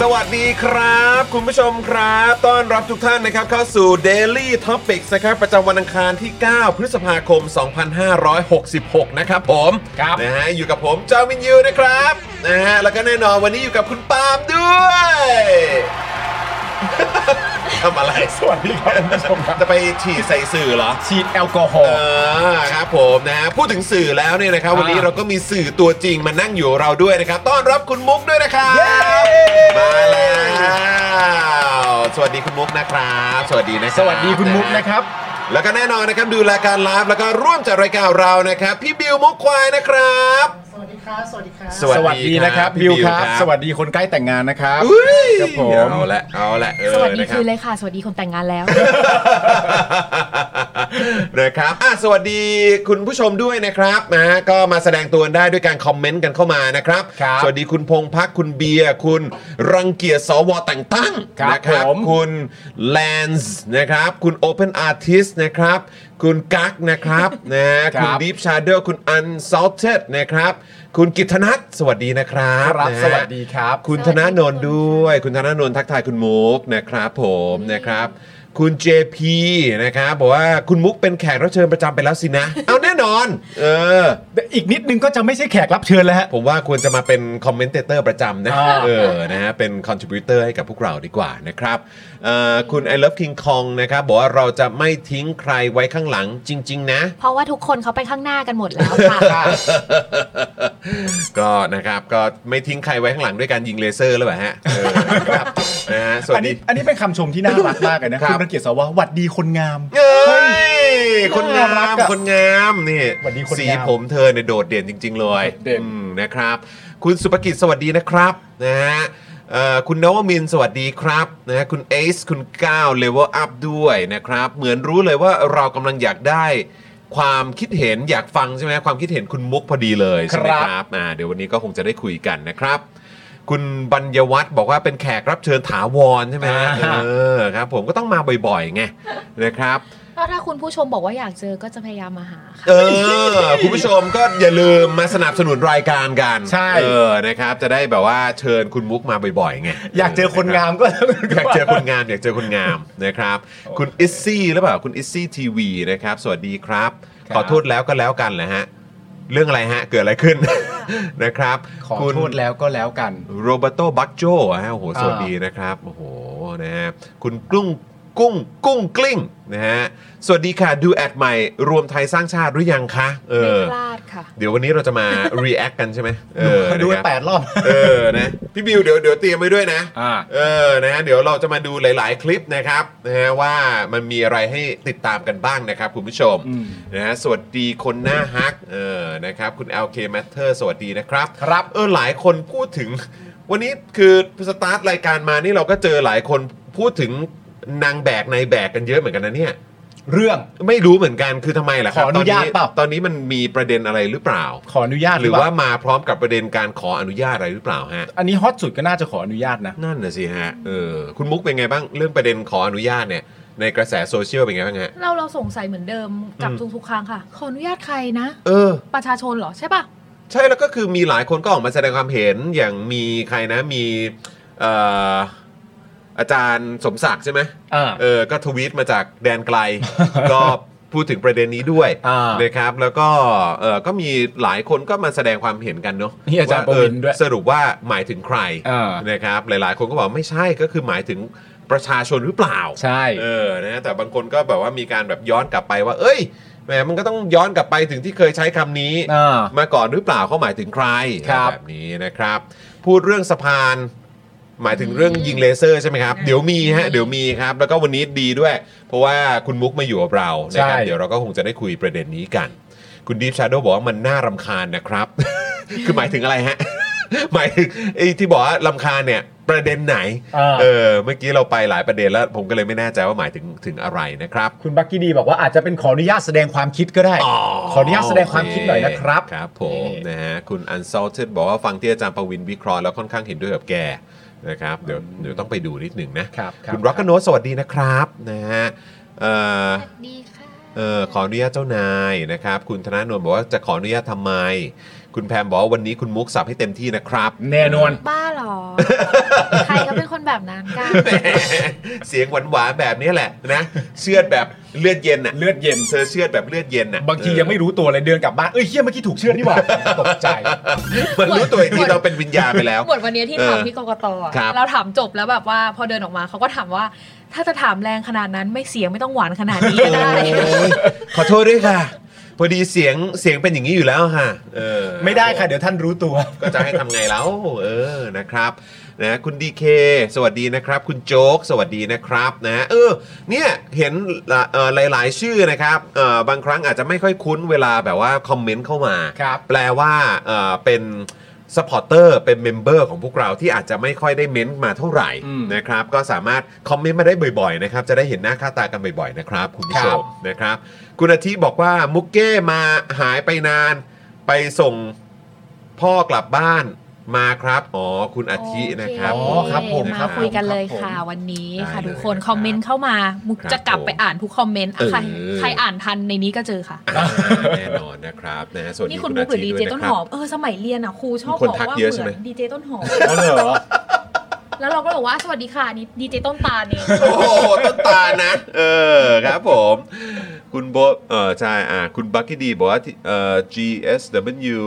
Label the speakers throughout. Speaker 1: สวัสดีครับ คุณผู้ชมครับ ต้อนรับทุกท่านนะครับเข้าสู่ Daily Topics นะครับ ประจำวันอังคารที่ 9 พฤษภาคม 2566 นะครับผม
Speaker 2: ครับ
Speaker 1: นะฮะอยู่กับผมจอห์นวินยูนะครับนะฮะแล้วก็แน่นอนวันนี้อยู่กับคุณปาล์มด้วย ทำอะไร
Speaker 2: สวัสดีครับคุณผู้ชมครับ
Speaker 1: จะไปฉีดใส่สื่อเหรอ
Speaker 2: ฉีดแอลกอฮอล์
Speaker 1: เออครับผมนะฮะพูดถึงสื่อแล้วเนี่ยนะครับ
Speaker 2: อ่า
Speaker 1: วันนี้เราก็มีสื่อตัวจริงมานั่งอยู่กับเราด้วยนะครับ ต้อนรับคุณมุกด้วยนะครับมาแล้วสวัสดีคุณมุกนะครับ สวัสดีนะครับ
Speaker 2: สวัสดีคุณมุกนะครับ
Speaker 1: แล้วก็แน่นอนนะครับดูรายการไลฟ์แล้วก็ร่วมจัดรายการเรานะครับ พี่บิวมุกควายนะครับ
Speaker 3: สวัสดีครับ สวัสดีครับ
Speaker 2: สวัสดีนะครับ
Speaker 1: พี่
Speaker 2: บิวครับ สวั
Speaker 1: ดี
Speaker 2: สดีคนใกล้แต่งงานนะครับ
Speaker 1: อุ้ย
Speaker 2: ครับผม
Speaker 1: เอาละเอาละเออ
Speaker 4: สวัสดี
Speaker 1: นะรับ
Speaker 4: คืนเลยค่ะ สวัสดีคนแต่งงานแล้ว
Speaker 1: นะครับอ่ะสวัสดีคุณผู้ชมด้วยนะครับนะฮะก็มาแสดงตัวได้ด้วยการคอมเมนต์กันเข้ามานะครับ
Speaker 2: ครับ
Speaker 1: สวัสดีคุณพงพักคุณเบียร์คุณรังเกียจสวแต่งตั้ง
Speaker 2: ครับ
Speaker 1: นะ
Speaker 2: ผม
Speaker 1: คุณแลนส์นะครับ คุณ Open Artist นะครับ คุณกั๊ก นะครับนะฮะ
Speaker 2: ครับ
Speaker 1: คุณ Deep Shadow คุณ Unsalted นะครับ คุณกิตนัทสวัสดีนะครับ
Speaker 2: ครับ
Speaker 1: นะฮะ
Speaker 2: สวัสดีครับ
Speaker 1: คุณธนาโนนด้วย คุณธนาโนนทักทายคุณมุกนะครับผมนะครับ คุณ JP นะครับบอกว่าคุณมุกเป็นแขกรับเชิญประจำไปแล้วสินะ เอาแน่นอน เออ
Speaker 2: อีกนิดนึงก็จะไม่ใช่แขกรับเชิญแล้วฮะ
Speaker 1: ผมว่าควรจะมาเป็นคอมเมนเตเตอร์ประจำนะ
Speaker 2: อ่า
Speaker 1: เออนะฮะเป็นคอนทริบิวเตอร์ให้กับพวกเราดีกว่านะครับเอ่อคุณ I love King Kong นะครับบอกว่าเราจะไม่ทิ้งใครไว้ข้างหลังจริง ๆ นะ
Speaker 4: เพราะว่าทุกคนเขาไปข้างหน้ากันหมดแล้วค่ะ
Speaker 1: ก็นะครับก็ไม่ทิ้งใครไว้ข้างหลังด้วยการยิงเลเซอร์แล้วแบบฮะเออนะครับนะฮะสวั
Speaker 2: อั
Speaker 1: ส
Speaker 2: น
Speaker 1: ดี
Speaker 2: นี้อันนี้เป็นคำชมที่ น่ารักมากเลยนะครับ คุณรังเกียจสวะหวัดดีคนงาม
Speaker 1: เอ้ยคนงา
Speaker 2: น่ารั
Speaker 1: ม
Speaker 2: กอะ
Speaker 1: คนงามนี่
Speaker 2: สวัสดีคนงาม
Speaker 1: สีผมเธอเนี่ยโดดเด่นจริง ๆ เลย
Speaker 2: โดดเด่น
Speaker 1: อืมนะครับ คุณสุภกิจสวัสดีนะครับนะฮะเอ่อคุณนวมินทร์สวัสดีครับนะฮะคุณเอซคุณก้าวเลเวลอัพด้วยนะครับ เหมือนรู้เลยว่าเรากำลังอยากได้ ความคิดเห็นอยากฟังใช่ไหมความคิดเห็นคุณมุกพอดีเลยใช่ไหม
Speaker 2: ครับ
Speaker 1: ครับอ่าเดี๋ยววันนี้ก็คงจะได้คุยกันนะครับ คุณบัญญวัฒน์บอกว่าเป็นแขกรับเชิญถาวรใช่ไหมฮะ
Speaker 2: อ่า
Speaker 1: เออครับ ผมก็ต้องมาบ่อยๆไงนะครับ
Speaker 4: ก็ถ้าคุณผู้ชมบอกว่าอยากเจอก็จะพยายามมาหาค่ะ
Speaker 1: เออ คุณผู้ชมก็อย่าลืมมาสนับสนุนรายการกัน
Speaker 2: ใช่
Speaker 1: เออนะครับ จะได้แบบว่าเชิญคุณมุกมาบ่อยๆไง
Speaker 2: อยากเจอคนงามก็
Speaker 1: อยากเจอคนงาม อยากเจอคนงามนะครับ คุณอิซซี่หรือเปล่าคุณอิซซี่ทีวีนะครับ สวัสดีครับ
Speaker 2: ครับ
Speaker 1: ขอโทษแล้วก็แล้วกันนะฮะ เรื่องอะไรฮะ เกิดอะไรขึ้น นะครับ
Speaker 2: ขอ
Speaker 1: คุณ
Speaker 2: โทษแล้วก็แล้วกัน
Speaker 1: โรเบโตบักโจฮะโอ้โห สวัสดีนะครับ โอ้โห นะฮะ คุณกุ้ง กุ้ง กุ้งกลิ้ง นะฮะ สวัสดีค่ะ ดูแอดใหม่ รวมไทยสร้างชาติหรือยังคะ เอ
Speaker 4: ไม่
Speaker 1: อ
Speaker 4: พลาดค่ะ
Speaker 1: เดี๋ยววันนี้เราจะมา react กันใช่ไหมเออ
Speaker 2: ดู
Speaker 1: นะค
Speaker 2: ไป
Speaker 1: รับ
Speaker 2: แปดรอบ
Speaker 1: เออ นะ พี่บิว เดี๋ยว เดี๋ยวเตรียมไว้ด้วยนะ
Speaker 2: อ่า
Speaker 1: เออ นะฮะ เดี๋ยวเราจะมาดูหลาย ๆ คลิปนะครับ นะฮะ ว่ามันมีอะไรให้ติดตามกันบ้างนะครับ คุณผู้ชม นะฮะ สวัสดีคนหน้าฮัก เออ นะครับ คุณ LK Matter สวัสดีนะครับ
Speaker 2: ครับ
Speaker 1: เออหลายคนพูดถึง วันนี้คือสตาร์ทรายการมานี่เราก็เจอหลายคนพูดถึงนางแบกนายแบกกันเยอะเหมือนกันนะเนี่ย
Speaker 2: เรื่อง
Speaker 1: ไม่รู้เหมือนกันคือทำไมล่ะครับ
Speaker 2: ขออนุญาต
Speaker 1: ต
Speaker 2: เปล่า
Speaker 1: ตอนนี้มันมีประเด็นอะไรหรือเปล่า
Speaker 2: ขออนุญาต
Speaker 1: หรือว่ามาพร้อมกับประเด็นการขออนุญาตอะไรหรือเปล่าฮะ
Speaker 2: อันนี้ฮอตสุดก็น่าจะขออนุญาตนะ
Speaker 1: นั่นน่ะสิฮะเออคุณมุกเป็นไงบ้างเรื่องประเด็นขออนุญาตเนี่ยในกระแสโซเชียลเป็นไงบ้างฮะ
Speaker 4: เราเราสงสัยเหมือนเดิมกับ
Speaker 1: อืม
Speaker 4: ทุกๆครั้งค่ะ ขออนุญาตใครนะ
Speaker 1: เออ
Speaker 4: ประชาชนเหรอใช่ป่ะ
Speaker 1: ใช่แล้วก็คือมีหลายคนก็ออกมาแสดงความเห็นอย่างมีใครนะมีเอ่ออาจารย์สมศักดิ์ใช่ไหม
Speaker 2: อ่า
Speaker 1: เออก็ทวีตมาจากแดนไกล ก็พูดถึงประเด็นนี้ด้วย
Speaker 2: อ่า
Speaker 1: นะครับแล้วก็เออก็มีหลายคนก็มาแสดงความเห็นกันเนาะ
Speaker 2: นี่อาจารย์
Speaker 1: เ
Speaker 2: ประวินด้วย
Speaker 1: สรุปว่าหมายถึงใคร
Speaker 2: อ่าน
Speaker 1: นะครับหลายๆ คนก็บอกไม่ใช่ก็คือหมายถึงประชาชนหรือเปล่า
Speaker 2: ใช่
Speaker 1: เออ นะ แต่บางคนก็แบบว่ามีการแบบย้อนกลับไปว่า เอ้ย แหม มันก็ต้องย้อนกลับไปถึงที่เคยใช้คำนี้
Speaker 2: อ่า
Speaker 1: มาก่อนหรือเปล่าเขาหมายถึงใคร
Speaker 2: ครับ
Speaker 1: แบบนี้นะครับ พูดเรื่องสะพาน หมายถึงเรื่องยิงเลเซอร์ใช่ไหมครับ เดี๋ยวมีฮะ เดี๋ยวมีครับ แล้วก็วันนี้ดีด้วย เพราะว่าคุณมุกมาอยู่กับเรานะครับ
Speaker 2: ใช่
Speaker 1: เดี๋ยวเราก็คงจะได้คุยประเด็นนี้กัน คุณดีฟชาโดบอกว่ามันน่ารำคาญนะครับ คือหมายถึงอะไรฮะ หมายถึงไอ้ที่บอกว่าลำคาญเนี่ยประเด็นไหน
Speaker 2: อ่า
Speaker 1: เออเมื่อกี้เราไปหลายประเด็นแล้ว ผมก็เลยไม่แน่ใจว่าหมายถึงถึงอะไรนะครับ
Speaker 2: คุณบักกี้ดีบอกว่าอาจจะเป็นขออนุญาตแสดงความคิดก็ได้ ขออนุญาตแสดงความคิดหน่อยนะครับ
Speaker 1: ครับผม
Speaker 2: นี่
Speaker 1: นะฮะคุณ Unsalted บอกว่าฟังที่อาจารย์ประวินวิเคราะห์แล้วค่อนข้างเห็นด้วยกับแกนะครับเดี๋ยวเดี๋ยวต้องไปดูนิดหนึ่งนะครับ คุณร็อกกโนสวัสดีนะครับนะฮะเอ่อ
Speaker 4: สวัสดีค่ะ
Speaker 1: เอ่อขออนุญาตเจ้านายนะครับ คุณธนาโนนบอกว่าจะขออนุญาตทำไม คุณแพมบอกว่าวันนี้คุณมุกสับให้เต็มที่นะครับ
Speaker 2: แน่นอน
Speaker 4: บ้าเหรอ ใครเขาเป็นคนแบบนั้น กัน
Speaker 1: แหมเสียงหวานๆแบบนี้แหละนะเชือดแบบเลือดเย็นอะ
Speaker 2: เลือดเย็น
Speaker 1: เธอเชือดแบบเลือดเย็นอะ
Speaker 2: บางทียังไม่รู้ตัวเลยเดินกลับบ้าน เอ้ยเฮียเมื่อกี้ถูกเชือดนี่หว่า ตกใจ
Speaker 1: มันรู้ตัวอีกที เราเป็นวิญญาณไปแล้ว
Speaker 4: หมดวันนี้ที่ถามที่กกตอะ
Speaker 1: ครับ
Speaker 4: เราถามจบแล้วแบบว่าพอเดินออกมาเขาก็ถามว่า ถ้าจะถามแรงขนาดนั้นไม่เสียงไม่ต้องหวานขนาดนี้ก็ได้
Speaker 1: ขอโทษด้วยค่ะ พอดีเสียงเสียงเป็นอย่างนี้อยู่แล้วค่ะ เออ
Speaker 2: ไม่ได้ค่ะ เดี๋ยวท่านรู้ตัว
Speaker 1: ก็จะให้ทำไงแล้ว เออนะครับนะคุณดีเคสวัสดีนะครับ คุณโจ๊กสวัสดีนะครับนะเออเนี่ยเห็นละเอ่อหลาย ๆ ชื่อนะครับเอ่อบางครั้งอาจจะไม่ค่อยคุ้นเวลาแบบว่าคอมเมนต์เข้ามา
Speaker 2: ครับ
Speaker 1: แปลว่าเอ่อเป็นสปอร์เตอร์เป็นเมมเบอร์ของพวกเราที่อาจจะไม่ค่อยได้เม้นต์มาเท่าไหร่
Speaker 2: อืม
Speaker 1: นะครับ ก็สามารถคอมเมนต์มาได้บ่อยๆนะครับ จะได้เห็นหน้าค่าตากันบ่อยๆนะครับ คุณผู้ช
Speaker 2: ครั
Speaker 1: ม
Speaker 2: บ
Speaker 1: นะครับ คุณอาทิบอกว่ามุกเก้มาหายไปนาน ไปส่งพ่อกลับบ้านมาครับ อ๋อ คุณอาทินะครับ
Speaker 4: โอ
Speaker 2: อ๋อครับผม
Speaker 4: มา
Speaker 2: ครับ
Speaker 4: คุยกันเลย
Speaker 2: ครับผม
Speaker 4: ค่ะวันนี้ค่ะ
Speaker 1: ได้เลย
Speaker 4: ทุกคน
Speaker 1: ครับ
Speaker 4: คอมเมนต์เข้ามามุก
Speaker 1: ครับ
Speaker 4: จะกลับไปอ่านทุกคอมเมนต์อะใคร
Speaker 1: เออ
Speaker 4: ใครอ่านทันในนี้ก็เจอค่ะ
Speaker 1: อ่าแน่นอนนะครับนะฮะสวัสดี
Speaker 4: นี่
Speaker 1: คุ
Speaker 4: คุณ
Speaker 1: ณ
Speaker 4: มุ
Speaker 1: อาก
Speaker 4: หรื
Speaker 1: ทิต
Speaker 4: อดี
Speaker 1: ย์ด้ว
Speaker 4: เจ
Speaker 1: ย
Speaker 4: ต้น
Speaker 1: นะค
Speaker 4: ห
Speaker 1: รั
Speaker 4: อบ มเออสมัยเรียนอ่ะครูชอบ
Speaker 1: มีคน
Speaker 4: บอก
Speaker 1: ทัก
Speaker 4: ว่า
Speaker 1: เยอะใช่
Speaker 4: เห
Speaker 1: ไหม
Speaker 4: มือนดีเจต้นหอม
Speaker 2: อ๋อเหรอ
Speaker 4: แล้วเราก็บอกว่าสวัสดีค่ะนี่ดีเจต้นตาลนี่
Speaker 1: โอ้โหต้นตาลนะ เออครับผม คุณโบะเออใช่อ่าคุณบักกี้ดีบอกว่าที่เอ่อ GSW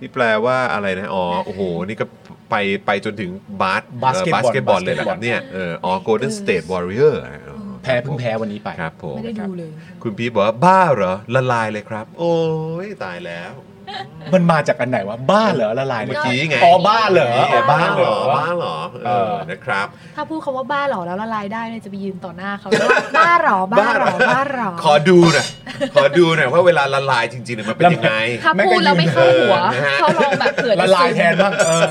Speaker 1: ที่แปลว่าอะไรนะ อ๋อ โอ้โห นี่ก็ไปไปจนถึงบาสเอ่อ
Speaker 2: Basketball
Speaker 1: บาสเกตบอลเลยแหละครับเนี่ยเอออ๋อ Golden State Warrior อ่ะอ๋อ
Speaker 2: แพ้เพิ่งแพ้วันนี้ไป
Speaker 1: ครับผม
Speaker 4: ไม่ได้ดูเลย
Speaker 1: คุณพีทบอกว่าบ้าเหรอ ละลายเลยครับ โอ้ยตายแล้ว
Speaker 2: มันมาจากอันไหนวะ บ้าเหรอละลาย
Speaker 1: เมื่อกี้ไง
Speaker 2: อ๋อบ้าเหรออ๋อ
Speaker 1: บ้าเหรอ
Speaker 2: บ้า
Speaker 1: บ้าเหรอ เอ
Speaker 2: เอ
Speaker 1: อ
Speaker 2: อ
Speaker 1: นะครับ
Speaker 4: ถ้าพูดคำว่าบ้าเหรอแล้วละลายได้เลยจะไปยืนต่อหน้าเขาแล้วว่าบ้าเหรอบ้าเหรอบ้าเหรอ
Speaker 1: ขอดูหน่อยขอดูหน่อยว่าเวลาละลายจริงๆเนี่ยมันเป็นยังไง
Speaker 4: ถ้าพูดแล้วไม่เข้าหัว
Speaker 1: เออนะฮะ
Speaker 4: เขาลองแบบเผื่อจะ
Speaker 2: ละลาย
Speaker 4: ซึม
Speaker 2: แทนบ้างเออ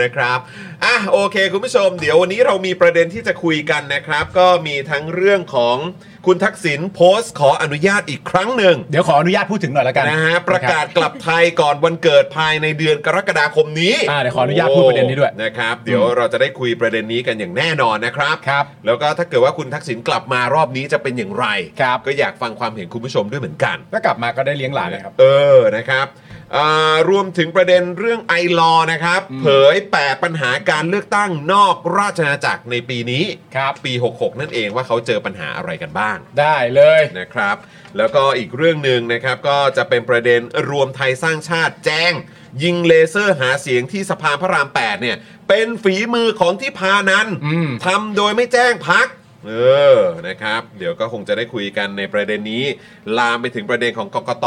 Speaker 1: นะครับอ่ะโอเค คุณผู้ชม เดี๋ยววันนี้เรามีประเด็นที่จะคุยกันนะครับ ก็มีทั้งเรื่องของคุณทักษิณโพสต์ขออนุญาตอีกครั้งหนึ่ง
Speaker 2: เดี๋ยวขออนุญาตพูดถึงหน่อยละกัน
Speaker 1: นะฮะประกาศ
Speaker 2: น
Speaker 1: กลับไทยก่อนวันเกิดภายในเดือนกรกฎาคมนี้
Speaker 2: อ่ะเดี๋ยวขออนุญาตพูดประเด็นนี้ด้วย
Speaker 1: นะครับ เดี๋ยวเราจะได้คุยประเด็นนี้กันอย่างแน่นอนนะครับ
Speaker 2: ครับ
Speaker 1: แล้วก็ถ้าเกิดว่าคุณทักษิณกลับมารอบนี้จะเป็นอย่างไร
Speaker 2: ครับ
Speaker 1: ก็อยากฟังความเห็นคุณผู้ชมด้วยเหมือนกัน
Speaker 2: ก็กลับมาก็ได้เลี้ยงหลานนะครับ
Speaker 1: เออ นะครับอ่ารวมถึงประเด็นเรื่องไอรอนะครับ เผยแปดปัญหาการเลือกตั้งนอกราชอาณาจักรในปีนี้
Speaker 2: ครับ
Speaker 1: ปี 66 นั่นเองว่าเขาเจอปัญหาอะไรกันบ้าง
Speaker 2: ได้เลย
Speaker 1: นะครับ แล้วก็อีกเรื่องหนึ่งนะครับ ก็จะเป็นประเด็นรวมไทยสร้างชาติแจ้ง ยิงเลเซอร์หาเสียงที่สภาพระราม 8 เนี่ย เป็นฝีมือของที่พานัน
Speaker 2: อืม
Speaker 1: ทำโดยไม่แจ้งพัก เออ นะครับ เดี๋ยวก็คงจะได้คุยกันในประเด็นนี้ ลามไปถึงประเด็นของกกต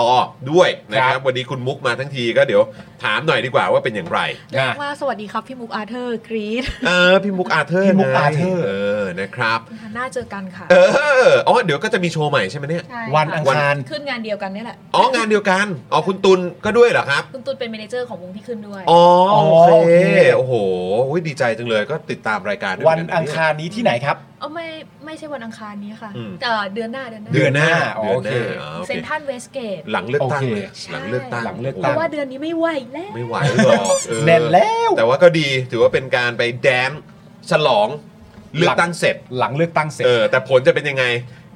Speaker 1: ด้วยนะครับ วันนี้คุณมุกมาทั้งทีก็เดี๋ยวถามหน่อยดีกว่าว่าเป็นอย่างไร
Speaker 2: อ่ะ
Speaker 4: ว่าสวัสดีครับพี่มุกอาเธอร์กรีด
Speaker 1: เออ พี่มุกอาเธอร์
Speaker 2: พี่มุก
Speaker 1: ไง
Speaker 2: อาเธอร์
Speaker 1: เออ นะครับ
Speaker 4: หน้าเจอกันค่ะ
Speaker 1: เอออ๋อเดี๋ยวก็จะมีโชว์ใหม่ใช่ไหมเนี่ย
Speaker 4: ใช่
Speaker 2: วันอัง
Speaker 4: ค่ะ
Speaker 2: คาร
Speaker 4: ขึ้นงานเดียวกันเนี่ยแหละ
Speaker 1: อ๋องานเดียวกัน อ๋อคุณตุลก็ด้วยเหรอครับ
Speaker 4: คุณตูนเป็นเมเนเจอร์ของวงที่ขึ้นด้วย
Speaker 1: อ๋อ
Speaker 2: อ๋อ
Speaker 1: โอ
Speaker 2: โอ
Speaker 1: เค
Speaker 2: เค
Speaker 1: โอ้โหอุ๊ยดีใจจังเลยก็ติดตามรายการด้วยเห
Speaker 2: วั
Speaker 1: มื
Speaker 2: น
Speaker 1: กัะเย
Speaker 2: อังคารนี้ที่ไหนครับ
Speaker 4: เออไม่ไม่ใช่วันอังคารนี้ค่ะ
Speaker 1: อืม
Speaker 4: เอ่อเดือนหน้าเดือนหน้า
Speaker 1: เดือนหน้า
Speaker 2: อ๋อ
Speaker 1: เดือนห
Speaker 2: โอเค
Speaker 1: น้าอ๋อโอ
Speaker 4: เซ
Speaker 1: เคน
Speaker 4: ทรันเวสเกต
Speaker 1: หลังเลือกตั้งเลย
Speaker 2: โอเค
Speaker 1: หลังเลือกตั้ง
Speaker 2: หลังเลือก
Speaker 4: เพ
Speaker 2: ตั้ง
Speaker 4: ราะว่าเดือนนี้ไม่ไหวแล้ว
Speaker 1: ไม่ไหวหรอกเออ
Speaker 2: แน่นแล้ว
Speaker 1: แต่ว่าก็ดีถือว่าเป็นการไปแดนซ์ฉลองเลือกตั้งเสร็จ
Speaker 2: หลังเลือกตั้งเสร็จ
Speaker 1: เออแต่ผลจะเป็นยังไง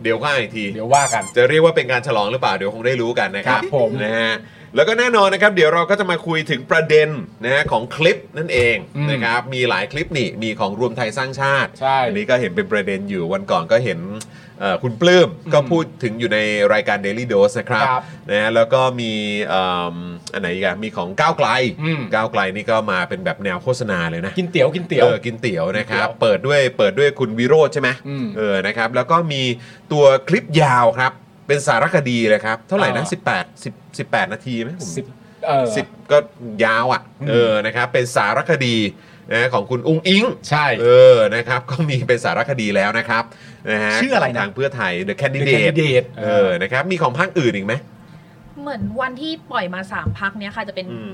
Speaker 1: เดี๋ยวก็อีกที
Speaker 2: เดี๋ยวว่ากัน
Speaker 1: จะเรียกว่าเป็นการฉลองหรือเปล่า เดี๋ยวคงได้รู้กันนะครับ
Speaker 2: ครับผม
Speaker 1: นะฮะแล้วก็แน่นอนนะครับ เดี๋ยวเราก็จะมาคุยถึงประเด็นนะฮะของคลิปนั่นเองนะครับมีหลายคลิปนี่มีของรวมไทยสร้างชาติ
Speaker 2: ใช่
Speaker 1: อันนี้ก็เห็นเป็นประเด็นอยู่วันก่อนก็เห็นเอ่อคุณปลื้มก็พูดถึงอยู่ในรายการ Daily Dose นะครับ
Speaker 2: ครับ
Speaker 1: นะฮะแล้วก็มีเอิ่มอันไหนอีกันมีของก้าวไกล
Speaker 2: อืม
Speaker 1: ก้าวไกลนี่ก็มาเป็นแบบแนวโฆษณาเลยนะ
Speaker 2: กินเตี๋ยวกินเตี๋ยว
Speaker 1: เออกินเตี๋ยวนะครับ
Speaker 2: กินเตี๋ยว
Speaker 1: เปิดด้วยเปิดด้วยคุณวิโรธใช่ไหม
Speaker 2: อืม
Speaker 1: เออนะครับแล้วก็มีตัวคลิปยาวครับ เป็นสารคดีเลยครับ เท่าไหร่นะ
Speaker 2: อ่า
Speaker 1: 18 10 18 นาทีไหมผม
Speaker 2: สิบเออ
Speaker 1: สิบก็ยาวอ่ะ
Speaker 2: อืม
Speaker 1: เออนะครับเป็นสารคดีนะของคุณอุ้งอิง
Speaker 2: ใช่
Speaker 1: เออนะครับ ก็มีเป็นสารคดีแล้วนะครับนะฮะ
Speaker 2: ชื่ออะไรนะ
Speaker 1: ขงทางเพื่อไทย The
Speaker 2: The
Speaker 1: Candidate
Speaker 2: Candidate
Speaker 1: เออนะครับมีของพรรคอื่นอีกไหม
Speaker 4: เหมือนวันที่ปล่อยมาสามพักเนี้ยค่ะจะเป็น
Speaker 1: อืม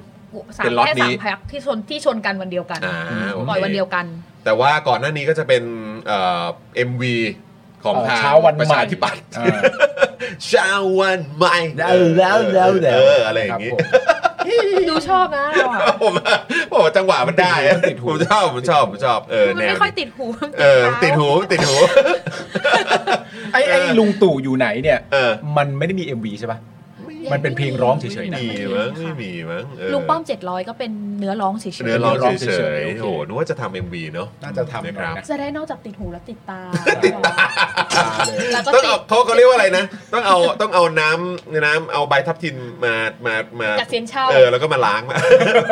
Speaker 4: สา
Speaker 1: เป็
Speaker 4: ม
Speaker 1: นล็อต
Speaker 4: แค่
Speaker 1: นี้
Speaker 4: สามพักที่ชนที่ชนกันวันเดียวกัน
Speaker 1: อ่าโอค
Speaker 4: ปล่อยวันเดียวกัน
Speaker 1: แต่ว่าก่อนหน้านี้ก็จะเป็นเอ่อ็มวีของ
Speaker 2: เอ่อ
Speaker 1: ทาง
Speaker 2: เช้าวัน
Speaker 1: ประชา
Speaker 2: ใหม่
Speaker 1: ธิปัตย์
Speaker 2: เออ
Speaker 1: เชาวันใหม่
Speaker 2: แล้วแล้วแล้ว
Speaker 1: เอ
Speaker 2: แล้ว
Speaker 1: อเอออะไรอย่างงี้
Speaker 2: ครับผม
Speaker 4: ดูชอบนะเราอะ
Speaker 1: ผมผมจังหวะมันได้
Speaker 2: มันติดหู
Speaker 1: ผมชอบผมชอบผมชอบเออ
Speaker 4: มัน
Speaker 1: แนว
Speaker 4: ไม่ค่อย
Speaker 1: นี้
Speaker 4: ติดหูมัน
Speaker 1: เออติดหูติดหู
Speaker 2: ไอ้ไอ้ลุงตู่อยู่ไหนเนี่ย
Speaker 1: เออ
Speaker 2: มันไม่ได้มี MV ใช่ปะ มันเป็นเพลงร้องเฉยๆนะ
Speaker 1: มีมั้งไม่มีมั้งเออ
Speaker 4: ลุงป้อมเจ็ดร้อยก็เป็นเนื้อร้องเฉย
Speaker 1: เนื้อร้อง
Speaker 2: เนื้อร้อง
Speaker 1: เฉ
Speaker 2: เฉ
Speaker 1: ยๆ
Speaker 2: ยๆ
Speaker 1: โอ้โหนึกว่าจะทำเอ็มวีเนาะ
Speaker 2: น่าจะทำ
Speaker 1: นะครับ
Speaker 4: ๆจะได้นอกจากติดหูแล้วติดตา แล้วก็
Speaker 1: ต้อง
Speaker 4: ติ
Speaker 1: เอา
Speaker 4: ด
Speaker 1: เขาเขาเรียกว่าอะไรนะ ต้องเอาต้องเอาน้ำน้ำเอาใบทับทิมมามามา
Speaker 4: จากเซียนเช่า
Speaker 1: เออแล้วก็มาล้าง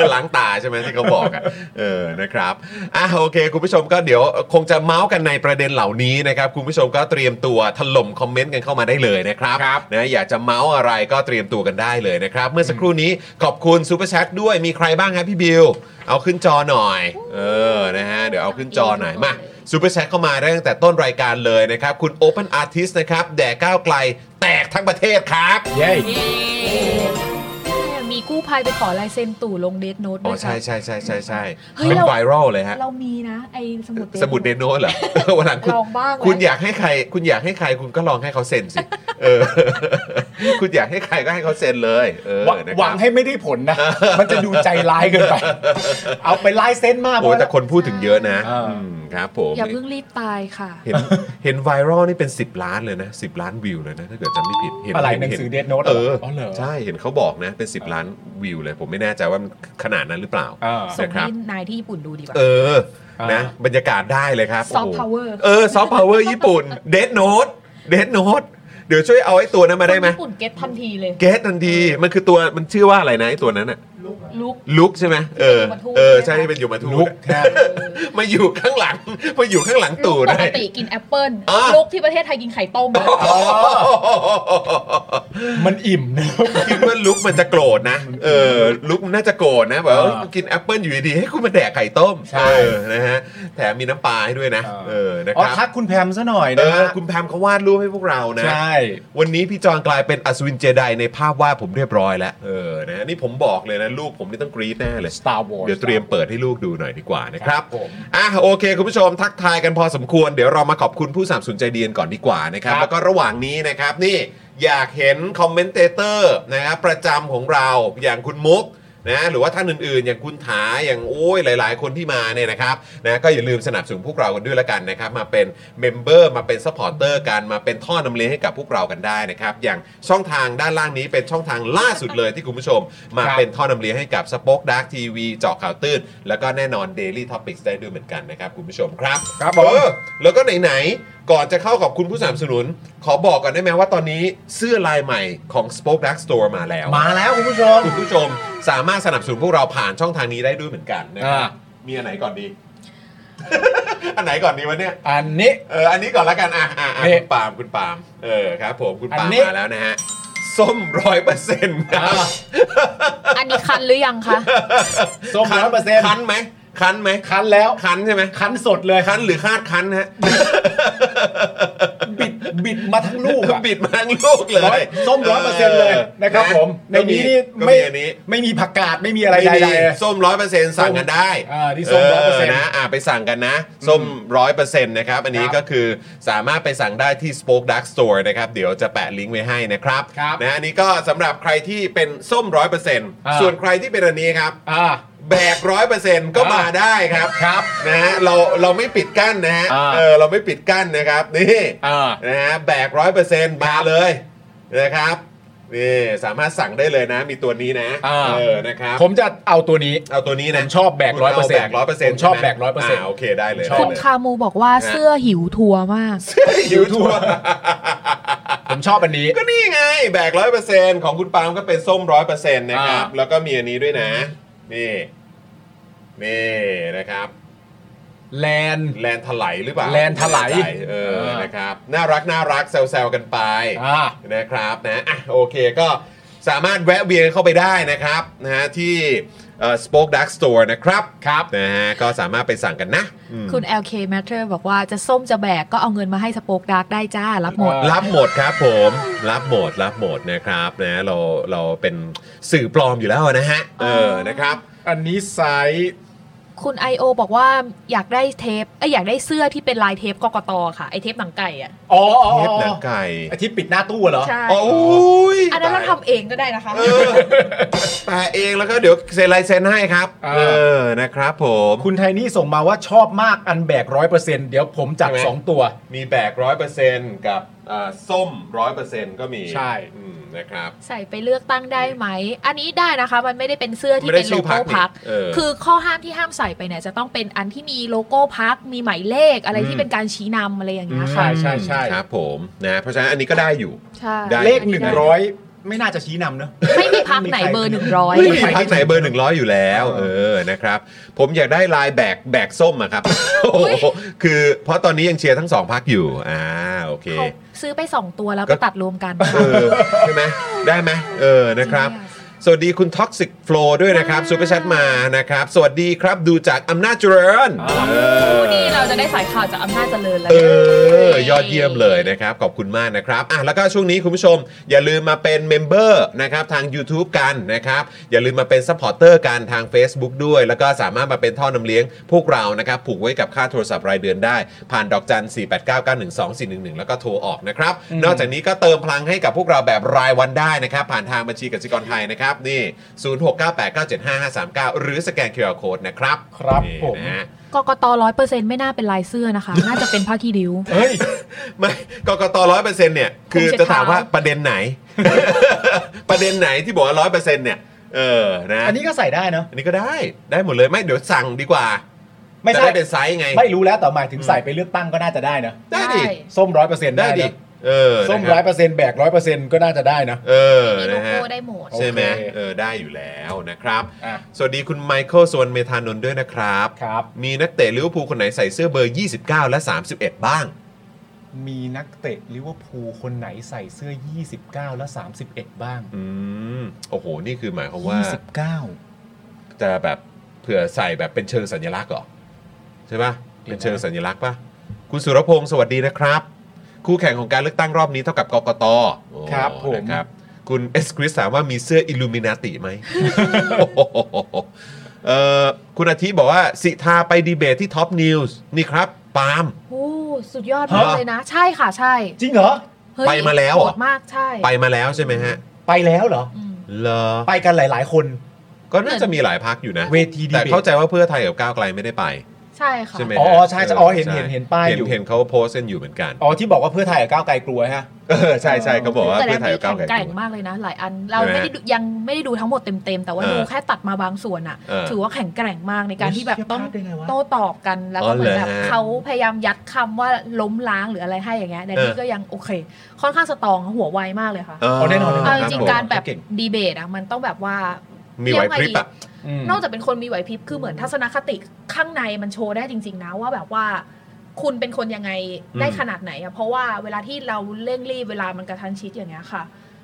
Speaker 1: ล้างตาใช่ไหมที่เขาบอกอ่ะเออนะครับอ่ะโอเค คุณผู้ชมก็เดี๋ยวคงจะเมาส์กันในประเด็นเหล่านี้นะครับคุณผู้ชมก็เตรียมตัวถล่มคอมเมนต์กันเข้ามาได้เลยนะครับ
Speaker 2: ครับ
Speaker 1: นะอยากจะเมาส์อะไรก็เตรียมตัวกันได้เลยนะครับ เมื่อสักครู่นี้ขอบคุณซูเปอร์แชทด้วยมีใครบ้างครับพี่บิว เอาขึ้นจอหน่อย เออนะฮะเดี๋ยวเอาขึ้นจอหน่อยมา ซูเปอร์แชทเข้ามาได้ตั้งแต่ต้นรายการเลยนะครับ คุณ Open Artist นะครับแด่ก้าวไกลแตกทั้งประเทศครับ
Speaker 2: เย้
Speaker 4: มีกู้ภัยไปขอลายเซ็นตู่ลงเดทโน้ต
Speaker 1: อ๋
Speaker 4: ด้
Speaker 1: อ
Speaker 4: วย
Speaker 1: ใช่
Speaker 4: ค่ะ
Speaker 1: ใช่ใช่ใช่ใช่
Speaker 4: เฮ้ย
Speaker 1: เป็น
Speaker 4: เรา
Speaker 1: ไวรัลเลยฮะ
Speaker 4: เรามีนะ ไอ้สมุด Death
Speaker 1: สมุดเด
Speaker 4: Note
Speaker 1: โนเหรอ วันหลังคุณ
Speaker 4: ลองบ้างไหม
Speaker 1: คุณอยากให้ใคร คุณอยากให้ใครคุณก็ลองให้เขาเซ็นสิ เออ คุณอยากให้ใครก็ให้เขาเซ็นเลย เออ
Speaker 2: หวัง
Speaker 1: นะครับ
Speaker 2: หวังให้ไม่ได้ผลนะ มันจะดูใจร้ายเกินไป เอาไปลายเส้นมากพ
Speaker 1: โอ้
Speaker 2: อย แล้
Speaker 1: แต่
Speaker 2: ว
Speaker 1: คนพูดถึงเยอะนะ
Speaker 2: อ่า
Speaker 1: อืมครับผม
Speaker 4: อย่าเพิ่งรีบตายค่ะ
Speaker 1: เห็นเห็นไวรัลนี่เป็น 10 ล้านเลยนะ 10 ล้านวิวเลยนะ ถ้าเกิดจำไม่ผิดเห็น
Speaker 2: อะไร
Speaker 1: เห
Speaker 2: หนังสือ Death Note
Speaker 1: เออ
Speaker 2: เหรออ๋อเหรอ
Speaker 1: ใช่เห็นเขาบอกนะเป็น 10 ล้านวิวเลย ผมไม่แน่ใจว่ามันขนาดนั้นหรือเปล่า
Speaker 2: อ่า
Speaker 4: ส่ง
Speaker 1: นะครับ
Speaker 4: ให้นายที่ญี่ปุ่นดูดีกว่า
Speaker 1: เออ
Speaker 2: อ่าน
Speaker 1: นะ บรรยากาศได้เลยครับ
Speaker 4: Soft power
Speaker 1: เออ ซอฟต์พาวเวอร์ญี่ปุ่น เดดโนดเดดโนดเดี๋ยวช่วยเอาไอ้ตัวนั้นมาได้ไหม
Speaker 4: คนญี่ปุ่นเก็ตทันทีเลย
Speaker 1: เกตทันที มันคือตัว มันชื่อว่าอะไรนะไอ้ตัวนั้นอะ
Speaker 4: ลุก
Speaker 1: ลุกใช่ไหมเออ
Speaker 4: เป็นยมทูต
Speaker 1: เออ
Speaker 4: ใช่ไหม
Speaker 1: ใช่ที่เป็นยมทู
Speaker 2: ลุ
Speaker 1: ต
Speaker 2: กแค่
Speaker 1: มาอยู่ข้างหลัง มาอยู่ข้างหลัง
Speaker 4: ลุ
Speaker 1: ตู่
Speaker 4: กป
Speaker 1: ได้
Speaker 4: กติกินแอปเปิ้ล
Speaker 1: อ่ะ
Speaker 4: ลุกที่ประเทศไทยกินไข่ต้มอะ
Speaker 2: มันอิ่มนะ
Speaker 1: คิดว่าลุกมันจะโกรธนะ เออ ลุกมันน่าจะโกรธนะแบบว่า
Speaker 2: อ่า
Speaker 1: กินแอปเปิลอยู่ดีๆให้คุณมาแดกไข่ต้ม
Speaker 2: ใช่
Speaker 1: เออนะฮะ แถมมีน้ำปลาให้ด้วยนะ
Speaker 2: อ่า
Speaker 1: เออ นะค
Speaker 2: อ๋อ
Speaker 1: รับ
Speaker 2: ทักคุณแพมซะหน่อย
Speaker 1: เอ
Speaker 2: นะ
Speaker 1: อ คุณแพมเขาวาดรูปให้พวกเรานะ
Speaker 2: ใช่
Speaker 1: วันนี้พี่จอนกลายเป็นอัศวินเจไดในภาพวาดผมเรียบร้อยแล้ว เออ นะ นี่ผมบอกเลยนะ ลูกผมนี่ต้องกรี๊ดแน่เลย
Speaker 2: Star Wars
Speaker 1: เดี๋ยวเตรียมเปิดให้ลูกดูหน่อยดีกว่านะครับ
Speaker 2: ครับผม
Speaker 1: อ่ะโอเค คุณผู้ชมทักทายกันพอสมควร เดี๋ยวเรามาขอบคุณผู้สามสนุนใจดีกันก่อนดีกว่านะครับ
Speaker 2: ครับ
Speaker 1: แล้วก็ระหว่างนี้นะครับนี่อยากเห็นคอมเมนเตเตอร์นะครับประจำของเราอย่างคุณมุกนะหรือว่าท่านอื่นๆ อย่างคุณถาอย่างโอ้ยหลาย ๆ คนที่มาเนี่ยนะครับนะก็อย่าลืมสนับสนุนพวกเรากันด้วยละกันนะครับมาเป็นเมมเบอร์มาเป็นซัพพอร์เตอร์กันมาเป็นท่อนำเลี้ยงให้กับพวกเรากันได้นะครับอย่างช่องทางด้านล่างนี้เป็นช่องทางล่าสุดเลยที่คุณผู้ชม มา
Speaker 2: ครับ
Speaker 1: เป็น ท่อนำเลี้ยงให้กับสป็อคดักทีวีเจาะข่าวตื้น แล้วก็แน่นอน Daily Topics ได้ด้วยเหมือนกันนะครับคุณผู้ชมครับ
Speaker 2: ครับผม
Speaker 1: เออแล้วก็ไหน ๆ ก่อนจะเข้าขอบคุณผู้สนับสนุน ขอบอกก่อนได้ไหมว่าตอนนี้เสื้อลายใหม่ของ Spoke Dark Store มาแล้ว
Speaker 2: มาแล้วคุณผู้ชม
Speaker 1: คุณผู้ชมสามารถสนับสนุนพวกเราผ่านช่องทางนี้ได้ด้วยเหมือนกันนะครับ
Speaker 2: อ่า
Speaker 1: มีอันไหนก่อนดี อันไหนก่อนดีวะเนี่ย
Speaker 2: อันนี้
Speaker 1: เออ อันนี้ก่อนละกัน อ่ะอ่ะอ่ะ
Speaker 2: นี่
Speaker 1: คุณปาล์มคุณปาล์มเออ ครับผม คุณปาล์ม
Speaker 2: อันนี้
Speaker 1: มาแล้วนะฮะ ส้มร้อยเปอร์เซ็นต์ครับ
Speaker 4: อันนี้คันหรือยังคะ
Speaker 2: ส้ม
Speaker 1: คัน
Speaker 2: ร้อยเปอร์เซ็นต์
Speaker 1: คันไหม คันไหม
Speaker 2: คันแล้ว
Speaker 1: คันใช่ไหม
Speaker 2: คันสดเลย
Speaker 1: คันหรือคาดคันฮะ
Speaker 2: บิดบิดมาทั้งลูกอะ
Speaker 1: บิดมาทั้งลูกเล
Speaker 2: ร้อย
Speaker 1: ย
Speaker 2: ส้มร้อยเปอร์เซ็นต์เลยนะครับ
Speaker 1: ะ
Speaker 2: ผมใน
Speaker 1: ก็
Speaker 2: นี้นี่
Speaker 1: ก็
Speaker 2: ไม่
Speaker 1: อันนี้
Speaker 2: ไม่มีผักกาดไม่มีอะไรใด
Speaker 1: ไม่มี
Speaker 2: ๆเลย
Speaker 1: ส้มร้อยเปอร์เซ็นต์สั่งกันได้
Speaker 2: อ่าที่ส้ม100%
Speaker 1: นะอ่าไปสั่งกันนะ ส้มร้อยเปอร์เซ็นต์นะครับ อันนี้
Speaker 2: ครับ
Speaker 1: ก็คือสามารถไปสั่งได้ที่ Spoke Dark Store นะครับ เดี๋ยวจะแปะลิงก์ไว้ให้นะครับ
Speaker 2: ครับ
Speaker 1: นะอันนี้ก็สำหรับใครที่เป็นส้มร้อยเปอร์เซ็นต์
Speaker 2: อ่า
Speaker 1: ส่วนใครที่เป็นอันนี้ครับ
Speaker 2: อ่า
Speaker 1: แบกร้อยเปอร์เซ็นต์ก็มาได้ครับ
Speaker 2: ครับ
Speaker 1: นะฮะเราเราไม่ปิดกั้นนะฮะ
Speaker 2: อ่า
Speaker 1: เออเราไม่ปิดกั้นนะครับนี่
Speaker 2: อ่า
Speaker 1: นะฮะแบกร้อยเปอร์เซ็นต์มาเลยนะครับนี่สามารถสั่งได้เลยนะ มีตัวนี้นะ
Speaker 2: อ่า
Speaker 1: เออนะครับ
Speaker 2: ผมจะเอาตัวนี้
Speaker 1: เอาตัวนี้นะ
Speaker 2: ผมชอบแบก
Speaker 1: คุณเา
Speaker 2: 100%
Speaker 1: แบกร้อยเปอร์เซ็นต์
Speaker 2: ผมชอบแบก100%
Speaker 1: โอเคได้เลย
Speaker 2: ชอบ
Speaker 4: คุณคามูบอกว่าเสื้อหิวทัวร์มาก
Speaker 1: ยูทูบ
Speaker 2: ผมชอบอันนี้
Speaker 1: ก็นี่ไง แบกร้อยเปอร์เซ็นต์ของคุณปาล์มก็เป็นส้มร้อยเปอร์เซ็นต์นะครับ
Speaker 2: อ่า
Speaker 1: แล้วก็มีอันนี้ด้วยนะ นี่นี่นะครับ
Speaker 2: แลน
Speaker 1: แลนถลายหรือเปล่า
Speaker 2: แลนถลาย
Speaker 1: แนเออ
Speaker 2: เออ
Speaker 1: นะครับ น่ารักน่ารักแซวๆกันไป
Speaker 2: อ่า
Speaker 1: นะครับนะอ่ะโอเคก็สามารถแวะเวียนเข้าไปได้นะครับนะฮะที่เอ่อ Spoke Dark Store นะครับ
Speaker 2: ครับ
Speaker 1: นะฮะก็สามารถไปสั่งกันนะ
Speaker 4: คุณ LK Matter บอกว่าจะส้มจะแบกก็เอาเงินมาให้สโปกดาร์กได้จ้า รับหมด
Speaker 1: รับหมดครับผมรับหมดรับหมดนะครับนะเราเราเป็นสื่อปลอมอยู่แล้วนะฮะเออนะครับ
Speaker 2: อันนี้ไซส์
Speaker 4: คุณ IO บอกว่าอยากได้เทปเอ้ยอยากได้เสื้อที่เป็นลายเทปกกตค่ะ ไอเทปหนังไก่อ่ะ
Speaker 2: อ๋ออ๋อ
Speaker 1: เทป
Speaker 2: อ๋อ
Speaker 1: หนังไก่
Speaker 2: ไอที่ปิดหน้าตู้เหรอ
Speaker 4: ใช่
Speaker 1: โอ้ย
Speaker 4: อันนั้นเราทำเองก็ได้นะคะ
Speaker 1: เออแปะเองแล้วก็เดี๋ยวเซ็นลายเซ็นให้ครับ
Speaker 2: อ่า
Speaker 1: เออนะครับผม
Speaker 2: คุณไทนี่ส่งมาว่าชอบมากอันแบกร้อยเปอร์เซ็นต์เดี๋ยวผมจัดสองตัว
Speaker 1: มีแบกร้อยเปอร์เซ็นต์กับอ่าส้มร้อยเปอร์เซ็นต์ก็มี
Speaker 2: ใช่
Speaker 1: อืมนะครับ
Speaker 4: ใส่ไปเลือกตั้งได้ไหม อันนี้ได้นะคะ มันไม่ได้เป็นเสื้อที่
Speaker 1: ไม่ได้
Speaker 4: เป็น
Speaker 1: ชื่
Speaker 4: โล
Speaker 1: อพรร
Speaker 4: โก้
Speaker 1: ค
Speaker 4: พัก
Speaker 1: นี่เออ
Speaker 4: คือข้อห้ามที่ห้ามใส่ไปเนี่ยจะต้องเป็นอันที่มีโลโก้พัก มีหมายเลขอะไรที่เป็นการชี้นำอะไรอย่างเงี้ยค่ะ
Speaker 2: ใช่ใช่ใช่
Speaker 1: ครับผมนะเพราะฉะนั้นอันนี้ก็ได้อยู่
Speaker 4: ใช่
Speaker 1: ได้
Speaker 2: เลขหนึ่งร้อยไม่น่าจะชี้นำเนอะ
Speaker 4: ไม่มีพักไหนเบอร์หนึ่งร้อย
Speaker 1: ไม่มีพักไหนเบอร์หนึ่งร้อยอยู่แล้ว เออนะครับ ผมอยากได้ลายแบกแบกส้มอะครับโอ้โหคือเพราะตอนนี้ยังเชียร์ทั้งสองพักอยู่อ่าโอเค
Speaker 4: เขาซื้อไป 2 ตัวแล้ว
Speaker 1: ก็
Speaker 4: ไปตัดรวมกัน
Speaker 1: เออใช่ไหมได้ไหมเออนะครับ สวัสดีคุณท็อกซิ l ฟลด้วยนะครับซูเปอร์แชทมานะครับ สวัสดีครับดูจากอำนาจเจริญเออ
Speaker 4: นี่เราจะได้สายข่าวจากอำนาจเจริญแล้ว
Speaker 1: เอ
Speaker 4: นี่ย
Speaker 1: อยอดเยี่ยมเลยนะครับ ขอบคุณมากนะครับอ่ะแล้วก็ช่วงนี้คุณผู้ชม อย่าลืมมาเป็นเมมเบอร์นะครับทาง YouTube กันนะครับ อย่าลืมมาเป็นซัพพอร์เตอร์กันทาง Facebook ด้วย แล้วก็สามารถมาเป็นท่อนำเลี้ยงพวกเรานะครับผูกไว้กับค่าโทรศัพท์รายเดือนได้ ผ่านดอกจัน 4 8 9 9 1 2 4 1 1 แล้วก็โทรออกนะครับ นอกจากนี้ก็เติมพลังให้กับพวกเราแบบรายวันได้นะครับ ผ่านทางบัญชีกสิกรไทยนะครับ นี่ 0698975539 หรือสแกน QR Code นะครับ
Speaker 2: ครับ
Speaker 1: นี่
Speaker 2: ผม
Speaker 1: นะฮะ
Speaker 4: กกตร้อยเปอร์เซ็นต์ไม่น่าเป็นลายเสื้อ นะคะ น่าจะเป็นผ้าขี้ริ้ว
Speaker 2: เฮ้ย
Speaker 1: ไม่กกตร้อยเปอร์เซ็นต์เนี่ย คือจะถามว่าประเด็นไหน ประเด็นไหนที่บอกว่าร้อยเปอร์เซ็นต์เนี่ย เออ นะ
Speaker 2: อันนี้ก็ใส่ได้เนอะ
Speaker 1: อันนี้ก็ได้ ได้หมดเลย ไม่ เดี๋ยวสั่งดีกว่า
Speaker 2: ไม่
Speaker 1: จะ
Speaker 2: ใช่
Speaker 1: ได้เป็นไซส์ไง
Speaker 2: ไม่รู้แล้วแต่หมายถึงใส่ไปเลือกตั้งก็น่าจะได้นะ
Speaker 1: ได้ดิ
Speaker 2: ส้มร้อยเปอร์เซ็นต์
Speaker 1: ได้
Speaker 2: ได้
Speaker 1: ดิ
Speaker 2: นะ
Speaker 1: เออ
Speaker 2: ส้ม
Speaker 1: นะค
Speaker 2: ร้อบ ยเปอร์เซ็นต์แบกร้อยเปอร์เซ็นต์ก็น่าจะได้นะ
Speaker 1: เออ
Speaker 4: มีโล
Speaker 1: นะฮะ
Speaker 4: โก้ได้หมด
Speaker 1: ใช่ไหม
Speaker 2: โอเค
Speaker 1: เออ ได้อยู่แล้วนะครับ
Speaker 2: อ่ะ
Speaker 1: สวัสดีคุณไมเคิลสวนเมธานนท์ด้วยนะครับ
Speaker 2: ครับ
Speaker 1: มีนักเตะลิเวอร์พูลคนไหนใส่เสื้อเบอร์ 29 และ 31 บ้าง
Speaker 2: มีนักเตะลิเวอร์พูลคนไหนใส่เสื้อ 29 และ 31 บ้าง
Speaker 1: อืม โอ้โห นี่คือหมายความว่า
Speaker 2: 29
Speaker 1: จะแบบเผื่อใส่แบบเป็นเชิงสัญลักษณ์เหรอ ใช่ปะเป็นเชิงสัญลักษณ์ปะคุณสุรพงศ์สวัสดีนะครับ คู่แข่งของการเลือกตั้งรอบนี้เท่ากับกกตโอ้
Speaker 2: ครับผม
Speaker 1: นะครับ คุณเอสคริสถามว่ามีเสื้ออิลูมินาติไหม โอ้โหเอ่อคุณอาทิตย์บอกว่า สิทาไปดีเบตที่ท็อปนิวส์นี่ครับ ปาล์ม
Speaker 4: โอ้สุดยอดมาก
Speaker 1: ฮะ
Speaker 4: เลยนะ ใช่ค่ะใช่
Speaker 2: จริงเหรอ
Speaker 4: เฮ้ย
Speaker 1: ไปมาแล้วเหรอ
Speaker 4: โหดมากใช่
Speaker 1: ไปมาแล้วใช่ไหมฮะ
Speaker 2: ไปแล้วเหรอ
Speaker 4: อืม
Speaker 1: เหรอ
Speaker 2: ไปกันหลาย ๆ คน
Speaker 1: ก็น่าจะมีหลายพักอยู่นะ
Speaker 2: เวทีดีเบต
Speaker 1: แต่เข้าใจว่าเพื่อไทยกับก้าวไกลไม่ได้ไป
Speaker 4: ใช่ค่ะ
Speaker 1: ใช่ไหม
Speaker 2: อ๋อ
Speaker 1: ฮะ
Speaker 2: ใช่ใช่อ๋อเห็นเห็นเห็นป้ายอยู่
Speaker 1: เห็นเขาโพสต์กันอยู่เหมือนกัน
Speaker 2: อ๋อที่บอกว่าเพื่อไทยกับก้าวไกลกลัวฮะ
Speaker 1: เออใช่ใช่เขาบอกว่า
Speaker 4: แต่
Speaker 1: เพื่อ
Speaker 4: แร
Speaker 1: ไทย
Speaker 4: ง
Speaker 1: กับ
Speaker 4: นี่
Speaker 1: ก้า
Speaker 4: แข็
Speaker 1: ว
Speaker 4: ง
Speaker 1: ไกล
Speaker 4: แกร่งมากเลยนะ หลายอันเรา
Speaker 1: ใช่ไหม
Speaker 4: ไม่ได้ดูยังไม่ได้ดูทั้งหมดเต็มๆ แต่ว่า
Speaker 1: เออ
Speaker 4: ดูแค่ตัดมาบางส่วนอ่ะ
Speaker 1: เออ
Speaker 4: ถือว่าแข็งแกร่งมากในการที่แบบต้อง
Speaker 2: เชี่ยพลาดได้ไงวะ
Speaker 4: โต้ตอบกันแล้ว
Speaker 1: อ๋
Speaker 4: ก็
Speaker 1: อ
Speaker 4: เหมือนแบบ
Speaker 1: เหรอฮะ
Speaker 4: เขาพยายามยัดคำว่าล้มล้างหรืออะไรให้อย่างเงี้ยแต่นี่
Speaker 1: เออ
Speaker 4: ก็ยังโอเค ค่อนข้างสตรองหัวไวมากเลยค่ะ
Speaker 2: เอาแน่นอนแน่นน
Speaker 4: เอาจริงๆการแบบ
Speaker 2: เก่ง
Speaker 4: ดีเบตอ่ะมันต้องแบบว่า
Speaker 1: มีไหวพริบอะ
Speaker 2: อืม
Speaker 4: นอกจากเป็นคนมีไหวพริบคือเหมือนทัศนคติข้างในมันโชว์ได้จริง ๆ นะว่าแบบว่า คุณเป็นคนยังไงได้
Speaker 1: อืม
Speaker 4: ขนาดไหนอะเพราะว่าเวลาที่เราเร่งรีบเวลามันกระทันชิดอย่างเงี้ยค่ะ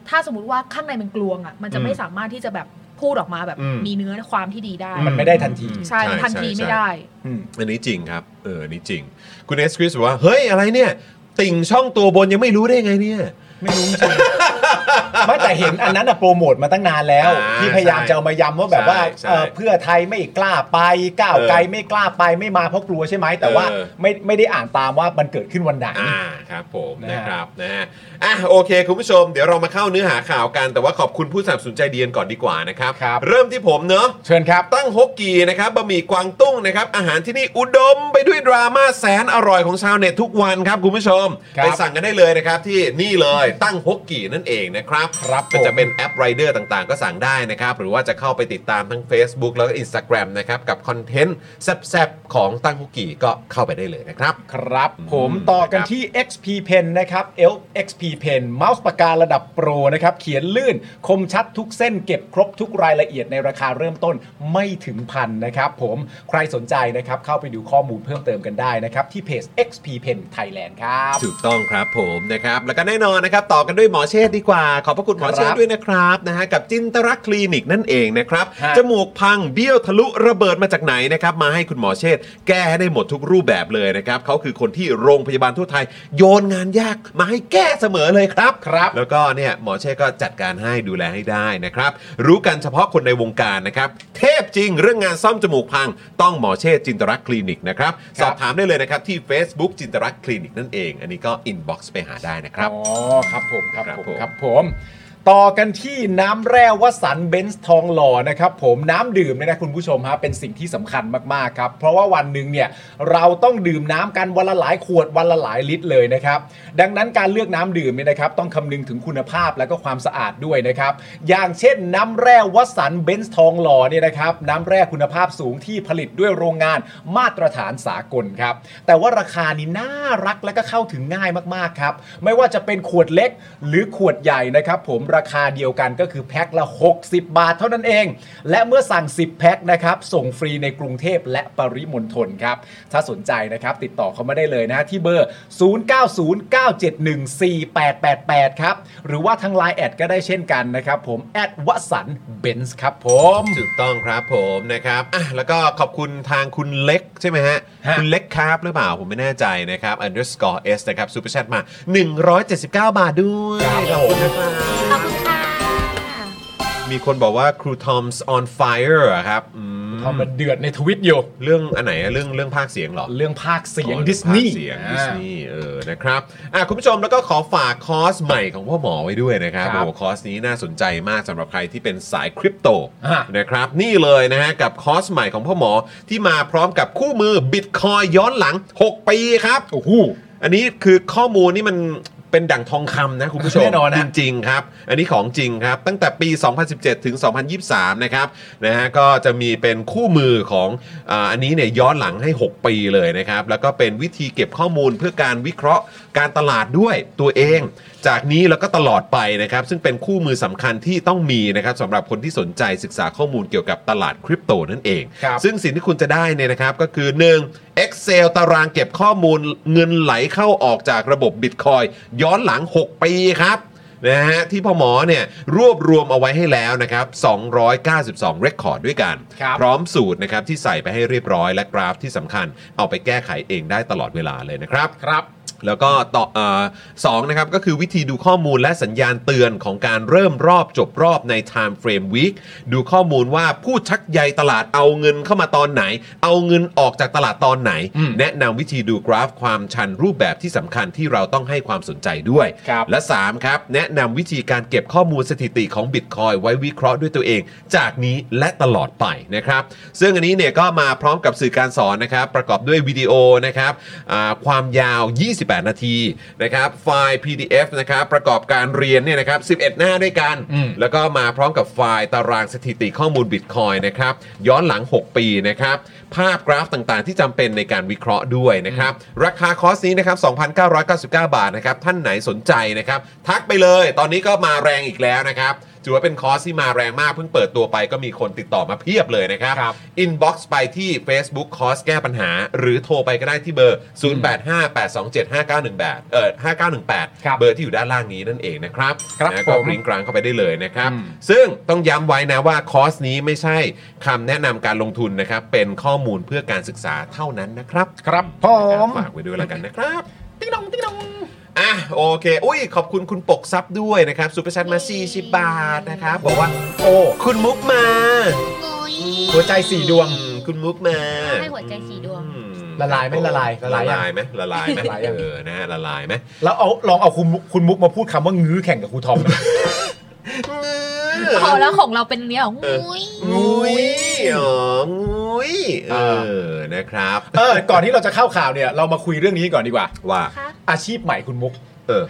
Speaker 4: ถ้าสมมติว่าข้างในมันกลวงอะมันจะไม่
Speaker 2: อืม
Speaker 4: สามารถที่จะแบบ พูดออกมาแบบ
Speaker 1: อืม
Speaker 4: มีเนื้อความที่ดีได้
Speaker 2: มันไม่ได้ทันที
Speaker 1: อืม
Speaker 4: ใช่มันทันทีไม่ได้
Speaker 2: อืม
Speaker 1: อันนี้จริงครับ เอออันนี้จริง คุณเอสคริสบอกว่า เฮ้ย อะไรเนี่ย ติ่งช่องตัวบนยังไม่รู้ได้ไงเนี่ย
Speaker 2: ไม่รู้จริง ไม่แต่เห็นอันนั้นอะโปรโมทมาตั้งนานแล้ว
Speaker 1: อ่า
Speaker 2: ที่พยายามจะเอามาย้ำว่าแบบว่า
Speaker 1: ใช่ใช่
Speaker 2: เอ่อเพื่อไทยไม่กล้าไปก้าวไกลไม่กล้าไปไม่มาเพราะกลัวใช่ไหมแต่ว่า
Speaker 1: เออ
Speaker 2: ไม่ไม่ได้อ่านตามว่ามันเกิดขึ้นวันไหน
Speaker 1: อ่าครับผมนะ
Speaker 2: นะฮะ
Speaker 1: ครับนะฮะอ่ะโอเค คุณผู้ชมเดี๋ยวเรามาเข้าเนื้อหาข่าวกันแต่ว่าขอบคุณผู้สนับสนุนใจเดียนก่อนดีกว่านะครับ เริ่มที่ผมเนอะ
Speaker 2: เชิญครับ
Speaker 1: ตั้งฮกกีนะครับบะหมี่กวางตุ้งนะครับ อาหารที่นี่อุดมไปด้วยดราม่าแสนอร่อยของชาวเน็ตทุกวันครับ คุณผู้ชม
Speaker 2: ครับ
Speaker 1: ไปสั่งกันได้เลยนะครับ ที่นี่เลยตั้งฮกกีนั่นเองนะครับ
Speaker 2: ครับ
Speaker 1: ก็จะ
Speaker 2: ผม
Speaker 1: เป็นแอปไรเดอร์ต่างๆ ก็สั่งได้นะครับ หรือว่าจะเข้าไปติดตามทั้ง Facebook แล้วก็ Instagram นะครับ กับคอนเทนต์แซ่บๆ ของตั้งฮกกีก็เข้าไปได้เลยนะครับ
Speaker 2: ครับผม
Speaker 1: อืม
Speaker 2: ต่อกัน
Speaker 1: นะครับ
Speaker 2: ที่ XP Pen นะครับ L XP Pen เมาส์ปากการะดับโปรนะครับ เขียนลื่นคมชัดทุกเส้นเก็บครบทุกรายละเอียดในราคาเริ่มต้นไม่ถึงพันนะครับผมใครสนใจนะครับ เข้าไปดูข้อมูลเพิ่มเติมกันได้นะครับ ที่เพจ XP Pen Thailand ครับ
Speaker 1: ถูกต้องครับผมนะครับ แล้วก็แน่นอนนะครับ ต่อกันด้วยหมอเชษฐ์ดีกว่า ขอบพระคุณหมอเชษฐ์ด้วยนะครับนะฮะกับจินตรักษณ์คลินิกนั่นเองนะครับ
Speaker 2: ฮะ
Speaker 1: จมูกพังเบี้ยวทะลุระเบิดมาจากไหนนะครับ มาให้คุณหมอเชษฐ์แก้ให้ได้หมดทุกรูปแบบเลยนะครับเขาคือคนที่โรงพยาบาลทั่วไทย โยนงานยากมาให้แก้เสมอเลยครับ
Speaker 2: ครับ
Speaker 1: แล้วก็เนี่ยหมอเช่ก็จัดการให้ดูแลให้ได้นะครับ รู้กันเฉพาะคนในวงการนะครับ เทพจริงเรื่องงานซ่อมจมูกพัง ต้องหมอเช่จินตรักษณ์คลินิกนะครับ
Speaker 2: ครับ
Speaker 1: สอบถามได้เลยนะครับ ที่ Facebook จินตรักษณ์คลินิกนั่นเอง อันนี้ก็อินบ็อกซ์ไปหาได้นะครับ
Speaker 2: อ๋อครับผมครับ
Speaker 1: ครับ
Speaker 2: ผม
Speaker 1: ผม
Speaker 2: ครับผม ต่อกันที่น้ำแร่วสันเบนซ์ทองหล่อนะครับผมน้ำดื่มเนี่ยนะคุณผู้ชมฮะเป็นสิ่งที่สำคัญมากๆครับ เพราะว่าวันหนึ่งเนี่ยเราต้องดื่มน้ำกันวันละหลายขวดวันละหลายลิตรเลยนะครับ ดังนั้นการเลือกน้ำดื่มเนี่ยนะครับต้องคำนึงถึงคุณภาพและก็ความสะอาดด้วยนะครับ อย่างเช่นน้ำแร่วสันเบนซ์ทองหล่อเนี่ยนะครับน้ำแร่คุณภาพสูงที่ผลิตด้วยโรงงานมาตรฐานสากลครับ แต่ว่าราคานี้น่ารักและก็เข้าถึงง่ายมากๆครับ ไม่ว่าจะเป็นขวดเล็กหรือขวดใหญ่นะครับ ผมราคาเดียวกันก็คือแพ็คละ 60 บาทเท่านั้นเอง และเมื่อสั่ง 10 แพ็คนะครับ ส่งฟรีในกรุงเทพและปริมณฑลครับ ถ้าสนใจนะครับ ติดต่อเขามาได้เลยนะ ที่เบอร์ 0909714888 ครับ หรือว่าทางไลน์แอดก็ได้เช่นกันนะครับ ผมแอดวสันเบนซ์ครับผม
Speaker 1: ถูกต้องครับผมนะครับอ่ะแล้วก็ขอบคุณทางคุณเล็กใช่ไหมฮะ
Speaker 2: ฮะ
Speaker 1: คุณเล็กครับหรือเปล่า ผมไม่แน่ใจนะครับ underscore s นะครับ super chat มา 179 บาทด้วย
Speaker 2: ครับ
Speaker 1: ขอบคุณนะครับ
Speaker 3: ขอบคุณค่ะ
Speaker 1: มีคนบอกว่าครูทอมส์ on fire อะครับอืม
Speaker 2: เขามาเดือดในทวิตอยู่
Speaker 1: เรื่องอันไหนอะเรื่องเรื่องภาคเสียงเหรอ
Speaker 2: เรื่องภาคเสียง
Speaker 1: อ๋อ
Speaker 2: ดิสนีย์
Speaker 1: เรื่องภาคเสียงดิสนีย์เออนะครับอ่ะคุณผู้ชมแล้วก็ขอฝากคอร์สใหม่ของพ่อหมอไว้ด้วยนะครับ
Speaker 2: ครับ
Speaker 1: โอ้โหคอร์สนี้น่าสนใจมากสำหรับใครที่เป็นสายคริปโต
Speaker 2: อ่ะ
Speaker 1: นะครับนี่เลยนะฮะกับคอร์สใหม่ของพ่อหมอที่มาพร้อมกับคู่มือบิตคอยย้อนหลัง 6 ปีครับ
Speaker 2: โอ้โห
Speaker 1: อันนี้คือข้อมูลนี่มันเป็นดั่งทองคำนะคุณผู้ชม
Speaker 2: แน่นอน
Speaker 1: จ
Speaker 2: นะ
Speaker 1: ริงๆครับ อันนี้ของจริงครับ ตั้งแต่ปี 2017 ถึง 2023 นะครับนะฮะก็จะมีเป็นคู่มือของอาอันนี้เนี่ยย้อนหลังให้ 6 ปีเลยนะครับ แล้วก็เป็นวิธีเก็บข้อมูลเพื่อการวิเคราะห์การตลาดด้วยตัวเอง จากนี้แล้วก็ตลอดไปนะครับ ซึ่งเป็นคู่มือสำคัญที่ต้องมีนะครับสำหรับคนที่สนใจศึกษาข้อมูลเกี่ยวกับตลาดคริปโตนั่นเอง
Speaker 2: ครับ
Speaker 1: ซึ่งสิ่งที่คุณจะได้เนี่ยนะครับก็คือ 1. Excel ตารางเก็บข้อมูลเงินไหลเข้าออกจากระบบ Bitcoin ย้อนหลัง 6 ปีครับนะฮะที่พ่อหมอเนี่ยรวบรวมเอาไว้ให้แล้วนะครับ 292 เรคคอร์ดด้วยกัน
Speaker 2: ครับ
Speaker 1: พร้อมสูตรนะครับที่ใส่ไปให้เรียบร้อยและกราฟที่สำคัญ เอาไปแก้ไขเองได้ตลอดเวลาเลยนะครับ
Speaker 2: ครับ
Speaker 1: แล้วก็ต่อเออสองนะครับก็คือวิธีดูข้อมูลและสัญญาณเตือนของการเริ่มรอบจบรอบใน Time Frame Week ดูข้อมูลว่าผู้ชักใยตลาดเอาเงินเข้ามาตอนไหน เอาเงินออกจากตลาดตอนไหน
Speaker 2: อืม
Speaker 1: แนะนำวิธีดูกราฟความชันรูปแบบที่สำคัญที่เราต้องให้ความสนใจด้วย
Speaker 2: ครับ
Speaker 1: และ3ครับแนะนำวิธีการเก็บข้อมูลสถิติของ Bitcoin ไว้วิเคราะห์ด้วยตัวเอง จากนี้และตลอดไปนะครับ ซึ่งอันนี้เนี่ยก็มาพร้อมกับสื่อการสอนนะครับ ประกอบด้วยวิดีโอนะครับอ่าความยาว 28 นาทีนะครับ ไฟล์ PDF นะครับประกอบการเรียนเนี่ยนะครับ 11 หน้าด้วยกัน
Speaker 2: อืม
Speaker 1: แล้วก็มาพร้อมกับไฟล์ตารางสถิติข้อมูล Bitcoin นะครับ ย้อนหลัง 6 ปีนะครับ ภาพกราฟต่างๆ ที่จำเป็นในการวิเคราะห์ด้วยนะครับ ราคาคอร์สนี้นะครับ 2,999 บาทนะครับ ท่านไหนสนใจนะครับ ทักไปเลย ตอนนี้ก็มาแรงอีกแล้วนะครับ ถือว่าเป็นคอร์สที่มาแรงมากเพิ่งเปิดตัวไปก็มีคนติดต่อมาเพียบเลยนะครับ
Speaker 2: ครับ
Speaker 1: อินบ็อกซ์ไปที่ Facebook คอร์สแก้ปัญหา หรือโทรไปก็ได้ที่เบอร์ 0858275918เออ
Speaker 2: ครับ
Speaker 1: 5918 เบอร์ที่อยู่ด้านล่างนี้นั่นเองนะครับ
Speaker 2: ครับ
Speaker 1: นะก็
Speaker 2: ผม
Speaker 1: ริง กลางเข้าไปได้เลยนะครับ ซึ่งต้องย้ำไว้นะว่าคอร์สนี้ไม่ใช่คำแนะนำการลงทุนนะครับ เป็นข้อมูลเพื่อการศึกษาเท่านั้นนะครับ
Speaker 2: ครับผม
Speaker 1: ฝากไว้ด้วยแล้วกันนะครับ ติ๊งดองติ๊งดองอ่ะโอเค อุ้ยขอบคุณคุณปกซับด้วยนะครับซูเปอร์แชทมา 40 บาทนะครับ บอกว่า
Speaker 2: โอ้
Speaker 1: คุณมุกมา
Speaker 2: หัวใจสี่ดวง
Speaker 1: อืมคุณมุกมา
Speaker 3: ให้หัวใจสีดวง
Speaker 1: อืม
Speaker 2: ละลายไหมละลาย
Speaker 1: ละ
Speaker 2: ละลาย
Speaker 1: ลายไหมละลายไหม
Speaker 2: ละลายยัง
Speaker 1: เออนะฮะละลายไหม
Speaker 2: แล้วเอาลองเอาคุณมุกคุณมุกมาพูดคำว่าง้อแข่งกับครูทอม หน่อย
Speaker 4: พอแล้วของเราเป็นเนี้ยเหรอ
Speaker 1: เออ
Speaker 4: อุ้ย
Speaker 1: งุ้ยอ๋องุ้ยเอ
Speaker 2: อ่า
Speaker 1: อนะครับ
Speaker 2: เออก่อนที่เราจะเข้าข่าวเนี่ย เรามาคุยเรื่องนี้ก่อนดีกว่า
Speaker 1: ว่า
Speaker 3: ค่ะ
Speaker 2: อาชีพใหม่คุณมุก
Speaker 1: เออ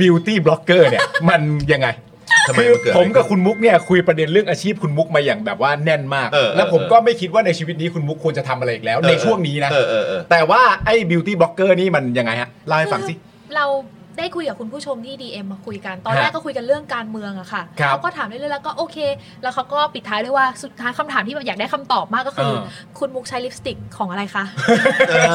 Speaker 2: beauty blogger เนี่ย มันยังไง
Speaker 1: ทำไม
Speaker 2: คือ
Speaker 1: มันเกิดอะไร
Speaker 2: ผมกับคุณมุกเนี่ยคุยประเด็นเรื่องอาชีพคุณมุกมาอย่างแบบว่าแน่นมาก
Speaker 1: เออเออ
Speaker 2: แล้วผม
Speaker 1: เออ
Speaker 2: ก็ไม่คิดว่าในชีวิตนี้คุณมุกควรจะทำอะไรอีกแล้ว
Speaker 1: เออ
Speaker 2: ในช่วงนี้นะ
Speaker 1: เออเออเออ
Speaker 2: แต่ว่าไอ้ beauty blogger นี่มันยังไงฮะเล่าให้ฟังสิ
Speaker 4: เราได้คุยกับคุณผู้ชมที่ DM มาคุยกัน ตอน
Speaker 2: ฮะ
Speaker 4: แรกก็คุยกันเรื่องการเมืองอะค่ะ
Speaker 2: ครับ
Speaker 4: เขาก็ถามเรื่อยๆแล้วก็โอเค แล้วเขาก็ปิดท้ายด้วยว่าสุดท้ายคำถามที่แบบอยากได้คำตอบมากก็คือ
Speaker 2: เออ
Speaker 4: คุณมุกใช้ลิปสติกของอะไร คะ
Speaker 1: อา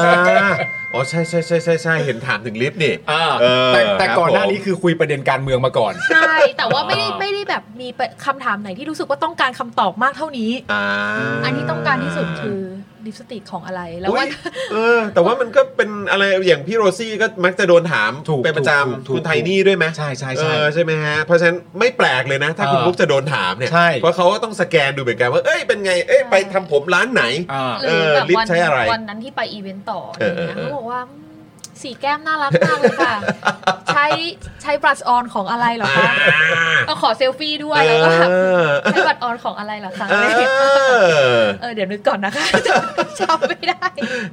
Speaker 1: อ๋อใช่ใช่ใช่ใช่ใช่เห็นถามถึงลิฟต์นี่
Speaker 2: อ่า
Speaker 1: เออ
Speaker 2: แต่แต่
Speaker 1: ครับ
Speaker 2: ก่อนหน้านี้
Speaker 1: ผม
Speaker 2: คือคุยประเด็นการเมืองมาก่อน
Speaker 4: ใช่ แต่ว่าไม่ได้ไม่ได้แบบมีคำถามไหนที่รู้สึกว่าต้องการคำตอบมากเท่านี้
Speaker 1: อ่า
Speaker 4: อันที่ต้องการที่สุดคือลิปสติกของอะไรแล้วว่า
Speaker 1: อุ๊ยเออ แต่ว่ามันก็เป็นอะไรอย่างพี่โรซี่ก็มักจะโดนถาม
Speaker 2: ถูก
Speaker 1: เป็นประจ
Speaker 2: ถูกถู
Speaker 1: ำ
Speaker 2: ก
Speaker 1: คุณไทนี่ด้วยไหม
Speaker 2: ใช่ใช่ใช่
Speaker 1: เออใช่ไหมฮะ เพราะฉะนั้นไม่แปลกเลยนะ ถ้า
Speaker 2: เออ
Speaker 1: คุณลุกจะโดนถามเนี่ย
Speaker 2: ใช่
Speaker 1: เพราะเขาก็ต้องสแกนดูเหมือนกันว่า เอ้ยเป็นไงเอ้ยไปทำผมร้านไหน
Speaker 2: อ่า
Speaker 4: หรือแบ
Speaker 1: เอ
Speaker 4: บ
Speaker 1: อลิป
Speaker 4: วัน
Speaker 1: ใช้อะไร
Speaker 4: วันนั้นที่ไปอีเวนต์ต่ออะ
Speaker 1: เออ
Speaker 4: ไร
Speaker 1: เออ
Speaker 4: เงี้ย
Speaker 1: เออ
Speaker 4: เขาบอกว่าอืมสีแก้มน่ารักมากเลย ค่ะ ใช้ใช้บรัชออนของอะไรเหรอคะ เอาขอเซลฟี่ด้วยแล้วก็แบบ
Speaker 1: เออ
Speaker 4: ใช้บรัชออนของอะไรเหรอคะ
Speaker 1: เอ
Speaker 4: อะไรเงี้ย
Speaker 1: อ
Speaker 4: เออเดี๋ยวนึกก่อน นะคะจำไม่ได้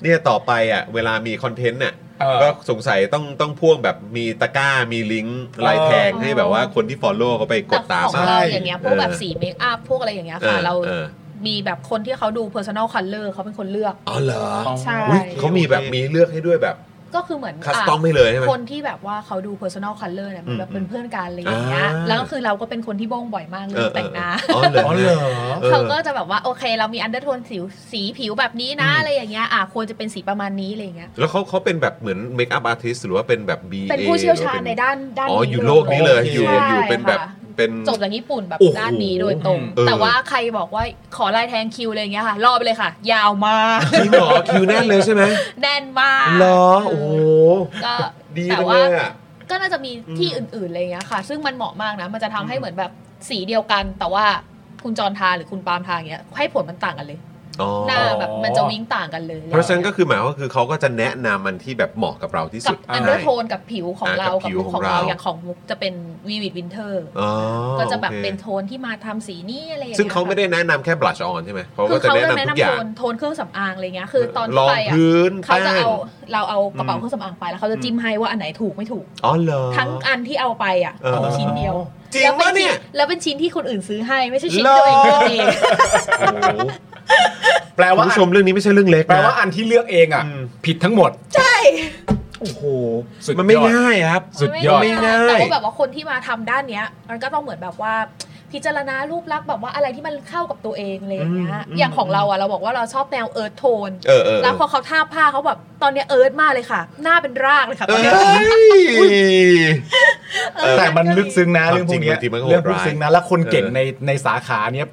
Speaker 1: เนี่ยต่อไปอ่ะเวลามีคอนเทนต์น่ะ
Speaker 2: เออ
Speaker 1: ก็สงสัยต้องต้องพ่วงแบบมีตะกร้ามีลิงก์ไลน์แทง
Speaker 4: เออ
Speaker 1: ให้แบบว่าคนที่ follow เขาไปก
Speaker 4: แต่
Speaker 1: ดตาม
Speaker 4: ของ
Speaker 2: ใช่
Speaker 4: เราอย่างเงี้ยพวกแบบ
Speaker 1: เออ
Speaker 4: สีเมคอัพพวกอะไรอย่างเงี้ย
Speaker 1: เอ
Speaker 4: ค่ะ
Speaker 1: อ
Speaker 4: เรา
Speaker 1: เออ
Speaker 4: มีแบบคนที่เขาดู personal color เขาเป็นคนเลือก
Speaker 1: อ๋อเหรอ
Speaker 5: ใช่
Speaker 1: อุ๊ยเขามีแบบมีเลือกให้ด้วยแบบ
Speaker 4: ก็คือเหมือน
Speaker 1: คัส
Speaker 4: อ่ะ
Speaker 1: ตอมให้เลยใช่ไหม
Speaker 4: คนที่แบบว่าเขาดู personal color เนี่ยมันแบบ
Speaker 1: อืม
Speaker 4: เป็นเพื่อนกันอะไรอย่างเงี้ย
Speaker 1: อ่า
Speaker 4: แล้วก็คือเราก็เป็นคนที่บ้งบ่อยมากเรื่
Speaker 1: เอ
Speaker 4: อ
Speaker 1: อง
Speaker 4: แต่งหน้า
Speaker 1: เออเออ
Speaker 2: อ๋
Speaker 1: อ๋
Speaker 2: อ
Speaker 1: อ
Speaker 2: เห
Speaker 1: เห
Speaker 2: ร
Speaker 1: ร
Speaker 2: อ
Speaker 1: อ
Speaker 4: เขาก็จะแบบว่าโอเค เรามีอันเดอร์โทนสีสีผิวแบบนี้นะ
Speaker 2: อืม
Speaker 4: อะไรอย่างเงี้ยอ่ะควรจะเป็นสีประมาณนี้อะไรอย่างเงี้ย
Speaker 1: แล้วเขาเขาเป็นแบบเหมือนเมคอัพอาร์ติสหรือว่าเป็นแบบ B
Speaker 4: เป็นผู้เชี่ยวชาญในด้านด้าน
Speaker 1: อ๋อ
Speaker 4: นี้
Speaker 1: อยู่โลกนี้เลยอยู่
Speaker 4: ใช่
Speaker 1: อยู่เป็นแบบ
Speaker 4: ค่ะ
Speaker 1: เป็น
Speaker 4: จบจากญี่ปุ่นแบบ
Speaker 1: โอ้โห
Speaker 4: ด้านนี้โดยตรง
Speaker 1: เออ
Speaker 4: แต่ว่าใครบอกว่าขอลายแทงคิวอะไรอย่างเงี้ยค่ะ รอไปเลยค่ะ ยาวมาก
Speaker 1: จริงเหรอคิวแน่นเลยใช่ไหม
Speaker 4: แน่นมาก
Speaker 1: เหรอโอ้โห
Speaker 4: ก็
Speaker 1: ดี
Speaker 4: แต่
Speaker 1: จังเล
Speaker 4: ว่า
Speaker 1: ยอ่ะ
Speaker 4: ก็น่าจะมีที่อื่นๆอะไรอย่างเงี้ยค่ะ ซึ่งมันเหมาะมากนะ มันจะทำให้เหมือนแบบสีเดียวกัน แต่ว่าคุณจรทาหรือคุณปาล์มทาอย่างเงี้ยให้ผลมันต่างกันเลย
Speaker 1: อ๋อ
Speaker 4: หน้าแบบมันจะวิ่งต่างกันเลย
Speaker 1: เพราะฉะนั้นก็คือหมายว่าคือเขาก็จะแนะนำมันที่แบบเหมาะกับเราที่
Speaker 4: กั
Speaker 1: สุด
Speaker 4: บอันเดอร์โท
Speaker 1: ให้
Speaker 4: นกับผิวของ
Speaker 1: อ่า
Speaker 4: เรา
Speaker 1: กั
Speaker 4: กับบ
Speaker 1: ผิว
Speaker 4: ลุคข
Speaker 1: ขอ
Speaker 4: อ
Speaker 1: งง
Speaker 4: เรา
Speaker 1: เรา
Speaker 4: อย่างของมุกจะเป็นวีวิดวินเทอร์
Speaker 1: อ๋อ
Speaker 4: ก็จะแบบ
Speaker 1: โอค
Speaker 4: เป็นโทนที่มาทำสีนี้อะไรอย่างเงี้ย
Speaker 1: ซึ่งเขาไม่ได้แนะนำแค่บลัชออนใช่ไหมเขา
Speaker 4: คื
Speaker 1: ก็
Speaker 4: อ
Speaker 1: จะ
Speaker 4: เขา
Speaker 1: แนะ
Speaker 4: เริ่ม
Speaker 1: นำ
Speaker 4: แนะ
Speaker 1: ทุกอน
Speaker 4: ำโท
Speaker 1: ย่าง
Speaker 4: นโทนเครื่องสำอางอะไรเงี้ยคือตอน
Speaker 1: ร
Speaker 4: ที่
Speaker 1: อง
Speaker 4: ไปอ่ะ
Speaker 1: พื้น
Speaker 4: เขาจะ
Speaker 1: แป้ง
Speaker 4: เอาเราเอากระเป๋าเครื่องสำอางไปแล้วเขาจะจิ้มให้ว่าอันไหนถูกไม่ถูก
Speaker 1: อ๋อเหรอ
Speaker 4: ทั้งอันที่เอาไปอ่ะ
Speaker 1: เออ
Speaker 4: เอาไปชิ้นเดียว
Speaker 1: จริงปะเนี่ย
Speaker 4: แล้วเป็นชิ้นที่คนอื่นซื้อให้ไม่ใช่ชิ้น
Speaker 1: หรอ
Speaker 4: ตัวเองเลือกเอง
Speaker 1: โอ้โห
Speaker 2: แปล
Speaker 1: คุณ
Speaker 2: ว่า
Speaker 1: ผู้ชมเรื่องนี้ไม่ใช่เรื่องเล็ก
Speaker 2: แปลว่า
Speaker 1: นะ
Speaker 2: อันที่เลือกเองอ่ะ
Speaker 1: อืม
Speaker 2: ผิดทั้งหมด
Speaker 4: ใช่
Speaker 2: โอ้โหสุด
Speaker 1: มันไม่
Speaker 2: ยอด
Speaker 1: ง่ายครับ
Speaker 2: สุดยอด
Speaker 4: ไม่ง่า
Speaker 1: ไม่ง่าย
Speaker 4: แต่ว่าแบบว่าคนที่มาทำด้านเนี้ย มันก็ต้องเหมือนแบบว่า พิจารณารูปลักษณ์แบบว่าอะไรที่มันเข้ากับตัวเองอะไรอย่างเงี้ยอย่างของเราอ่ะเราบอกว่าเราชอบแนวเอิร์ธโทน
Speaker 1: เออเออ
Speaker 4: แล้วพอเขาทาบผ้าเขาแบบตอนเนี้ยเอิร์ธมากเลยค่ะ หน้าเป็นรากเลยค่ะต
Speaker 1: เอ้
Speaker 4: อน
Speaker 1: ย
Speaker 4: เนี้ยเออ
Speaker 2: แต่มันลึกซึ้งนะ
Speaker 1: ความ
Speaker 2: เรื่องพวกเนี้ย
Speaker 1: จริงบางทีมันก็
Speaker 2: เรื่อง
Speaker 1: โหด
Speaker 2: ลึ
Speaker 1: ร้าก ย
Speaker 2: ซึ้งนะแล้วคนเก่ง
Speaker 1: เออ
Speaker 2: ในในสาขาเนี้ย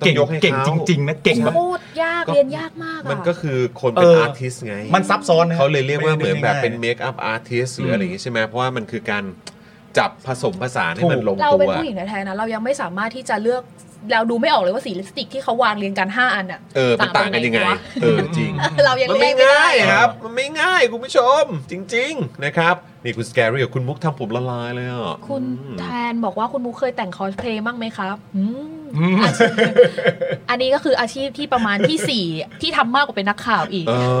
Speaker 1: ต้อง
Speaker 2: เก่ง
Speaker 1: ยกให้
Speaker 2: เก่ง
Speaker 1: เขา
Speaker 2: จริง ๆ นะเก่งแบบ
Speaker 4: โคตรยากเรียนยากมาก
Speaker 1: มัน
Speaker 4: อ่ะ
Speaker 1: ก็คือคนเป็น
Speaker 2: เออ
Speaker 1: อาร์ติสไง
Speaker 2: มันซับซ้อนนะ
Speaker 1: เขาเลยเรียกว่าเหมือนแบบ
Speaker 2: ไได้
Speaker 1: เป็น
Speaker 2: ง่าย
Speaker 1: เมคอัพอาร์ติสหรือ
Speaker 2: ม
Speaker 1: อะไรอย่างงี้ใช่ไหมเพราะว่ามันคือการจับผสมผสานให้มัน
Speaker 2: ถูก
Speaker 1: ลง
Speaker 4: เรา
Speaker 1: ตั
Speaker 4: เป็น
Speaker 1: ว
Speaker 4: ผู้หญิงแท้ๆนะเรายังไม่สามารถที่จะเลือกเราดูไม่ออกเลยว่าสีลิปสติกที่เขาวางเรียงกันห้าอันอ่ะ
Speaker 1: เออมันต่างกันยังไง
Speaker 4: ต่างกันยังไงวะ
Speaker 1: เออจริง
Speaker 4: เรายัง
Speaker 1: มัน
Speaker 4: เลื
Speaker 1: ไม่
Speaker 4: อกไม่
Speaker 1: ง่า
Speaker 4: ได้
Speaker 1: ยครับ มันไม่ง่ายคุณผู้ชม จริง ๆ นะครับ นี่คุณสแกรี่กับคุณมุกทำผมละลายเลยอ่ะ
Speaker 4: คุณ
Speaker 1: อืม
Speaker 4: แทนบอกว่าคุณมุกเคยแต่งคอสเพลย์บ้างไหมครับอืม
Speaker 2: อืม
Speaker 4: อันนี้ก็คืออาชีพที่ประมาณที่ 4 ที่ทำมากกว่าเป็นนักข่าวอีก
Speaker 1: เออ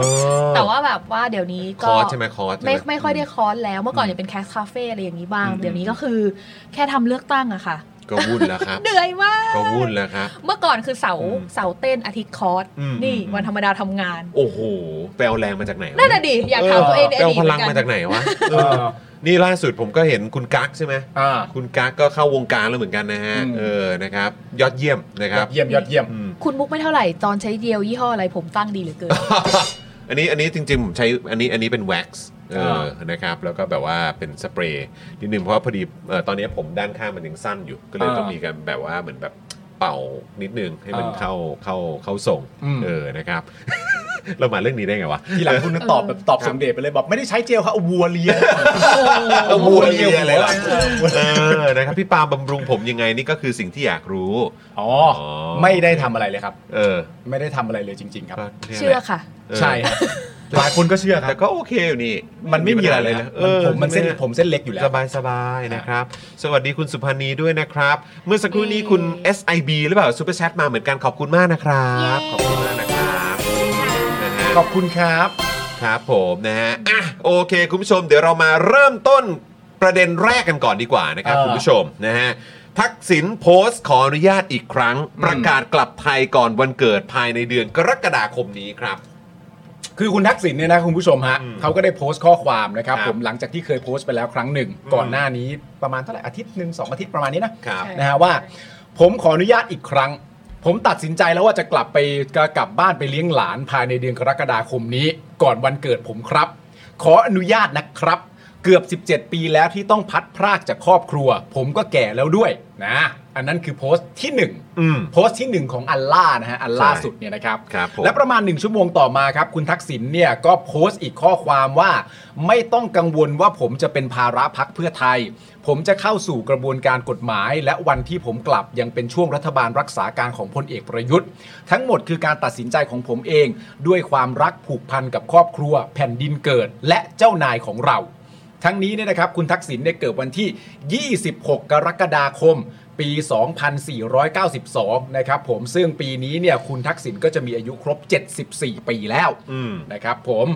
Speaker 4: แต่ว่าแบบว่าเดี๋ยวนี้
Speaker 1: ค
Speaker 4: ก็
Speaker 1: อร์สใช่ไหมคอร์สใช่ห
Speaker 4: ไม่ไม่ค่อยได้คอร์สแล้วเมื่อก่อนยังเป็นแคสคาเฟ่อะไรอย่างนี้บ้าง เดี๋ยวนี้ก็คือแค่ทำเลือกตั้งอะค่ะ
Speaker 1: ก็วุ่นแล้วครับ
Speaker 4: เหนื่อยมาก
Speaker 1: ก็วุ่นแล้วครับ
Speaker 4: เมื่อก่อนคือเสา
Speaker 1: อืม
Speaker 4: เสาเต้นอาทิตย์คอร์ส
Speaker 1: อืม
Speaker 4: นี่
Speaker 1: อืม
Speaker 4: วันธรรมดาทำงาน
Speaker 1: โอ้โหไปเอาแรงมาจากไหนว
Speaker 4: นั่นน่ะดิอยากถามตัวเองใน
Speaker 1: ไป
Speaker 4: อ
Speaker 1: เอา
Speaker 4: ดีต
Speaker 1: พ
Speaker 4: เหมื
Speaker 1: ลัง
Speaker 4: อนกั
Speaker 1: มาน จากไหนวะเอ
Speaker 2: เอ
Speaker 1: อ
Speaker 2: อ
Speaker 1: นี่ล่าสุดผมก็เห็นคุณกั๊กใช่ไหม
Speaker 2: อ่า
Speaker 1: คุณกั๊กก็เข้าวงการแล้วเหมือนกันนะฮะ
Speaker 2: อืม
Speaker 1: เออนะครับ ยอดเยี่ยมนะค
Speaker 2: ย
Speaker 1: รั
Speaker 2: อบ ดเยี่ยมยอดเยี่ยม
Speaker 1: อืม
Speaker 4: คุณมุกไม่เท่าไหร่ ตอนใช้เดียวยี่ห้ออะไรผมตั้งดีเหลือเกิน
Speaker 1: อันนี้อันนี้จริงๆ ผมใช้อันนี้อันนี้เป็นแว็กซ์เอ
Speaker 2: อ่
Speaker 1: อนะครับ แล้วก็แบบว่าเป็นสเปรย์นิดนึงเพราะว่าพอดีเอ่อตอนนี้ผมด้านข้างมันยังสั้นอยู่ ก็เลย
Speaker 2: อ่า
Speaker 1: ต้องมีการแบบว่าเหมือนแบบเป่านิดนึงให้มัน
Speaker 2: อ่า
Speaker 1: เข้าเข้าเข้าทรง
Speaker 2: อืม
Speaker 1: เออนะครับ เรามาเรื่องนี้ได้ไงวะ
Speaker 2: ทีหลังคุณตอบแบบตอบ
Speaker 1: ครับ
Speaker 2: สมเด็จไปเลยบอกไม่ได้ใช้เจลครับเอาวัวเลีย
Speaker 1: เอาบัวเลียอะไรล่ะ
Speaker 2: เออ
Speaker 1: เออนะครับพี่ปาล์มบำรุงผมยังไงนี่ก็คือสิ่งที่อยากรู้
Speaker 2: อ๋อ
Speaker 1: อ๋อ
Speaker 2: ไม่ได้ทำอะไรเลยครับ
Speaker 1: เออ
Speaker 2: ไม่ได้ทำอะไรเลยจริง ๆ ครับ
Speaker 1: ก็นี่ยแหละ
Speaker 4: เชื่อค่ะ
Speaker 1: เออ
Speaker 2: ใช่ครับหลายคนก็เชื่อครั
Speaker 1: แต่
Speaker 2: บ
Speaker 1: ก็โอเคอยู่นี่
Speaker 2: มันไม่มีอะไรเลย
Speaker 1: ปัญ
Speaker 2: นะ
Speaker 1: หา
Speaker 2: มันผมมัน
Speaker 1: ใช่
Speaker 2: เส้น
Speaker 1: ไห
Speaker 2: ผมเส้นเล็กอยู่แล้ว
Speaker 1: สบายสบายๆนะครับ สวัสดีคุณสุพานีด้วยนะครับ เมื่อสักครู่นี้คุณ SIB หรือเปล่าซูเปอร์แชทมาเหมือนกันขอบคุณมากนะครับ ขอบคุณมากนะครับนะฮะ
Speaker 2: ขอบคุณครับ
Speaker 1: ครับผมนะฮะอ่ะโอเค คุณผู้ชมเดี๋ยวเรามาเริ่มต้นประเด็นแรกกันก่อนดีกว่านะครับ
Speaker 2: เออ
Speaker 1: คุณผู้ชมนะฮะทักษิณโพสต์ขออนุญาตอีกครั้ง
Speaker 2: อืม
Speaker 1: ประกาศกลับไทยก่อนวันเกิดภายในเดือนกรกฎาคมนี้ครับ
Speaker 2: คือคุณทักษิณเนี่ยนะคุณผู้ชมฮะ
Speaker 1: อืม
Speaker 2: เขาก็ได้โพสต์ข้อความนะครับ
Speaker 1: ครับ
Speaker 2: ผมหลังจากที่เคยโพสต์ไปแล้วครั้งหนึ่ง
Speaker 1: อืม
Speaker 2: ก่อนหน้านี้ประมาณเท่าไหร่อาทิตย์หนึ่งสองอาทิตย์ประมาณนี้นะครับ
Speaker 4: ใช่
Speaker 2: นะฮะว่า ผมขออนุญาตอีกครั้ง ผมตัดสินใจแล้วว่าจะกลับไปจะกลับบ้านไปเลี้ยงหลานภายในเดือนกรกฎาคมนี้ ก่อนวันเกิดผมครับ ขออนุญาตนะครับ เกือบ 17 ปีแล้วที่ต้องพัดพรากจากครอบครัว ผมก็แก่แล้วด้วยนะอันนั้นคือโพสต์ที่หนึ่ง
Speaker 1: อืม
Speaker 2: โพสต์ที่หนึ่งของอัลล่านะฮะอัลล่าสุดเนี่ยนะครับ
Speaker 1: ครับผม
Speaker 2: และประมาณ 1 ชั่วโมงต่อมาครับ คุณทักษิณเนี่ยก็โพสต์อีกข้อความว่า ไม่ต้องกังวลว่าผมจะเป็นภาระพักเพื่อไทย ผมจะเข้าสู่กระบวนการกฎหมาย และวันที่ผมกลับยังเป็นช่วงรัฐบาลรักษาการของพลเอกประยุทธ์ ทั้งหมดคือการตัดสินใจของผมเอง ด้วยความรักผูกพันกับครอบครัว แผ่นดินเกิด และเจ้านายของเรา ทั้งนี้เนี่ยนะครับคุณทักษิณเนี่ยเกิดวันที่ 26 กรกฎาคม ปี 2492 นะครับผมซึ่งปีนี้เนี่ยคุณทักษิณก็จะมีอายุครบ 74 ปีแล้ว
Speaker 1: อืม
Speaker 2: นะครับผม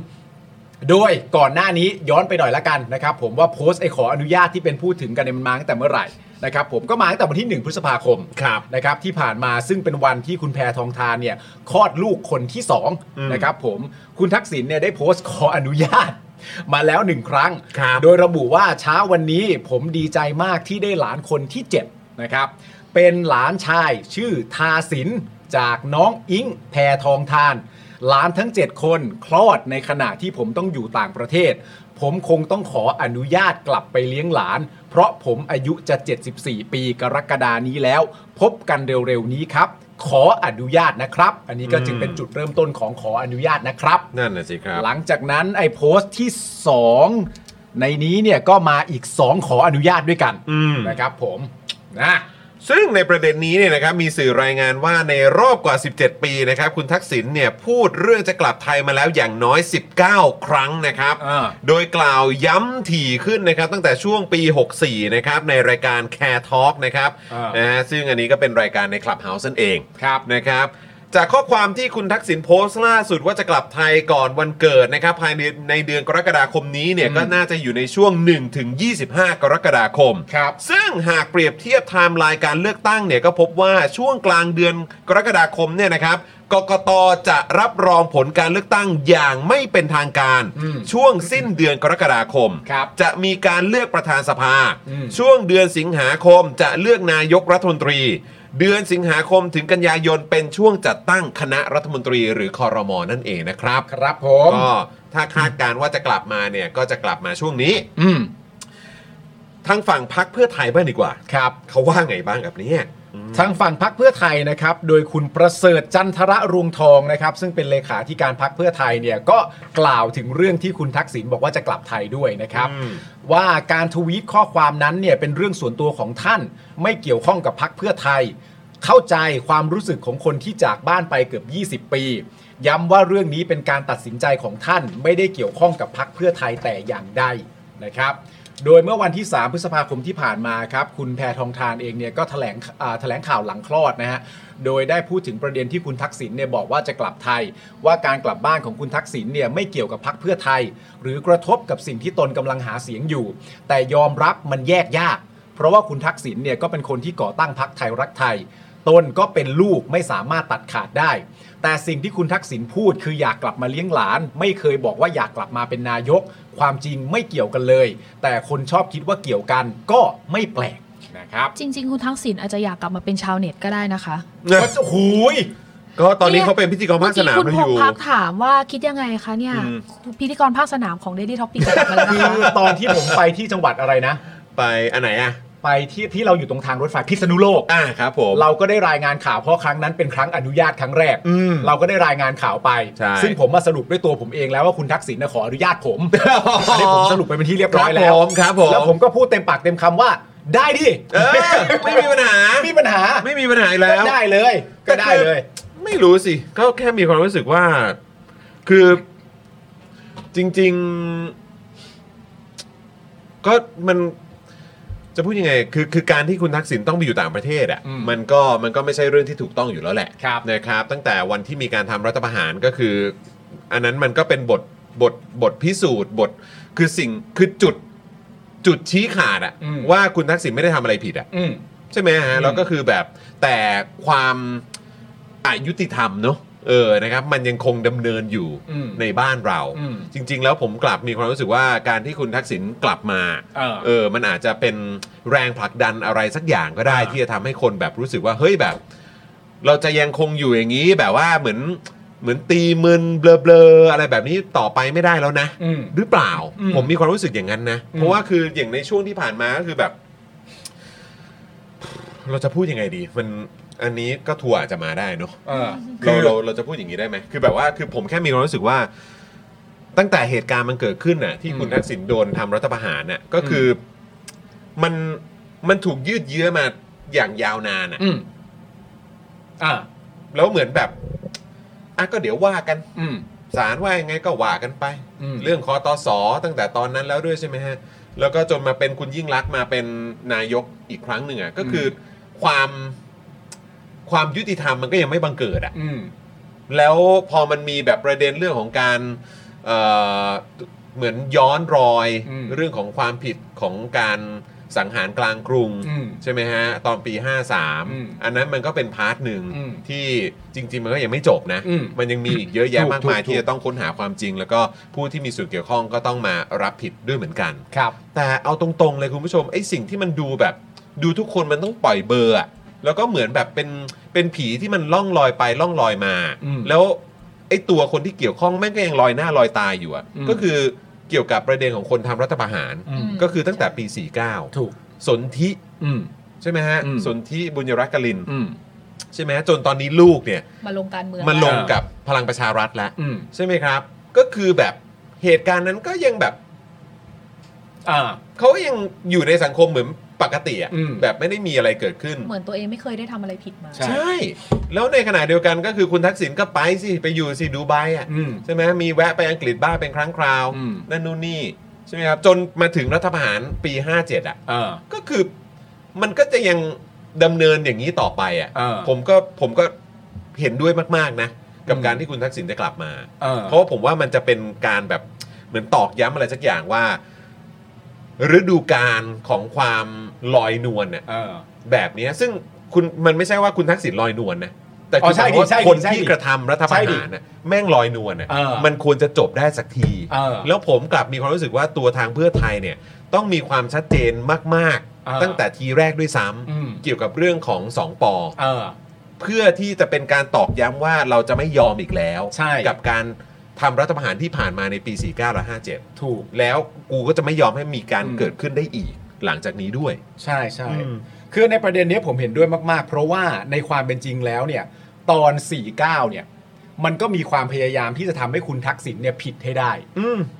Speaker 2: โดยก่อนหน้านี้ย้อนไปหน่อยละกันนะครับผมว่าโพสต์ไอขออนุญาตที่เป็นพูดถึงกันเนี่ยมันมาตั้งแต่เมื่อไหร่นะครับผมก็มาตั้งแต่วันที่ 1 พฤษภาคม
Speaker 1: ครับ
Speaker 2: นะครับที่ผ่านมาซึ่งเป็นวันที่คุณแพรทองทานเนี่ยคลอดลูกคนที่
Speaker 1: อืม
Speaker 2: 2นะครับผมคุณทักษิณเนี่ยได้โพสต์ขออนุญาต มาแล้วหนึ่งครั้ง
Speaker 1: ครับ
Speaker 2: โดยระบุว่าเช้าวันนี้ผมดีใจมากที่ได้หลานคนที่ 7 นะครับ เป็นหลานชายชื่อทาสินจากน้องอิงแพรทองทาน หลานทั้ง 7 คนคลอดในขณะที่ผมต้องอยู่ต่างประเทศ ผมคงต้องขออนุญาตกลับไปเลี้ยงหลาน เพราะผมอายุจะ 74 ปีกรกฎานี้แล้ว พบกันเร็วๆนี้ครับ ขออนุญาตนะครับ อันนี้ก็
Speaker 1: อืม
Speaker 2: จึงเป็นจุดเริ่มต้นของขออนุญาตนะครับ
Speaker 1: นั่นน่ะสิครับ
Speaker 2: หลังจากนั้นไอ้โพสต์ที่ 2 ในนี้เนี่ยก็มาอีก 2 ขออนุญาตด้วยกัน
Speaker 1: อืม
Speaker 2: นะครับผมนะ
Speaker 1: ซึ่งในประเด็นนี้เนี่ยนะครับมีสื่อรายงานว่าในรอบกว่า 17 ปีนะครับคุณทักษิณเนี่ยพูดเรื่องจะกลับไทยมาแล้วอย่างน้อย 19 ครั้งนะครับ
Speaker 2: อ่า
Speaker 1: โดยกล่าวย้ำถี่ขึ้นนะครับตั้งแต่ช่วงปี 64 นะครับในรายการ Care Talk นะครับ
Speaker 2: อ่าน
Speaker 1: นะฮะซึ่งอันนี้ก็เป็นรายการใน Clubhouse นั่นเอง
Speaker 2: ครับ
Speaker 1: นะครับจากข้อความที่คุณทักษิณโพสต์ล่าสุดว่าจะกลับไทยก่อนวันเกิดนะครับภายในในเดือนกรกฎาคมนี้เนี่ย
Speaker 2: อืม
Speaker 1: ก็น่าจะอยู่ในช่วง 1 ถึง 25 กรกฎาคม
Speaker 2: ครับ
Speaker 1: ซึ่งหากเปรียบเทียบไทม์ไลน์การเลือกตั้งเนี่ยก็พบว่าช่วงกลางเดือนกรกฎาคมเนี่ยนะครับกกตจะรับรองผลการเลือกตั้งอย่างไม่เป็นทางการ
Speaker 2: อืม
Speaker 1: ช่วงสิ้นเดือนกรกฎาคม
Speaker 2: ครับ
Speaker 1: จะมีการเลือกประธานสภา
Speaker 2: อืม
Speaker 1: ช่วงเดือนสิงหาคมจะเลือกนายกรัฐมนตรี เดือนสิงหาคมถึงกันยายนเป็นช่วงจัดตั้งคณะรัฐมนตรีหรือคอรมอนั่นเองนะครับ
Speaker 2: ครับผม
Speaker 1: ก็ถ้าคาดการณ์ว่าจะกลับมาเนี่ยก็จะกลับมาช่วงนี้
Speaker 2: อืม
Speaker 1: ทางฝั่งพักเพื่อไทยบ้างดีกว่า
Speaker 2: ครับ
Speaker 1: เขาว่าไงบ้างกับเนี้
Speaker 2: ทางฝั่งพักเพื่อไทยนะครับ โดยคุณประเสริฐจันทระรวงทองนะครับ ซึ่งเป็นเลขาธิการพักเพื่อไทยเนี่ยก็กล่าวถึงเรื่องที่คุณทักษิณบอกว่าจะกลับไทยด้วยนะครับ
Speaker 1: อืม
Speaker 2: ว่าการทวีตข้อความนั้นเนี่ยเป็นเรื่องส่วนตัวของท่าน ไม่เกี่ยวข้องกับพักเพื่อไทย เข้าใจความรู้สึกของคนที่จากบ้านไปเกือบ 20 ปี ย้ำว่าเรื่องนี้เป็นการตัดสินใจของท่าน ไม่ได้เกี่ยวข้องกับพักเพื่อไทยแต่อย่างใดนะครับ โดยเมื่อวันที่ 3 พฤษภาคมที่ผ่านมาครับ คุณแพทองทานเองเนี่ยก็แถลงอ่าแถลงข่าวหลังคลอดนะฮะ โดยได้พูดถึงประเด็นที่คุณทักษิณเนี่ยบอกว่าจะกลับไทย ว่าการกลับบ้านของคุณทักษิณเนี่ยไม่เกี่ยวกับพักเพื่อไทย หรือกระทบกับสิ่งที่ตนกำลังหาเสียงอยู่ แต่ยอมรับมันแยกยาก เพราะว่าคุณทักษิณเนี่ยก็เป็นคนที่ก่อตั้งพักไทยรักไทย ต้นก็เป็นลูกไม่สามารถตัดขาดได้ แต่สิ่งที่คุณทักษิณพูดคืออยากกลับมาเลี้ยงหลาน ไม่เคยบอกว่าอยากกลับมาเป็นนายก ความจริงไม่เกี่ยวกันเลย แต่คนชอบคิดว่าเกี่ยวกันก็ไม่แปลกนะครับ
Speaker 3: จริง ๆ คุณทักษิณอาจจะอยากกลับมาเป็นชาวเน็ตก็ได้นะคะ
Speaker 1: เนี่ย
Speaker 2: ก็หูย
Speaker 1: ก็ตอนนี้เขาเป็นพิธีกรภาคสนาม
Speaker 3: เมื่อ
Speaker 1: ด้วย
Speaker 3: กี้
Speaker 1: อ
Speaker 3: คุณพ
Speaker 1: ยู่
Speaker 3: งพักถามว่าคิดยังไงคะเนี่ย
Speaker 1: อืม
Speaker 3: พิธีกรภาคสนามของ Daily Topic กลับมาแล้ว
Speaker 2: คื
Speaker 3: นะ
Speaker 2: อ
Speaker 3: คะ
Speaker 2: ตอนที่ผมไปที่จังหวัดอะไรนะ
Speaker 1: ไปอันไหนอ่ะ
Speaker 2: ไปที่ที่เราอยู่ตรงทางรถไฟพิษณุโลก
Speaker 1: อ่าครับผม
Speaker 2: เราก็ได้รายงานข่าวเพราะครั้งนั้นเป็นครั้งอนุญาตครั้งแรก
Speaker 1: อืม
Speaker 2: เราก็ได้รายงานข่าวไป
Speaker 1: ใช่
Speaker 2: ซึ่งผมมาสรุปด้วยตัวผมเองแล้วว่าคุณทักษิณน่ะขออนุญาต ผม อันนี้ผมสรุปไปเป็นที่เรียบร้อยแล้ว
Speaker 1: ครับผมครับผม
Speaker 2: แล้วผมก็พูดเต็มปากเต็มคำว่า ได้ดิ
Speaker 1: เออไม่มีปัญหา
Speaker 2: ไม่มีปัญหา
Speaker 1: ไม่มีปัญหาอีกแล้ว
Speaker 2: ก็ได้เลย ก็ได้เลย
Speaker 1: ไม่รู้สิ ก็แค่มีความรู้สึกว่า คือจริง ๆ ก็มันจะพูดยังไง คือคือการที่คุณทักษิณต้องไปอยู่ต่างประเทศอ่ะ
Speaker 2: อืม
Speaker 1: มันก็มันก็ไม่ใช่เรื่องที่ถูกต้องอยู่แล้วแหละ
Speaker 2: ครับ
Speaker 1: นะครับ ตั้งแต่วันที่มีการทำรัฐประหารก็คือ อันนั้นมันก็เป็นบทบทบทพิสูจน์บท คือสิ่งคือจุดจุดชี้ขาดอ่ะ
Speaker 2: อืม
Speaker 1: ว่าคุณทักษิณไม่ได้ทำอะไรผิดอ่ะ
Speaker 2: อืม
Speaker 1: ใช่ไหมฮะ
Speaker 2: อืม
Speaker 1: แล้วก็คือแบบแต่ความอายุติธรรมเนอะเออนะครับมันยังคงดำเนินอยู่
Speaker 2: อืม
Speaker 1: ในบ้านเรา
Speaker 2: อืม
Speaker 1: จริง ๆ แล้วผมกลับมีความรู้สึกว่าการที่คุณทักษิณกลับมา
Speaker 2: เออ
Speaker 1: เออมันอาจจะเป็นแรงผลักดันอะไรสักอย่างก็ได้
Speaker 2: เออ
Speaker 1: ที่จะทำให้คนแบบรู้สึกว่าเฮ้ยแบบ เราจะยังคงอยู่อย่างนี้แบบว่าเหมือนเหมือนตีมึนเบลอๆอะไรแบบนี้ต่อไปไม่ได้แล้วนะ
Speaker 2: อืม
Speaker 1: หรือเปล่า
Speaker 2: อืม
Speaker 1: ผมมีความรู้สึกอย่างนั้นนะ
Speaker 2: อืม
Speaker 1: เพราะว่าคืออย่างในช่วงที่ผ่านมาก็คือแบบ เราจะพูดยังไงดี มันอันนี้ก็ทัวร์อาจจะมาได้เนอะ
Speaker 2: เออคื
Speaker 1: เรา
Speaker 2: อ
Speaker 1: เราเราจะพูดอย่างนี้ได้ไหมคือแบบว่าคือผมแค่มีความรู้สึกว่า ตั้งแต่เหตุการณ์มันเกิดขึ้นน่ะ ที่คุณ
Speaker 2: อืม
Speaker 1: ทักษิณโดนทำรัฐประหารน่ะ ก็คืออมันมันถูกยืดเยื้อมาอย่างยาวนานน่ะ
Speaker 2: ืมอ่า
Speaker 1: แล้วเหมือนแบบอ่ะก็เดี๋ยวว่ากัน
Speaker 2: อืม
Speaker 1: ศาลว่ายังไงก็ว่ากันไป
Speaker 2: อืม
Speaker 1: เรื่องคอตอสอตั้งแต่ตอนนั้นแล้วด้วยใช่ไหมฮะ แล้วก็จนมาเป็นคุณยิ่งรักษณ์มาเป็นนายกอีกครั้งหนึ่งอ่ะก็คืออความความยุติธรรมมันก็ยังไม่บังเกิดอ่ะ
Speaker 2: อืม
Speaker 1: แล้วพอมันมีแบบประเด็นเรื่องของการเอ่อเหมือนย้อนรอย
Speaker 2: อืม
Speaker 1: เรื่องของความผิดของการสังหารกลางกรุง
Speaker 2: อืม
Speaker 1: ใช่ไหมฮะ ตอนปี
Speaker 2: อืม
Speaker 1: 53 อันนั้นมันก็เป็นพาร์ทหนึ่ง
Speaker 2: อืม
Speaker 1: ที่จริง ๆ มันก็ยังไม่จบนะ
Speaker 2: อืม
Speaker 1: มันยังมีอีกเยอะแยะ
Speaker 2: ถูก
Speaker 1: มากมาย
Speaker 2: ถูก
Speaker 1: ที่จะต้องค้นหาความจริง แล้วก็ผู้ที่มีส่วนเกี่ยวข้องก็ต้องมารับผิดด้วยเหมือนกัน
Speaker 2: ครับ
Speaker 1: แต่เอาตรง ๆ เลยคุณผู้ชมไอ้สิ่งที่มันดูแบบ ดูทุกคนมันต้องปล่อยเบอร์อะแล้วก็เหมือนแบบเป็นเป็นผีที่มันล่องลอยไปล่องลอยมา
Speaker 2: อืม
Speaker 1: แล้วไอ้ตัวคนที่เกี่ยวข้องแม่งก็ยังลอยหน้าลอยตาอยู่อะ
Speaker 2: อืม
Speaker 1: ก็คือเกี่ยวกับประเด็นของคนทำรัฐประหาร
Speaker 2: อืม
Speaker 1: ก็คือตั้งแต่ปี
Speaker 2: ถูก
Speaker 1: 49 สนธิ
Speaker 2: อืม
Speaker 1: ใช่ไหมฮะ
Speaker 2: อืม
Speaker 1: สนธิบุญรักกลิน
Speaker 2: อืม
Speaker 1: ใช่ไหมฮะจนตอนนี้ลูกเนี่ย
Speaker 4: มาลงการเมือง
Speaker 1: มันลง
Speaker 2: เออ
Speaker 1: กับพลังประชารัฐแล้ว
Speaker 2: อืม
Speaker 1: ใช่ไหมครับ ก็คือแบบเหตุการณ์นั้นก็ยังแบบ
Speaker 2: อ่า
Speaker 1: เขาก็ยังอยู่ในสังคมเหมือนปกติอ่ะ
Speaker 2: อืม
Speaker 1: แบบไม่ได้มีอะไรเกิดขึ้น
Speaker 3: เหมือนตัวเองไม่เคยได้ทำอะไรผิดมา
Speaker 2: ใช่
Speaker 1: ใช่ แล้วในขณะเดียวกันก็คือคุณทักษิณก็ไปสิ ไปอยู่สิดูไบอ่ะ
Speaker 2: อืม
Speaker 1: ใช่ไหมมีแวะไปอังกฤษบ้างเป็นครั้งคราว
Speaker 2: อืม
Speaker 1: นั่นนู่นนี่ใช่ไหมครับจนมาถึงรัฐประหารปี 57อ่ะ
Speaker 2: อ่า
Speaker 1: ก็คือมันก็จะยังดำเนินอย่างนี้ต่อไป
Speaker 2: เออ
Speaker 1: อะ่ะผมก็ผมก็เห็นด้วยมาก ๆ นะ กับ
Speaker 2: อืม
Speaker 1: การที่คุณทักษิณจะกลับมา
Speaker 2: อ่า
Speaker 1: เพราะว่าผมว่ามันจะเป็นการแบบเหมือนตอกย้ำอะไรสักอย่างว่าฤดูการของความลอยนวลน่ะ
Speaker 2: เออ
Speaker 1: แบบเนี้ยซึ่งคุณมันไม่ใช่ว่าคุณทักษิณลอยนวลนะแต่
Speaker 2: อ๋
Speaker 1: คือ
Speaker 2: อใช่ดิ
Speaker 1: ว่า
Speaker 2: ใช่ดิ
Speaker 1: คน
Speaker 2: ใช่ดิ
Speaker 1: ที่กระทำรัฐประหารน่ะแม่งลอยนวลน่ะ
Speaker 2: เออ
Speaker 1: มันควรจะจบได้สักที
Speaker 2: เออ
Speaker 1: แล้วผมกลับมีความรู้สึกว่าตัวทางเพื่อไทยเนี่ยต้องมีความชัดเจนมาก
Speaker 2: เออ
Speaker 1: ๆ ตั้งแต่ทีแรกด้วยซ้
Speaker 2: อืม
Speaker 1: ำเกี่ยวกับเรื่องของสองปอ
Speaker 2: เออ
Speaker 1: เพื่อที่จะเป็นการตอกย้ำว่าเราจะไม่ยอมอีกแล้ว
Speaker 2: ใช่
Speaker 1: กับการทำรัฐประหารที่ผ่านมาในปี 49และ
Speaker 2: ถูก
Speaker 1: 57 แล้วกูก็จะไม่ยอมให้มีการ
Speaker 2: อืม
Speaker 1: เกิดขึ้นได้อีก หลังจากนี้ด้วย
Speaker 2: ใช่ใช่
Speaker 1: อืม
Speaker 2: คือในประเด็นเนี้ยผมเห็นด้วยมาก ๆ เพราะว่าในความเป็นจริงแล้วเนี่ย ตอน 49 เนี่ย มันก็มีความพยายามที่จะทำให้คุณทักษิณเนี่ยผิดให้ได้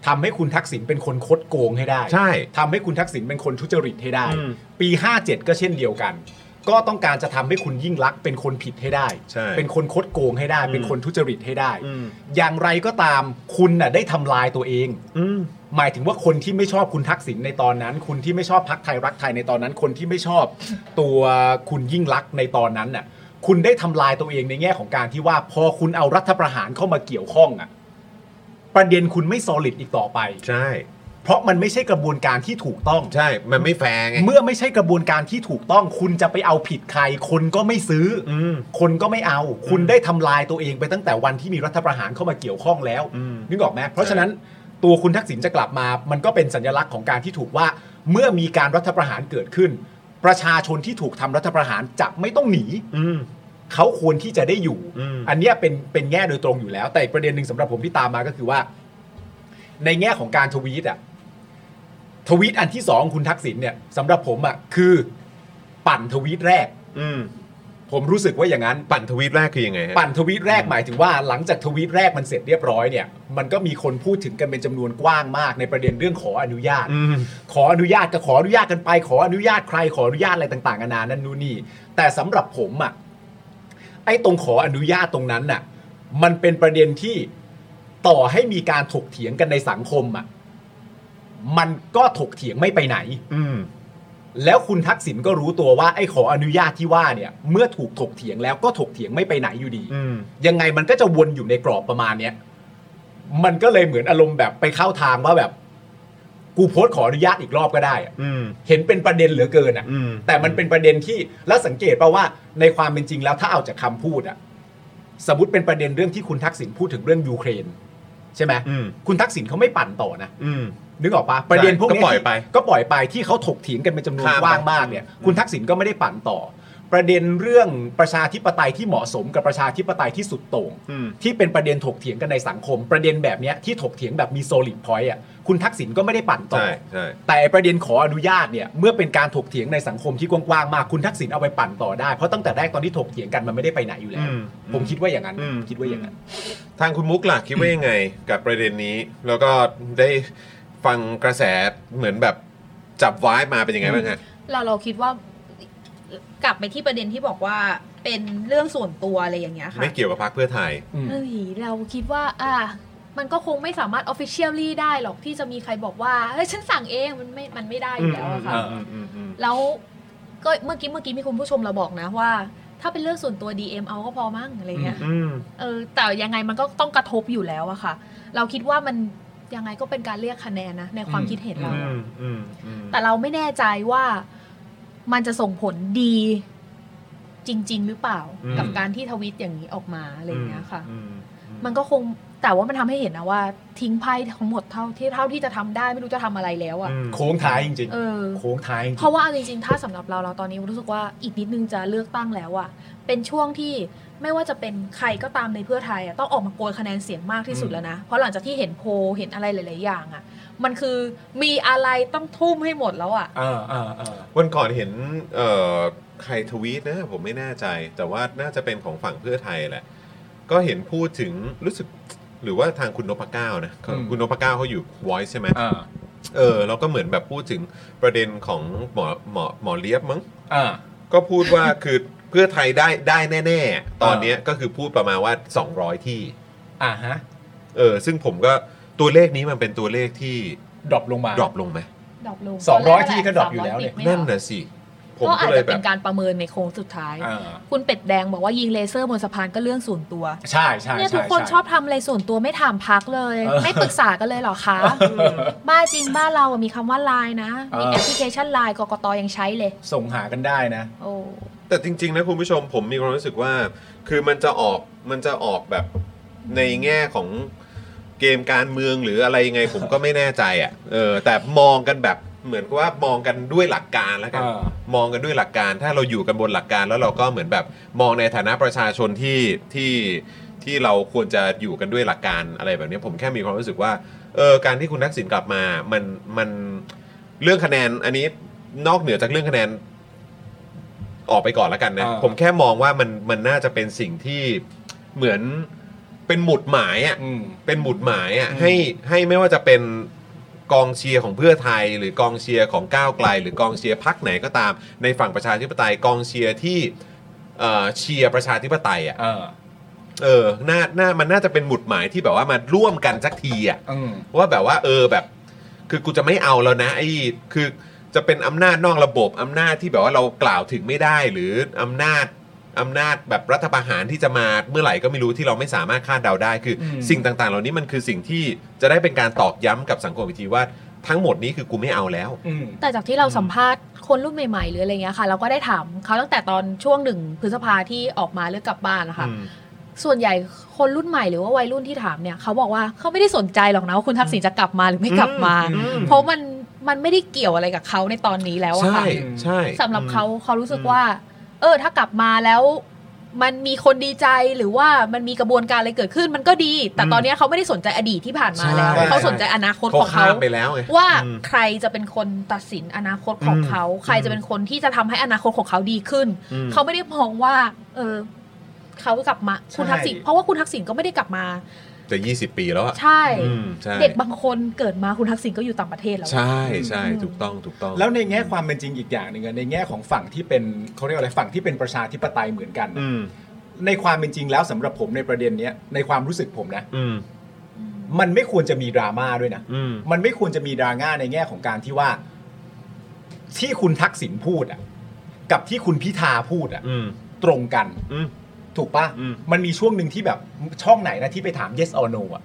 Speaker 2: ทำให้คุณทักษิณเป็นคนคดโกงให้ได้
Speaker 1: ใช่
Speaker 2: ทำให้คุณทักษิณเป็นคนทุจริตให้ได้
Speaker 1: อืม
Speaker 2: ปี 57 ก็เช่นเดียวกัน ก็ต้องการจะทำให้คุณยิ่งลักษณ์เป็นคนผิดให้ได้
Speaker 1: ใช่
Speaker 2: เป็นคนคดโกงให้ได้ เป็นคนทุจริตให้ได้
Speaker 1: อืม
Speaker 2: อย่างไรก็ตามคุณน่ะได้ทำลายตัวเอง
Speaker 1: อืม
Speaker 2: หมายถึงว่าคนที่ไม่ชอบคุณทักษิณในตอนนั้น คนที่ไม่ชอบพักไทยรักไทยในตอนนั้น คนที่ไม่ชอบตัวคุณยิ่งลักษณ์ในตอนนั้นน่ะ คุณได้ทำลายตัวเองในแง่ของการที่ว่าพอคุณเอารัฐประหารเข้ามาเกี่ยวข้องอ่ะ ประเด็นคุณไม่ solid อีกต่อไป
Speaker 1: ใช่
Speaker 2: เพราะมันไม่ใช่กระบวนการที่ถูกต้อง
Speaker 1: ใช่ มันไม่แฟร์ไง
Speaker 2: เมื่อไม่ใช่กระบวนการที่ถูกต้อง คุณจะไปเอาผิดใคร คนก็ไม่ซื้ออ
Speaker 1: ม
Speaker 2: คนก็ไม่เอา คุณได้ทำลายตัวเองไปตั้งแต่วันที่มีรัฐประหารเข้ามาเกี่ยวข้องแล้ว
Speaker 1: อืม
Speaker 2: นึกออกไหมเพราะฉะนั้นตัวคุณทักษิณจะกลับมา มันก็เป็นสัญลักษณ์ของการที่ถูกว่า เมื่อมีการรัฐประหารเกิดขึ้น ประชาชนที่ถูกทำรัฐประหารจะไม่ต้องหนี
Speaker 1: อืม
Speaker 2: เขาควรที่จะได้อยู่
Speaker 1: อืม
Speaker 2: อันเนี้ยเป็นเป็นแง่โดยตรงอยู่แล้ว แต่อีกประเด็นหนึ่งสำหรับผมที่ตามมาก็คือว่า ในแง่ของการทวีตอะทวีตอันที่สองคุณทักษิณเนี่ยสำหรับผมอะคือปั่นทวีตแรก
Speaker 1: อืม
Speaker 2: ผมรู้สึกว่าอย่างนั้น
Speaker 1: ปั่นทวีตแรกคือยังไงฮะ
Speaker 2: ปั่นทวีตแรกหมายถึงว่าหลังจากทวีตแรกมันเสร็จเรียบร้อยเนี่ยมันก็มีคนพูดถึงกันเป็นจำนวนกว้างมาก ในประเด็นเรื่องขออนุญาต
Speaker 1: อืม
Speaker 2: ขออนุญาตก็ขออนุญาตกันไป ขออนุญาตใครขออนุญาตอะไรต่างๆนานานั่นนู่นนี่แต่สำหรับผมอะไอ้ตรงขออนุญาตตรงนั้นน่ะ มันเป็นประเด็นที่ต่อให้มีการถกเถียงกันในสังคมอะมันก็ถกเถียงไม่ไปไหน
Speaker 1: อืม
Speaker 2: แล้วคุณทักษิณก็รู้ตัวว่าไอ้ขออนุญาตที่ว่าเนี่ย เมื่อถูกถกเถียงแล้วก็ถกเถียงไม่ไปไหนอยู่ดี
Speaker 1: อืม
Speaker 2: ยังไงมันก็จะวนอยู่ในกรอบประมาณเนี้ย มันก็เลยเหมือนอารมณ์แบบไปเข้าทางว่าแบบ กูโพสต์ขออนุญาตอีกรอบก็ได้อะ
Speaker 1: อืม
Speaker 2: เห็นเป็นประเด็นเหลือเกินอ่ะ
Speaker 1: อืม
Speaker 2: แต่มันเป็นประเด็นที่แล้วสังเกตป่าว่าในความเป็นจริงแล้วถ้าเอาจากคำพูดอ่ะ สมมติเป็นประเด็นเรื่องที่คุณทักษิณพูดถึงเรื่องยูเครน ใช่ไหม
Speaker 1: อืม
Speaker 2: คุณทักษิณเขาไม่ปั่นต่อนะ
Speaker 1: อืม
Speaker 2: นึกออกปะประเด็นพวกนี้
Speaker 1: ก็ปล่อยไป
Speaker 2: ก็ปล่อยไปที่เขาถกเถียงกันเป็นจำนวน
Speaker 1: ข้ามไป
Speaker 2: กว้างมากเนี่ยคุณทักษิณก็ไม่ได้ปั่นต่อ ประเด็นเรื่องประชาธิปไตยที่เหมาะสมกับประชาธิปไตยที่สุดโต่ง
Speaker 1: อืม
Speaker 2: ที่เป็นประเด็นถกเถียงกันในสังคม ประเด็นแบบเนี้ยที่ถกเถียงแบบมีโซลิดพอยต์อ่ะคุณทักษิณก็ไม่ได้ปั่นต่อ
Speaker 1: ใช่ใช่
Speaker 2: แต่ประเด็นขออนุญาตเนี่ยเมื่อเป็นการถกเถียงในสังคมที่กว้างๆมากคุณทักษิณเอาไปปั่นต่อได้เพราะตั้งแต่แรกตอนที่ถกเถียงกันมันไม่ได้ไปไหนอยู่แล้
Speaker 1: อื
Speaker 2: ว
Speaker 1: ม
Speaker 2: ผมคิดว่าอย่างนั้น
Speaker 1: อืม
Speaker 2: คิดว่าอย่างนั้น
Speaker 1: ทางคุณมุกหลักคิดว่ายังไง กับประเด็นนี้ แล้วก็ได้ฟังกระแสเหมือนแบบจับวายมาเป็นยังไงบ้างฮะ
Speaker 6: เราเราคิดว่ากลับไปที่ประเด็นที่บอกว่าเป็นเรื่องส่วนตัวอะไรอย่างเงี้ยค่ะ
Speaker 1: ไม่เกี่ยวกับพรรคเพื่อไทย
Speaker 2: อืม
Speaker 4: เอ้ยเราคิดว่าอ่ะมันก็คงไม่สามารถ officially ได้หรอกที่จะมีใครบอกว่าเฮ้ยฉันสั่งเองมันไม่มันไม่ได้อยู่แล้วอะค่ะ
Speaker 2: อืม
Speaker 4: แล้วก็เมื่อกี้เมื่อกี้มีคุณผู้ชมเราบอกนะว่า ถ้าเป็นเรื่องส่วนตัว DM เอาก็พอมั้งอะไรเงี้ย
Speaker 1: อืม
Speaker 4: เออแต่ยังไงมันก็ต้องกระทบอยู่แล้วอะค่ะ เราคิดว่ามันยังไงก็เป็นการเรียกคะแนนนะในความคิดเห็นเรา
Speaker 1: อืม อืม อืม
Speaker 4: แต่เราไม่แน่ใจว่ามันจะส่งผลดีจริง ๆ หรือเปล่า
Speaker 1: อืม
Speaker 4: กับการที่ทวิตอย่างนี้ออกมาอะไรเงี้ยค่ะ
Speaker 1: อืม
Speaker 4: มันก็คงแต่ว่ามันทำให้เห็นนะว่า ทิ้งไพ่ทั้งหมดเท่าที่เท่าที่จะทำได้ไม่รู้จะทำอะไรแล้วอะ่ะ
Speaker 1: อืม
Speaker 2: โค้งท้ายจริง
Speaker 4: เออ
Speaker 2: ๆโค้งท้ายจริง
Speaker 4: เพราะว่าเอาจริงๆ ถ้าสำหรับเราเราตอนนี้รู้สึกว่าอีกนิดนึงจะเลือกตั้งแล้วอะ่ะเป็นช่วงที่ไม่ว่าจะเป็นใครก็ตามในเพื่อไทยอะต้องออกมาโกยคะแนนเสียงมากที่สุดแล้วนะเพราะหลังจากที่เห็นโพลเห็นอะไรหลาย ๆ อย่างอะ่ะ มันคือมีอะไรต้องทุ่มให้หมดแล้วอ่ะ
Speaker 2: อ่าอ่าอ่า
Speaker 1: วันก่อนเห็นเอ่อใครทวีตนะผมไม่แน่ใจ แต่ว่าน่าจะเป็นของฝั่งเพื่อไทยแหละ ก็เห็นพูดถึงรู้สึกหรือว่าทางคุณนพเก้านะ
Speaker 2: อืม
Speaker 1: คุณนพเก้าเขาอยู่ Voice ใช่ไหม
Speaker 2: อ่า
Speaker 1: เออแล้วก็เหมือนแบบพูดถึงประเด็นของหมอหมอหมอเลียบมั้ง
Speaker 2: อ่า
Speaker 1: ก็พูดว่า คือเพื่อไทยได้ได้แน่ๆ ตอนเนี้ยก็คือพูดประมาณว่า 200 ที่
Speaker 2: อ่าฮะ
Speaker 1: เออซึ่งผมก็ตัวเลขนี้มันเป็นตัวเลขที่
Speaker 2: ดรอปลงมา
Speaker 1: ดรอปลงไหม
Speaker 4: ดอกลง
Speaker 2: สองร้อย
Speaker 4: ตนแ
Speaker 2: ที่ก็ดอกอยู่แล้วเนี่ย
Speaker 4: สามร้อ
Speaker 1: นั่น
Speaker 4: ติดไม่หรอ
Speaker 1: น่ะสิผม
Speaker 4: ก็อา
Speaker 1: ก็
Speaker 4: จ
Speaker 1: เลย
Speaker 4: จะ
Speaker 1: แบ
Speaker 4: เป็
Speaker 1: บ
Speaker 4: นการประเมินในโค้งสุดท้าย
Speaker 2: อ่า
Speaker 4: คุณเป็ดแดงบอกว่ายิงเลเซอร์บนสะพานก็เรื่องส่วนตัว
Speaker 2: ใช่ใช่
Speaker 4: เนี่ย
Speaker 2: ใช่
Speaker 4: ทุกคน
Speaker 2: ใ
Speaker 4: ชอบทำอะไรส่วนตัวไม่ถามพักเลย
Speaker 2: เออ
Speaker 4: ไม่ปรึกษากันเลยเหรอคะ บ้าจริงบ้านเราอะมีคำว่าไลน์นะ มี
Speaker 2: เออ
Speaker 4: แอปพลิเคชันไลน์กกตยังใช้เลย
Speaker 2: ส่งหากันได้นะ
Speaker 4: โอ้
Speaker 1: แต่จริง ๆ นะคุณผู้ชมผมมีความรู้สึกว่า คือมันจะออกมันจะออกแบบในแง่ของเกมการเมืองหรืออะไรยังไง ผมก็ไม่แน่ใจอ่ะเออแต่มองกันแบบเหมือนกับว่ามองกันด้วยหลักการแล้วกัน
Speaker 2: อ่าม
Speaker 1: องกันด้วยหลักการ ถ้าเราอยู่กันบนหลักการแล้วเราก็เหมือนแบบมองในฐานะประชาชนที่ที่ที่เราควรจะอยู่กันด้วยหลักการอะไรแบบนี้ผมแค่มีความรู้สึกว่าเออการที่คุณทักษิณกลับมามันมันเรื่องคะแนนอันนี้นอกเหนือจากเรื่องคะแนน ออกไปก่อนแล้วกันนะ
Speaker 2: อ่า
Speaker 1: ผมแค่มองว่ามันมันน่าจะเป็นสิ่งที่เหมือนเป็นหมุดหมายอะ่ะเป็นหมุดหมายอะ่ะ
Speaker 2: อืม
Speaker 1: ให้ให้ไม่ว่าจะเป็นกองเชียร์ของเพื่อไทย หรือกองเชียร์ของก้าวไกล หรือกองเชียร์พักไหนก็ตาม ในฝั่งประชาธิปไตยกองเชียร์ที่เอ่อเชียร์ประชาธิปไตยอ่ะ
Speaker 2: อ่า
Speaker 1: เออน่าน่ามันน่าจะเป็นหมุดหมายที่แบบว่ามาร่วมกันสักทีอ่ะ
Speaker 2: อืม
Speaker 1: ว่าแบบว่าเออแบบ คือกูจะไม่เอาแล้วนะไอ้คือจะเป็นอำนาจนอกระบบอำนาจที่แบบว่าเรากล่าวถึงไม่ได้ หรืออำนาจอำนาจแบบรัฐประหารที่จะมาเมื่อไหร่ก็ไม่รู้ที่เราไม่สามารถคาดเดาได้ คืออ
Speaker 2: ม
Speaker 1: สิ่งต่างๆ เหล่านี้มันคือสิ่งที่จะได้เป็นการตอกย้ำกับสังคมอีกทีว่า ทั้งหมดนี้คือกูไม่เอาแล้ว
Speaker 2: อืม
Speaker 4: แต่จากที่เราสัมภาษณ์คนรุ่นใหม่ๆ หรืออะไรเงี้ยค่ะ เราก็ได้ถามเขาตั้งแต่ตอนช่วงหนึ่งพฤษภาที่ออกมาเลือกกลับบ้านนะคะ ส่วนใหญ่คนรุ่นใหม่หรือว่าวัยรุ่นที่ถามเนี่ยเขาบอกว่าเขาไม่ได้สนใจหรอกนะว่าคุณทักษิณจะกลับมาหรือไม่กลับมา
Speaker 1: อืม
Speaker 4: เพราะมันมันไม่ได้เกี่ยวอะไรกับเขาในตอนนี้แล้วอะ
Speaker 1: ใช่
Speaker 4: ค่ะ
Speaker 1: ใช่
Speaker 4: สำหรับเขาเขารู้สึกว่า เออ ถ้ากลับมาแล้ว มันมีคนดีใจหรือว่ามันมีกระบวนการอะไรเกิดขึ้นมันก็ดี แต่ตอนเนี้ยเขาไม่ได้สนใจอดีตที่ผ่านมาแล้ว
Speaker 2: ใช่
Speaker 4: เขาสนใจอนาคต
Speaker 1: เขา
Speaker 4: ของ
Speaker 1: ข้า
Speaker 4: เขา
Speaker 1: มไปแล้วไง
Speaker 4: ว่า
Speaker 1: อืม
Speaker 4: ใครจะเป็นคนตัดสินอนาคตของ
Speaker 1: อืม
Speaker 4: เขา ใครจะเป็นคนที่จะทำให้อนาคตของเขาดีขึ้น
Speaker 1: อืม
Speaker 4: เขาไม่ได้มองว่า เออเขากลับมาคุณ
Speaker 2: ใช่
Speaker 4: ทักษิณเพราะว่าคุณทักษิณก็ไม่ได้กลับมา
Speaker 1: จะ20 ปีแล้วอะ
Speaker 4: ใช่
Speaker 1: อืมใช่
Speaker 4: เด็กบางคนเกิดมาคุณทักษิณก็อยู่ต่างประเทศแล้ว
Speaker 1: ใช่ใช่ถูกต้องถูกต้อง
Speaker 2: แล้วในแง่ความเป็นจริงอีกอย่างหนึ่งอะในแง่ของฝั่งที่เป็นเขาเรียกว่าอะไรฝั่งที่เป็นประชาธิปไตยเหมือนกันนะ
Speaker 1: อืม
Speaker 2: ในความเป็นจริงแล้วสำหรับผมในประเด็นเนี้ยในความรู้สึกผมนะ
Speaker 1: อืม
Speaker 2: มันไม่ควรจะมีดราม่าด้วยนะ
Speaker 1: อืม
Speaker 2: มันไม่ควรจะมีดราม่าในแง่ของการที่ว่า ที่คุณทักษิณพูดอ่ะ กับที่คุณพิธาพูดอ่ะ
Speaker 1: อืม
Speaker 2: ตรงกัน
Speaker 1: อืม
Speaker 2: ถูกปะ
Speaker 1: อืม
Speaker 2: มันมีช่วงหนึ่งที่แบบช่องไหนนะที่ไปถาม yes or no อ่ะ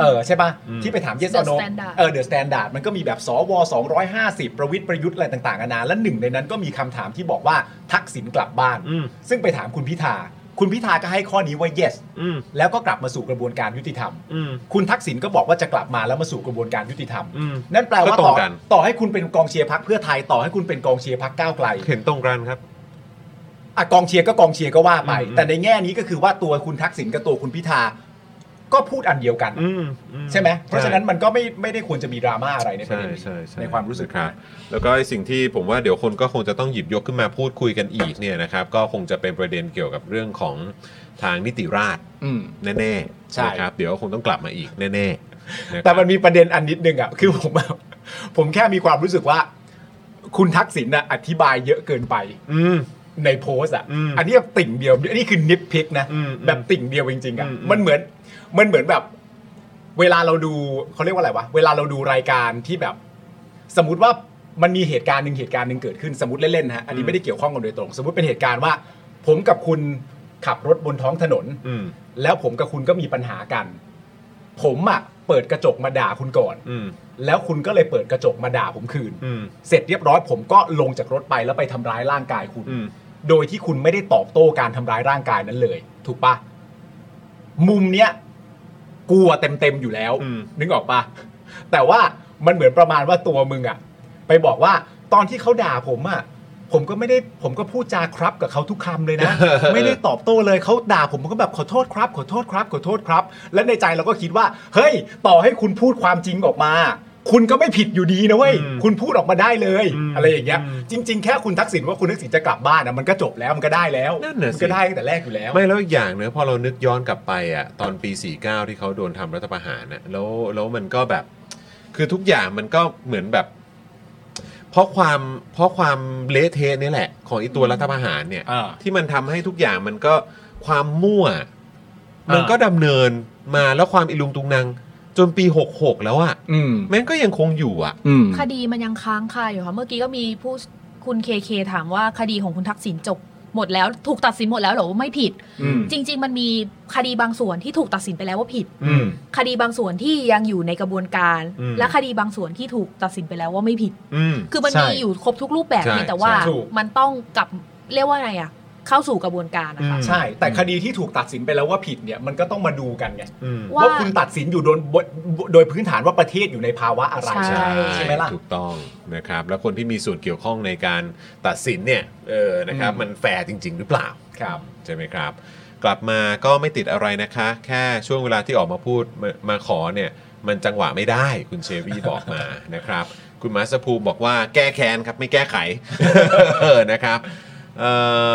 Speaker 2: เออใช่ปะ
Speaker 1: อืม
Speaker 2: ที่ไปถาม yes
Speaker 4: The
Speaker 2: or no
Speaker 4: Standard
Speaker 2: เออ The Standard มันก็มีแบบสว250 ประวิทย์ประยุทธ์อะไรต่างๆนานาและหนึ่งในนั้นก็มีคำถามที่บอกว่าทักษิณกลับบ้าน
Speaker 1: อืม
Speaker 2: ซึ่งไปถามคุณพิธา คุณพิธาก็ให้ข้อนี้ว่า yes
Speaker 1: อืม
Speaker 2: แล้วก็กลับมาสู่กระบวนการยุติธรรม
Speaker 1: อืม
Speaker 2: คุณทักษิณก็บอกว่าจะกลับมาแล้วมาสู่กระบวนการยุติธรรม
Speaker 1: อืม
Speaker 2: นั่นแปลว่า
Speaker 1: ก็ตร
Speaker 2: ต่อง
Speaker 1: กัน
Speaker 2: ต่อให้คุณเป็นกองเชียร์พักเพื่อไทยต่อให้คุณเป็นกองเชียร์พักก้าวไกล
Speaker 1: เห็นตรงกันครับ
Speaker 2: อ่ะกองเชียร์ก็กองเชียร์ก็ว่าไป
Speaker 1: อืม
Speaker 2: แต่ในแง่นี้ก็คือว่าตัวคุณทักษิณกับตัวคุณพิธาก็พูดอันเดียวกัน
Speaker 1: อืมอื
Speaker 2: ใช่ไหมเพราะฉะนั้นมันก็ไม่ไม่ได้ควรจะมีดราม่าอะไรในประ
Speaker 1: ใช่
Speaker 2: เด็นนี้
Speaker 1: ใช่ใช่
Speaker 2: ในความรู้สึก
Speaker 1: ครับ แล้วก็ไอ้สิ่งที่ผมว่าเดี๋ยวคนก็คงจะต้องหยิบยกขึ้นมาพูดคุยกันอีกเนี่ยนะครับ ก็คงจะเป็นประเด็นเกี่ยวกับเรื่องของทางนิติราษฎร์
Speaker 2: อืม
Speaker 1: แน่ๆ
Speaker 2: ใช่
Speaker 1: นะครับ เดี๋ยวคงต้องกลับมาอีกแน่ๆะครับ
Speaker 2: แต่มันมีประเด็นอันนิดนึงอ่ะคือผม ผมแค่มีความรู้สึกว่า คุณทักษิณน่ะอธิบายเยอะเกินไป
Speaker 1: อืม
Speaker 2: ในโพสต์อ่ะ
Speaker 1: อืม
Speaker 2: นนี้แบบติ่งเดียวอันนี้คือนิดพิกนะ
Speaker 1: อืมอืม
Speaker 2: แบบติ่งเดียวจริงๆอ่ะ
Speaker 1: อืมอืม
Speaker 2: มันเหมือนมันเหมือนแบบ เวลาเราดูเขาเรียกว่าอะไรวะเวลาเราดูรายการที่แบบ สมมติว่ามันมีเหตุการณ์หนึ่งเหตุการณ์หนึ่งเกิดขึ้นสมมติเล่นๆนะฮะอันนี้ไม่ได้เกี่ยวข้องกันโดยตรง สมมติเป็นเหตุการณ์ว่า ผมกับคุณขับรถบนท้องถนน
Speaker 1: อืม
Speaker 2: แล้วผมกับคุณก็มีปัญหากัน ผมอะ่ะเปิดกระจกมาด่าคุณก่อน
Speaker 1: อืม
Speaker 2: แล้วคุณก็เลยเปิดกระจกมาด่าผมคืน
Speaker 1: อืม
Speaker 2: เสร็จเรียบร้อยผมก็ลงจากรถไปแล้วไปทำร้ายร่างกายคุณ
Speaker 1: อืม
Speaker 2: โดยที่คุณไม่ได้ตอบโต้การทำร้ายร่างกายนั้นเลย ถูกปะมุมเนี้ยกลัวเต็มๆอยู่แล้ว
Speaker 1: อืม
Speaker 2: นึกออกปะแต่ว่ามันเหมือนประมาณว่าตัวมึงอะไปบอกว่าตอนที่เขาด่าผมอะผมก็ไม่ได้ผมก็พูดจาครับกับเขาทุกคำเลย นะ ไม่ได้ตอบโต้เลยเขาด่าผมผมก็แบบขอโทษครับ ขอโทษครับ ขอโทษครับ และในใจเราก็คิดว่า เฮ้ย ต่อให้คุณพูดความจริงออกมา คุณก็ไม่ผิดอยู่ดีนะเว้ย
Speaker 1: อืม
Speaker 2: คุณพูดออกมาได้เลย
Speaker 1: อืม
Speaker 2: อะไรอย่างเงี้ย
Speaker 1: อืม
Speaker 2: จริงๆ แค่คุณทักษิณว่าคุณทักษิณจะกลับบ้านนะมันก็จบแล้วมันก็ได้แล้ว
Speaker 1: นั่นน่ะสิ
Speaker 2: มัก็ได้ตั้งแต่แรกอยู่แล้ว
Speaker 1: ไม่แล้วอีกอย่างเนอะพอเรานึกย้อนกลับไปอะตอนปี 49 ที่เขาโดนทำรัฐประหารน่ะแล้วแล้วมันก็แบบ คือทุกอย่างมันก็เหมือนแบบ เพราะความเพราะความเละเทะนี่แหละ ของไอีตัวรัฐประหารเนี่ย
Speaker 2: อ่า
Speaker 1: ที่มันทำให้ทุกอย่างมันก็ความมั่ว
Speaker 2: ามั
Speaker 1: มันก็ดำเนินมาแล้วความอิลุงตุงนางจนปี 66 แล้วอะ
Speaker 2: อืม
Speaker 1: แม่งก็ยังคงอยู่อะ
Speaker 2: อืม
Speaker 4: คดีมันยังค้างคาอยู่ค่ะ เมื่อกี้ก็มีผู้คุณเคเคถามว่าคดีของคุณทักษิณจบหมดแล้ว ถูกตัดสินหมดแล้วเหรอว่าไม่ผิด
Speaker 2: อืม
Speaker 4: จริง ๆ มันมีคดีบางส่วนที่ถูกตัดสินไปแล้วว่าผิด
Speaker 2: อืม
Speaker 4: คดีบางส่วนที่ยังอยู่ในกระบวนการ และคดีบางส่วนที่ถูกตัดสินไปแล้วว่าไม่ผิด
Speaker 1: อืม
Speaker 4: คือมัน
Speaker 2: ใช่
Speaker 4: มีอยู่ครบทุกรูปแบบ
Speaker 1: ใช่
Speaker 4: เพียงแต่ว่า
Speaker 1: ใช่
Speaker 2: ถูก
Speaker 4: มันต้องกลับเรียกว่าไงอ่ะ เข้าสู่กระบวนการนะคะ
Speaker 2: ใช่ แต่คดีที่ถูกตัดสินไปแล้วว่าผิดเนี่ยมันก็ต้องมาดูกันไง
Speaker 1: อืม
Speaker 4: ว่า
Speaker 2: ว่าคุณตัดสินอยู่โดนบทโดยพื้นฐานว่าประเทศอยู่ในภาวะอะไร
Speaker 4: ใช่
Speaker 1: ใช่
Speaker 2: ใช่ไหมล่ะ
Speaker 1: ถูกต้องนะครับ แล้วคนที่มีส่วนเกี่ยวข้องในการตัดสินเนี่ยเออนะครับ มันแฟร์จริง ๆ หรือเปล่า
Speaker 2: ครับ
Speaker 1: ใช่ไหมครับ กลับมาก็ไม่ติดอะไรนะคะ แค่ช่วงเวลาที่ออกมาพูดมามาขอเนี่ย มันจังหวะไม่ได้คุณเชวี่บอกมา นะครับ คุณมาสภูมิบอกว่าแก้แค้นครับ ไม่แก้ไข เออนะครับเอ่อ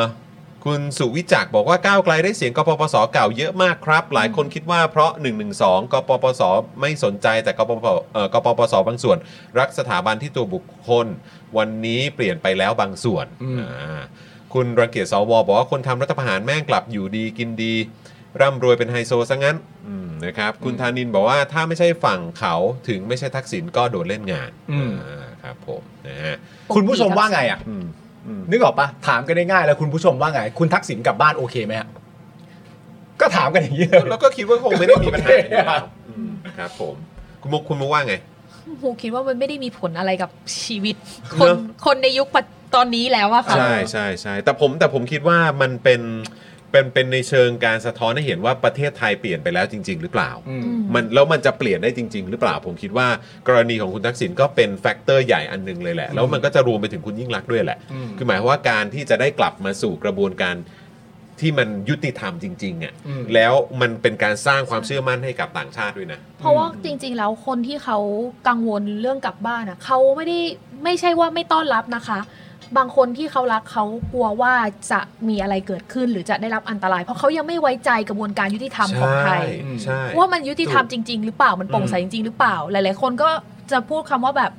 Speaker 1: คุณสุวิจักษ์บอกว่าก้าวไกลได้เสียงกปปสเก่าเยอะมากครับ หลายคนคิดว่าเพราะ 112กปปสไม่สนใจแต่กปปเอ่อกปปสบางส่วน รักสถาบันที่ตัวบุคคล วันนี้เปลี่ยนไปแล้วบางส่วน
Speaker 2: อืม
Speaker 1: อ่า คุณรังเกียจสวบอกว่าคนทำรัฐประหารแม่งกลับอยู่ดีกินดี ร่ำรวยเป็นไฮโซซะงั้นอืมนะครับ คุณธานินบอกว่าถ้าไม่ใช่ฝั่งเขาถึงไม่ใช่ทักษิณก็โดนเล่นงาน
Speaker 2: อืม
Speaker 1: อ่าครับผมนะฮะ
Speaker 2: คุณผู้ชมว่าไงอ่ะ
Speaker 1: อืมอืม
Speaker 2: นึกออกปะถามกันได้ง่ายแล้วคุณผู้ชมว่าไง คุณทักษิณกลับบ้านโอเคไหมฮะก็ถามกันอย่างนี้เลย
Speaker 1: แล้วก็คิดว่าคงไม่ได้มีปัญหา
Speaker 2: โอเคอะ
Speaker 1: อืมครับผมคุณมุกคุณมุกว่าไง
Speaker 4: ฮูคิดว่ามันไม่ได้มีผลอะไรกับชีวิต คน
Speaker 1: เนอะ
Speaker 4: คนในยุคปัจตอนนี้แล้วอะค่ะ
Speaker 1: ใช่ใช่ใช่แต่ผมแต่ผมคิดว่ามันเป็นเป็นเป็นในเชิงการสะท้อนให้เห็นว่าประเทศไทยเปลี่ยนไปแล้วจริง ๆ หรือเปล่า
Speaker 2: อืม
Speaker 1: มันแล้วมันจะเปลี่ยนได้จริง ๆ หรือเปล่า ผมคิดว่ากรณีของคุณทักษิณก็เป็นแฟกเตอร์ใหญ่อันหนึงเลยแหละ แล้วมันก็จะรวมไปถึงคุณยิ่งรักษณ์ด้วยแหละ
Speaker 2: อืม
Speaker 1: คือหมายความว่าการที่จะได้กลับมาสู่กระบวนการที่มันยุติธรรมจริงๆอ่ะ
Speaker 2: อืม
Speaker 1: แล้วมันเป็นการสร้างความเชื่อมั่นให้กับต่างชาติด้วยนะ
Speaker 4: เพราะว่าจริง ๆ แล้วคนที่เขากังวลเรื่องกลับบ้านอะเขาไม่ได้ไม่ใช่ว่าไม่ต้อนรับนะคะ บางคนที่เขารักเขากลัวว่าจะมีอะไรเกิดขึ้นหรือจะได้รับอันตราย เพราะเขายังไม่ไว้ใจกระบวนการยุติธรรมของไทย
Speaker 1: ใช่
Speaker 4: ว่ามันยุติธรรมจริง ๆ หรือเปล่ามันโปร่งใสจริง ๆ หรือเปล่า หลาย ๆ คนก็จะพูดคำว่าแบบ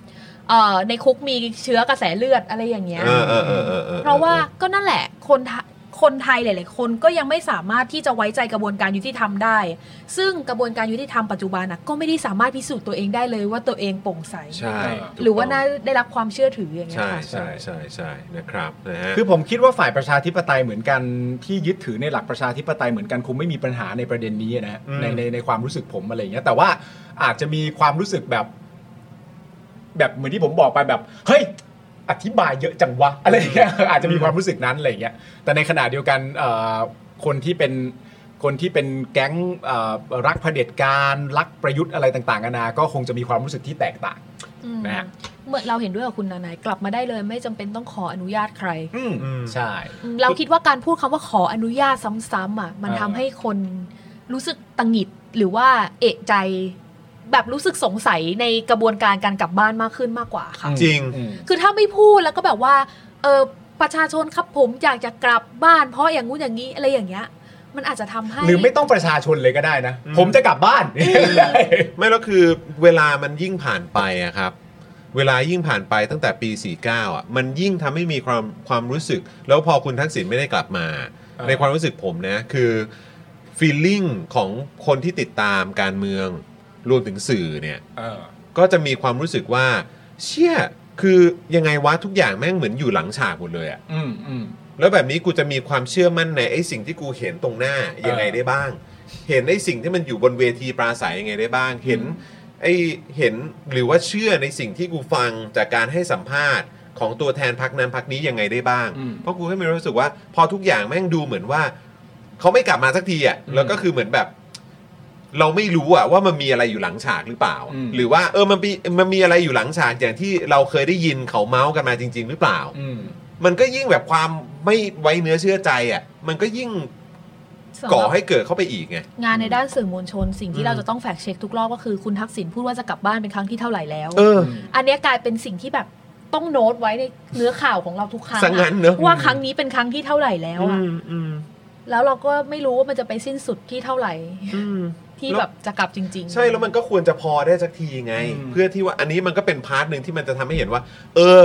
Speaker 4: เอ่อในคุกมีเชื้อกระแสเลือดอะไรอย่างเงี้ย
Speaker 1: เออเออเออออออ
Speaker 4: เพราะว่าก็นั่นแหละคนไทคนไทยหลาย ๆ คนก็ยังไม่สามารถที่จะไว้ใจกระบวนการยุติธรรมได้ ซึ่งกระบวนการยุติธรรมปัจจุบันนะก็ไม่ได้สามารถพิสูจน์ตัวเองได้เลยว่าตัวเองโปร่งใส
Speaker 1: ใช่ถูก
Speaker 4: หรือว่า
Speaker 1: ต้ง
Speaker 4: น่าได้รับความเชื่อถืออย่างเงี้ย
Speaker 1: ใช่
Speaker 4: ค่ะ
Speaker 1: ใช่ใช่ใช่นะครับนะฮะ
Speaker 2: คือผมคิดว่าฝ่ายประชาธิปไตยเหมือนกันที่ยึดถือในหลักประชาธิปไตยเหมือนกันคงไม่มีปัญหาในประเด็นนี้นะฮะ
Speaker 1: อืม
Speaker 2: ในในในความรู้สึกผมอะไรอย่างเงี้ยแต่ว่าอาจจะมีความรู้สึกแบบ แบบเหมือนที่ผมบอกไปแบบเฮ้ย อธิบายเยอะจังวะ อะไรอย่างเงี้ยอาจจะมีความรู้สึกนั้นอะไรอย่างเงี้ยแต่ในขณะเดียวกันเอ่อคนที่เป็นคนที่เป็นแก๊งเอ่อรักเผด็จการรักประยุทธ์อะไรต่างๆนานาก็คงจะมีความรู้สึกที่แตกต่าง
Speaker 4: อืม
Speaker 2: นะฮะ
Speaker 4: เหมือนเราเห็นด้วยกับคุณนานายกลับมาได้เลย ไม่จำเป็นต้องขออนุญาตใคร
Speaker 2: อืม
Speaker 1: อืม
Speaker 2: ใช่
Speaker 4: เราคิดว่าการพูดคำว่าขออนุญาตซ้ำๆอ่ะมัน
Speaker 2: เออ
Speaker 4: ทำให้คนรู้สึกตังหงิดหรือว่าเอะใจ แบบรู้สึกสงสัยในกระบวนการการกลับบ้านมากขึ้นมากกว่าค่ะ
Speaker 1: จริง
Speaker 2: อืม
Speaker 4: คือถ้าไม่พูดแล้วก็แบบว่า เออประชาชนครับผมอยากจะกลับบ้าน เพราะอย่างงู้นอย่างนี้อะไรอย่างเงี้ย มันอาจจะทำให้
Speaker 2: หรือไม่ต้องประชาชนเลยก็ได้นะ
Speaker 1: อืม
Speaker 2: ผมจะกลับบ้าน
Speaker 1: ไม่แล้วคือเวลามันยิ่งผ่านไปอะครับ เวลายิ่งผ่านไปตั้งแต่ปี 49อ่ะมันยิ่งทำให้มีความความรู้สึก แล้วพอคุณทักษิณไม่ได้กลับมา
Speaker 2: อ่า
Speaker 1: ในความรู้สึกผมนะ คือฟีลลิ่งของคนที่ติดตามการเมืองรวมถึงสื่อเนี่ย
Speaker 2: เออ
Speaker 1: ก็จะมีความรู้สึกว่า เชี่ย คือยังไงวะทุกอย่างแม่งเหมือนอยู่หลังฉากหมดเลยอะ
Speaker 2: อืมอืม
Speaker 1: แล้วแบบนี้กูจะมีความเชื่อมั่นในไอ้สิ่งที่กูเห็นตรงหน้ายังไงได้บ้าง เห็นไอ้สิ่งที่มันอยู่บนเวทีปราศัยยังไงได้บ้าง เห็นไอ้เห็นหรือว่าเชื่อในสิ่งที่กูฟังจากการให้สัมภาษณ์ของตัวแทนพักนั้นพักนี้ยังไงได้บ้าง
Speaker 2: อืม
Speaker 1: เพราะกูให้มีรู้สึกว่า พอทุกอย่างแม่งดูเหมือนว่าเขาไม่กลับมาสักทีอ่ะ
Speaker 2: อืม
Speaker 1: แล้วก็คือเหมือนแบบ เราไม่รู้อะว่ามันมีอะไรอยู่หลังฉากหรือเปล่า
Speaker 2: อืม
Speaker 1: หรือว่าเออมันมีมันมีอะไรอยู่หลังฉากอย่างที่เราเคยได้ยินเขาเมาส์กันมาจริง ๆ หรือเปล่า
Speaker 2: อืม
Speaker 1: มันก็ยิ่งแบบความไม่ไว้เนื้อเชื่อใจอ่ะ มันก็ยิ่ง
Speaker 4: สำหรับ
Speaker 1: ก่อให้เกิดเข้าไปอีกไง
Speaker 4: งานในด้านสื่อมวลชน สิ่ง
Speaker 1: อื
Speaker 4: ที่
Speaker 1: ม
Speaker 4: เราจะต้องแฟกเช็คทุกรอบก็คือคุณทักษิณพูดว่าจะกลับบ้านเป็นครั้งที่เท่าไหร่แล้ว
Speaker 1: เออ
Speaker 4: อันเนี้ยกลายเป็นสิ่งที่แบบต้องโน้ตไว้ในเนื้อข่าวของเราทุกครั้ง
Speaker 1: สังหารเนอะ
Speaker 4: ว่าครั้งนี้เป็นครั้งที่เท่าไหร่แล้ว
Speaker 1: อื
Speaker 4: อะ
Speaker 1: มอืม
Speaker 4: แล้วเราก็ไม่รู้ว่ามันจะไปสิ้นสุดที่เท่าไหร่
Speaker 1: อืม
Speaker 4: ที่
Speaker 1: แล้ว
Speaker 4: แบบจะกลับจริง ๆ
Speaker 1: ใช่แล้วมันก็ควรจะพอได้สักทีไง
Speaker 2: อืม
Speaker 1: เพื่อที่ว่าอันนี้มันก็เป็นพาร์ทหนึ่งที่มันจะทำให้เห็นว่า เออ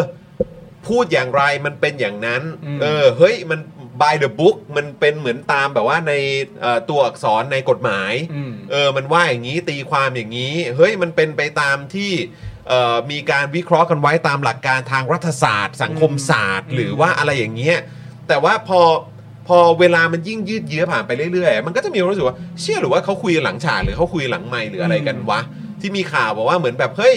Speaker 1: พูดอย่างไรมันเป็นอย่างนั้น
Speaker 2: อืม
Speaker 1: เออ เฮ้ย มัน by the book มันเป็นเหมือนตามแบบว่าในเอ่อตัวอักษรในกฎหมาย
Speaker 2: อืม
Speaker 1: เออ มันว่าอย่างนี้ตีความอย่างนี้ เฮ้ย มันเป็นไปตามที่เอ่อมีการวิเคราะห์กันไว้ตามหลักการทางรัฐศาสตร์ สังคมศาสตร์
Speaker 2: อืม
Speaker 1: หรือว่าอะไรอย่างเงี้ย แต่ว่าพอพอเวลามันยิ่งยืดเยื้อผ่านไปเรื่อยๆ มันก็จะมีความรู้สึกว่าเชื่อหรือว่าเขาคุยหลังฉากหรือเขาคุยหลังไมค์หรืออะไรกันวะ ที่มีข่าวบอกว่าเหมือนแบบเฮ้ย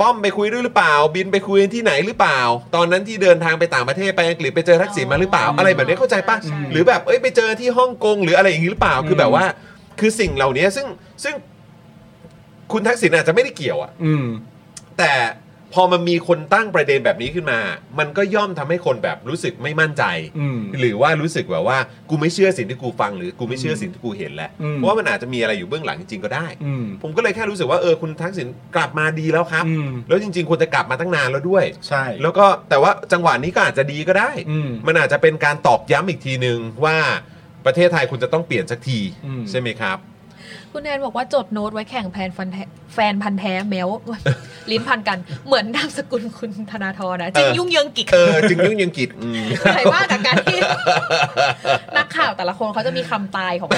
Speaker 1: ป้อมไปคุยด้วยหรือเปล่า บินไปคุยที่ไหนหรือเปล่า ตอนนั้นที่เดินทางไปต่างประเทศไปอังกฤษไปเจอทักษิณมาหรือเปล่า อะไรแบบนี้เข้าใจปะ
Speaker 4: ใช่
Speaker 1: หรือแบบเอ้ยไปเจอที่ฮ่องกงหรืออะไรอย่างนี้หรือเปล่า คือแบบว่า คือสิ่งเหล่านี้ซึ่งซึ่งคุณทักษิณอาจจะไม่ได้เกี่ยวอะ
Speaker 2: อืม
Speaker 1: แต่พอมันมีคนตั้งประเด็นแบบนี้ขึ้นมา มันก็ย่อมทำให้คนแบบรู้สึกไม่มั่นใจ
Speaker 2: อืม
Speaker 1: หรือว่ารู้สึกแบบว่ากูไม่เชื่อสิ่งที่กูฟังหรือกูไม่เชื่อสิ่งที่กูเห็นแหละ
Speaker 2: อืม
Speaker 1: เพราะว่ามันอาจจะมีอะไรอยู่เบื้องหลังจริงๆก็ได้
Speaker 2: อืม
Speaker 1: ผมก็เลยแค่รู้สึกว่าเออคุณทักษิณกลับมาดีแล้วครับ
Speaker 2: อืม
Speaker 1: แล้วจริงๆควรจะกลับมาตั้งนานแล้วด้วย
Speaker 2: ใช่
Speaker 1: แล้วก็แต่ว่าจังหวะนี้ก็อาจจะดีก็ได้
Speaker 2: อืม
Speaker 1: มันอาจจะเป็นการตอกย้ำอีกทีนึงว่าประเทศไทยคุณจะต้องเปลี่ยนสักที
Speaker 2: อืม
Speaker 1: ใช่ไหมครับ
Speaker 4: คุณแอนบอกว่าจดโน้ตไว้แข่งแฟนฟันแท้แฟนพันธ์แท้แมว ลิ้นพันกันเหมือนนามสกุลคุณธนาธรนะจึง
Speaker 1: เออ
Speaker 4: ยุ่งเยิงกิก
Speaker 1: เออจึงยุ่งยังกิจอืม
Speaker 4: ใครว่าจากการที่ นักข่าวแต่ละคนเขาจะมีคำตายของเ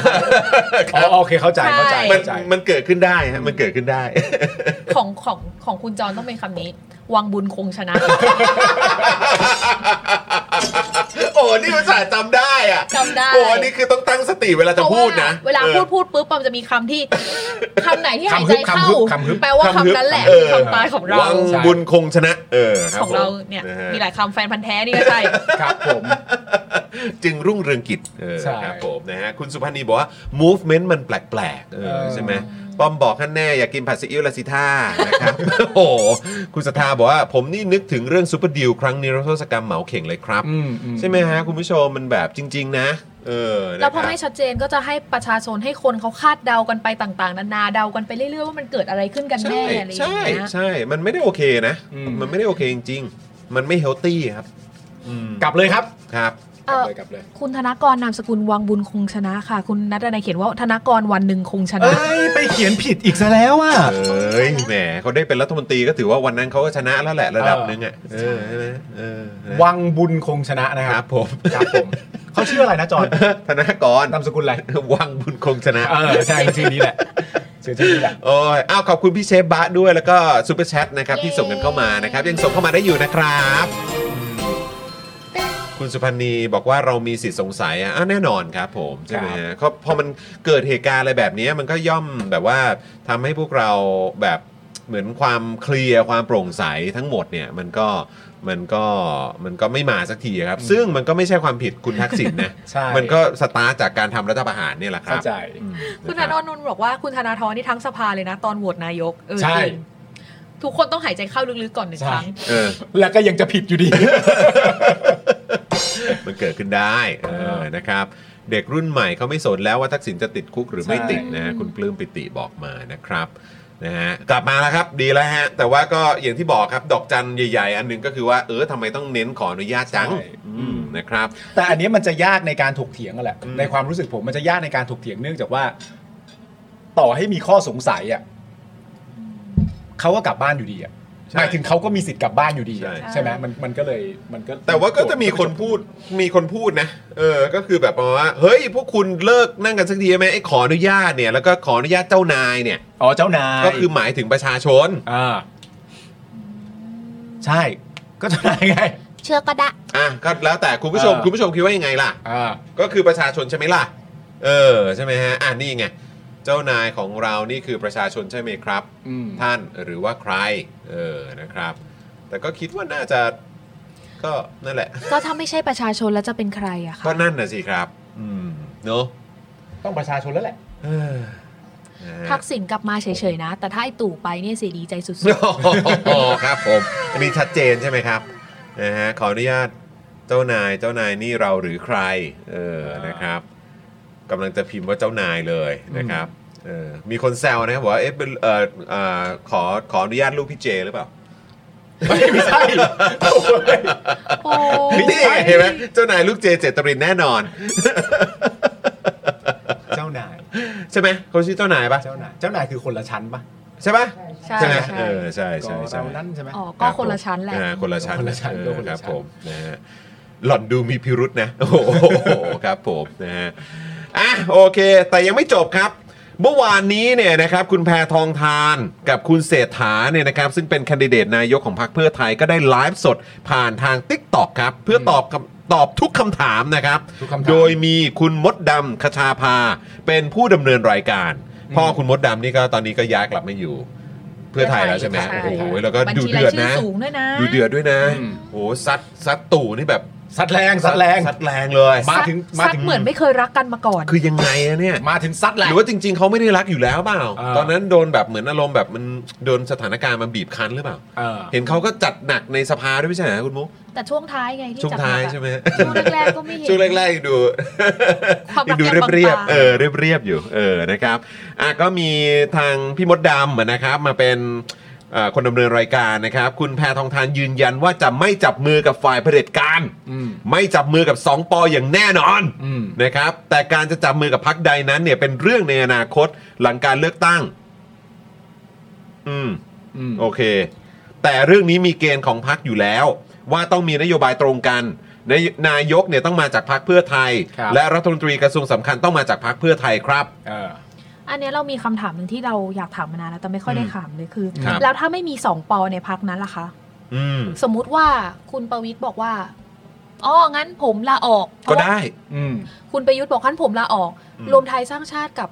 Speaker 4: ขา
Speaker 2: อ๋อโอเคเข้าใจเข้าใจ
Speaker 4: ใช่
Speaker 1: มัน
Speaker 2: เข้าใจ
Speaker 1: มันเกิดขึ้นได้ฮะมันเกิดขึ้นได้
Speaker 4: ของของของคุณจรต้องเป็นคำนี้ วังบุญคงชนะ
Speaker 1: โ อ้นี่ภาษาจำได้อ่ะ
Speaker 4: จำได้
Speaker 1: โอ้อันนี้คือต้องตั้งสติเวลาจะพูดนะ
Speaker 4: เพราะว่าเวลาพูดพูดปุ๊บปอมจะมีคำที่ คำไหนที่หายใจ
Speaker 2: คำ
Speaker 4: เข้า
Speaker 2: ฮึบคำฮึบคำฮึบ
Speaker 4: แปลว่าคำนั้นแหละคือคำตายของเรา
Speaker 1: วังบุญคงชนะ เออคบ
Speaker 4: ของเรา
Speaker 1: ผม
Speaker 4: เนี่ย
Speaker 1: ะฮะ
Speaker 4: มีหลายคำแฟนพันธ์แท้นี่ก็ใช่
Speaker 2: ครับผม
Speaker 1: จึงรุ่งเรืองกิจเออ
Speaker 2: ใช่
Speaker 1: ครับผมนะฮะคุณสุพันธ์นีบอกว่า movement มันแปลกๆเออ
Speaker 2: เออ
Speaker 1: ใช่ไหมป้อมบอกท่านแน่อยากกินผัดซีอิ๊วละสิท่านะครับ โอ้โหคุณสทธาบอกว่า ผมนี่นึกถึงเรื่องซูเปอร์ดิวครั้งนิรโทษกรรมเหมาเข่งเลยครับ
Speaker 2: อืมอืม
Speaker 1: ใช่ไหมฮะ คุณผู้ชมมันแบบจริง ๆ นะ เออนะครับ
Speaker 4: แล้วพอไม่ชัดเจนก็จะให้ประชาชนให้คนเขาคาดเดากันไปต่างๆ นานาเดากันไปเรื่อยๆว่ามันเกิดอะไรขึ้นกันแน่
Speaker 1: ใช่
Speaker 4: อะไรอย่าง
Speaker 1: ใช่
Speaker 4: เงี้ย
Speaker 1: ใช่ มันไม่ได้โอเคนะ
Speaker 2: อืม
Speaker 1: มันไม่ได้โอเคจริง ๆ มันไม่เฮลตี้ครับอืม
Speaker 2: กลับเลยครับ
Speaker 1: ครับ
Speaker 4: เอ่อ
Speaker 2: ลับเลย
Speaker 4: คุณธนกรนามสกุลวังบุญคงชนะค่ะ คุณนัทนายเขียนว่าธนกรวันหนึ่งคงชนะ
Speaker 7: เอ้ย ไปเขียนผิดอีกซะแล้วอ่ะ
Speaker 1: เอ้ยแหมเขาได้เป็นรัฐมนตรีก็ถือว่าวันนั้นเขาก็ชนะแล้วแหละระดับหนึงอ่ะเออใช่ไหมเออนะ
Speaker 2: วังบุญคงชนะนะค
Speaker 1: ค
Speaker 2: รั
Speaker 1: รั
Speaker 2: บบ
Speaker 1: ผม
Speaker 2: ครับผมเขาชื่ออะไรนะจอน
Speaker 1: ธนากร
Speaker 2: นามสกุลอะไร
Speaker 1: วังบุญคงชนะ
Speaker 2: เออใช่ชื่อนี้แหละชื่อชื่อนี้แหละ
Speaker 1: โอ้ยอ้าวขอบคุณพี่เชฟบะด้วยแล้วก็ซูเปอร์แชทนะครับที่ส่งกันเข้ามานะครับ ยังส่งเข้ามาได้อยู่นะครับอืมคุณสุพันธ์นีบอกว่าเรามีสิทธิ์สงสัยอ่ะอ้าวแน่นอนครับผมใช่ไหมฮะเขาพอมันเกิดเหตุการณ์อะไรแบบนี้มันก็ย่อมแบบว่าทำให้พวกเราแบบเหมือนความเคลียร์ความโปร่งใสทั้งหมดเนี่ยมันก็มันก็มันก็ไม่มาสักทีครับ ซึ่งมันก็ไม่ใช่ความผิดคุณทักษิณนะ
Speaker 2: ใช่
Speaker 1: มันก็สตาร์ทจากการทำรัฐประหารเนี่ยแหละครั
Speaker 2: เข้า
Speaker 1: บ
Speaker 2: ใจ
Speaker 4: คุณธนาโนนท์บอกว่าคุณธนาธรนี่ทั้งสภาเลยนะ ตอนโหวตนายกเออ
Speaker 2: ใช่
Speaker 4: จริงทุกคนต้องหายใจเข้าลึกๆก่อนหนึ่งครั้ง
Speaker 1: เออ
Speaker 2: แล้วก็ยังจะผิดอยู่ดี
Speaker 1: มันเกิดขึ้นได้เออนะครับ เด็กรุ่นใหม่เขาไม่สนแล้วว่าทักษิณจะติดคุกหรือไม่
Speaker 2: ใช่
Speaker 1: ติดนะฮะคุณปลื้มปิติบอกมานะครับนะฮะกลับมาแล้วครับดีแล้วฮะ แต่ว่าก็อย่างที่บอกครับ ดอกจันใหญ่ ๆ อันหนึงก็คือว่าเออทำไมต้องเน้นขออนุญาตจังอืมนะครับ
Speaker 2: แต่อันเนี้ยมันจะยากในการถกเถียงกันแหละ
Speaker 1: อืม
Speaker 2: ในความรู้สึกผมมันจะยากในการถกเถียงเนื่องจากว่า ต่อให้มีข้อสงสัยอ่ะเขาก็กลับบ้านอยู่ดีอ่ะหมายถึงเขาก็มีสิทธิ์กลับบ้านอยู่ดีอะ
Speaker 4: ใช่
Speaker 2: ใช่ไหมมันมันก็เลยมันก็
Speaker 1: แต่ว่าก็จะมีคนพูดมีคนพูดนะ เออ ก็คือแบบประมาณว่าเฮ้ยพวกคุณเลิกนั่งกันสักทีไหมไอ้ขออนุญาตเนี่ยแล้วก็ขออนุญาตเจ้านายเนี่ย
Speaker 2: อ๋อเจ้านาย
Speaker 1: ก็คือหมายถึงประชาชน
Speaker 2: อ่าใช่ ก็เจ้านายไง
Speaker 4: เชื่อก็ได้
Speaker 1: อ่ะก็แล้วแต่คุณผู้ชม
Speaker 2: เออ
Speaker 1: คุณผู้ชมคิดว่ายังไงล่ะ
Speaker 2: อ่า
Speaker 1: ก็คือประชาชนใช่ไหมล่ะ เออ ใช่ไหมฮะ อ่านี่ไง เจ้านายของเรานี่คือประชาชนใช่ไหมครับ
Speaker 2: อืม
Speaker 1: ท่านหรือว่าใคร เออ นะครับ แต่ก็คิดว่าน่าจะ ก็นั่นแหละ
Speaker 4: ก็ถ้าไม่ใช่ประชาชนแล้วจะเป็นใครอะคะ
Speaker 1: ก็นั่นน่ะสิครับ อืม เนอะ
Speaker 2: ต้องประชาชนแล้วแหละ
Speaker 1: เออนะฮะ
Speaker 4: ทักษิณกลับมาเฉยๆนะ แต่ถ้าไอตู่ไปเนี่ยเสียดีใจสุด
Speaker 1: โอ้โหครับผมอันนี้ชัดเจนใช่ไหมครับ นะฮะ ขออนุญาตเจ้านาย เจ้านายนี่เราหรือใคร เออ นะครับกำลังจะพิมพ์ว่าเจ้านายเลยนะครับ เออมีคนแซวนะครับบอกว่าเอ๊ะเป็นเออเอ่อขอขออนุญาตลูกพี่เจหรือเปล่า
Speaker 2: ไม่ใช่
Speaker 4: ๆโอ้ย
Speaker 1: นี่เห็นไหมเจ้านายลูกเจเจตรินแน่นอน
Speaker 2: เจ้านาย
Speaker 1: ใช่ไหมเขาชื่อเจ้านายปะ
Speaker 2: เจ้านายเจ้านายคือคนละชั้นปะ
Speaker 1: ใช่ปะ
Speaker 4: ใช่
Speaker 1: ไหม
Speaker 4: ใช่
Speaker 1: เออใช่ใช่ใช่
Speaker 2: ก็เรานั่นใช่ไหม
Speaker 4: อ๋อก็คนละชั้นแหละ
Speaker 1: อ่าคนละชั้น
Speaker 2: คนละชั้น
Speaker 1: เอ
Speaker 2: ก็
Speaker 1: อ
Speaker 2: คน
Speaker 1: ครั
Speaker 2: ละชั้น
Speaker 1: บผมนะฮะหล่อนดูมีพิรุษนะ โอ้โหครับผมนะฮะอ่ะโอเค แต่ยังไม่จบครับ เมื่อวานนี้เนี่ยนะครับคุณแพทองทานกับคุณเศรษฐาเนี่ยนะครับซึ่งเป็นแคนดิเดตนายกของพรรคเพื่อไทยก็ได้ไลฟ์สดผ่านทาง t ิ k t o k ครับ เพื่อตอบคำตอบทุกคำถามนะครับ
Speaker 2: ทุกคำถาม
Speaker 1: โดยมีคุณมดดำคชาภา เป็นผู้ดำเนินรายการ พ่อคุณมดดำนี่ก็ตอนนี้ก็ย้ายกลับมาอยู่ เพื่อไทยแล้วใช่ไหม
Speaker 2: ใช่
Speaker 1: โอ้โหแล้วก็
Speaker 4: บัญ
Speaker 1: ดู
Speaker 4: ชีรา
Speaker 1: เดื
Speaker 4: ย
Speaker 1: อด
Speaker 4: ชื่อ
Speaker 1: นะ
Speaker 4: สูงด้วยนะ
Speaker 1: ดูเดือดด้วยนะ
Speaker 2: อืม
Speaker 1: โอ้โหซัดซัดตู่นี่แบบ
Speaker 2: สัดแรงสัดแรง
Speaker 1: ซัดแรงเลย
Speaker 2: มาถึงมา
Speaker 4: ซัด
Speaker 2: ถึง
Speaker 4: เหมือนไม่เคยรักกันมาก่อน
Speaker 1: คือยังไงอะเนี่ย
Speaker 2: มาถึงซัดแหละ
Speaker 1: หรือว่าจริง ๆเขาไม่ได้รักอยู่แล้วเปล่า
Speaker 2: เออ
Speaker 1: ตอนนั้นโดนแบบเหมือนอารมณ์แบบมันโดนสถานการณ์มันบีบคั้นหรือเปล่า
Speaker 2: เออ
Speaker 1: เห็นเขาก็จัดหนักในสภาด้วยไม่ใช่เหรอคุณมุก
Speaker 4: แต่ช่วงท้ายไงที่
Speaker 1: ช่วง
Speaker 4: จับ
Speaker 1: ท้าย
Speaker 4: อะ
Speaker 1: ใช่ไหม
Speaker 4: ช่วงแรกๆก็ไม่เห็น
Speaker 1: ช่วงแรกๆดู
Speaker 4: ความรัก
Speaker 1: ดู
Speaker 4: ยัง
Speaker 1: เรียบเรียบ
Speaker 4: างๆ
Speaker 1: เออเรียบเรียบอยู่เออนะครับอ่ะก็มีทางพี่มดดำอะนะครับมาเป็นเอ่อคนดำเนินรายการนะครับ คุณแพทองทานยืนยันว่าจะไม่จับมือกับฝ่ายเผด็จการ
Speaker 2: อืม
Speaker 1: ไม่จับมือกับ 2ปออย่างแน่นอน
Speaker 2: อืม
Speaker 1: นะครับ แต่การจะจับมือกับพักใดนั้นเนี่ยเป็นเรื่องในอนาคตหลังการเลือกตั้ง อืม
Speaker 2: อืม
Speaker 1: โอเค แต่เรื่องนี้มีเกณฑ์ของพักอยู่แล้ว ว่าต้องมีนโยบายตรงกันนายนายกเนี่ยต้องมาจากพักเพื่อไทย
Speaker 2: ครับ
Speaker 1: และรัฐมนตรีกระทรวงสำคัญต้องมาจากพักเพื่อไทยครับ
Speaker 2: เออ
Speaker 4: อันเนี้ยเรามีคำถามหนึ่งที่เราอยากถามมานานแล้วแต่ไม่ค่อยได้ถามเลยคือ
Speaker 1: ครับ
Speaker 4: แล้วถ้าไม่มีสองปอในพักนั้นล่ะคะ
Speaker 1: อืม
Speaker 4: สมมุติว่าคุณประวิตยบอกว่า อ๋องั้นผมลาออก
Speaker 1: ก็ได้
Speaker 2: อืม
Speaker 4: คุณประยุทธ์บอกขั้นผมลาออก
Speaker 1: อืม
Speaker 4: รวมไทยสร้างชาติกับ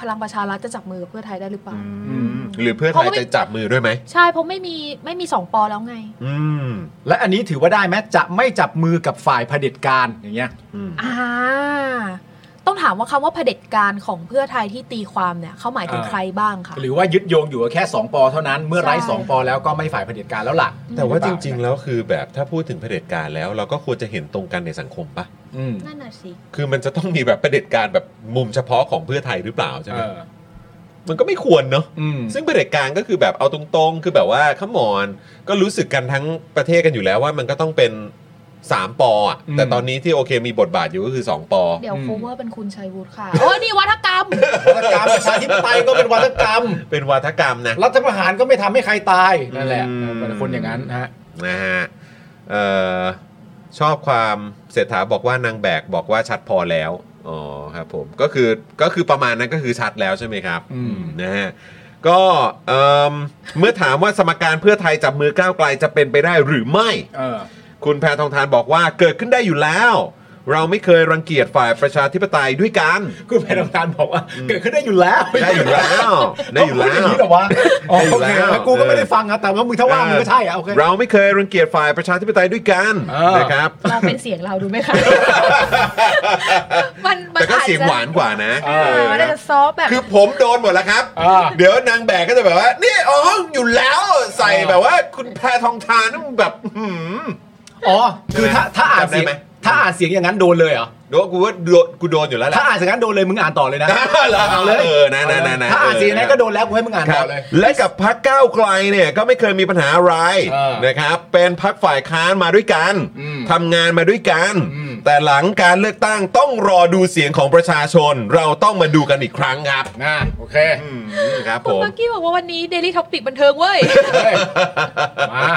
Speaker 4: พลังประชารัฐจะจับมือกับเพื่อไทยได้หรือเปล่า
Speaker 1: อืมหรือเพื่อไทยจะจับมือด้วยไหม
Speaker 4: ใช่เพราะไม่มีไม่มีสองปอแล้วไง
Speaker 1: อืม
Speaker 2: และอันนี้ถือว่าได้ไหมจะไม่จับมือกับฝ่ายเผด็จการอย่างเงี้ย
Speaker 1: อืม
Speaker 4: อ่า ต้องถามว่าคำว่าเผด็จการของเพื่อไทยที่ตีความเนี่ยเขาหมายถึง
Speaker 2: อ่า
Speaker 4: ใครบ้างคะ
Speaker 2: หรือว่ายึดโยงอยู่กับแค่ 2 ปอเท่านั้น เมื่อไร้2ปอแล้วก็ไม่ฝ่ายเผด็จการแล้วล่ะ
Speaker 1: แต่ว่าจริง ๆ แล้วคือแบบถ้าพูดถึงเผด็จการแล้ว เราก็ควรจะเห็นตรงกันในสังคมปะ
Speaker 2: อืม
Speaker 4: นั่นน่ะสิ
Speaker 1: คือมันจะต้องมีแบบเผด็จการแบบมุมเฉพาะของเพื่อไทยหรือเปล่าใช่ไห
Speaker 2: เอ
Speaker 1: ม
Speaker 2: อ
Speaker 1: มันก็ไม่ควรเนาะ
Speaker 2: อืม
Speaker 1: ซึ่งเผด็จการก็คือแบบเอาตรงๆ คือแบบว่าขมอนก็รู้สึกกันทั้งประเทศกันอยู่แล้วว่ามันก็ต้องเป็นสามปออะแต่ตอนนี้ที่โอเคมีบทบาทอยู่ก็คือสองปอ
Speaker 4: เดี๋ยวโคเวอร์เป็นคุณชัยวุฒิค่ะ โอ้ยนี่วัฒกรรม
Speaker 2: วัฒกรรมประชาธิปไตยก็เป็นวัฒกรร ม
Speaker 1: เป็นวาทกรรมนะ
Speaker 2: รัฐประหารก็ไม่ทำให้ใครตายนั่นแหละ
Speaker 1: อืม
Speaker 2: เป็นคนอย่างนั้นฮะ
Speaker 1: นะฮะเอ่อชอบความเศรษฐาบอกว่านางแบกบอกว่าชัดพอแล้วอ๋อครับผมก็คือก็คือประมาณนั้นก็คือชัดแล้วใช่ไหมครับ
Speaker 2: อืม
Speaker 1: นะฮะก็เอิ่มเมื่อถามว่าสมการเพื่อไทยจับมือก้าวไกลจะเป็นไปได้หรือไม่
Speaker 2: เออ
Speaker 1: คุณแพทองทานบอกว่าเกิดขึ้นได้อยู่แล้ว เราไม่เคยรังเกียจฝ่ายประชาธิปไตยด้วยกัน
Speaker 2: คุณแพทองทานบอกว่าเกิดขึ้นได้อยู่แล้ว
Speaker 1: ได้อยู่ แล้วได้อยู่แล้ว
Speaker 2: เขาพูอย่างนี้เหรอวะอ๋อ
Speaker 1: ได้อยู่
Speaker 2: โอเค
Speaker 1: แล้ว
Speaker 2: กูก็ไม่ได้ฟังอะแต่ว่ามึงถ้าว่ามึงก็ใช่อะโอเค
Speaker 1: เราไม่เคยรังเกียจฝ่ายประชาธิปไตยด้วยกัน
Speaker 2: เออ
Speaker 1: นะครับ
Speaker 4: ลองเป็นเสียงเราดูไหม คะ มันมัน
Speaker 1: แต่ก็
Speaker 4: อาจจะ
Speaker 1: เสียงหวานกว่านะ
Speaker 2: เอ
Speaker 4: เออมันอาจจะซอฟต์แบบ
Speaker 1: คือผมโดนหมดแล้วครับ
Speaker 2: อ่า
Speaker 1: เดี๋ยวนางแบกก็จะแบบว่า นี่อ๋ออยู่แล้วใส่แบบว่าคุณแพทองทานนั่นแบบหืม
Speaker 2: อ๋อคือถ้าถ้าอ่าน
Speaker 1: จำได้
Speaker 2: เสียง
Speaker 1: ไหม
Speaker 2: ถ้าอ่านเสียงอย่างนั้นโดนเลยเหรอ
Speaker 1: โดนกูว่าโดนกูโดนอยู่แล้วแหละ
Speaker 2: ถ้าอ่านเสียงอย่างนั้นโดนเลยมึงอ่านต่อเลยนะ
Speaker 1: เหรอ
Speaker 2: เอาเลย
Speaker 1: เออนะนะนะนะ
Speaker 2: ถ้าอ่านสี
Speaker 1: เ
Speaker 2: นั้นก็โดนแล้วกูให้มึงอ่าน
Speaker 1: ค
Speaker 2: ต่
Speaker 1: รับ
Speaker 2: อเลย
Speaker 1: และกับพักก้าวไกลเนี่ยก็ไม่เคยมีปัญหาอะไร
Speaker 2: เออ
Speaker 1: นะครับ เป็นพักฝ่ายค้านมาด้วยกัน
Speaker 2: อืม
Speaker 1: ทำงานมาด้วยกัน
Speaker 2: อืม
Speaker 1: แต่หลังการเลือกตั้งต้องรอดูเสียงของประชาชน เราต้องมาดูกันอีกครั้งครับ
Speaker 2: นะโอเค
Speaker 1: อืมครับผ
Speaker 4: คุณ
Speaker 1: ม
Speaker 4: เมื่อกี้บอกว่าวันนี้ Daily Topic บันเทิงเว้ย
Speaker 2: เฮ้ยมา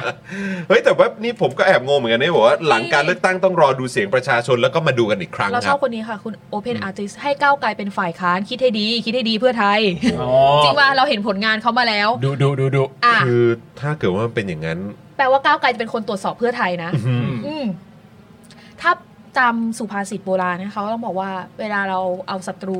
Speaker 1: เฮ้ยแต่ว่านี่ผมก็แอบงงเหมือนกันนะบอกว่าหลังการเลือกตั้งต้องรอดูเสียงประชาชนแล้วก็มาดูกันอีกครั้ง
Speaker 4: เรา
Speaker 1: ค
Speaker 4: ช
Speaker 1: รั
Speaker 4: อบบ คนนี้ค่ะ คุณ Open Artist ให้ก้าวไกลเป็นฝ่ายค้าน คิดให้ดี คิดให้ดีเพื่อไทย
Speaker 2: อ๋อ
Speaker 4: จริงว่าเราเห็นผลงานเขามาแล้ว
Speaker 2: ดูดูดูดู
Speaker 4: อ่ะ
Speaker 1: คือถ้าเกิดว่ามันเป็นอย่างนั้น
Speaker 4: แปลว่าก้าวไกลจะเป็นคนตรวจสอบเพื่อไทยนะ
Speaker 1: อืม
Speaker 4: อืมถ้าจำสุภาษิตโบราณนะเขาต้องบอกว่าเวลาเราเอาศัตรู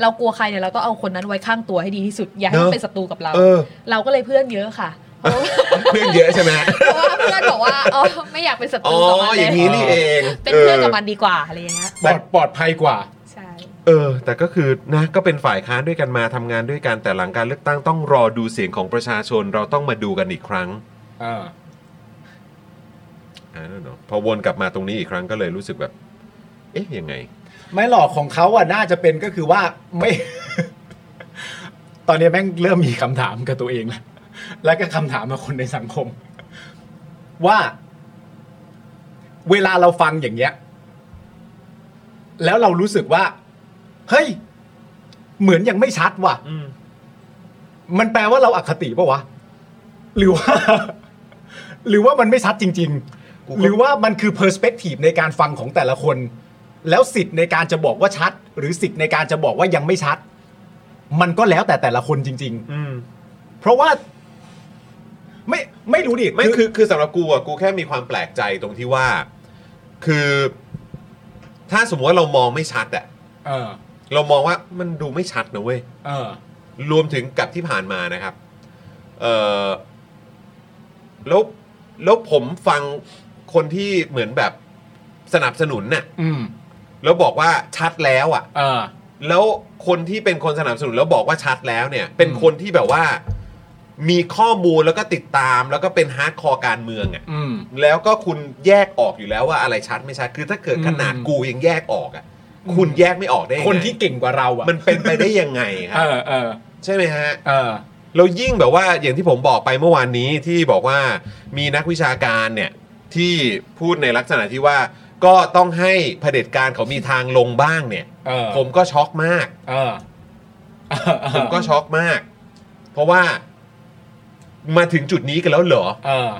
Speaker 4: เรากลัวใครเนี่ยเราต้องเอาคนนั้นไว้ข้างตัวให้ดีที่สุด อย่าให้มันเป็นศัตรูกับเรา
Speaker 1: เออ
Speaker 4: เราก็เลยเพื่อนเยอะค่ะ เพราะว่า
Speaker 1: เรื่องเยอะใช่ไหม
Speaker 4: เพราะว่าเพื่อนบอกว่าอ๋อไม่อยากเป็นศัต
Speaker 1: อ๋
Speaker 4: รู
Speaker 1: อ
Speaker 4: กับมัน
Speaker 1: อ
Speaker 4: เล
Speaker 1: ย่าง
Speaker 4: ย
Speaker 1: นี้นี่เอง
Speaker 4: เป็นเพื่อนกับมันดีกว่าอะไรอย่างเงี้ย
Speaker 2: ปลอดปลอดภัยกว่า
Speaker 4: ใช่
Speaker 1: เออ แต่ก็คือนะก็เป็นฝ่ายค้านด้วยกันมาทำงานด้วยกันแต่หลังการเลือกตั้งต้องรอดูเสียงของประชาชนเราต้องมาดูกันอีกครั้ง
Speaker 2: เออ
Speaker 1: อ่านั่นเนาะพอวนกลับมาตรงนี้อีกครั้งก็เลยรู้สึกแบบ เอ๊ะยังไง
Speaker 2: ไม่หลอกของเขาอ่ะน่าจะเป็นก็คือว่าไม่ ตอนนี้แม่งเริ่มมีคำถามกับตัวเองแล้วและก็คำถามกับคนในสังคม ว่า เวลาเราฟังอย่างเงี้ย แล้วเรารู้สึกว่า เฮ้ย เหมือนยังไม่ชัดว่ะ
Speaker 1: อืม
Speaker 2: มันแปลว่าเราอคติปะวะ หรือว่า หรือว่ามันไม่ชัดจริง
Speaker 1: กูก็
Speaker 2: ๆ หรือว่ามันคือเพอร์สเปกทีฟในการฟังของแต่ละคน แล้วสิทธิ์ในการจะบอกว่าชัด หรือสิทธิ์ในการจะบอกว่ายังไม่ชัด มันก็แล้วแต่แต่ละคนจริง
Speaker 1: อืม
Speaker 2: ๆ เพราะว่า ไม่ไม่รู้ดิ
Speaker 1: ไม่คือคือสำหรับกูอ่ะกูแค่มีความแปลกใจตรงที่ว่า คือ ถ้าสมมติว่าเรามองไม่ชัดอะ
Speaker 2: เออ
Speaker 1: เรามองว่ามันดูไม่ชัดนะเว้ย
Speaker 2: เออ
Speaker 1: รวมถึงกับที่ผ่านมานะครับ เออแล้วแล้วผมฟังคนที่เหมือนแบบสนับสนุนน่ะ
Speaker 2: อืม
Speaker 1: แล้วบอกว่าชัดแล้วอ่ะ
Speaker 2: เออ
Speaker 1: แล้วคนที่เป็นคนสนับสนุนแล้วบอกว่าชัดแล้วเนี่ย เป็น
Speaker 2: อืม
Speaker 1: คนที่แบบว่า มีข้อมูลแล้วก็ติดตาม แล้วก็เป็นฮาร์ดคอร์การเมืองอ่ะ
Speaker 2: อืม
Speaker 1: แล้วก็คุณแยกออกอยู่แล้วว่าอะไรชัดไม่ชัด คือถ้าเกิดขนาด
Speaker 2: อืม
Speaker 1: กูยังแยกออกอ่ะ คุณแยกไม่ออกได้ยังไง
Speaker 2: คนที่เก่งกว่าเราอ่ะ
Speaker 1: มันเป็นไปได้ยังไงค
Speaker 2: เอ
Speaker 1: รับ
Speaker 2: อเออ
Speaker 1: ใช่ไหมฮะ
Speaker 2: เออ
Speaker 1: เรายิ่งแบบว่าอย่างที่ผมบอกไปเมื่อวานนี้ที่บอกว่ามีนักวิชาการเนี่ยที่พูดในลักษณะที่ว่าก็ต้องให้เผด็จการเขามีทางลงบ้างเนี่ย
Speaker 2: เออ
Speaker 1: ผมก็ช็อกมาก
Speaker 2: เออเออเออ
Speaker 1: ผมก็ช็อกมาก เพราะว่ามาถึงจุดนี้กันแล้วเหรอ
Speaker 2: เออ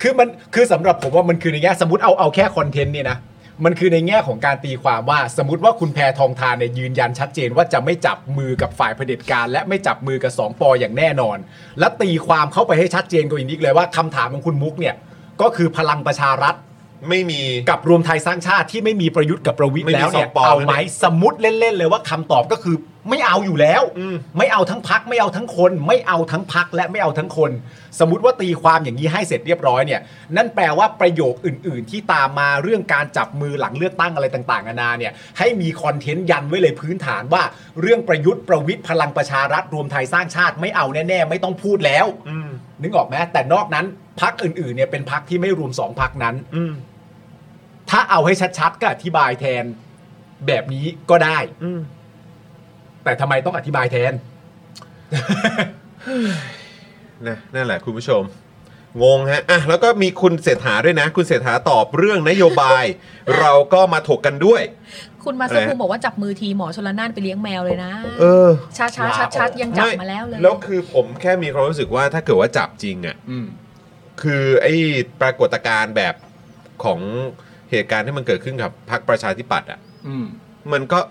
Speaker 2: คือมันคือสำหรับผมว่ามันคือในแง่สมมติเอาเอาแค่คอนเทนต์เนี่ยนะ มันคือในแง่ของการตีความว่า สมมติว่าคุณแพทองทานเนี่ยยืนยันชัดเจนว่าจะไม่จับมือกับฝ่ายเผด็จการ และไม่จับมือกับสองปออย่างแน่นอน และตีความเข้าไปให้ชัดเจนกว่าอีกนิดเลยว่าคำถามของคุณมุกเนี่ย ก็คือพลังประชารัฐ
Speaker 1: ไม่มี
Speaker 2: กับรวมไทยสร้างชาติที่ไม่มีประยุทธ์กับประวิทย์
Speaker 1: ไม่มี
Speaker 2: แล้วเนี่ย
Speaker 1: สปอร์
Speaker 2: เอา
Speaker 1: แล้ว
Speaker 2: ไหม
Speaker 1: เนี่ย
Speaker 2: สมมติเล่นๆเลยว่าคำตอบก็คือไม่เอาอยู่แล้ว
Speaker 1: อืม
Speaker 2: ไม่เอาทั้งพักไม่เอาทั้งคน ไม่เอาทั้งพักและไม่เอาทั้งคน สมมติว่าตีความอย่างนี้ให้เสร็จเรียบร้อยเนี่ย นั่นแปลว่าประโยคอื่น ๆ ที่ตามมาเรื่องการจับมือหลังเลือกตั้งอะไรต่างๆนานาเนี่ยให้มีคอนเทนต์ยันไว้เลยพื้นฐานว่า เรื่องประยุทธ์ประวิทย์พลังประชารัฐรวมไทยสร้างชาติไม่เอาแน่ๆไม่ต้องพูดแล้ว
Speaker 1: อืม
Speaker 2: นึกออกไหมแต่นอกนั้นพักอื่นๆเนี่ยเป็นพักที่ไม่รวมสองพักนั้น
Speaker 1: อืม
Speaker 2: ถ้าเอาให้ชัดๆ ก็อธิบายแทนแบบนี้ก็ได้
Speaker 1: อืม
Speaker 2: แต่ทำไมต้องอธิบายแทน
Speaker 1: นะนั่นแหละคุณผู้ชม งงฮะอ่ะแล้วก็มีคุณเศรษฐาด้วยนะ คุณเศรษฐาตอบเรื่องนโยบาย เราก็มาถกกันด้วย
Speaker 4: คุณมาสภูมิบอกว่าจับมือทีหมอชลนานไปเลี้ยงแมวเลยนะ
Speaker 1: เออ
Speaker 4: ช้าช้าชัดชัดๆยังจับ
Speaker 1: ไ
Speaker 4: มาแล้วเลย
Speaker 1: แล้วคือผมแค่มีความรู้สึกว่าถ้าเกิดว่าจับจริงอ่ะคือไอ้ปรากฏการณ์แบบของเหตุการณ์ที่มันเกิดขึ้นกับพรรคประชาธิปัตย์อ่ะ
Speaker 2: อืม
Speaker 1: มันก็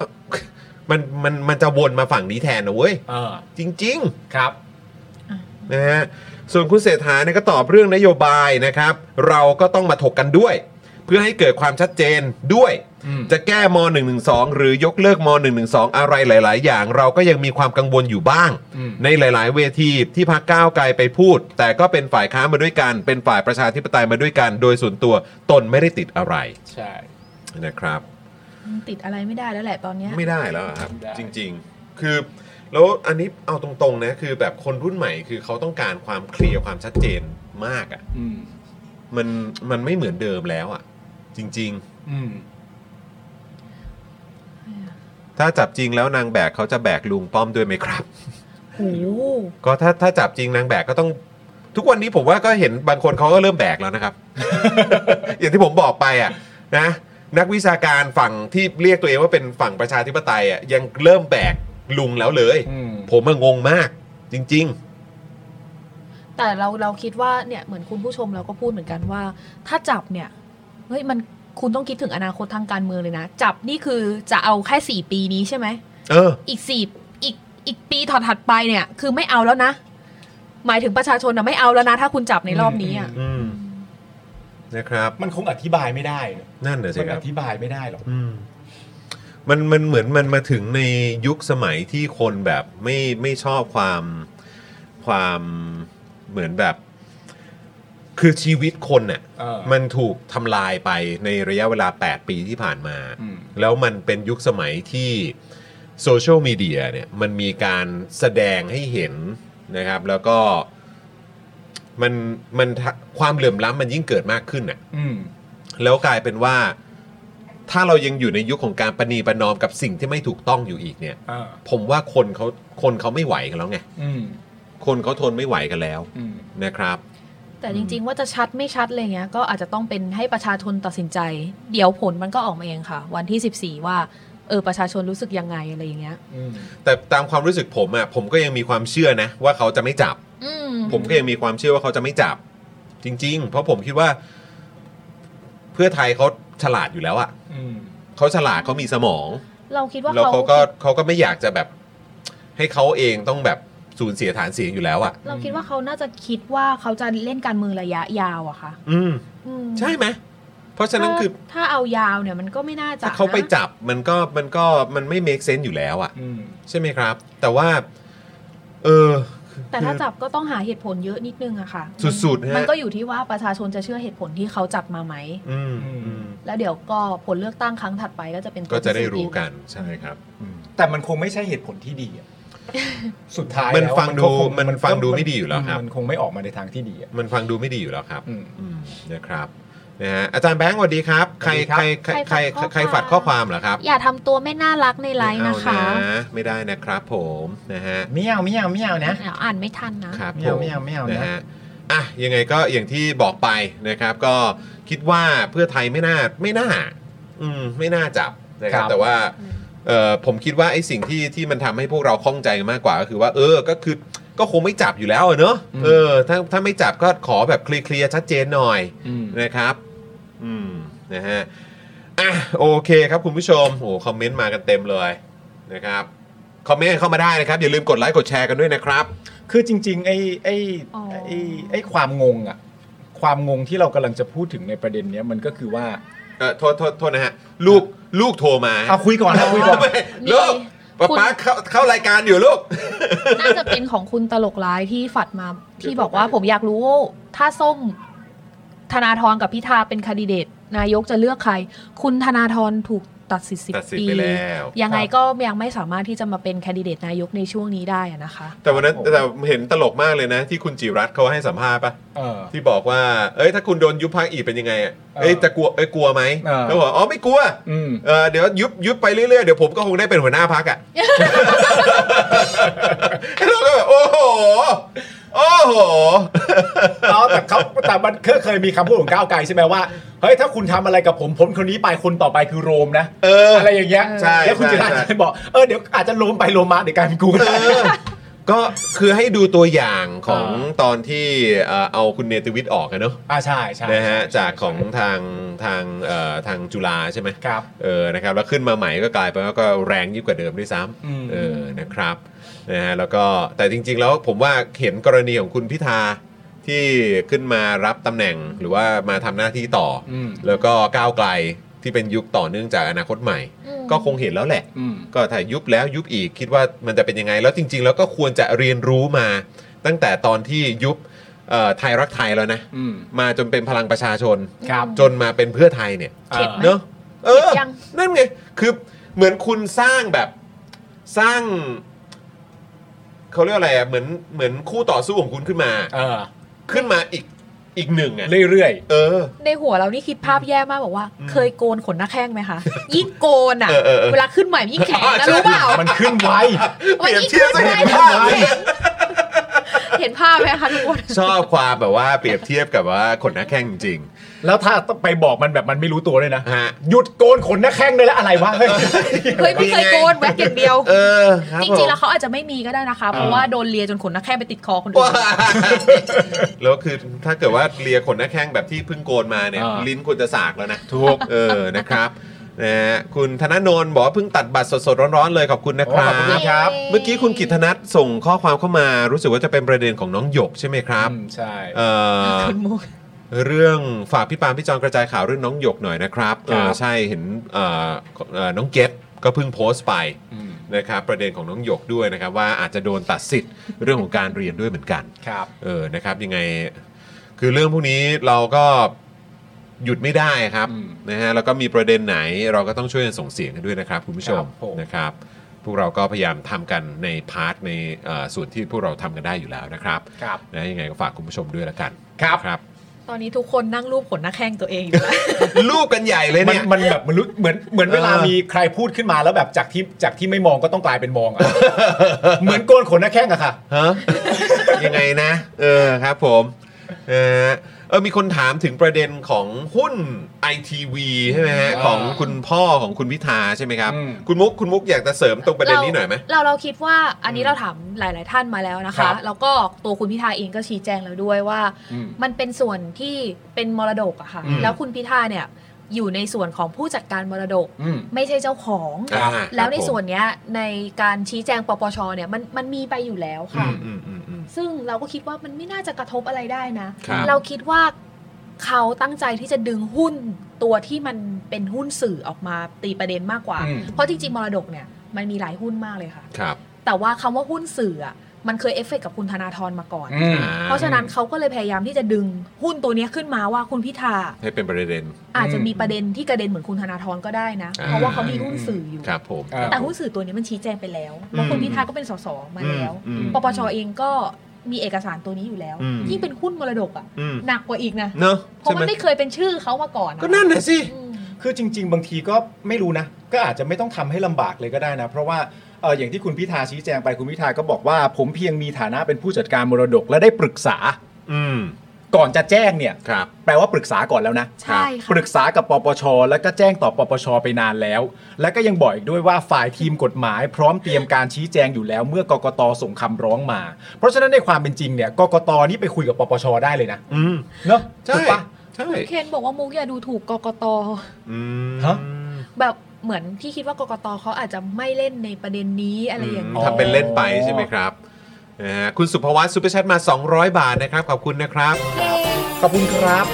Speaker 1: มันมันมันจะวนมาฝั่งนี้แทนนะเว้ย
Speaker 2: เออ
Speaker 1: จริง
Speaker 2: ครับ
Speaker 1: ๆ นะฮะส่วนคุณเศรษฐาเนี่ยก็ตอบเรื่องนโยบายนะครับ เราก็ต้องมาถกกันด้วย เพื่อให้เกิดความชัดเจนด้วย
Speaker 2: อืม
Speaker 1: จะแก้ม .112 หรือยกเลิกม .112 อะไรหลาย ๆ อย่าง เราก็ยังมีความกังวลอยู่บ้าง
Speaker 2: อืม
Speaker 1: ในหลาย ๆ เวทีที่พักก้าวไกลไปพูด แต่ก็เป็นฝ่ายค้านมาด้วยกัน เป็นฝ่ายประชาธิปไตยมาด้วยกัน โดยส่วนตัวตนไม่ได้ติดอะไร
Speaker 2: ใช่
Speaker 1: นะครับ
Speaker 4: ติดอะไรไม่ได้แล้วแหละตอนเนี้ย
Speaker 1: ไม่ได้แล้วอะครับ จริง ๆ คือ แล้วอันนี้เอาตรง ๆ นะ คือแบบคนรุ่นใหม่คือเขาต้องการความเคลียร์ความชัดเจนมากอะ่ะ
Speaker 2: อืม
Speaker 1: มันมันไม่เหมือนเดิมแล้วอะ่ะ จริง ๆ
Speaker 2: อืม
Speaker 1: ถ้าจับจริงแล้วนางแบกเขาจะแบกลุงป้อมด้วยไหมครับ
Speaker 4: โอ้โห
Speaker 1: ก็ถ้าถ้าจับจริงนางแบกก็ต้อง ทุกวันนี้ผมว่าก็เห็นบางคนเขาก็เริ่มแบกแล้วนะครับ อย่างที่ผมบอกไปอ่ะนะนักวิชาการฝั่งที่เรียกตัวเองว่าเป็นฝั่งประชาธิปไตยอ่ะยังเริ่มแบกลุงแล้วเลย
Speaker 2: อืม
Speaker 1: ผมอะงงมากจริง
Speaker 4: แต่เราเราคิดว่าเนี่ยเหมือนคุณผู้ชมเราก็พูดเหมือนกันว่า ถ้าจับเนี่ยเฮ้ยมันคุณต้องคิดถึงอนาคตทางการเมืองเลยนะ จับนี่คือจะเอาแค่สี่ปีนี้ใช่ไหม
Speaker 1: ๆ เออ
Speaker 4: อีกสี่อีกอีกปีถัดถัดๆไปเนี่ย คือไม่เอาแล้วนะ หมายถึงประชาชนนะไม่เอาแล้วนะ ถ้าคุณจับในรอบนี้อ่ะ
Speaker 1: อืมนะครับ
Speaker 2: มันคงอธิบายไม่ได้เนอะ
Speaker 1: นั่นนะสิ
Speaker 2: มัน
Speaker 1: ครั
Speaker 2: อบ ธิบายไม่ได้หรอก
Speaker 1: อืมมันมันเหมือนมันมาถึงในยุคสมัยที่คนแบบไม่ไม่ชอบความความเหมือนแบบ คือชีวิตคนน่ะ
Speaker 2: เออ
Speaker 1: มันถูกทำลายไปในระยะเวลา 8 ปีที่ผ่านมา
Speaker 2: อืม
Speaker 1: แล้วมันเป็นยุคสมัยที่โซเชียลมีเดียเนี่ยมันมีการแสดงให้เห็นนะครับ แล้วก็มันมันความเหลื่อมล้ำมันยิ่งเกิดมากขึ้นน่ะ
Speaker 2: อืม
Speaker 1: แล้วกลายเป็นว่า ถ้าเรายังอยู่ในยุคของการประนีประนอมกับสิ่งที่ไม่ถูกต้องอยู่อีกเนี่ย
Speaker 2: เอ่า
Speaker 1: ผมว่าคนเขาคนเขาไม่ไหวกันแล้วไง
Speaker 2: อืม
Speaker 1: คนเขาทนไม่ไหวกันแล้ว
Speaker 2: อืม
Speaker 1: นะครับ
Speaker 4: แต่จริง ๆ ว่าจะชัดไม่ชัดอะไรเงี้ย ก็อาจจะต้องเป็นให้ประชาชนตัดสินใจ เดี๋ยวผลมันก็ออกมาเองค่ะ วันที่ 14 ว่าเออประชาชนรู้สึกยังไงอะไรอย่างเงี้ย
Speaker 2: อืม
Speaker 1: แต่ตามความรู้สึกผมอะ่ะผมก็ยังมีความเชื่อนะว่าเขาจะไม่จับ
Speaker 4: อืม
Speaker 1: ผมก็ยังมีความเชื่อว่าเขาจะไม่จับ จริง ๆ เพราะผมคิดว่า เพื่อไทยเขาฉลาดอยู่แล้วอะ่ะ
Speaker 2: อืม
Speaker 1: เขาฉลาดเขามีสมอง
Speaker 4: เราคิดว่า
Speaker 1: แล้ว
Speaker 4: เขา
Speaker 1: เขาก็เขาก็ไม่อยากจะแบบ ให้เขาเองต้องแบบสูญเสียฐานเสียงอยู่แล้วอะ่ะ
Speaker 4: เราคิดว่าเขาน่าจะคิดว่าเขาจะเล่นการเมืองระยะยาวอะค่ะ
Speaker 1: อืม
Speaker 4: อืม
Speaker 1: ใช่ไหมเพราะฉะนั้นคือ
Speaker 4: ถ้าถ้าเอายาวเนี่ยมันก็ไม่น่าจะ
Speaker 1: ถ้าเขาไป
Speaker 4: นะ
Speaker 1: จับมันก็มันก็มันไม่ make sense อยู่แล้วอะ่ะ
Speaker 2: อืม
Speaker 1: ใช่ไหมครับ แต่ว่า เออ
Speaker 4: แต่ถ้าจับก็ต้องหาเหตุผลเยอะนิดนึงอะค่ะ
Speaker 1: สุดๆฮะ
Speaker 4: มันก็อยู่ที่ว่าประชาชนจะเชื่อเหตุผลที่เขาจัดมาไหม
Speaker 1: อืมอืม
Speaker 4: แล้วเดี๋ยวก็ผลเลือกตั้งครั้งถัดไปก็จะเป็นตัว
Speaker 1: ก็จะได้
Speaker 4: พิสูจน์
Speaker 1: รู้
Speaker 4: อี
Speaker 1: กันใช่ครับ
Speaker 2: แต่มันคงไม่ใช่เหตุผลที่ดี อะสุดท้าย
Speaker 1: มัน
Speaker 2: แล้ว
Speaker 1: ฟังดู
Speaker 2: ก็ค
Speaker 1: มันฟังดูไม่ดีอยู่แล้วครับ
Speaker 2: มันคงไม่ออกมาในทางที่ดีอ่ะ
Speaker 1: มันฟังดูไม่ดีอยู่แล้วครับ
Speaker 2: อืม
Speaker 1: อืมนะครับนะฮะอาจารย์แบงค์สวัสดีครับ ใคร
Speaker 2: สวัสดีครั
Speaker 1: ใคร
Speaker 2: บ
Speaker 1: ใครใครใครใครฝัดข้อความเหรอครับ
Speaker 4: อย่าทำตัวไม่น่ารักในไลน์
Speaker 1: ม่
Speaker 4: นะ
Speaker 1: เอา
Speaker 4: คะ
Speaker 1: ไม่ได้นะครับ ผมนะฮะ
Speaker 2: เมียวเมียวเมียวนะ
Speaker 4: เดี๋ยวอ่านไม่ทันนะ
Speaker 1: ครับ
Speaker 2: ไม่
Speaker 1: ผม
Speaker 2: เอาไม่เอาไม่เอานะ
Speaker 1: นะฮะอ่ะยังไงก็อย่างที่บอกไปนะครับ ก็คิดว่าเพื่อไทยไม่น่าไม่น่า อืมไม่น่าจับนะครับ
Speaker 2: ครับ
Speaker 1: แต่ว่า เอ่อผมคิดว่าไอ้สิ่งที่ที่มันทำให้พวกเราข้องใจมากกว่าก็คือว่า เออก็คือก็คงไม่จับอยู่แล้วอะเนอะ
Speaker 2: อืม
Speaker 1: เออถ้าถ้าไม่จับก็ขอแบบเคลียร์ๆชัดเจนหน่อย
Speaker 2: อืม
Speaker 1: นะครับ อืมนะฮะอ่ะโอเคครับคุณผู้ชมโอ้คอมเมนต์มากันเต็มเลยนะครับคอมเมนต์เข้ามาได้นะครับ อย่าลืมกดไลค์กดแชร์กันด้วยนะครับ
Speaker 2: คือจริงๆไอ้ไอ้
Speaker 4: อ๋อ
Speaker 2: ไอ้ไอ้ความงงอ่ะ ความงงที่เรากำลังจะพูดถึงในประเด็นเนี้ยมันก็คือว่า
Speaker 1: เออโทษโทษโทษนะฮะ ลูกลูกโทรมาฮะ
Speaker 2: เอาคุยก่อนนะคุยก่อน
Speaker 1: ไม่ ลูก
Speaker 4: คุ
Speaker 1: ป๊า
Speaker 4: ณ
Speaker 1: ป๊าเข้าเข้ารายการอยู่ลูก
Speaker 4: น่าจะเป็นของคุณตลกร้ายที่ฝัดมาที่บอกว่าผมอยากรู้ว่าถ้าส้มธนาธรกับพิธาเป็นแคนดิเดต นายกจะเลือกใคร คุณธนาธรถูกตัดสิทธิ์สิบ
Speaker 1: ตัดสิท
Speaker 4: ปี
Speaker 1: ธิ์ไปแล้ว
Speaker 4: ยังไงก็ยังไม่สามารถที่จะมาเป็นแคนดิเดตนายกในช่วงนี้ได้อะนะคะ
Speaker 1: แต่วันนั้น
Speaker 2: ครับผม
Speaker 1: แต่เห็นตลกมากเลยนะ ที่คุณจิรัตน์เขาให้สัมภาษณ์ปะ
Speaker 2: เออ
Speaker 1: ที่บอกว่า เอ้ยถ้าคุณโดนยุบพักอีกเป็นยังไงอะ
Speaker 2: เออ
Speaker 1: เอ้ยจะกลัวเอ้ยกลัวไหม
Speaker 2: เออ
Speaker 1: แล้วบอกอ๋อไม่กลัว
Speaker 2: อืม
Speaker 1: เออเดี๋ยวยุบยุบไปเรื่อยๆเดี๋ยวผมก็คงได้เป็นหัวหน้าพักอ่ะ แล้วก็แบบโอ้โหโอ้โห
Speaker 2: เอาแต่เขาแต่มันเคยเคยมีคำพูดของก้าวไกลใช่ไหมว่าเฮ้ยถ้าคุณทำอะไรกับผมผมคนนี้ไปคนต่อไปคือโรมนะ
Speaker 1: เอออ
Speaker 2: อะไรอย่างเงี้ย
Speaker 1: ใช่
Speaker 2: แล้วคุณ
Speaker 1: ใช่
Speaker 2: จิรัตน์
Speaker 1: ใช่
Speaker 2: ก็บอกเออเดี๋ยวอาจจะโรมไปโรมมาเดี๋ยวกลายเป็นกูก็ได้
Speaker 1: ก็คือให้ดูตัวอย่างของ
Speaker 2: อ่า
Speaker 1: ตอนที่เอ่อเอาคุณเนติวิทย์ออกกันเนอะ
Speaker 2: อ่าใช่ใช่
Speaker 1: นะฮะ
Speaker 2: ใช่
Speaker 1: จากของทางทางเอ่อทางจุฬาใช่ไหม
Speaker 2: ครับ
Speaker 1: เออ นะครับ แล้วขึ้นมาใหม่ก็กลายไปนว่าก็แรงยิ่งกว่าเดิมด้วยซ้
Speaker 2: อืม
Speaker 1: ำ เออ นะครับ นะฮะ แล้วก็ แต่จริง ๆ แล้วผมว่าเห็นกรณีของคุณพิธาที่ขึ้นมารับตำแหน่งหรือว่ามาทำหน้าที่ต่ออ
Speaker 2: อืม
Speaker 1: แล้วก็ก้าวไกลที่เป็นยุคต่อเนื่องจากอนาคตใหม่
Speaker 4: อืม
Speaker 1: ก็คงเห็นแล้วแหละ
Speaker 2: อืม
Speaker 1: ก็ถ้ายุบแล้วยุบอีกคิดว่ามันจะเป็นยังไง แล้วจริง ๆ แล้วก็ควรจะเรียนรู้มา ตั้งแต่ตอนที่ยุบเอ่อไทยรักไทยแล้วนะ
Speaker 2: อืม
Speaker 1: มาจนเป็นพลังประชาชน
Speaker 2: ครับ
Speaker 1: จนมาเป็นเพื่อไทยเนี่ย
Speaker 4: เข็ดไหม
Speaker 1: เนอะเออ
Speaker 4: ยัง
Speaker 1: นั่นไง คือเหมือนคุณสร้างแบบสร้าง เขาเรียกอะไรอ่ะ เหมือนเหมือนคู่ต่อสู้ของคุณขึ้นมา
Speaker 2: เออ
Speaker 1: ขึ้นมาอีกอีกหนึ่งอ่ะ
Speaker 2: เรื่อย
Speaker 1: เออ
Speaker 4: ในหัวเรานี่คิดภาพแย่มากบอกว่า
Speaker 1: อืม
Speaker 4: เคยโกนขนหน้าแข้งไหมคะยิ่งโกนอ่ะ
Speaker 1: เออเออเออ
Speaker 4: เวลาขึ้นใหม่ยิ่งแข็งนะรู้เปล่า
Speaker 2: ๆ มันขึ้นไว
Speaker 1: เปรียบเทียบจะเห็นภาพเลย
Speaker 4: เห็นภาพไหมคะทุกคน
Speaker 1: ชอบความแบบว่าเปรียบเทียบกับว่าขนหน้าแข้งจริง
Speaker 2: แล้วถ้าต้องไปบอกมันแบบมันไม่รู้ตัวเลยนะ
Speaker 1: ๆฮะ
Speaker 2: หยุดโกนขนหน้าแข้งเลยแล้วอะไรวะเฮ้ย
Speaker 4: เฮ้ยไม่เคยโกนแว็กอย่างเดียว
Speaker 1: เออ ครับ
Speaker 4: จ
Speaker 1: ผ
Speaker 4: ริ
Speaker 1: ม
Speaker 4: งๆแล้วเขาอาจจะไม่มีก็ได้นะคะ เพราะว่าโดนเลียจนขนนักแข้งไปติดคอคนอื่
Speaker 1: ว้าน แล้วคือถ้าเกิดว่าเลียขนหน้าแข้งแบบที่เพิ่งโกนมาเนี่ย
Speaker 2: อ่า
Speaker 1: ลิ้นควรจะสากแล้วนะ
Speaker 2: ถูก
Speaker 1: เออ นะครับ นะฮะคุณธนาโนนบอกว่าเพิ่งตัดบัตรสดๆ ร้อนๆ เลยขอบคุณนะครับ
Speaker 2: ขอบคุณครับ
Speaker 1: เมื่อกี้คุณกิตนัทส่งข้อความเข้ามา รู้สึกว่าจะเป็นประเด็นของน้องหยกใช่ไหมครับ
Speaker 2: อืมใช่
Speaker 1: เอ่อ
Speaker 4: คุณมุก
Speaker 1: เรื่องฝากพี่ปาล์มพี่จอนกระจายข่าวเรื่องน้องหยกหน่อยนะครับ
Speaker 2: ครับ
Speaker 1: เออใช่เห็นเอ่อเอ่อน้องเก็ตก็เพิ่งโพสต์ไป
Speaker 2: อืม
Speaker 1: นะครับ ประเด็นของน้องหยกด้วยนะครับ ว่าอาจจะโดนตัดสิทธิ์เรื่องของการเรียนด้วยเหมือนกัน
Speaker 2: ครับ
Speaker 1: เออ นะครับ ยังไง คือเรื่องพวกนี้เราก็หยุดไม่ได้ครับ
Speaker 2: อืม
Speaker 1: นะฮะ แล้วก็มีประเด็นไหนเราก็ต้องช่วยกันส่งเสียงกันด้วยนะครับ คุณผู้ชม
Speaker 2: ครับผม
Speaker 1: นะครับ พวกเราก็พยายามทำกันในพาร์ทในเอ่อส่วนที่พวกเราทำกันได้อยู่แล้วนะครับ
Speaker 2: ครับ
Speaker 1: นะ ยังไงก็ฝากคุณผู้ชมด้วยละกัน
Speaker 2: ครับ
Speaker 1: ครับ
Speaker 4: ตอนนี้ทุกคนนั่งรูปขนนักแข้งตัวเองอยู่นะ
Speaker 1: ลูกกันใหญ่เลย
Speaker 2: มัน
Speaker 1: เนี่ย
Speaker 2: มันแบบมันรู้เหมือนเหมือน
Speaker 1: เออ
Speaker 2: เวลามีใครพูดขึ้นมาแล้วแบบจากที่จากที่ไม่มองก็ต้องกลายเป็นมองอะ เหมือนโกนขนหน้าแข้งอะค่ะ
Speaker 1: ฮะ ยังไงนะ เออ ครับผม เออเออมีคนถามถึงประเด็นของหุ้นไอทีวีใช่ไหมฮะ
Speaker 2: อ่า
Speaker 1: ของคุณพ่อของคุณพิธาใช่ไหมครับ
Speaker 2: อืม
Speaker 1: คุณมุกคุณมุกอยากจะเสริมตรงประเด็นนี้หน่อยไหม
Speaker 4: เราเราคิดว่าอันนี้เราถามหลาย ๆ ท่านมาแล้วนะ
Speaker 2: ครั
Speaker 4: คะ
Speaker 2: บ
Speaker 4: แล้วก็ตัวคุณพิธาเองก็ชี้แจงแล้วด้วยว่า
Speaker 2: อืม
Speaker 4: มันเป็นส่วนที่เป็นมรดกอะค่ะ
Speaker 2: อืม
Speaker 4: แล้วคุณพิธาเนี่ยอยู่ในส่วนของผู้จัดการมรดก
Speaker 2: อืม
Speaker 4: ไม่ใช่เจ้าของ
Speaker 1: อ่า
Speaker 4: แล้วใน
Speaker 1: ครับผม
Speaker 4: ส่วนเนี้ยในการชี้แจงปปชเนี่ยมันมันมีไปอยู่แล้วค่ะ
Speaker 1: อืมอืมอืม
Speaker 4: ซึ่งเราก็คิดว่ามันไม่น่าจะกระทบอะไรได้นะ
Speaker 1: ครับ
Speaker 4: เราคิดว่าเขาตั้งใจที่จะดึงหุ้นตัวที่มันเป็นหุ้นสื่อออกมาตีประเด็นมากกว่า
Speaker 2: อืม
Speaker 4: เพราะจริงๆ มรดกเนี่ยมันมีหลายหุ้นมากเลยค่ะ
Speaker 1: ครับ
Speaker 4: แต่ว่าคำว่าหุ้นสื่ออะมันเคยเอฟเฟกต์กับคุณธนาธรมาก่อน
Speaker 2: อืม
Speaker 4: เพราะฉะนั้นเขาก็เลยพยายามที่จะดึงหุ้นตัวเนี้ยขึ้นมาว่าคุณพิธา
Speaker 1: ให้เป็นประเด็น
Speaker 4: อาจจะมีประเด็นที่กระเด็นเหมือนคุณธนาธรก็ได้นะ
Speaker 1: อ่า
Speaker 4: เพราะว่าเขามีหุ้นสื่ออยู่
Speaker 1: ครับผม
Speaker 2: อ่า
Speaker 4: แต่หุ้นสื่อตัวเนี้ยมันชี้แจงไปแล้วเพราะคุณพิธาก็เป็นสสมา
Speaker 1: อืม
Speaker 4: แล้ว
Speaker 1: อืม
Speaker 4: ปปชเองก็มีเอกสารตัวนี้อยู่แล้ว
Speaker 1: อืม
Speaker 4: ยิ่งเป็นหุ้นมรดกอ่ะ
Speaker 1: อืม
Speaker 4: หนักกว่าอีกนะ
Speaker 1: เนอะ
Speaker 4: เพราะ
Speaker 1: ใช่ไห
Speaker 4: มัน
Speaker 1: ม
Speaker 4: ไม่เคยเป็นชื่อเขามาก่อนอะ
Speaker 1: ก็นั่นน่ะสิ
Speaker 4: อืม
Speaker 2: คือจริง ๆ บางทีก็ไม่รู้นะ ก็อาจจะไม่ต้องทำให้ลำบากเลยก็ได้นะ เพราะว่าเอ่ออย่างที่คุณพิธาชี้แจงไปคุณพิธาก็บอกว่า ผมเพียงมีฐานะเป็นผู้จัดการมรดก และได้ปรึกษา
Speaker 1: อืม
Speaker 2: ก่อนจะแจ้งเนี่ย
Speaker 1: ครับ
Speaker 2: แปลว่าปรึกษาก่อนแล้วนะ
Speaker 4: ใช่ค่ะ
Speaker 2: ปรึกษากับปปช แล้วก็แจ้งต่อปปช ไปนานแล้ว และก็ยังบอกอีกด้วยว่าฝ่ายทีมกฎหมาย พร้อมเตรียมการชี้แจงอยู่แล้ว เมื่อกกตส่งคำร้องมา เพราะฉะนั้นในความเป็นจริงเนี่ยกกตนี่ไปคุยกับปปช ได้เลยนะ
Speaker 1: อืม
Speaker 2: เนาะ
Speaker 1: ใช่
Speaker 2: ถูกปะ
Speaker 1: ใช่
Speaker 4: เคนบอกว่ามุกอย่าดูถูกกกต
Speaker 1: อืม
Speaker 2: ฮะ
Speaker 4: แบบเหมือนที่คิดว่ากกตเขาอาจจะไม่เล่นในประเด็นนี้อะไรอย่าง
Speaker 2: อ๋
Speaker 4: นี้
Speaker 2: อ
Speaker 1: ทำเป็นเล่นไปใช่ไหมครับ นะฮะคุณสุภวัตซูเปอร์แชทมา 200 บาทนะครับ ขอบคุณนะครับ
Speaker 2: ขอบคุณครับ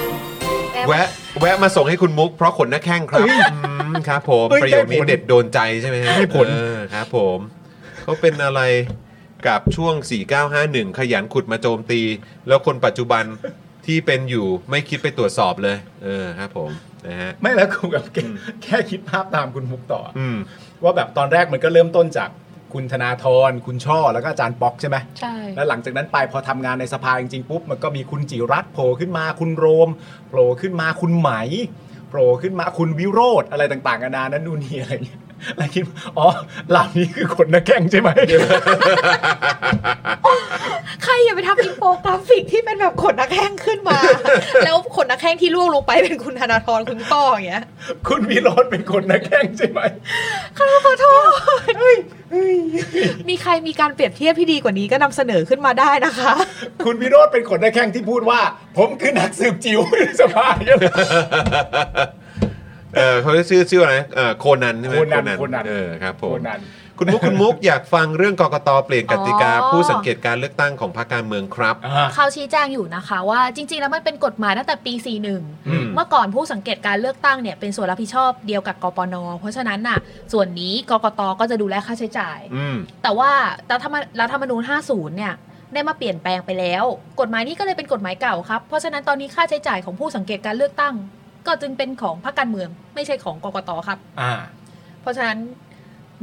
Speaker 1: แวะแวะมาส่งให้คุณมุกเพราะขนหน้าแข้งครับอืมครับผม
Speaker 2: เอ้ย
Speaker 1: ประโยคนี้
Speaker 2: ได้ผล
Speaker 1: เด็ดโดนใจใช่ไหมฮะ
Speaker 2: ได้ผล
Speaker 1: เออครับผมเขาเป็นอะไรกับช่วง 4951 ขยันขุดมาโจมตี แล้วคนปัจจุบันที่เป็นอยู่ไม่คิดไปตรวจสอบเลย เออครับผมนะฮะ
Speaker 2: ไม่แล้วคุณกับแค่
Speaker 1: อืม
Speaker 2: แค่คิดภาพตามคุณมุกต่ออ
Speaker 1: อืม
Speaker 2: ว่าแบบตอนแรกมันก็เริ่มต้นจากคุณธนาธรคุณช่อแล้วก็อาจารย์ป๊อกใช่ไหม
Speaker 4: ใช่
Speaker 2: แล้วหลังจากนั้นไปพอทำงานในสภาจริงๆปุ๊บ มันก็มีคุณจิรัตน์โผล่ขึ้นมาคุณโรมโผล่ขึ้นมาคุณไหมโผล่ขึ้นมาคุณวิโรธอะไรต่างๆนานานั้นนู่นนี่อะไรอย่างเงี้ยแล้วคิดว่าอ๋อเหล่านี้คือคนนักแข่งใช่ไหม
Speaker 4: ใครอย่าไปทำอินโฟกราฟิกที่เป็นแบบขนนักแข้งขึ้นมา แล้วขนนักแข้งที่ล่วงลงไปเป็นคุณธนาธรคุณป้ออย่างเงี้ย
Speaker 2: คุณวิโรธเป็นคนนักแข่งใช่ไหม
Speaker 4: ขอโทษมีใครมีการเปรียบเทียบที่ดีกว่านี้ก็นำเสนอขึ้นมาได้นะคะ
Speaker 2: คุณวิโรธเป็นคนนักแข่งที่พูดว่า ผมคือนักสืบจิ๋วในสภาเนี่ย
Speaker 1: เออเขาชื่อชื่ออะไรนะเออโคนันใช่ไหม
Speaker 2: โคนันโคนัน
Speaker 1: เออครับผ
Speaker 2: ค
Speaker 1: ม
Speaker 2: นนั้น
Speaker 1: คุณมุกคุณมุกอยากฟังเรื่องกกตเปลี่ยนกติกา
Speaker 4: อ๋อ
Speaker 1: ผู้สังเกตการเลือกตั้งของพรรคการเมืองครับ
Speaker 4: เขาชี้แจงอยู่นะคะว่าจริง ๆ แล้วมันเป็นกฎหมายตั้งแต่ปี 41
Speaker 1: อืม
Speaker 4: เมื่อก่อนผู้สังเกตการเลือกตั้งเนี่ยเป็นส่วนรับผิดชอบเดียวกับกปน เพราะฉะนั้นน่ะ ส่วนนี้กกตก็จะดูแลค่าใช้จ่าย
Speaker 1: อืม
Speaker 4: แต่ว่ารัฐธรรมรัฐธรรมนูญ 50 เนี่ยได้มาเปลี่ยนแปลงไปแล้ว กฎหมายนี้ก็เลยเป็นกฎหมายเก่าครับ เพราะฉะนั้นตอนนี้ค่าใช้จ่ายของผู้สังเกตการเลือกตั้ง ก็จึงเป็นของพรรคการเมือง ไม่ใช่ของกกตครับ
Speaker 2: อ่า
Speaker 4: เพราะฉะนั้น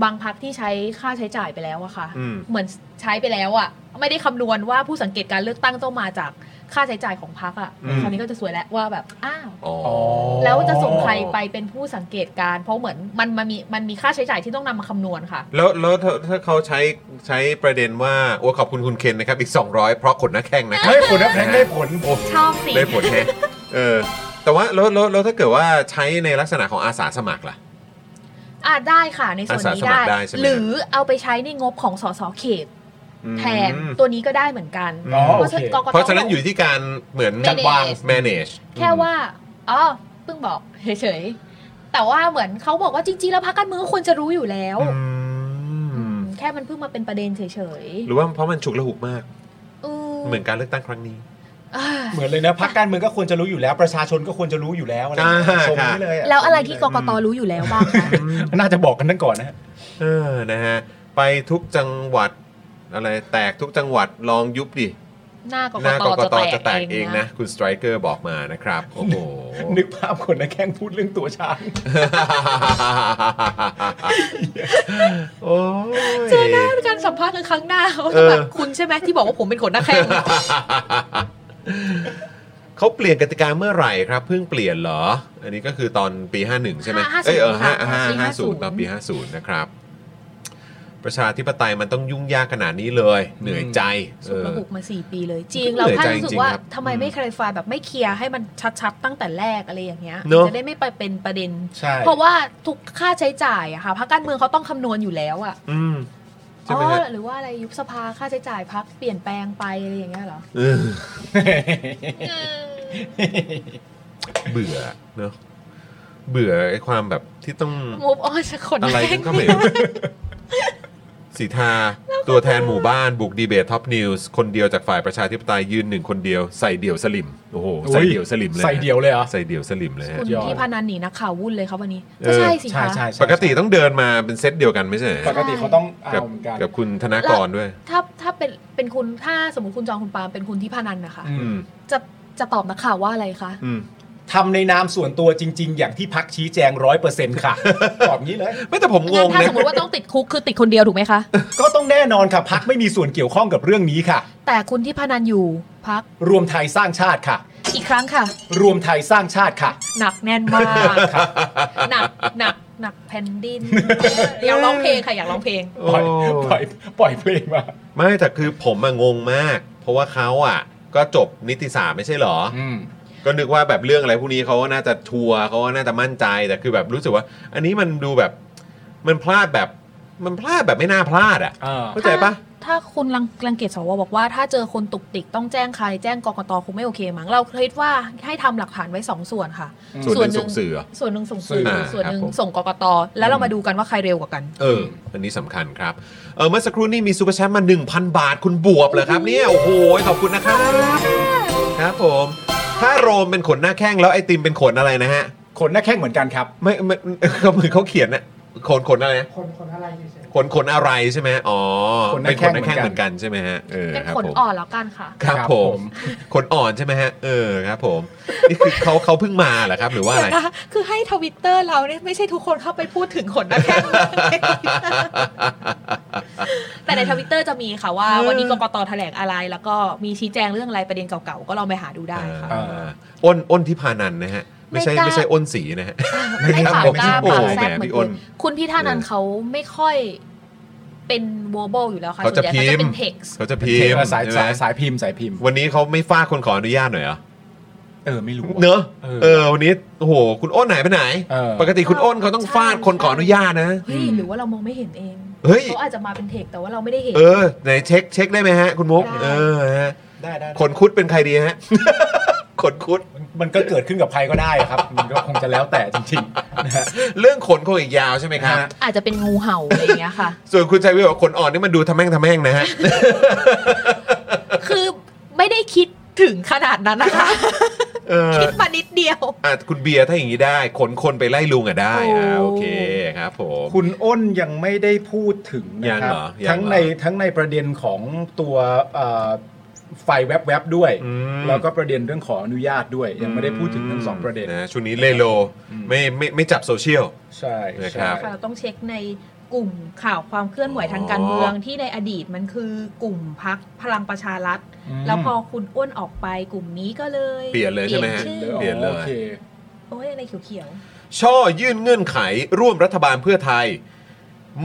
Speaker 4: บางพรรคที่ใช้ค่าใช้จ่ายไปแล้วอะค่ะ
Speaker 1: อืม
Speaker 4: เหมือนใช้ไปแล้วอะไม่ได้คำนวณว่าผู้สังเกตการเลือกตั้งต้องมาจากค่าใช้จ่ายของพรรคอะ
Speaker 1: อืม
Speaker 4: คราวนี้ก็จะสวยแล้วว่าแบบอ้าว
Speaker 1: อ๋อ
Speaker 4: แล้วจะส่งใครไปเป็นผู้สังเกตการเพราะเหมือนมันมันมีมันมีค่าใช้จ่ายที่ต้องนำมาคำนวณค่ะ
Speaker 1: แล้วแล้วถ้าถ้าเขาใช้ใช้ประเด็นว่าโอ้ขอบคุณคุณเคนนะครับ อีก 200 เพราะขนหน้าแข้งนะครับ
Speaker 2: ให้ผลนักแข่งได้ผลผม
Speaker 4: ชอบสี
Speaker 1: ได้ผลแฮะเออ แต่ว่าแล้วแล้วแล้วถ้าเกิดว่าใช้ในลักษณะของอาสาสมัครล่ะ
Speaker 4: อ่าได้ค่ะในส่วนนี้
Speaker 1: อาสาสมัคร
Speaker 4: ได้
Speaker 1: ได้ใช่ไหม
Speaker 4: หรือเอาไปใช้ในงบของสสเขต
Speaker 1: อืม
Speaker 4: แทนตัวนี้ก็ได้เหมือนกัน
Speaker 2: อ๋อ
Speaker 4: เพ
Speaker 2: โอ
Speaker 4: ราะฉะนั้นกกต
Speaker 2: เค
Speaker 1: เพราะฉะนั้นอยู่ที่การเหมือน
Speaker 2: จัดวาง
Speaker 1: manage
Speaker 4: แค่ว่าอ๋อเพิ่งบอกเฉยๆแต่ว่าเหมือนเขาบอกว่าจริงๆแล้วพรรคการเมืองก็ควรจะรู้อยู่แล้ว
Speaker 1: อื
Speaker 4: อื
Speaker 1: ม
Speaker 4: มแค่มันเพิ่งมาเป็นประเด็นเฉย
Speaker 1: หรือว่าเพราะมันฉุกละหุกมาก
Speaker 4: ๆอื
Speaker 1: เหมือนการเลือกตั้งครั้งนี้
Speaker 4: อ่า
Speaker 2: เหมือนเลยนะพักการเมืองก็ควรจะรู้อยู่แล้ว ประชาชนก็ควรจะรู้อยู่แล้วอะไรอย่างเงี้ย
Speaker 1: อ่า
Speaker 2: ทรง
Speaker 1: ค่ะ
Speaker 2: นี้เลย
Speaker 4: แล้วอะไรที่กกตรู้อยู่แล้วบ้างคะ
Speaker 2: น่าจะบอกกันตั้งก่อนนะฮะ
Speaker 1: เออ นะฮะ ไปทุกจังหวัดอะไรแตกทุกจังหวัดลองยุบดิ
Speaker 4: หน้ากก
Speaker 1: หน้ากกต
Speaker 4: ตจะ
Speaker 1: จะ
Speaker 4: แต
Speaker 1: แต
Speaker 4: ก
Speaker 1: ก
Speaker 4: เอ
Speaker 1: เอง ง
Speaker 4: นะ
Speaker 1: นะ คุณสไตรเกอร์บอกมานะครับ โอ้โห
Speaker 2: นึกภาพคนนะแข้งพูดเรื่องตัวช้าง
Speaker 1: โอ้ย
Speaker 4: เจอหน้าการสัมภาษณ์กันครั้งหน้าเขาจะแบบ
Speaker 1: เออ
Speaker 4: คุณใช่ไหมที่บอกว่าผมเป็นขนหน้าแข้ง
Speaker 1: เขาเปลี่ยนกติกาเมื่อไหร่ครับ เพิ่งเปลี่ยนเหรอ อันนี้ก็คือตอนปี 51 ใช่ไหม
Speaker 4: 50
Speaker 1: เอยเออ
Speaker 4: ค่ะ
Speaker 1: 5 5
Speaker 4: 50
Speaker 1: 50ตอนปี 50 นะครับ ประชาธิปไตยมันต้องยุ่งยากขนาดนี้เลย เหนื่อยใจ
Speaker 4: สุ
Speaker 1: เออ
Speaker 4: ดระบุมาสี่ปีเลยจริ
Speaker 1: ก็
Speaker 4: งเรา
Speaker 1: เหนื่อย
Speaker 4: แค่
Speaker 1: ใจ
Speaker 4: รู้สึ
Speaker 1: จริ
Speaker 4: ก
Speaker 1: งๆ
Speaker 4: ว่า
Speaker 1: ครับ
Speaker 4: ทำไมไม่คลฟายแบบไม่เคลียร์ให้มันชัดๆตั้งแต่แรกอะไรอย่างเงี้ย
Speaker 1: เนอะ
Speaker 4: จะได้ไม่ไปเป็นประเด็น
Speaker 2: ใช่
Speaker 4: เพราะว่าทุกค่าใช้จ่ายอะค่ะพรรคการเมืองเขาต้องคำนวณอยู่แล้วอะ
Speaker 1: อืมใช่
Speaker 4: อ๋
Speaker 1: ไหม
Speaker 4: อ
Speaker 1: ฮะ
Speaker 4: หรือว่าอะไรยุบสภาค่าใช้จ่ายพักเปลี่ยนแปลงไปอะไรอย่างเงี้ยเหรอ
Speaker 1: เออ เบื่อเนอะเบื่อไอ้ความแบบที่ต้อง
Speaker 4: มูฟออนสักคน
Speaker 1: อะไร
Speaker 4: แร
Speaker 1: กันก็ไม่รู้สีทาตัวแทนหมู่บ้านบุกดีเบตท็อปนิวส์คนเดียวจากฝ่ายประชาธิปไตยยืนหนึ่งคนเดียวใส่เดี่ยวสลิมโอ้โหใส่เดี่ยวสลิมเลยนะ
Speaker 2: ใส่เดี่ยวเลยเหรอ
Speaker 1: ใส่เดี่ยวสลิมเลยฮะ
Speaker 4: คุณ
Speaker 2: สุดยอด
Speaker 4: ที่พนันหนีนักข่าววุ่นเลยครับวันนี้
Speaker 1: เออ
Speaker 4: ก็ใช่สิ
Speaker 2: ใช่
Speaker 4: คะ
Speaker 2: ใช่ใช่
Speaker 1: ปกติต้องเดินมาเป็นเซตเดียวกันไม่ใช่เหรอ
Speaker 2: ปกติเขาต้องเอา
Speaker 1: กับ
Speaker 2: เหมือนกัน
Speaker 1: กับคุณธนากรด้วย
Speaker 4: ถ้าถ้าเป็นเป็นคุณถ้าสมมติคุณจองคุณปาล์มเป็นคุณที่พนันนะคะ
Speaker 2: อื
Speaker 1: อื
Speaker 2: ม
Speaker 1: ม
Speaker 4: จะจะตอบนักข่าวว่าอะไรคะ
Speaker 1: อืม
Speaker 2: ทำในนามส่วนตัวจริง ๆ อย่างที่พักชี้แจงร้อยเปอร์เซ็นต์ค่ะ ตอบงี้เลย
Speaker 1: ไม่แต่ผมง
Speaker 4: งั้น
Speaker 1: ง
Speaker 4: ถ้า
Speaker 1: นะ
Speaker 4: สมม ติว่าต้องติดคุกคือติดคนเดียวถูกไหมคะ
Speaker 2: ก็ต้องแน่นอนค่ะพักไม่มีส่วนเกี่ยวข้องกับเรื่องนี้ค่ะ
Speaker 4: แต่คุณที่พนันอยู่พัก
Speaker 2: รวมไทยสร้างชาติค่ะ
Speaker 4: อีกครั้งค่ะ
Speaker 2: รวมไทยสร้างชาติค่ะ
Speaker 4: หนักแน่นมากค่ะหนักหนักหนักแผ่นดินอยากร้องเพลงค่ะอยากร้องเพลง
Speaker 2: ปล่อยปล่อยปล่อยเพลงมา
Speaker 1: ไม่แต่คือผมอะงงมาก เพราะว่าเขาอ่ะ ก็จบนิติศาสตร์ไม่ใช่เหรอ ก็นึกว่าแบบเรื่องอะไรพวกนี้เขาก็น่าจะทัวร์เขาก็น่าจะมั่นใจแต่คือแบบรู้สึกว่า อันนี้มันดูแบบมันพลาดแบบมันพลาดแบบไม่น่าพลาดอ่ะ
Speaker 2: อ่า
Speaker 1: เข้าใจปะ
Speaker 4: ถ้าคุณรังรังเกียจสวบอกว่าถ้าเจอคนตุกติกต้องแจ้งใครแจ้งกกตคงไม่โอเคมั้งเราคิดว่าให้ทำหลักฐานไว้สองส่วนค่ะ
Speaker 1: ส่วนหนึ่งส่
Speaker 4: ส่
Speaker 1: งสื่
Speaker 4: วนหนึ่ง
Speaker 1: อเหรอ
Speaker 4: ส่วนหนึ่งส่งสื่อ
Speaker 1: อ่า
Speaker 4: ส่วนหนึ่ง
Speaker 1: ครับผม
Speaker 4: ส่งกกตแล้วเรามาดูกันว่าใครเร็วกว่ากัน
Speaker 1: เออ อันนี้สำคัญครับ เออเมื่อสักครู่นี้มีซูเปอร์แชมป์มา 1,000 บาทคุณบวบเหรอครับเนี่ย โอ้โห ขอบคุณนะครับ ครับผม ถ้าโรมเป็นขนหน้าแข้งแล้วไอติมเป็นขนอะไรนะฮะ
Speaker 2: ขนหน้าแข้งเหมือนกันครับ
Speaker 1: ไม่ไม่ เขาเหมือนเขาเขียนนะขนขนอะไรนะขนขนอะไรใช่ไหมอ๋อ
Speaker 2: ขนห
Speaker 1: เป็
Speaker 2: น้าน
Speaker 1: ขนหน้า
Speaker 2: แข้ง
Speaker 1: แข้ง
Speaker 2: เห
Speaker 1: เห
Speaker 2: มื
Speaker 1: มื
Speaker 2: อ
Speaker 1: อน น
Speaker 2: กั
Speaker 1: กัน นใช่ไหมฮะ เออ
Speaker 4: เป็น
Speaker 1: ครับ
Speaker 4: ขน
Speaker 1: ผม
Speaker 4: อ่อนแล้วกันค่ะ
Speaker 1: ครับ
Speaker 2: ครับ
Speaker 1: ผ
Speaker 2: ผม ม
Speaker 1: ขนอ่อนใช่ไหมฮะ เออครับผม นี่คือเขาเขาเพิ่งมาเหรอครับ หรือว่าอะไร
Speaker 4: เดี๋ยวนะคือให้ทวิตเตอร์เราเนี่ยไม่ใช่ทุกคนเข้าไปพูดถึงขนหน้าแข้ง แต่ในทวิตเตอร์จะมีค่ะว่า วันนี้กกตแถลงอะไร แล้วก็มีชี้แจงเรื่องอะไรประเด็นเก่าๆ ก็ลองไปหาดูได้ค่ะ
Speaker 1: อ่าอ้นอ้นที่พานันนะฮะ ไม่ใช่
Speaker 4: ไม่กล้า
Speaker 1: ไม่ใช่อ้นสีนะฮะ
Speaker 4: ให้
Speaker 1: ครับ
Speaker 4: ปาก
Speaker 1: ผม
Speaker 4: กล้า
Speaker 1: โอ้
Speaker 4: ปาก
Speaker 1: แหม
Speaker 4: แซบเหมือ
Speaker 1: พี่อ้
Speaker 4: นคุ
Speaker 1: น
Speaker 4: ณคุณพี่ท่านัน
Speaker 1: เออ
Speaker 4: เขาไม่ค่อยเป็นวอ b เบิลอยู่แล้วค่ะ
Speaker 1: เขาจะ
Speaker 4: ส่วนใหญ่เขาจะ
Speaker 1: พิมพ์
Speaker 4: เป็นเท็กซ์
Speaker 1: เขาจะพิมพ์
Speaker 2: สาย
Speaker 1: ใช่ไหม
Speaker 2: สายสายพิมพ์สายพิมพ์
Speaker 1: วันนี้เขาไม่ฟาดคนขออนุญาตหน่อยเหรอ
Speaker 2: เออไม่รู้
Speaker 1: เน
Speaker 2: อะ
Speaker 1: อะเออวันนี้โอ้โหคุณอ้นไหนไปไหน
Speaker 2: เออ
Speaker 1: ปกติคุณอ้นเขาต้องฟาดคนขออนุญาตนะ
Speaker 4: เฮ้ยหรือว่าเรามองไม่เห็นเอง
Speaker 1: เฮ้ย
Speaker 4: เขาอาจจะมาเป็นเท็กซ์แต่ว่าเราไม่ได้เห็น
Speaker 1: เออไหนเช็คเช็คได้ไหมฮะ คุณมุก
Speaker 4: ได้
Speaker 1: เออฮะ
Speaker 2: ได้ได้
Speaker 1: ขนคุดเป็นใครดีฮะ ขนคุด
Speaker 2: มันก็เกิดขึ้นกับใครก็ได้ครับ มันก็คงจะแล้วแต่จริงๆนะฮะ
Speaker 1: เรื่องขนคงอีกยาวใช่ไหมครับ
Speaker 2: ฮะ
Speaker 4: อาจจะเป็นงูเห่าอะไรอย่างเงี้ยค่ะ
Speaker 1: ส่วนคุณชัยวิทย์บอกขนอ่อนนี่มันดูทำแม่งทำแม่ง นะฮะ
Speaker 4: คือไม่ได้คิดถึงขนาดนั้นนะคะ
Speaker 1: เออ
Speaker 4: คิดมานิดเดียว
Speaker 1: อ่ะคุณเบียร์ถ้าอย่างนี้ได้ ขนคนไปไล่ลุงอ่ะได้อ่ะ
Speaker 4: โอ้
Speaker 1: โอเคครับผม
Speaker 2: คุณอ้นยังไม่ได้พูดถึงนะ
Speaker 1: ยัง
Speaker 2: ครั
Speaker 1: เหรอยัง
Speaker 2: บ
Speaker 1: เหรอ
Speaker 2: ทั้งในทั้งในประเด็นของตัวเอ่อไฟแวบๆด้วย
Speaker 1: อืม
Speaker 2: แล้วก็ประเด็นเรื่องขออนุญาตด้วย ยังไม่ได้พูดถึงทั้งสองประเด็น
Speaker 1: นะช่วงนี้เลโลไม่ไม่ไม่จับโซเชียล
Speaker 2: ใช่
Speaker 1: นะครั
Speaker 2: ใช่
Speaker 1: บ
Speaker 4: ค่ะเราต้องเช็คในกลุ่มข่าวความเคลื่อนไหวทางการเมืองที่ในอดีตมันคือกลุ่มพักพลังประชารัฐ
Speaker 2: ม
Speaker 4: แล้วพอคุณอ้วนออกไปกลุ่มนี้ก็เลย
Speaker 1: เปลี่ยนเลยใช่ไหมฮะ
Speaker 4: ชื่อ
Speaker 1: เปลี่ยนเลย
Speaker 2: โอค
Speaker 4: โอ้ยอะไรเขียว
Speaker 1: ช่อยื่นเงื่อนไข ร่วมรัฐบาลเพื่อไทย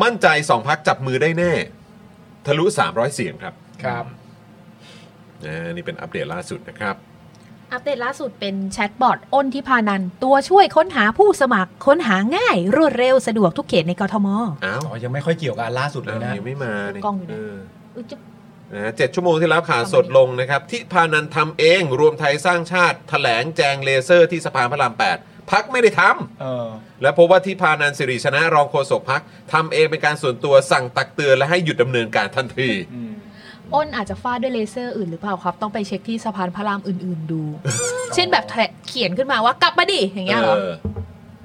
Speaker 1: มั่นใจสองพักจับมือได้แน่ ทะลุ 300 เสียงครับ
Speaker 2: ครับ
Speaker 1: นะนี่เป็นอัปเดตล่าสุดนะครับ
Speaker 4: ๆ อัปเดตล่าสุดเป็นแชทบอทอ้นที่พานันท์ตัวช่วยค้นหาผู้สมัครค้นหาง่าย รวดเร็วสะดวกทุกเขตในกทม
Speaker 1: อ้าว
Speaker 2: อ๋อยังไม่ค่อยเกี่ยวกับอันล่าสุดเล
Speaker 1: อ้าวย
Speaker 2: นะ
Speaker 1: ยังไม่มาเนี่ย
Speaker 4: กล้องอยู่ไหน
Speaker 1: เออ
Speaker 4: อุ๊ยจะ
Speaker 1: นะเจ็ดชั่วโมงที่แล้วข่าวสดลงนะครับ ที่พานันทำเอง รวมไทยสร้างชาติแถลงแจงเลเซอร์ที่สะพานพระราม 8 พักไม่ได้ทำ
Speaker 2: เออ
Speaker 1: และพบว่าที่พานันสิริชนะรองโฆษกพักทำเองเป็นการส่วนตัวสั่งตักเตือนและให้หยุดดำเนินการทันที
Speaker 2: อืม
Speaker 4: อ้นอาจจะฟาดด้วยเลเซอร์อื่นหรือเปล่าครับ ต้องไปเช็คที่สะพานพระรามอื่นๆดู เช่นแบบแถะเขียนขึ้นมาว่ากลับมาดิอย่างเงี้ยเหรอ
Speaker 1: เออ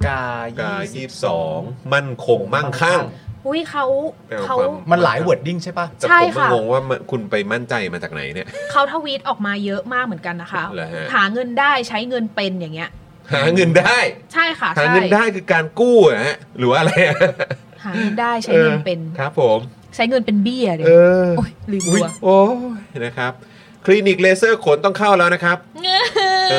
Speaker 1: ก
Speaker 2: าก
Speaker 1: าย
Speaker 2: ยี่
Speaker 1: ยี่
Speaker 2: สิบ
Speaker 1: สองมั่นคงมั่งคั่ง
Speaker 4: อุ้ยเขาเขา
Speaker 1: แปลว่าความ
Speaker 2: มันหลายเวิร์ดดิ้งใช่ป่ะ
Speaker 1: แต่
Speaker 4: ใช่
Speaker 1: ผมก็
Speaker 4: ค่ะ
Speaker 1: งงว่ามันคุณไปมั่นใจมาจากไหนเนี่ย
Speaker 4: เขาทวีตออกมาเยอะมากเหมือนกันนะคะ
Speaker 1: เหรอฮะ
Speaker 4: หาเงินได้ใช้เงินเป็นอย่างเงี้ย
Speaker 1: หาเงินได้
Speaker 4: ใช่ค่ะ
Speaker 1: หา
Speaker 4: ใช่
Speaker 1: เงินได้คือการกู้เหรอฮะหรือว่าอะไรอะ
Speaker 4: หาเงินได้ใช้เงินเป็น
Speaker 1: ครับ ผม
Speaker 4: ใช้เงินเป็นเบี้ยเลย
Speaker 1: เออ
Speaker 4: โอ้ยลืม
Speaker 1: อุ๊ย
Speaker 4: ตัว
Speaker 1: โอ้ยนะครับ คลินิกเลเซอร์ขนต้องเข้าแล้วนะครับ เอ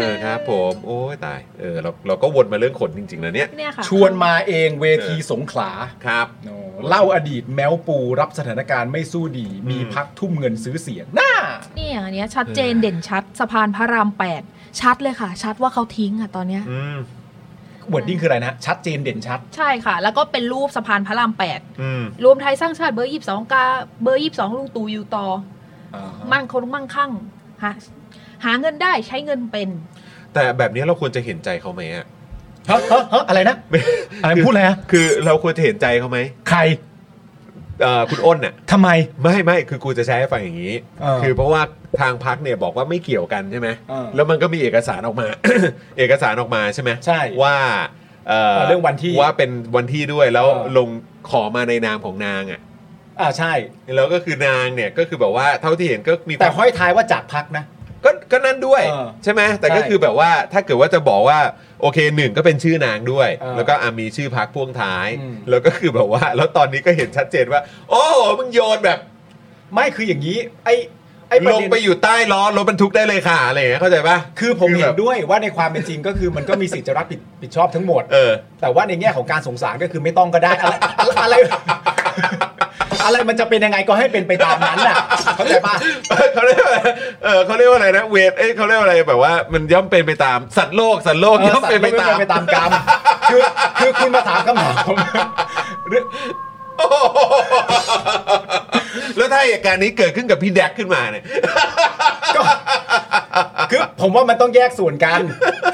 Speaker 1: อครับผมโอ้ยตายเออเราเราก็วนมาเรื่องขนจริงๆนะเนี่ย
Speaker 4: เนี่ยค่ะ
Speaker 2: ชวนมาเองเวทีสงขลา
Speaker 1: ครับ
Speaker 2: โน่เล่าอดีตแมวปูรับสถานการณ์ไม่สู้ดี มีพักทุ่มเงินซื้อเสียงน่า
Speaker 4: เนี่ยอันเนี้ยชัดเจนเด่นชัดสะพานพระรามแปดชัดเลยค่ะ ชัดว่าเขาทิ้งอ่ะตอนเนี้ย
Speaker 1: อืม
Speaker 2: เวิร์ดดิ้งคืออะไรนะ ชัดเจนเด่นชัด
Speaker 4: ใช่ค่ะ แล้วก็เป็นรูปสะพานพระรามแปด
Speaker 1: อืม
Speaker 4: รวมไทยสร้างชาติเบอร์ยี่สองกาเบอร์ยี่สองลุงตู่อยู่ต่อ มั่นคงมั่งคั่งหาหาเงินได้ใช้เงินเป็น
Speaker 1: แต่แบบนี้เราควรจะเห็นใจเขาไหมอะ
Speaker 2: ฮะฮะฮะอะไรนะ อะไร
Speaker 1: คือ
Speaker 2: พูดอะไรนะ
Speaker 1: คือเราควรจะเห็นใจเขาไหม
Speaker 2: ใคร
Speaker 1: เอ่อคุณอ้นน่ะ
Speaker 2: ทำไม
Speaker 1: ไม่ไม่คือกูจะใช้ให้ฟังอย่างนี้
Speaker 2: เออ
Speaker 1: คือเพราะว่าทางพักเนี่ยบอกว่าไม่เกี่ยวกันใช่ไหม
Speaker 2: เออ
Speaker 1: แล้วมันก็มีเอกสารออกมา เอกสารออกมาใช่ไหม
Speaker 2: ใช่
Speaker 1: ว่าเอ่
Speaker 2: เรื่องวันที่
Speaker 1: ว่าเป็นวันที่ด้วยแล้ว
Speaker 2: เออ
Speaker 1: ลงขอมาในนามของนางอ่ะ
Speaker 2: อ่าใช่
Speaker 1: แล้วก็คือนางเนี่ยก็คือแบบว่าเท่าที่เห็นก็มี
Speaker 2: แต่
Speaker 1: ความ
Speaker 2: ห้อยท้ายว่าจากพักนะ
Speaker 1: ก็ก็นั่นด้วย
Speaker 2: เออ
Speaker 1: ใช่ไหมแต่ก็
Speaker 2: ใช่
Speaker 1: คือแบบว่าถ้าเกิดว่าจะบอกว่าโอเคหนึ่งก็เป็นชื่อนางด้วย
Speaker 2: เออ
Speaker 1: แล้วก็อ่ะมีชื่อพักพ่วงท้าย
Speaker 2: อืม
Speaker 1: แล้วก็คือแบบว่า แล้วตอนนี้ก็เห็นชัดเจนว่า โอ้โหมึงโยนแบบ
Speaker 2: ไม่คืออย่างนี้ ไอ้ไอ้ป
Speaker 1: ล
Speaker 2: ระ
Speaker 1: ง
Speaker 2: เด็น
Speaker 1: ไปอยู่ใต้ล้อรถบรรทุกได้เลยค่ะอะไรอย่างเงี้ยเข้าใจปะ
Speaker 2: คือผมเห็
Speaker 1: แบ
Speaker 2: น
Speaker 1: บ
Speaker 2: ด้วยว่าในความเป็นจริงก็คือมันก็มีสิทธิ์จะรับผิดผิดชอบทั้งหมด
Speaker 1: เออ
Speaker 2: แต่ว่าในแง่ของการสงสารก็คือไม่ต้องก็ได้ อะไรอะไร อะไรมันจะเป็นยังไงก็ให้เป็นไปตามนั้นน่ะเข้าใจป่ะ
Speaker 1: เขาเรียกว่าเออเขาเรียกว่าอะไรนะเวทเอ้ยเขาเรียกว่าอะไรแบบว่ามันย่อมเป็นไปตามสัตว์โลกสัตว์โลก
Speaker 2: เออย่
Speaker 1: อมเป็นไปตาม
Speaker 2: สัตว์โลกย่อมเป็นไปตามกรรม คือคือคุณมาถามคำถามเรื่อง
Speaker 1: แล้วถ้าเหตุการณ์นี้เกิดขึ้นกับพี่แดกขึ้นมาเนี่ย
Speaker 2: คือผมว่ามันต้องแยกส่วนกัน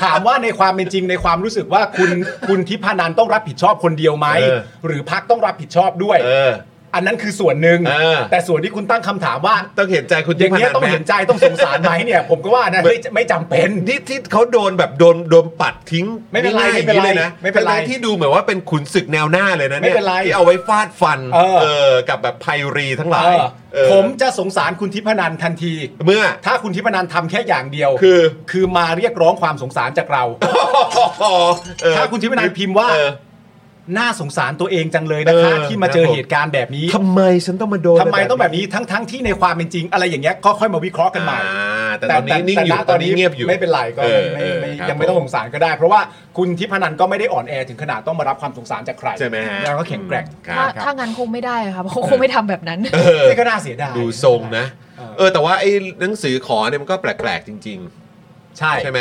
Speaker 2: ถามว่าในความเป็นจริงในความรู้สึกว่าคุณคุณทิพานันต้องรับผิดชอบคนเดียวไหม
Speaker 1: เออ
Speaker 2: หรือพักต้องรับผิดชอบด้วย
Speaker 1: เออ
Speaker 2: อันนั้นคือส่วนหนึ่ง
Speaker 1: เออ
Speaker 2: แต่ส่วนที่คุณตั้งคำถามว่า
Speaker 1: ต้องเห็นใจคุณ
Speaker 2: อย่างเงี้ย
Speaker 1: ทิพ
Speaker 2: ต้อง
Speaker 1: พ
Speaker 2: เห็นใจต้องสงสารไหมเนี่ย ผมก็ว่านะเฮ้ยไม่จำเป็น
Speaker 1: นี่ที่เขาโดนแบบโดนโดนปัดทิ้ง
Speaker 2: ไม่เป็นไร
Speaker 1: ง่ายๆอย่างเลยนะ
Speaker 2: ไม่เป็นไร
Speaker 1: ทั้งๆที่ดูเหมือนว่าเป็นขุนศึกแนวหน้าเลยนะ
Speaker 2: ไม่
Speaker 1: เนี่ย
Speaker 2: เป็นไร
Speaker 1: ที่เอาไว้ฟาดฟัน
Speaker 2: เออ
Speaker 1: กับแบบไพรีทั้งหลา
Speaker 2: เอย อ
Speaker 1: เออ
Speaker 2: ผมจะสงสารคุณทิพานันทันที
Speaker 1: เมื่อ
Speaker 2: ถ้าคุณทิพานันทำแค่อย่างเดียว
Speaker 1: คือ
Speaker 2: คือมาเรียกร้องความสงสารจากเรา
Speaker 1: เออ
Speaker 2: ถ้าคุณทิพนันพิมพ์ว่า
Speaker 1: เออ
Speaker 2: น่าสงสารตัวเองจังเลยนะคะ
Speaker 1: เออ
Speaker 2: ที่มาเจอเหตุการณ์แบบนี้
Speaker 1: ทำไมฉันต้องมาโดน
Speaker 2: ทำไมต้องแบบนี้ทั้งทั้งที่ในความเป็นจริง อะไรอย่างเงี้ยก็ค่อยมาวิเคราะห์กันใหม่
Speaker 1: อ่าแต่ตอนนี้นิ่งอยู่
Speaker 2: ณ
Speaker 1: ตอนนี้เงียบอยู่
Speaker 2: ไม่เป็นไรก็
Speaker 1: ออ
Speaker 2: ไม่ไม่
Speaker 1: เครับ
Speaker 2: ยังไม่ต้องสงสารก็ได้ เพราะว่าคุณทิพนันก็ไม่ได้อ่อนแอถึงขนาดต้องมารับความสงสารจากใคร
Speaker 1: ใช่ไหมฮะ
Speaker 2: แล้วก็แข็งแกร่ง
Speaker 1: ครั
Speaker 4: ถ้า
Speaker 1: บ
Speaker 4: ถ้างั้นคงไม่ได้อะค่ะเพราะคงไม่ทำแบบนั้น
Speaker 1: เออ
Speaker 2: นี่ก็น่าเสียดาย
Speaker 1: ดูทรงนะ
Speaker 2: เออ
Speaker 1: เออแต่ว่าไอ้หนังสือขอเนี่ยมันก็แปลกๆจริง
Speaker 2: ใช่
Speaker 1: ๆ ใช่ไหม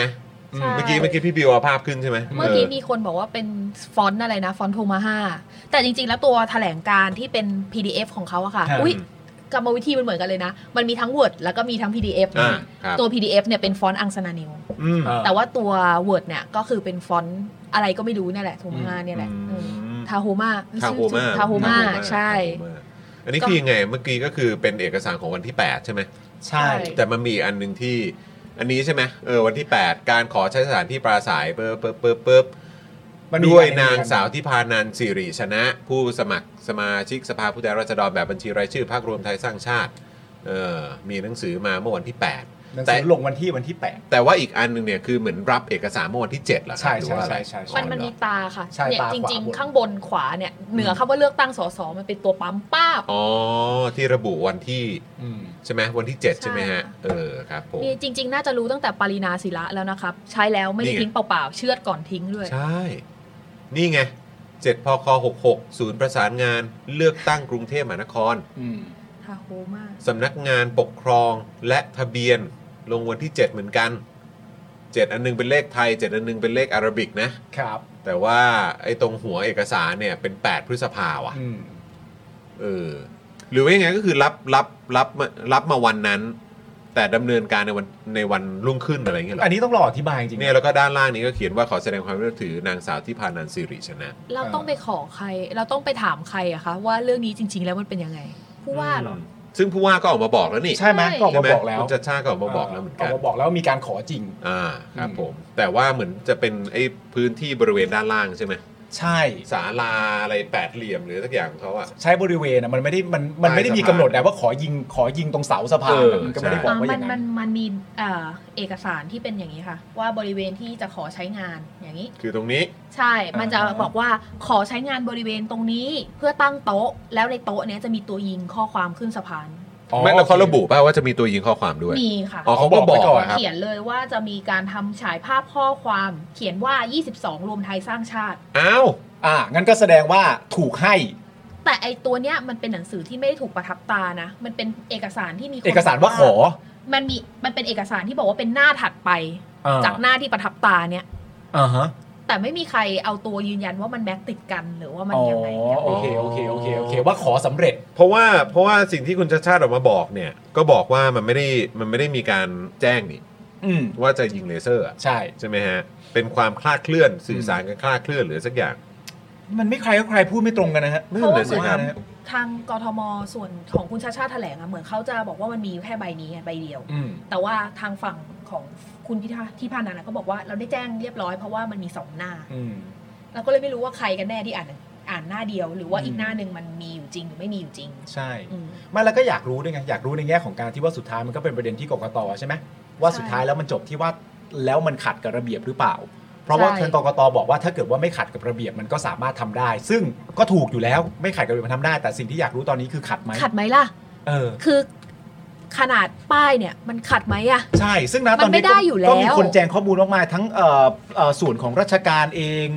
Speaker 4: ใช่
Speaker 1: เมื่อกี้เมื่อกี้พี่บิวเอาภาพขึ้นใช่ไหม
Speaker 4: เมื่อกี้มีคนบอกว่าเป็นฟอนต์อะไรนะ ฟอนต์โทมาห้าแต่จริงๆ แล้วตัวแถลงการที่เป็น PDF ของเขาอะค่ะ อุ้ยกรรมวิธีมันเหมือนกันเลยนะ มันมีทั้ง Word แล้วก็มีทั้ง PDF
Speaker 1: อ่า
Speaker 4: นะ
Speaker 1: ครับ
Speaker 4: ตัว PDF เนี่ยเป็นฟอนต์อังสนานิว
Speaker 1: อืม
Speaker 2: เออ
Speaker 4: แต่ว่าตัว Word เนี่ยก็คือเป็นฟอนต์อะไรก็ไม่รู้เนี่ยแหละโทมาห้าเนี่ยแหละ
Speaker 1: อืม
Speaker 4: ทาโฮมา
Speaker 1: ทาโฮมา
Speaker 4: ทาโฮมา
Speaker 1: ทโฮ
Speaker 4: ใช่
Speaker 1: ทาโฮมาอันนี้คือยังไงเมื่อกี้ก็คือเป็นเอกสารของวันที่ 8 ใช่ไหม
Speaker 2: ใช่
Speaker 4: ใช่
Speaker 1: แต่มันมีอีกอันหนึ่งที่อันนี้ใช่ไหมเออวันที่ 8 การขอใช้สถานที่ปราศัยเปิบเปิบเปิบเปิบด้วยนางสาวที่พานันสิริชนะ ผู้สมัครสมาชิกสภาผู้แทนราษฎรแบบบัญชีรายชื่อพรรครวมไทยสร้างชาติเออมีหนังสือมาเมื่อวันที่ 8
Speaker 2: หนัง
Speaker 1: แต่
Speaker 2: สือลงวันที่วันที่แปด
Speaker 1: แต่ว่าอีกอันหนึ่งเนี่ยคือเหมือนรับเอกสารเมื่อวันที่7เหรอครับ
Speaker 2: ใช่
Speaker 1: หรือว่าอะไร
Speaker 2: ใช่ใช่ใช่
Speaker 4: มันมันมีตาค่ะ
Speaker 2: ใช่
Speaker 4: เนี่ย
Speaker 2: ตาขวา
Speaker 4: จริง
Speaker 2: บน
Speaker 4: ๆ ข้างบนขวาเนี่ยเหนือคำว่าเลือกตั้งสสมันเป็นตัวปั๊มป้าบ
Speaker 1: อ๋อที่ระบุวันที่
Speaker 2: อืม
Speaker 1: ใช่ไหมวันที่ 7 ใช่ไหมฮะ
Speaker 4: ใช่
Speaker 1: เออครับผม
Speaker 4: นี่จริง ๆ น่าจะรู้ตั้งแต่ปารีนาศิละแล้วนะครับ ใช้แล้วไม่
Speaker 1: นี่ไง
Speaker 4: ได้ทิ้งเปล่าๆ เชือดก่อนทิ้งด้วย
Speaker 1: ใช่ นี่ไง7พค66ศูนย์ประสานงานเลือกตั้งกรุงเทพมหานคร
Speaker 2: อืม
Speaker 4: ทาโฮมาก
Speaker 1: สำนักงานปกครองและทะเบียนลงวันที่ 7 เหมือนกัน 7 อันหนึงเป็นเลขไทย 7 อันหนึงเป็นเลขอาหรับิกนะ
Speaker 2: ครับ
Speaker 1: แต่ว่าไอ้ตรงหัวเอกสารเนี่ยเป็น 8 พฤษภาว่ะ
Speaker 2: อืม
Speaker 1: เออหรือว่ายังไงก็คือรับรับรับมารับมาวันนั้น แต่ดำเนินการในวันในวันรุ่งขึ้นอะไรอย่างเงี้ยเหร
Speaker 2: อั
Speaker 1: อน
Speaker 2: นี้ต้องรออธิบายจริงๆ
Speaker 1: เนี่ยแล้วก็ด้านล่างนี้ก็เขียนว่าขอแสดงความเลือถือนางสาวที่พานันสิริชนะ
Speaker 4: เราต้องไปขอใคร เราต้องไปถามใครอะคะ ว่าเรื่องนี้จริง ๆ แล้วมันเป็นยังไง ผู้ว่าเหรอ
Speaker 1: ซึ่งผู้ว่าก็ออกมาบอกแล้วนี่
Speaker 2: ใช่ไหม
Speaker 4: ใช่
Speaker 2: ก็ออกมา
Speaker 1: ไห
Speaker 2: บอกแล้ว
Speaker 1: คุณชาติชาติก็ออกมาบอกแล้วเหมือนกัน
Speaker 2: กมาบอกแล้วว่ามีการขอจริง
Speaker 1: อ่าครับ
Speaker 2: อืม
Speaker 1: ผม แต่ว่าเหมือนจะเป็นไอ้พื้นที่บริเวณด้านล่างใช่ไหม
Speaker 2: ใช่
Speaker 1: ศาลาอะไรแปดเหลี่ยมหรือสักอย่างของเขาอ่ะ
Speaker 2: ใช้บริเวณอะมันไม่ได้มันมันไม่ได้มีกำหนดนะว่าขอยิงขอยิงตรงเสาสะพาน
Speaker 1: เออ
Speaker 2: อะมันก็ไม่ได้บอกว่าอ
Speaker 4: มัน
Speaker 2: ย่าง
Speaker 4: มั
Speaker 2: นั้นน
Speaker 4: มันมีเอ่อเอกสารที่เป็นอย่างนี้ค่ะ ว่าบริเวณที่จะขอใช้งานอย่างนี้
Speaker 1: คือตรงนี้
Speaker 4: ใช่ มันจะบอกว่าขอใช้งานบริเวณตรงนี้เพื่อตั้งโต๊ะ แล้วในโต๊ะเนี้ยจะมีตัวยิงข้อความขึ้นสะพาน
Speaker 2: อ๋อ
Speaker 1: ไม่เราเขา
Speaker 2: โอค
Speaker 1: ระบุป่ะว่าจะมีตัวยิงข้อความด้วย
Speaker 4: มีค่ะ
Speaker 1: อ๋อเขาก็บอก
Speaker 2: เขาบอกไว้ก่อน
Speaker 1: ครับ
Speaker 4: เขียนเลยว่าจะมีการทำฉายภาพข้อความ เขียนว่า 22 รวมไทยสร้างชาติ
Speaker 1: อ้าว
Speaker 2: อ่างั้นก็แสดงว่าถูกให้
Speaker 4: แต่ไอตัวเนี้ยมันเป็นหนังสือที่ไม่ได้ถูกประทับตานะ มันเป็นเอกสารที่มีคน
Speaker 2: เอกสารว่าขอ
Speaker 4: มันมีมันเป็นเอกสารที่บอกว่าเป็นหน้าถัดไป
Speaker 2: อ่
Speaker 4: จากหน้าที่ประทับตาเนี่ย
Speaker 2: อ่าฮะ
Speaker 4: แต่ไม่มีใครเอาตัวยืนยันว่ามันแม็กติดกันหรือว่ามัน
Speaker 2: อ๋อ
Speaker 4: ยังไงเนี่ย
Speaker 2: โอเคโอเคโอเคโอเคว่าขอสำเร็จ
Speaker 1: เพราะว่าเพราะว่าสิ่งที่คุณชาติชาติออกมาบอกเนี่ย ก็บอกว่ามันไม่ได้มันไม่ได้มีการแจ้งนี่
Speaker 2: อืม
Speaker 1: ว่าจะยิงเลเซอร์อะ
Speaker 2: ใช่
Speaker 1: ใช่ไหมฮะ เป็นความคลาดเคลื่อนสื่อสารกันคลาดเคลื่อนหรือสักอย่าง
Speaker 2: มันไม่ใครก็ใครพูดไม่ตรงกันนะฮะ
Speaker 1: นั่
Speaker 4: เพราะ
Speaker 1: นเล
Speaker 4: ว่าย เห
Speaker 1: สิ
Speaker 4: มือน
Speaker 1: ครับ
Speaker 4: ทางกทมส่วนของคุณชาชาติแถลงอะเหมือนเขาจะบอกว่ามันมีแค่ใบนี้ไงใบเดียว
Speaker 2: อืม
Speaker 4: แต่ว่าทางฝั่งของคุณพิธาที่พานันนะก็บอกว่าเราได้แจ้งเรียบร้อยเพราะว่ามันมีสองหน้า
Speaker 2: อืม
Speaker 4: เราก็เลยไม่รู้ว่าใครกันแน่ที่อ่านอ่านหน้าเดียว หรือว่า
Speaker 2: อืม
Speaker 4: อีกหน้าหนึ่งมันมีอยู่จริงหรือไม่มีอยู่จริง
Speaker 2: ใช่
Speaker 4: อืม
Speaker 2: ไม่แล้วก็อยากรู้ด้วยไงอยากรู้ในแง่ของการที่ว่าสุดท้ายมันก็เป็นประเด็นที่กกตใช่ไหมว่า
Speaker 4: ใช่
Speaker 2: สุดท้ายแล้วมันจบที่ว่าแล้วมันขัดกับระเบียบหรือเปล่า เพราะว่า
Speaker 4: ใช่
Speaker 2: ทางกกตบอกว่าถ้าเกิดว่าไม่ขัดกับระเบียบมันก็สามารถทำได้ ซึ่งก็ถูกอยู่แล้วไม่ขัดกับระเบียบมันทำได้ แต่สิ่งที่อยากรู้ตอนนี้คือขัดไหม
Speaker 4: ขัดไหมล่ะ
Speaker 2: เออ
Speaker 4: คือขนาดป้ายเนี่ยมันขัดไหมอะ
Speaker 2: ใช่ ซึ่งนะตอน
Speaker 4: มันไม่
Speaker 2: นี้
Speaker 4: ได้อยู่แล้ว
Speaker 2: ก็มีคนแจงข้อมูลมากมายทั้งเอ่อเอ่อส่วนของราชการเอง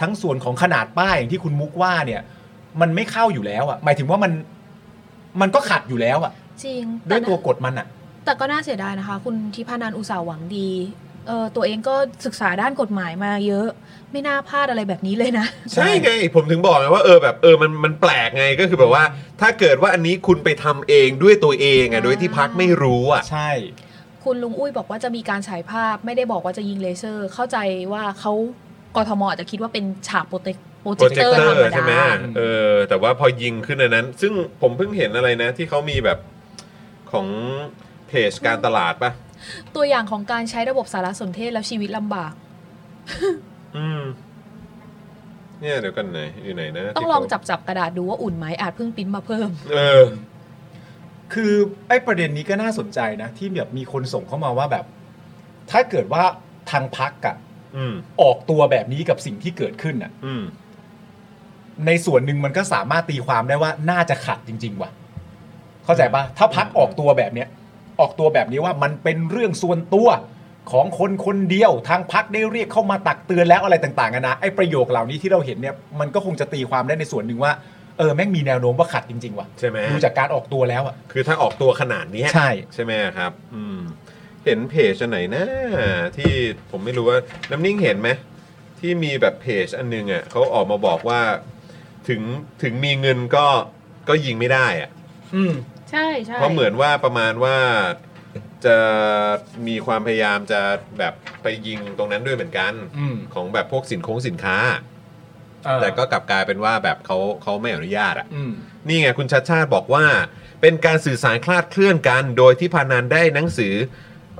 Speaker 2: ทั้งส่วนของขนาดป้ายอย่างที่คุณมุกว่าเนี่ย มันไม่เข้าอยู่แล้วอ่ะหมายถึงว่ามันมันก็ขัดอยู่แล้วอ่ะ
Speaker 4: จริง
Speaker 2: ด้
Speaker 4: แต่
Speaker 2: วยตัวกฎมันอ่ะ
Speaker 4: แต่ก็น่าเสียดายนะคะ คุณทิพานันอุตสาหหวังดี
Speaker 3: เออตัวเองก็ศึกษาด้านกฎหมายมาเยอะ ไม่น่าพลาดอะไรแบบนี้เลยนะ
Speaker 1: ใช่ไง ผมถึงบอกไงว่าเออแบบเออมันมันแปลกไงก็คือแบบว่า ถ้าเกิดว่าอันนี้คุณไปทำเองด้วยตัวเองอ่ะโดยที่พักไม่รู้อ่ะ
Speaker 2: ใช่
Speaker 3: คุณลุงอุ้ยบอกว่าจะมีการฉายภาพไม่ได้บอกว่าจะยิงเลเซอร์ เข้าใจว่าเขากทมอาจจะคิดว่าเป็นฉากโปรเจคโปร
Speaker 1: โปรเจ
Speaker 3: เจค
Speaker 1: ค
Speaker 3: เตอร์
Speaker 1: เตอ
Speaker 3: ธรรม
Speaker 1: ร์ใช่ไหม
Speaker 3: ดา
Speaker 1: เออแต่ว่าพอยิงขึ้นอันนั้น ซึ่งผมเพิ่งเห็นอะไรนะ ที่เขามีแบบของเพจการตลาดปะ
Speaker 3: ตัวอย่างของการใช้ระบบสารสนเทศแล้วชีวิตลำบาก
Speaker 1: อืม เนี่ยเดี๋ยวกันไหนอยู่ไหนนะ
Speaker 3: ต้อง
Speaker 1: ที่
Speaker 3: ลอง
Speaker 1: เขา
Speaker 3: จับจับกระดาษดูว่าอุ่นไหมอาจเพิ่งปริ้นมาเพิ่ม
Speaker 1: เออ
Speaker 2: คือไอ้ประเด็นนี้ก็น่าสนใจนะ ที่แบบมีคนส่งเข้ามาว่าแบบ ถ้าเกิดว่าทางพักอะ
Speaker 1: อืม
Speaker 2: ออกตัวแบบนี้กับสิ่งที่เกิดขึ้นอะ
Speaker 1: อืม
Speaker 2: ในส่วนหนึ่งมันก็สามารถตีความได้ว่าน่าจะขัดจริง ๆ ว่ะ เข้าใจปะถ้าพักออกตัวแบบเนี้ย ออกตัวแบบนี้ว่ามันเป็นเรื่องส่วนตัวของคนคนเดียว ทางพักได้เรียกเข้ามาตักเตือนแล้วอะไรต่างๆกันานะไอ้ประโยคเหล่านี้ที่เราเห็นเนี่ยมันก็คงจะตีความได้ในส่วนหนึ่งว่าเออแม่งมีแนวโน้มว่าขัดจริง ๆ ว่ะ
Speaker 1: ใช่ไหม
Speaker 2: ดูจากการออกตัวแล้วอะ
Speaker 1: คือถ้าออกตัวขนาดเนี้ย
Speaker 2: ใช่
Speaker 1: ใช่ไหมครับ อืม เห็นเพจอันไหนนะ ที่ผมไม่รู้ว่า น้ำนิ่งเห็นไหมที่มีแบบเพจอันนึงอ่ะเขาออกมาบอกว่า ถึงถึงมีเงินก็ก็ยิงไม่ได้อ่ะ
Speaker 2: อืม
Speaker 4: ใช่ใช่
Speaker 1: เพราะเหมือนว่าประมาณว่าจะมีความพยายามจะแบบไปยิงตรงนั้นด้วยเหมือนกัน
Speaker 2: อืม
Speaker 1: ของแบบพวกสินคงสินค้า
Speaker 2: เออ
Speaker 1: แต่ก็กลับกลายเป็นว่าแบบเขาเขาไม่อนุญาตอ่ะ
Speaker 2: อืม
Speaker 1: นี่ไงคุณชัดชาติบอกว่า เป็นการสื่อสารคลาดเคลื่อนกัน โดยที่พานันได้หนังสือ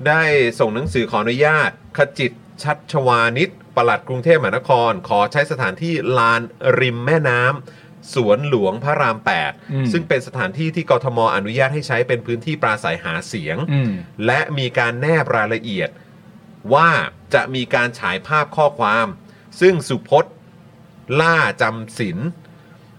Speaker 1: ได้ส่งหนังสือขออนุญาต ขจิตชัดชวานิชปลัดกรุงเทพมหานคร ขอใช้สถานที่ลานริมแม่น้ำสวนหลวงพระราม
Speaker 2: อืม
Speaker 1: 8 ซึ่งเป็นสถานที่ที่กทมอนุญาตให้ใช้เป็นพื้นที่ปราศัยหาเสียง
Speaker 2: อืม
Speaker 1: และมีการแนบรายละเอียดว่าจะมีการฉายภาพข้อความ ซึ่งสุพจน์ล่าจำศิลป์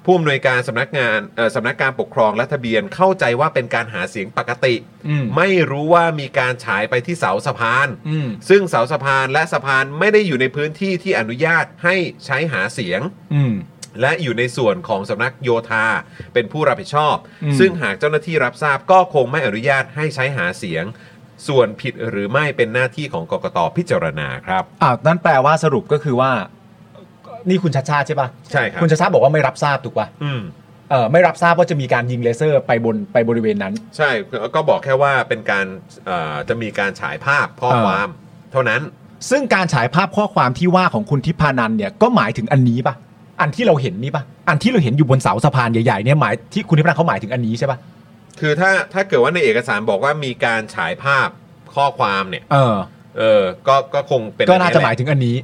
Speaker 1: ผู้อำนวยการสำนักงานเอ่อสำนักการปกครองและทะเบียนเข้าใจว่าเป็นการหาเสียงปกติ
Speaker 2: อืม
Speaker 1: ไม่รู้ว่ามีการฉายไปที่เสาสะพาน
Speaker 2: อืม
Speaker 1: ซึ่งเสาสะพานและสะพานไม่ได้อยู่ในพื้นที่ที่อนุญาตให้ใช้หาเสียง
Speaker 2: อืม
Speaker 1: และอยู่ในส่วนของสำนักโยธาเป็นผู้รับผิดชอบ
Speaker 2: อืม
Speaker 1: ซึ่งหากเจ้าหน้าที่รับทราบก็คงไม่อนุญาตให้ใช้หาเสียง ส่วนผิดหรือไม่เป็นหน้าที่ของกกตพิจารณาครับ
Speaker 2: อ่านั่นแปลว่าสรุปก็คือว่า นี่คุณชาชาติใช่ปะ
Speaker 1: ใช่ครับ
Speaker 2: คุณชาชาติบอกว่าไม่รับทราบถูกปะ
Speaker 1: อืม
Speaker 2: เออไม่รับทราบว่าจะมีการยิงเลเซอร์ไปบนไปบริเวณนั้น
Speaker 1: ใช่ก็บอกแค่ว่าเป็นการเอ่อจะมีการฉายภาพข้อ
Speaker 2: เออ
Speaker 1: ความ เท่านั้น
Speaker 2: ซึ่งการฉายภาพข้อความที่ว่าของคุณทิพานันเนี่ยก็หมายถึงอันนี้ปะอันที่เราเห็นนี่ปะอันที่เราเห็นอยู่บนเสาสะพานใหญ่ๆเนี่ยหมายที่คุณทิพานันเขาหมายถึงอันนี้ใช่ปะ
Speaker 1: คือถ้าถ้าเกิดว่าในเอกสารบอกว่ามีการฉายภาพข้อความเนี่ย
Speaker 2: เออ
Speaker 1: เออก็ก็คงเป็น
Speaker 2: ก็น่าจะ
Speaker 1: อั
Speaker 2: หมายถึงอันนี้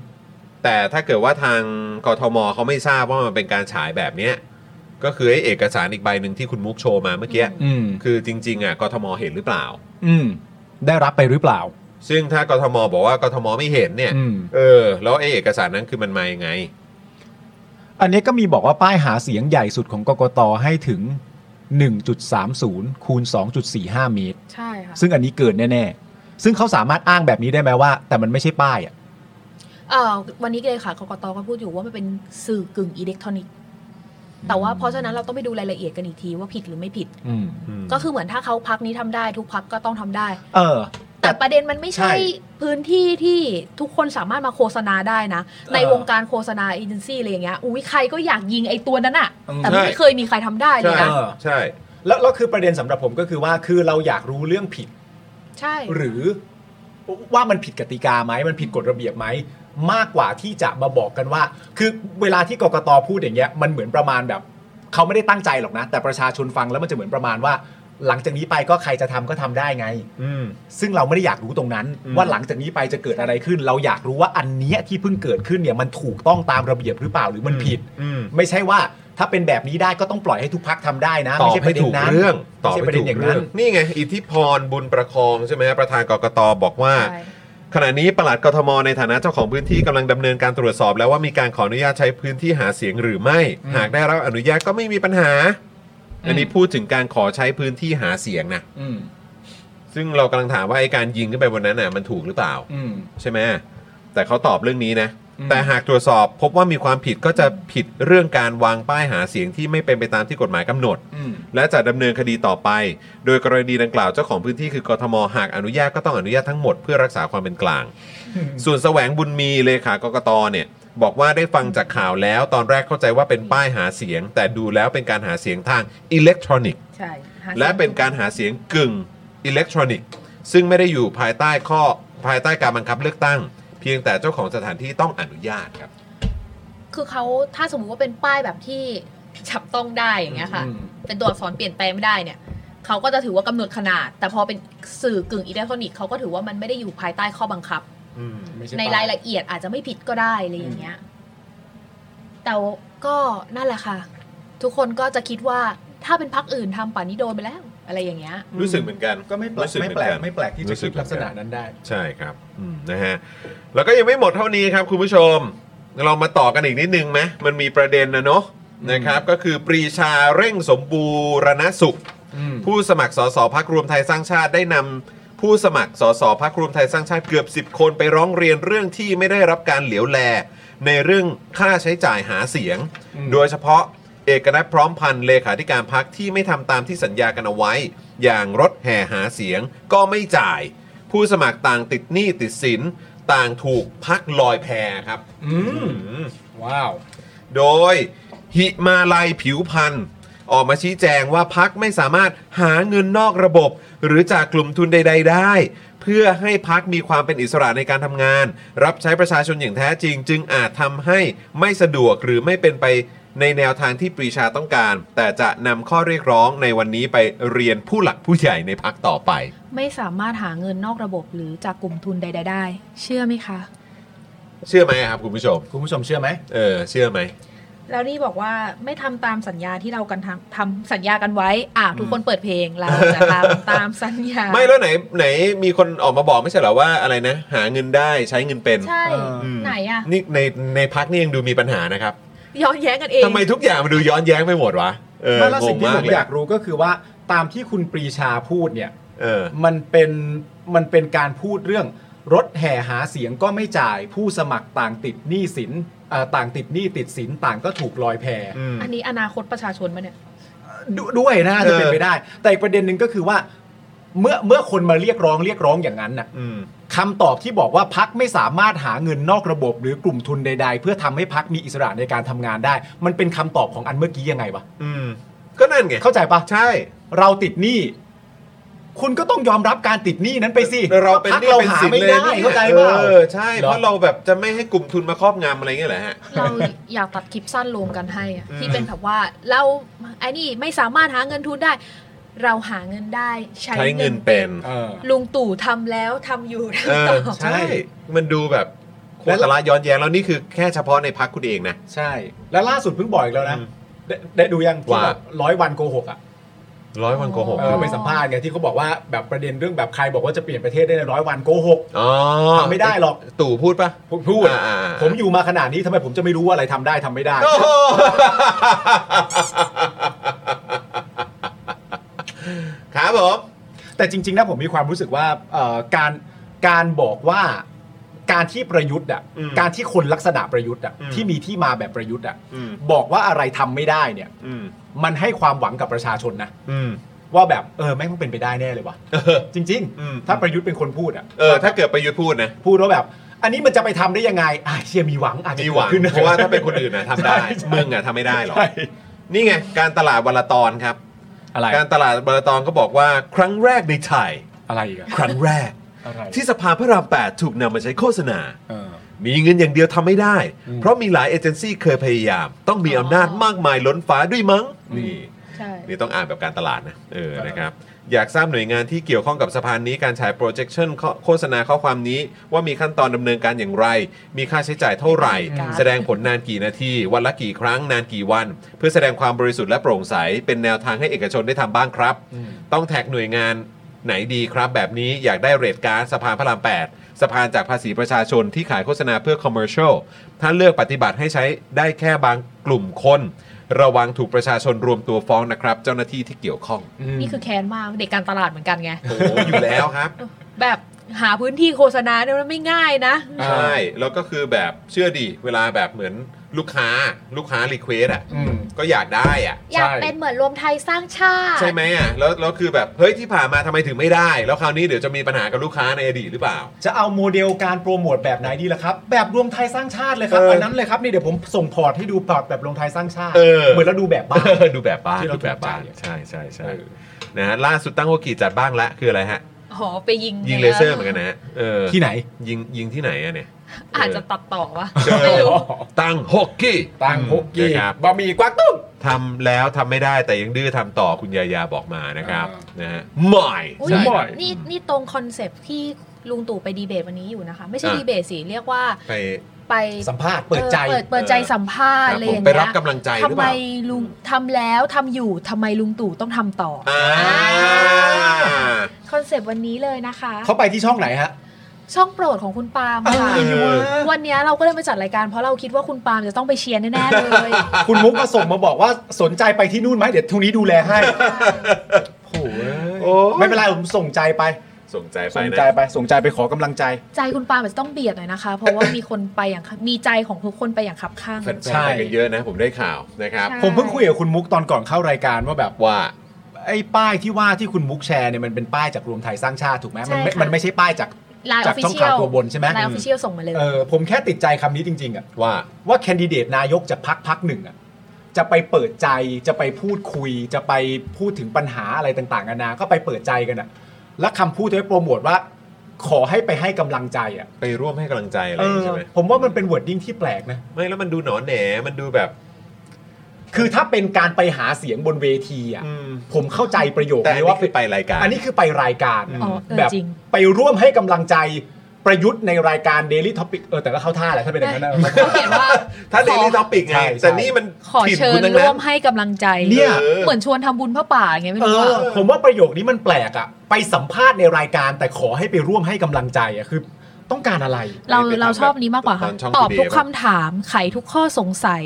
Speaker 1: แต่ถ้าเกิดว่าทางกทมเขาไม่ทราบว่ามันเป็นการฉายแบบเนี้ยก็คือไอ้เอกสารอีกใบหนึ่งที่คุณมุกโชว์มาเมื่อกี้
Speaker 2: อืม
Speaker 1: คือจริงๆอ่ะกทมเห็นหรือเปล่า
Speaker 2: อืม ได้รับไปหรือเปล่า
Speaker 1: ซึ่งถ้ากทมบอกว่ากทมไม่เห็นเนี่ย
Speaker 2: อืม
Speaker 1: เออ แล้วไอเอกสารนั้นคือมันมายังไง
Speaker 2: อันนี้ก็มีบอกว่าป้ายหาเสียงใหญ่สุดของกกตให้ถึง 1.30คูณ2.45 เมตร
Speaker 4: ใช่ค่ะ
Speaker 2: ซึ่งอันนี้เกินแน่ ๆ ซึ่งเขาสามารถอ้างแบบนี้ได้ไหมว่า แต่มันไม่ใช่ป้ายอ่ะ
Speaker 3: เออวันนี้เลยค่ะกกตก็พูดอยู่ว่ามันเป็นสื่อกึ่งอิเล็กทรอนิกส์ แต่ว่าเพราะฉะนั้นเราต้องไปดูรายละเอียดกันอีกทีว่าผิดหรือไม่ผิด
Speaker 2: อืม
Speaker 3: ก็คือเหมือนถ้าเขาพักนี้ทำได้ทุกพักก็ต้องทำได้
Speaker 2: เออ
Speaker 3: แต่ประเด็นมันไม่ใช่
Speaker 2: ใช่
Speaker 3: พื้นที่ที่ทุกคนสามารถมาโฆษณาได้นะ ในวงการโฆษณาเอเจนซี่อะไรอย่างเงี้ยอุ้ยใครก็อยากยิงไอ้ตัวนั้นอะ
Speaker 2: อืม
Speaker 3: แต่ไม่เคยมีใครทำได้เลย
Speaker 1: ใช่
Speaker 3: นะ
Speaker 2: เออ
Speaker 1: ใช่
Speaker 2: แล้วแล้วคือประเด็นสำหรับผมก็คือว่าคือเราอยากรู้เรื่องผิด
Speaker 3: ใช่
Speaker 2: หรือว่ามันผิดกติกาไหมมันผิดกฎระเบียบไหมมากกว่าที่จะมาบอกกันว่า คือเวลาที่กกตพูดอย่างเงี้ยมันเหมือนประมาณแบบเขาไม่ได้ตั้งใจหรอกนะ แต่ประชาชนฟังแล้วมันจะเหมือนประมาณว่า หลังจากนี้ไปก็ใครจะทำก็ทำได้ไง
Speaker 1: อืม
Speaker 2: ซึ่งเราไม่ได้อยากรู้ตรงนั้น
Speaker 1: อืม
Speaker 2: ว่าหลังจากนี้ไปจะเกิดอะไรขึ้น เราอยากรู้ว่าอันเนี้ยที่เพิ่งเกิดขึ้นเนี่ยมันถูกต้องตามระเบียบหรือเปล่าหรือมันผิด
Speaker 1: อืม
Speaker 2: ไม่ใช่ว่าถ้าเป็นแบบนี้ได้ก็ต้องปล่อยให้ทุกพักทำได้นะ
Speaker 1: ตอบ
Speaker 2: ไม่ใช่ป
Speaker 1: ให้
Speaker 2: ระเด็น
Speaker 1: ถูก
Speaker 2: นั้น
Speaker 1: เรื่องต
Speaker 2: ไม่
Speaker 1: อบ
Speaker 2: ใช่
Speaker 1: ให้
Speaker 2: ประเด็
Speaker 1: ถู
Speaker 2: น
Speaker 1: ก
Speaker 2: อย่าง
Speaker 1: เรื่อ
Speaker 2: นั้
Speaker 1: ง
Speaker 2: น
Speaker 1: นี่ไง อิทธิพรบุญประคองใช่ไหมประธานกกตบอกว่า
Speaker 3: ใช่
Speaker 1: ขณะนี้ปลัดกทมในฐานะเจ้าของพื้นที่กำลังดำเนินการตรวจสอบ แล้วว่ามีการขออนุญาตใช้พื้นที่หาเสียงหรือไม่
Speaker 2: อืม
Speaker 1: หากได้รับอนุญาตก็ไม่มีปัญหา อันนี้พูดถึงการขอใช้พื้นที่หาเสียงนะ
Speaker 2: อืม
Speaker 1: ซึ่งเรากำลังถามว่าไอการยิงขึ้นไปบนนั้นน่ะมันถูกหรือเปล่า
Speaker 2: อืม
Speaker 1: ใช่ไหมแต่เขาตอบเรื่องนี้นะ แต่หากตรวจสอบพบว่ามีความผิดก็จะผิดเรื่องการวางป้ายหาเสียงที่ไม่เป็นไปตามที่กฎหมายกำหนด
Speaker 2: อืม
Speaker 1: และจะดำเนินคดีต่อไป โดยกรณีดังกล่าวเจ้าของพื้นที่คือกทมหากอนุญาตก็ต้องอนุญาตทั้งหมดเพื่อรักษาความเป็นกลาง ส่วนแสวงบุญมีเลขากกตเนี่ย บอกว่าได้ฟังจากข่าวแล้ว ตอนแรกเข้าใจว่าเป็นป้ายหาเสียง แต่ดูแล้วเป็นการหาเสียงทางอิเล็กทรอนิกส์
Speaker 4: ใช่หา
Speaker 1: และเป็นการหาเสียงกึ่งอิเล็กทรอนิกส์ซึ่งไม่ได้อยู่ภายใต้ข้อภายใต้การบังคับเลือกตั้ง เพียงแต่เจ้าของสถานที่ต้องอนุญาตครับ
Speaker 4: คือเขาถ้าสมมุติว่าเป็นป้ายแบบที่จับต้องได้อย่างเงี้ยค่ะ
Speaker 2: อืม
Speaker 4: เป็นตัวอักษรเปลี่ยนแปลงไม่ได้เนี่ยเขาก็จะถือว่ากำหนดขนาด แต่พอเป็นสื่อกึ่งอิเล็กทรอนิกส์เขาก็ถือว่ามันไม่ได้อยู่ภายใต้ข้อบังคับ
Speaker 2: ไม่ช่
Speaker 4: ในรายละเอียดอาจจะไม่ผิดก็ได้อะไรอย่างเงี้ย แต่ก็นั่นแหละค่ะ ทุกคนก็จะคิดว่าถ้าเป็นพักอื่นทำป่านนี้โดนไปแล้ว อะไรอย่างเงี้ย
Speaker 1: รู้สึกเหมือนกัน
Speaker 2: ก็ไม่แปลก
Speaker 1: รู้สึก
Speaker 2: ไม่แปลก
Speaker 1: เหมือนกัน
Speaker 2: ไม่แปลกที่
Speaker 1: รู้
Speaker 2: จะ
Speaker 1: สึก
Speaker 2: คิด
Speaker 1: เหมือนกัน
Speaker 2: ลักษณะนั้นได้
Speaker 1: ใช่ครับอืมนะฮะ แล้วก็ยังไม่หมดเท่านี้ครับคุณผู้ชม เรามาต่อกันอีกนิดนึงไหมมันมีประเด็นนะเนาะนะครับ ก็คือปรีชาเร่งสมบูรณสุข ผู้สมัครสสพักรวมไทยสร้างชาติได้นำผู้สมัครสสพักรวมไทยสร้างชาติเกือบ 10 คนไปร้องเรียนเรื่องที่ไม่ได้รับการเหลียวแล ในเรื่องค่าใช้จ่ายหาเสียง
Speaker 2: อืม
Speaker 1: โดยเฉพาะเอกนัทพร้อมพันธ์เลขาธิการพักที่ไม่ทำตามที่สัญญากันเอาไว้ อย่างรถแห่หาเสียงก็ไม่จ่าย ผู้สมัครต่างติดหนี้ติดสินต่างถูกพักลอยแพครับ
Speaker 2: อืม
Speaker 1: อืม
Speaker 2: ว้าว
Speaker 1: โดยหิมาลัยผิวพันธ์ออกมาชี้แจงว่าพักไม่สามารถหาเงินนอกระบบ หรือจากกลุ่มทุนใด ๆ ได้ เพื่อให้พักมีความเป็นอิสระในการทำงาน รับใช้ประชาชนอย่างแท้จริง จึงอาจทำให้ไม่สะดวกหรือไม่เป็นไปในแนวทางที่ปรีชาต้องการ แต่จะนำข้อเรียกร้องในวันนี้ไปเรียนผู้หลักผู้ใหญ่ในพักต่อไป
Speaker 4: ไม่สามารถหาเงินนอกระบบหรือจากกลุ่มทุนใด ๆ ได้ เชื่อไหมคะ
Speaker 1: เชื่อไหมครับคุณผู้ชม
Speaker 2: คุณผู้ชมเชื่อไหม
Speaker 1: เออเชื่อไหม
Speaker 4: แล้วนี่บอกว่าไม่ทำตามสัญญาที่เรากันทำทำสัญญากันไว้ อ่าทุกคนเปิดเพลงเราจะทำตามสัญญา
Speaker 1: ไม่แล้วไหนไหนมีคนออกมาบอกไม่ใช่เหรอว่าอะไรนะ หาเงินได้ใช้เงินเป็น
Speaker 4: ใช่
Speaker 2: เออ
Speaker 1: อืม
Speaker 4: ไหนอะ
Speaker 1: นี่ในในพักนี่ยังดูมีปัญหานะครับ
Speaker 4: ย้อนแย้งกันเอง
Speaker 1: ทำไมทุกอย่างมันดูย้อนแย้งไปหมดวะเออ
Speaker 2: ไม่แล้ว
Speaker 1: ง
Speaker 2: สิ่
Speaker 1: ง
Speaker 2: งที่
Speaker 1: มาก
Speaker 2: ผม
Speaker 1: เลย
Speaker 2: อยากรู้ก็คือว่าตามที่คุณปรีชาพูดเนี่ย
Speaker 1: เออ
Speaker 2: มันเป็นมันเป็นการพูดเรื่องรถแห่หาเสียงก็ไม่จ่าย ผู้สมัครต่างติดหนี้สินเอ่อต่างติดหนี้ติดสินต่างก็ถูกลอยแพ
Speaker 1: อืม
Speaker 4: อันนี้อนาคตประชาชนมาเนี่ย
Speaker 2: ดด้วยนะจะเป็น
Speaker 1: เออ
Speaker 2: ไปได้ แต่อีกประเด็นหนึ่งก็คือว่า เมื่อเมื่อคนมาเรียกร้องเรียกร้องอย่างนั้นน่ะ
Speaker 1: อืม
Speaker 2: คำตอบที่บอกว่าพักไม่สามารถหาเงินนอกระบบ หรือกลุ่มทุนใด ๆ เพื่อทำให้พักมีอิสระในการทำงานได้ มันเป็นคำตอบของอันเมื่อกี้ยังไงวะ
Speaker 1: อืมก็นั่นไง
Speaker 2: เข้าใจปะ
Speaker 1: ใช่
Speaker 2: เราติดหนี้ คุณก็ต้องยอมรับการติดหนี้นั้นไปสิ
Speaker 1: เราเป็น
Speaker 2: พรรค
Speaker 1: นี่
Speaker 2: เรา
Speaker 1: เป็น
Speaker 2: หา
Speaker 1: สิน
Speaker 2: ไม่
Speaker 1: เลย
Speaker 2: ได้
Speaker 1: นี่
Speaker 2: เข้าใจเปล่า
Speaker 1: เออใช่
Speaker 2: เหรอ
Speaker 1: เพราะเราแบบจะไม่ให้กลุ่มทุนมาครอบงำอะไรเงี้ยเหรอฮะ
Speaker 4: เราอยากตัดคลิปสั้นลงกันให้อะ
Speaker 1: อืม
Speaker 4: ที่เป็นแบบว่าเราไอ้นี่ไม่สามารถหาเงินทุนได้ เราหาเงินได้ใช้
Speaker 1: ใช้
Speaker 4: เงิ
Speaker 1: เงิ
Speaker 4: น
Speaker 1: นเป็น
Speaker 2: เออ
Speaker 4: ลุงตู่ทำแล้วทำอยู่
Speaker 1: เอ
Speaker 4: ทำ
Speaker 1: อ
Speaker 4: ต่อ
Speaker 1: ใช่ มันดูแบบโคตรละย้อนแย้งแล้วนี่คือแค่เฉพาะในพักคุณเองนะ
Speaker 2: ใช่ แล้วล่าสุดเพิ่งบอกอีกแล้วนะ
Speaker 1: อืม
Speaker 2: ได้ได้ดูยังที่
Speaker 1: ว่า
Speaker 2: แบบร้อยวันโกหกอ่ะ
Speaker 1: ร้อยวันโกหก
Speaker 2: เออไปสัมภาษณ์ไงที่เขาบอกว่าแบบประเด็นเรื่องแบบใครบอกว่าจะเปลี่ยนประเทศได้ในร้อยวันโกหก
Speaker 1: อ๋อ
Speaker 2: ทำไม่ได้หรอก
Speaker 1: ตู่พูดปะ
Speaker 2: ผมพูด
Speaker 1: อ่าอ่าอ่า
Speaker 2: ผมอยู่มาขนาดนี้ทำไมผมจะไม่รู้ว่าอะไรทำได้ทำไม่ได้
Speaker 1: โอ้โหครับผม
Speaker 2: แต่จริง ๆนะผมมีความรู้สึกว่าเอ่อการการบอกว่าการที่ประยุทธ์อ่ะ
Speaker 1: อืม
Speaker 2: การที่คนลักษณะประยุทธ์อ่ะ
Speaker 1: อืม
Speaker 2: ที่มีที่มาแบบประยุทธ์อ่ะ
Speaker 1: อืม
Speaker 2: บอกว่าอะไรทำไม่ได้เนี่ย
Speaker 1: อืม
Speaker 2: มันให้ความหวังกับประชาชนนะ
Speaker 1: อืม
Speaker 2: ว่าแบบเออแม่งต้องเป็นไปได้แน่เลยว่ะจริง
Speaker 1: อืม
Speaker 2: ๆ ถ้าประยุทธ์เป็นคนพูดอ่ะ
Speaker 1: เออถ้าเกิดประยุทธ์พูดนะ
Speaker 2: พูดว่าแบบ อันนี้มันจะไปทำได้ยังไง อ่ะเชียมีหวังอาจจะ
Speaker 1: มีหวัง
Speaker 2: กิดขึ้น
Speaker 1: เพราะว่าถ้าเป็นคนอื่นนะทำได้
Speaker 2: ใช่ใช่
Speaker 1: มึงอ่ะทำไม่ได้หรอก
Speaker 2: ใช่
Speaker 1: นี่ไง การตลาดวันละตอนครับ
Speaker 2: อะไร
Speaker 1: การตลาดวันละตอนก็บอกว่าครั้งแรกในไทย
Speaker 2: อะไรอีกอะ
Speaker 1: ครั้งแรก
Speaker 2: อะไร
Speaker 1: ที่สภาพระราม 8 ถูกนำมาใช้โฆษณา
Speaker 2: เออ
Speaker 1: มีเงินอย่างเดียวทำไม่ได้
Speaker 2: อืม
Speaker 1: เพราะมีหลายเอเจนซี่เคยพยายาม ต้องมีอำนาจมากมายล้นฟ้าด้วยมั้งนี่
Speaker 4: ใช่
Speaker 1: นี่ต้องอ่านแบบการตลาดนะ เออ นะครับ อยากทราบหน่วยงานที่เกี่ยวข้องกับสะพานนี้การฉาย projection ข้อโฆษณาข้อความนี้ ว่ามีขั้นตอนดำเนินการอย่างไร มีค่าใช้จ่ายเท่าไหร่
Speaker 4: การ
Speaker 1: แสดงผลนานกี่นาที วันละกี่ครั้ง นานกี่วัน เพื่อแสดงความบริสุทธิ์และโปร่งใส เป็นแนวทางให้เอกชนได้ทำบ้างครับ
Speaker 2: อืม
Speaker 1: ต้องแท็กหน่วยงานไหนดีครับ แบบนี้อยากได้เรทการดสะพานพระราม 8 สะพานจากภาษีประชาชนที่ขายโฆษณาเพื่อคอมเมอร์เชลถ้าเลือกปฏิบัติให้ใช้ได้แค่บางกลุ่มคน ระวังถูกประชาชนรวมตัวฟ้องนะครับ เจ้าหน้าที่ที่เกี่ยวข้อง
Speaker 4: นี่คือแค้นมากเด็กการตลาดเหมือนกันไง
Speaker 1: โอ้โหอยู่แล้วครับ
Speaker 4: แบบ หาพื้นที่โฆษณาเนี่ยมันไม่ง่ายนะ
Speaker 1: ใช่ แล้วก็คือแบบเชื่อดีเวลาแบบเหมือนลูกค้าลูกค้ารีเควสอ่ะ
Speaker 2: อืม
Speaker 1: ก็อยากได้อ่ะ
Speaker 4: อยากเป็นเหมือนรวมไทยสร้างชาติ
Speaker 1: ใช่ไหมอ่ะแล้วแล้วคือแบบเฮ้ยที่ผ่านมาทำไมถึงไม่ได้ แล้วคราวนี้เดี๋ยวจะมีปัญหากับลูกค้าในอดีตหรือเปล่า
Speaker 2: จะเอาโมเดลการโปรโมทแบบไหนดีล่ะครับ แบบรวมไทยสร้างชาติเลยครับ
Speaker 1: เอออั
Speaker 2: อันนั้นเลยครับนี่เดี๋ยวผมส่งพอร์ตให้ดูพอร์ตแบบรวมไทยสร้างชาติ
Speaker 1: เออ
Speaker 2: มือนเราดูแบบบ้าน
Speaker 1: ดูแบบบ้าน
Speaker 2: ที่เรา
Speaker 1: ดูแบบบ้าน
Speaker 2: ถูกใจ
Speaker 1: ใช่ใช่ใช่นะฮะล่าสุดตั้งโอกีจัดบ้างละคืออะไรฮะ
Speaker 4: หอไปยิง
Speaker 1: ยิงเลเซอร์เหมือนกันนะฮะเออ
Speaker 2: ที่ไหน
Speaker 1: ยิงยิงที่ไหนอะเนี่ย
Speaker 4: อาจจะตัดต่อวะ
Speaker 1: เออ
Speaker 4: ไม่รู้
Speaker 1: ตั้งหกกี้
Speaker 2: ตั้งฮกกี้
Speaker 1: นะครับ
Speaker 2: บะหมี่กวางตุ้ง
Speaker 1: ทำแล้วทำไม่ได้แต่ยังดื้อทำต่อคุณยายาบอกมานะครับนะฮะใหม่
Speaker 4: อุ๊ย
Speaker 1: ใช่ครับ
Speaker 4: นี่นี่ตรงคอนเซปต์ที่ลุงตู่ไปดีเบตวันนี้อยู่นะคะ ไม่ใช่
Speaker 1: อ่ะ
Speaker 4: ดีเบตสิเรียกว่า
Speaker 1: ไป
Speaker 4: ไป
Speaker 2: สัมภาษณ์เปิดใจ
Speaker 4: ออเปิดเปิดใจสัมภาษณ์
Speaker 1: ครับ
Speaker 4: อะไรอย่า
Speaker 1: ผ
Speaker 4: ง
Speaker 1: มไป
Speaker 4: เงี้ย
Speaker 1: รับกำลังใจหรือ
Speaker 4: ทำ
Speaker 1: เป
Speaker 4: ไม
Speaker 1: ล่า
Speaker 4: ลุงทำแล้วทำอยู่ทำไมลุงตู่ต้องทำต่ออ
Speaker 1: อ่า
Speaker 4: คอนเซปต์วันนี้เลยนะคะ
Speaker 2: เขาไปที่ช่องไหนฮะ
Speaker 4: ช่องโปรดของคุณปาล์มค่ะ
Speaker 2: เออ
Speaker 4: วันเนี้ยเราก็เลยมาจัดรายการเพราะเราคิดว่าคุณปาล์มจะต้องไปเชียร์แน่ๆเลย
Speaker 2: คุณมุกมาส่งมาบอกว่าสนใจไปที่นู่นไหมเดี๋ยวทุงนี้ดูแลให้โอ้
Speaker 1: โอ้
Speaker 2: ยไม่เป็นไรผมส่งใจไป
Speaker 1: ส่งใจไป
Speaker 2: ส่ง
Speaker 1: นะ
Speaker 2: ใจไปส่งใจไปขอกำลังใจ
Speaker 4: ใจคุณปาล์มอาจจะต้องเบียดหน่อยนะคะ เพราะว่ามีคนไปอย่างคับมีใจของทุกคนไปอย่างคับข้าง
Speaker 1: แฟนๆ
Speaker 2: ใช่
Speaker 1: ไปกันเยอะนะ ผมได้ข่าวนะครับ
Speaker 4: ใช่
Speaker 2: ผมเพิ่งคุยกับคุณมุกตอนก่อนเข้ารายการว่าแบบ
Speaker 1: ว่า
Speaker 2: ไอ้ป้ายที่ว่าที่คุณมุกแชร์เนี่ยมันเป็นป้ายจากรวมไทยสร้างชาติถูกไหมมันไม่
Speaker 4: ใช่ค่ะ
Speaker 2: มันไม่ใช่ป้ายจาก
Speaker 4: ไลน์อ
Speaker 2: จา
Speaker 4: อก ฟฟิ
Speaker 2: ช่อง
Speaker 4: เชี
Speaker 2: ข่าวย
Speaker 4: ล
Speaker 2: ตัวบนใช่ไหม
Speaker 4: ไลน์ออฟฟิเชียลส่งมาเลย
Speaker 2: เออผมแค่ติดใจคำนี้จริงๆอะ
Speaker 1: ว่า
Speaker 2: ว่าแคนดิเดตนายกจากพักพักหนึ่งอะจะไปเปิดใจจะไปพูดคุย จะไปพูดถึงปัญหาอะไรต่างๆนานาก็ไปเปิดใจกันอะและคำพูดที่โปรโมทว่า ขอให้ไปให้กำลังใจอะ
Speaker 1: ไปร่วมให้กำลังใจอะไร
Speaker 2: เออ
Speaker 1: ใช่ไหม
Speaker 2: ผมว่ามันเป็นวอร์ดดิ้งที่แปลกนะ
Speaker 1: ไม่แล้วมันดูหนอนแหนมันดูแบบ
Speaker 2: คือถ้าเป็นการไปหาเสียงบนเวทีอะ
Speaker 1: อืม
Speaker 2: ผมเข้าใจประโยค
Speaker 1: แต่อัน
Speaker 2: นี้
Speaker 1: นี้
Speaker 2: ว่า
Speaker 1: คือไปรายการ
Speaker 2: อันนี้คือไปรายการ
Speaker 4: อ๋อเออ
Speaker 2: แบบ
Speaker 4: จริง
Speaker 2: ไปร่วมให้กำลังใจประยุทธ์ในรายการ Daily Topic เออแต่ก็เข้าท่าแหละถ้าเป็นอย่างนั้นนะ
Speaker 4: เขาเขียนว่า
Speaker 1: ถ้าเดลี่
Speaker 4: ขอ
Speaker 1: ท็อปิกไง
Speaker 2: ใช่ใช่
Speaker 1: แต่นี่มัน
Speaker 4: ขอเชิ
Speaker 1: ถิ่นคุ
Speaker 4: ญ
Speaker 1: ณทั้ง
Speaker 4: ร่
Speaker 1: นั้
Speaker 4: วน มให้กำลังใจ
Speaker 2: เนี่ย
Speaker 1: ออ
Speaker 4: เหมือนชวนทำบุญพระป่าอย่างเงี้ยไม่
Speaker 2: เอ
Speaker 4: รู้
Speaker 2: อ
Speaker 4: ว่า
Speaker 2: ผมว่าประโยคนี้มันแปลกอะไปสัมภาษณ์ในรายการ แต่ขอให้ไปร่วมให้กำลังใจอะคือ ต้องการอะไร
Speaker 4: เราเราชอบนี้มากกว่าค่ะ
Speaker 1: นช่ง
Speaker 4: ตอบ
Speaker 1: Today
Speaker 4: ทุกคำถามไขทุกข้อสงสัย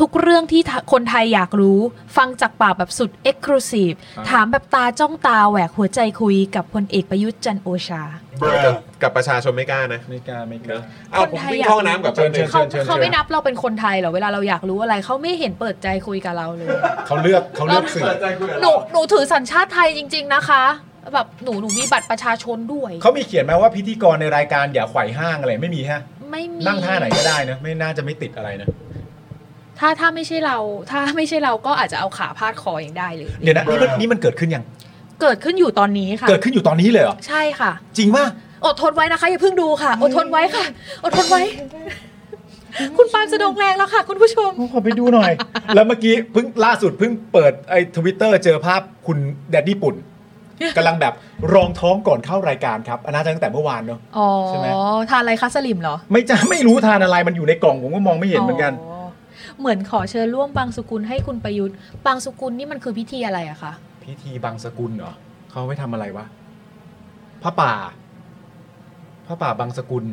Speaker 4: ทุกเรื่องที่ทะคนไทยอยากรู้ ฟังจากปากแบบสุดเอ็กซ์คลูซีฟ
Speaker 2: อ่า
Speaker 4: ถามแบบตาจ้องตาแหวกหัวใจคุยกับพลเอกประยุทธ์จันทร์โอชา
Speaker 1: กับกับประชาชนไม่กล้านะ
Speaker 2: ไม่กล้าไม่ก
Speaker 1: เน
Speaker 2: ล้า
Speaker 1: อะเอาผมวิ่งเข้าห้องน้ำกับ
Speaker 2: เชิญเชิญ
Speaker 4: เขาเขาไม่นับเราเป็นคนไทยเหรอเวลาเราอยากรู้อะไรเขาไม่เห็นเปิดใจคุยกับเราเลย
Speaker 2: เขาเลือกเขาเลือกสื่อ
Speaker 4: หนูหนูถือสัญชาติไทยจริง ๆนะคะ แบบหนูหนูมีบัตรประชาชนด้วย
Speaker 2: เขามีเขียนไหมว่าพิธีกรในรายการอย่าไขว่ห้างอะไรไม่มีฮะ
Speaker 4: ไม่มี
Speaker 2: นั่งท่าไหนก็ได้นะ ไม่น่าจะไม่ติดอะไรนะ
Speaker 4: ถ้าถ้าไม่ใช่เรา ถ้าไม่ใช่เราก็อาจจะเอาขาพาดคออย่างได้เลย
Speaker 2: เดี๋ยวนะนี่มันนี่มันเกิดขึ้นยัง
Speaker 4: เกิดขึ้นอยู่ตอนนี้ค่ะ
Speaker 2: เกิดขึ้นอยู่ตอนนี้เลยเหรอ
Speaker 4: ใช่ค่ะ
Speaker 2: จริงป่ะ
Speaker 4: อดทนไว้นะคะ อย่าเพิ่งดูค่ะ อดทนไว้ค่ะ อดทนไว้ คุณปาล์มสะดงแรงแล้วค่ะ คุณผู้ชม
Speaker 2: ผมขอไปดูหน่อย แล้วเมื่อกี้เพิ่งล่าสุดเพิ่งเปิดไอ้ทวิตเตอร์เจอภาพคุณแดดดี้ปุ่นกำลังแบบรองท้องก่อนเข้ารายการครับอันนั้นตั้งแต่เมื่อวานเนาะ
Speaker 4: อ๋อ
Speaker 2: ใช่ไหม
Speaker 4: ทานอะไรคะสลิมเหรอ
Speaker 2: ไม่จะไม่รู้ทานอะไรมันอยู่ในกล่องผมก็มองไม่เห็นเหมือนกัน
Speaker 4: เหมือนขอเชิญร่วมบางสุกุลให้คุณประยุทธ์ บางสุกุลนี่มันคือพิธีอะไรอะคะ
Speaker 2: พิธีบางสกุลเหรอเขาไม่ทำอะไรวะพระป่าพระป่าบางสกุล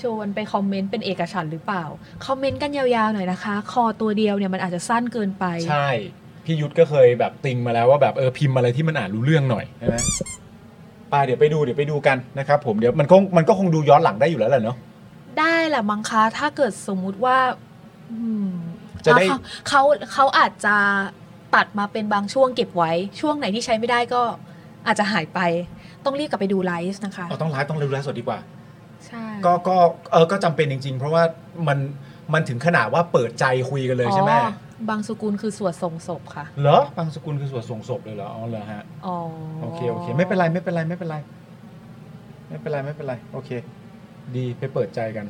Speaker 4: ชวนไปคอมเมนต์เป็นเอกฉันท์หรือเปล่า คอมเมนต์กันยาวๆหน่อยนะคะ คอตัวเดียวเนี่ยมันอาจจะสั้นเกินไป
Speaker 2: ใช่พี่ยุทธก็เคยแบบติงมาแล้วว่าแบบเออพิมพ์อะไรที่มันอ่านรู้เรื่องหน่อยใช่ไหมไปเดี๋ยวไปดูเดี๋ยวไปดูกันนะครับผมเดี๋ยวมันคงมันก็คงดูย้อนหลังได้อยู่แล้วแหละเนาะ
Speaker 4: ได้แหละมั้งคะถ้าเกิดสมมุติว่าอืม
Speaker 2: จะได้
Speaker 4: อ่เขาเขาเขาอาจจะตัดมาเป็นบางช่วงเก็บไว้ ช่วงไหนที่ใช้ไม่ได้ก็อาจจะหายไป ต้องรีบกลับไปดูไลฟ์นะคะ
Speaker 2: เอาต้องไลฟ์ต้องรู้ไลฟ์สดดีกว่า
Speaker 4: ใช่
Speaker 2: ก็ก็เออก็จำเป็นจริง ๆ เพราะว่ามันมันถึงขนาดว่าเปิดใจคุยกันเลยใช่ไหม
Speaker 4: อ๋อบางสุกุลคือสวดส่งศพค่ะ
Speaker 2: เหรอบางสกุลคือสวดส่งศพเลยเหรออ๋อเหรอฮะ
Speaker 4: อ๋อ
Speaker 2: โอเคโอเค ไม่เป็นไรไม่เป็นไรไม่เป็นไร ไม่เป็นไรไม่เป็นไร โอเค ดีไปเปิดใจกัน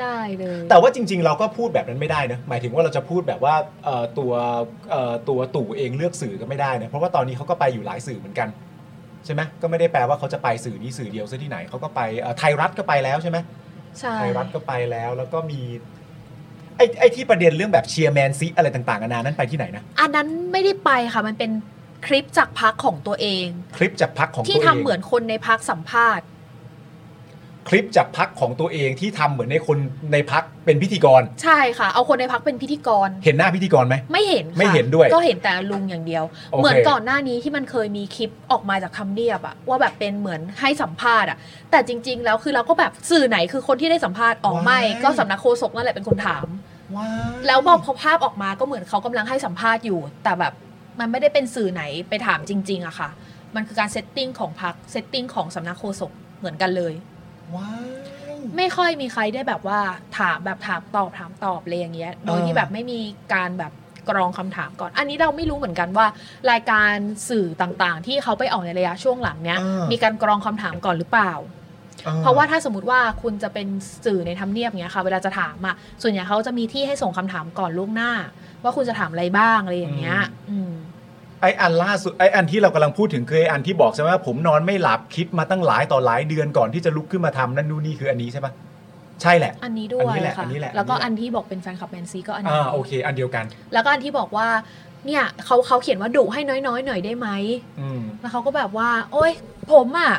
Speaker 4: ได้เลย
Speaker 2: แต่ว่าจริง ๆ เราก็พูดแบบนั้นไม่ได้นะหมายถึงว่าเราจะพูดแบบว่าเอ่อตัวเอ่อตัวตู่เองเลือกสื่อก็ไม่ได้นะเพราะว่าตอนนี้เขาก็ไปอยู่หลายสื่อเหมือนกัน ใช่ไหมก็ไม่ได้แปลว่าเขาจะไปสื่อนี้สื่อเดียวซะที่ไหนเขาก็ไปเอ่อไทยรัฐก็ไปแล้วใช่ไหม
Speaker 4: ใช่
Speaker 2: ไทยรัฐก็ไปแล้วแล้วก็มีไอ้ไอ้ที่ประเด็นเรื่องแบบเชียร์แมนซีอะไรต่างๆนานานั้นไปที่ไหนนะ
Speaker 4: อันนั้นไม่ได้ไปค่ะมันเป็นคลิปจากพักของตัวเอง
Speaker 2: คลิปจากพักของตัว
Speaker 4: ที่
Speaker 2: เอง
Speaker 4: ทำเหมือนคนในพักสัมภาษณ์
Speaker 2: คลิปจากพักของตัวเองที่ทำเหมือนในคนในพักเป็นพิธีกร
Speaker 4: ใช่ค่ะ เอาคนในพักเป็นพิธีกร
Speaker 2: เห็นหน้าพิธีกรไหม
Speaker 4: ไม่เห็นค่ะ
Speaker 2: ไม่เห็นด้วย
Speaker 4: ก็เห็นแต่ลุงอย่างเดียว
Speaker 2: โอเค
Speaker 4: เหมือนก่อนหน้านี้ที่มันเคยมีคลิปออกมาจากคำเนียบอะว่าแบบเป็นเหมือนให้สัมภาษณ์อะแต่จริง ๆ แล้วคือเราก็แบบสื่อไหนคือคนที่ได้สัมภาษณ์ออกไม่
Speaker 2: Why?
Speaker 4: ก็สำนักโฆษกนั่นแหละเป็นคนถาม
Speaker 2: ว้า
Speaker 4: แล้วพอพอภาพออกมาก็เหมือนเขากำลังให้สัมภาษณ์อยู่ แต่แบบมันไม่ได้เป็นสื่อไหนไปถามจริง ๆอะค่ะ มันคือการเซตติ้งของพักเซตติ้งของสำนักโฆษกเหมือนกันเลย
Speaker 2: ว้า
Speaker 4: ไม่ค่อยมีใครได้แบบว่าถามแบบถามตอบถามตอบอะไรอย่างเงี้ย โดย
Speaker 2: เออ
Speaker 4: ที่แบบไม่มีการแบบกรองคำถามก่อน อันนี้เราไม่รู้เหมือนกันว่า รายการสื่อต่างๆ ที่เขาไปออกในระยะช่วงหลังเนี้ย มีการกรองคำถามก่อนหรือเปล่า
Speaker 2: อ่
Speaker 4: เพราะว่าถ้าสมมติว่าคุณจะเป็นสื่อในทำเนียบเงี้ยค่ะ เวลาจะถามอ่ะ ส่วนใหญ่เขาจะมีที่ให้ส่งคำถามก่อนล่วงหน้า ว่าคุณจะถามอะไรบ้างอะไรอย่างเงี้ย อืม
Speaker 2: ไออันล่าสุดไออันที่เรากำลังพูดถึงคือไออันที่บอกใช่ไหมว่าผมนอนไม่หลับคิดมาตั้งหลายต่อหลายเดือนก่อนที่จะลุกขึ้นมาทำนั่นนู่นนี่คืออันนี้ใช่ปะใช่แหละ
Speaker 4: อันนี้ด้วย
Speaker 2: อันนี้แหละ
Speaker 4: ค่ะ
Speaker 2: อันนี้แหละ
Speaker 4: แล้วก็อันที่บอกเป็นแฟนคลับแมนซีก็อันนี้
Speaker 2: อ่าโอเค อันเดียวกัน
Speaker 4: แล้วก็อันที่บอกว่า เนี่ยเขาเขาเขียนว่าดุให้น้อยๆ หน่อยได้ไหม
Speaker 2: อืม
Speaker 4: แล้วเขาก็แบบว่า โอ๊ย ผมอ่ะ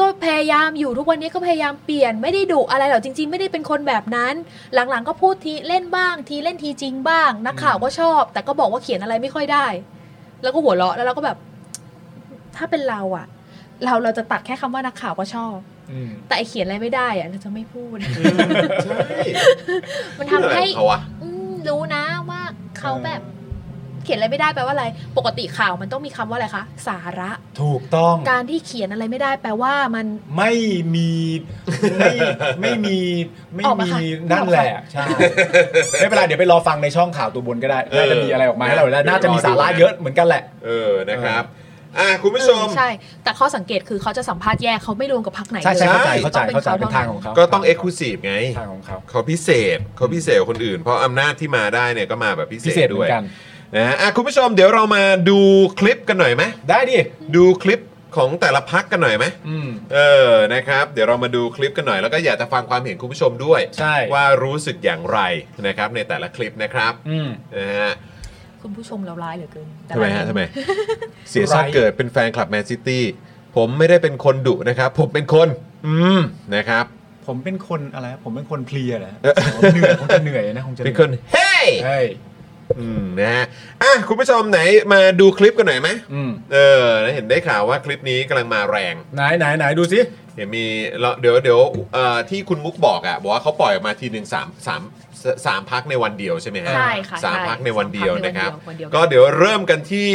Speaker 4: ก็พยายามอยู่ทุกวันนี้ก็พยายามเปลี่ยนไม่ได้ดุอะไรหรอกจริง ๆ ไม่ได้เป็นคนแบบนั้น หลังๆก็พูดทีเล่นบ้าง ทีเล่นทีจริงบ้าง นักข่าวก็ชอบ แต่ก็บอกว่าเขียนอะไรไม่ค่อยได้ แล้วก็หัวเราะแล้วเราก็แบบ ถ้าเป็นเราอ่ะ เราเราจะตัดแค่คำว่านักข่าวก็ชอบ
Speaker 2: อืม
Speaker 4: แต่ไอเขียนอะไรไม่ได้อ่ะเราจะไม่ พูด
Speaker 1: ใช่
Speaker 4: มันทำให้
Speaker 1: เขาอะ
Speaker 4: อืมรู้นะว่าเขา
Speaker 2: เออ
Speaker 4: แบบเขียนอะไรไม่ได้แปลว่าอะไร ปกติข่าวมันต้องมีคำว่าอะไรคะ สาระ
Speaker 2: ถูกต้อง
Speaker 4: การที่เขียนอะไรไม่ได้แปลว่ามัน
Speaker 2: ไม่ มีไม่ไม่มีไม่
Speaker 4: ออกมา
Speaker 2: มี
Speaker 4: ค่ะ
Speaker 2: นั่นแหละใช่ไม่เป็นไรเดี๋ยวไปรอฟังในช่องข่าวตัวบนก็ได้น่าจะมีอะไรออกมาให้เราแล้วน่าจะมีสาระเยอะเหมือนกันแหละ
Speaker 1: เออ นะครับ อ่ะคุณผู้ชม
Speaker 4: เออใช่ แต่ข้อสังเกตคือเขาจะสัมภาษณ์แยกเขาไม่รวมกับพักไหน
Speaker 2: ใช่
Speaker 4: ล
Speaker 2: ใช่
Speaker 4: ย
Speaker 2: เข้าใจ
Speaker 4: ต้องป็น
Speaker 2: เข้าใจเข้าใจเป็นทาง
Speaker 4: ท่
Speaker 2: ของเขา
Speaker 1: ก็ต้องเอ็กซ์คลูซีฟไง
Speaker 2: ทางของเขา
Speaker 1: เขาพิเศษเขาพิเศษกว่าคนอื่น เพราะอำนาจที่มาได้เนี่ยก็มาแบบพิ
Speaker 2: พิเศษเห
Speaker 1: ด้
Speaker 2: มื
Speaker 1: ว
Speaker 2: อยนกัน
Speaker 1: นะฮะอ่ะคุณผู้ชมเดี๋ยวเรามาดูคลิปกันหน่อยไหม
Speaker 2: ได้ดิ
Speaker 1: ดูคลิปของแต่ละพักกันหน่อยไหม
Speaker 2: อืม
Speaker 1: เออนะครับ เดี๋ยวเรามาดูคลิปกันหน่อยแล้วก็อยากจะฟังความเห็นคุณผู้ชมด้วย
Speaker 2: ใช่
Speaker 1: ว่ารู้สึกอย่างไรนะครับ ในแต่ละคลิปนะครับ
Speaker 2: อืม
Speaker 1: นะฮะ
Speaker 4: คุณผู้ชมเราร้ายเหลือเกินแต่
Speaker 1: ทำไม
Speaker 4: เรา
Speaker 1: ฮะทำไม เสียชาติเกิดเป็นแฟนคลับแมนซิตี้ผมไม่ได้เป็นคนดุนะครับ ผมเป็นคน อืมนะครับ
Speaker 2: ผมเป็นคนอะไร ผมเป็นคนเพลียนะ
Speaker 1: เออ
Speaker 2: เหนื่อยคงจะเหนื่อยนะคงจะห
Speaker 1: เป็น
Speaker 2: ย
Speaker 1: คนเฮ้
Speaker 2: เฮ้ย
Speaker 1: อืมนะฮะอ่ะคุณผู้ชมไหนมาดูคลิปกันหน่อยไหม
Speaker 2: อืม
Speaker 1: เออเห็นได้ข่าวว่าคลิปนี้กำลังมาแรง
Speaker 2: ไหนไหนไหนดูสิ
Speaker 1: เห็นมีแล้วเดี๋ยวเดี๋ยวเอ่อที่คุณมุกบอกอ่ะบอกว่าเขาปล่อยออกมาทีหนึ่งสามสามสสามพักในวันเดียวใช่ไหมฮะ
Speaker 4: ใช่ค่ะ
Speaker 1: สาม
Speaker 4: ใช่
Speaker 1: พักในวันเดียวนะครับ
Speaker 4: สามพักใวันเดียว
Speaker 1: ก็เดี๋ยวเริ่มกันที่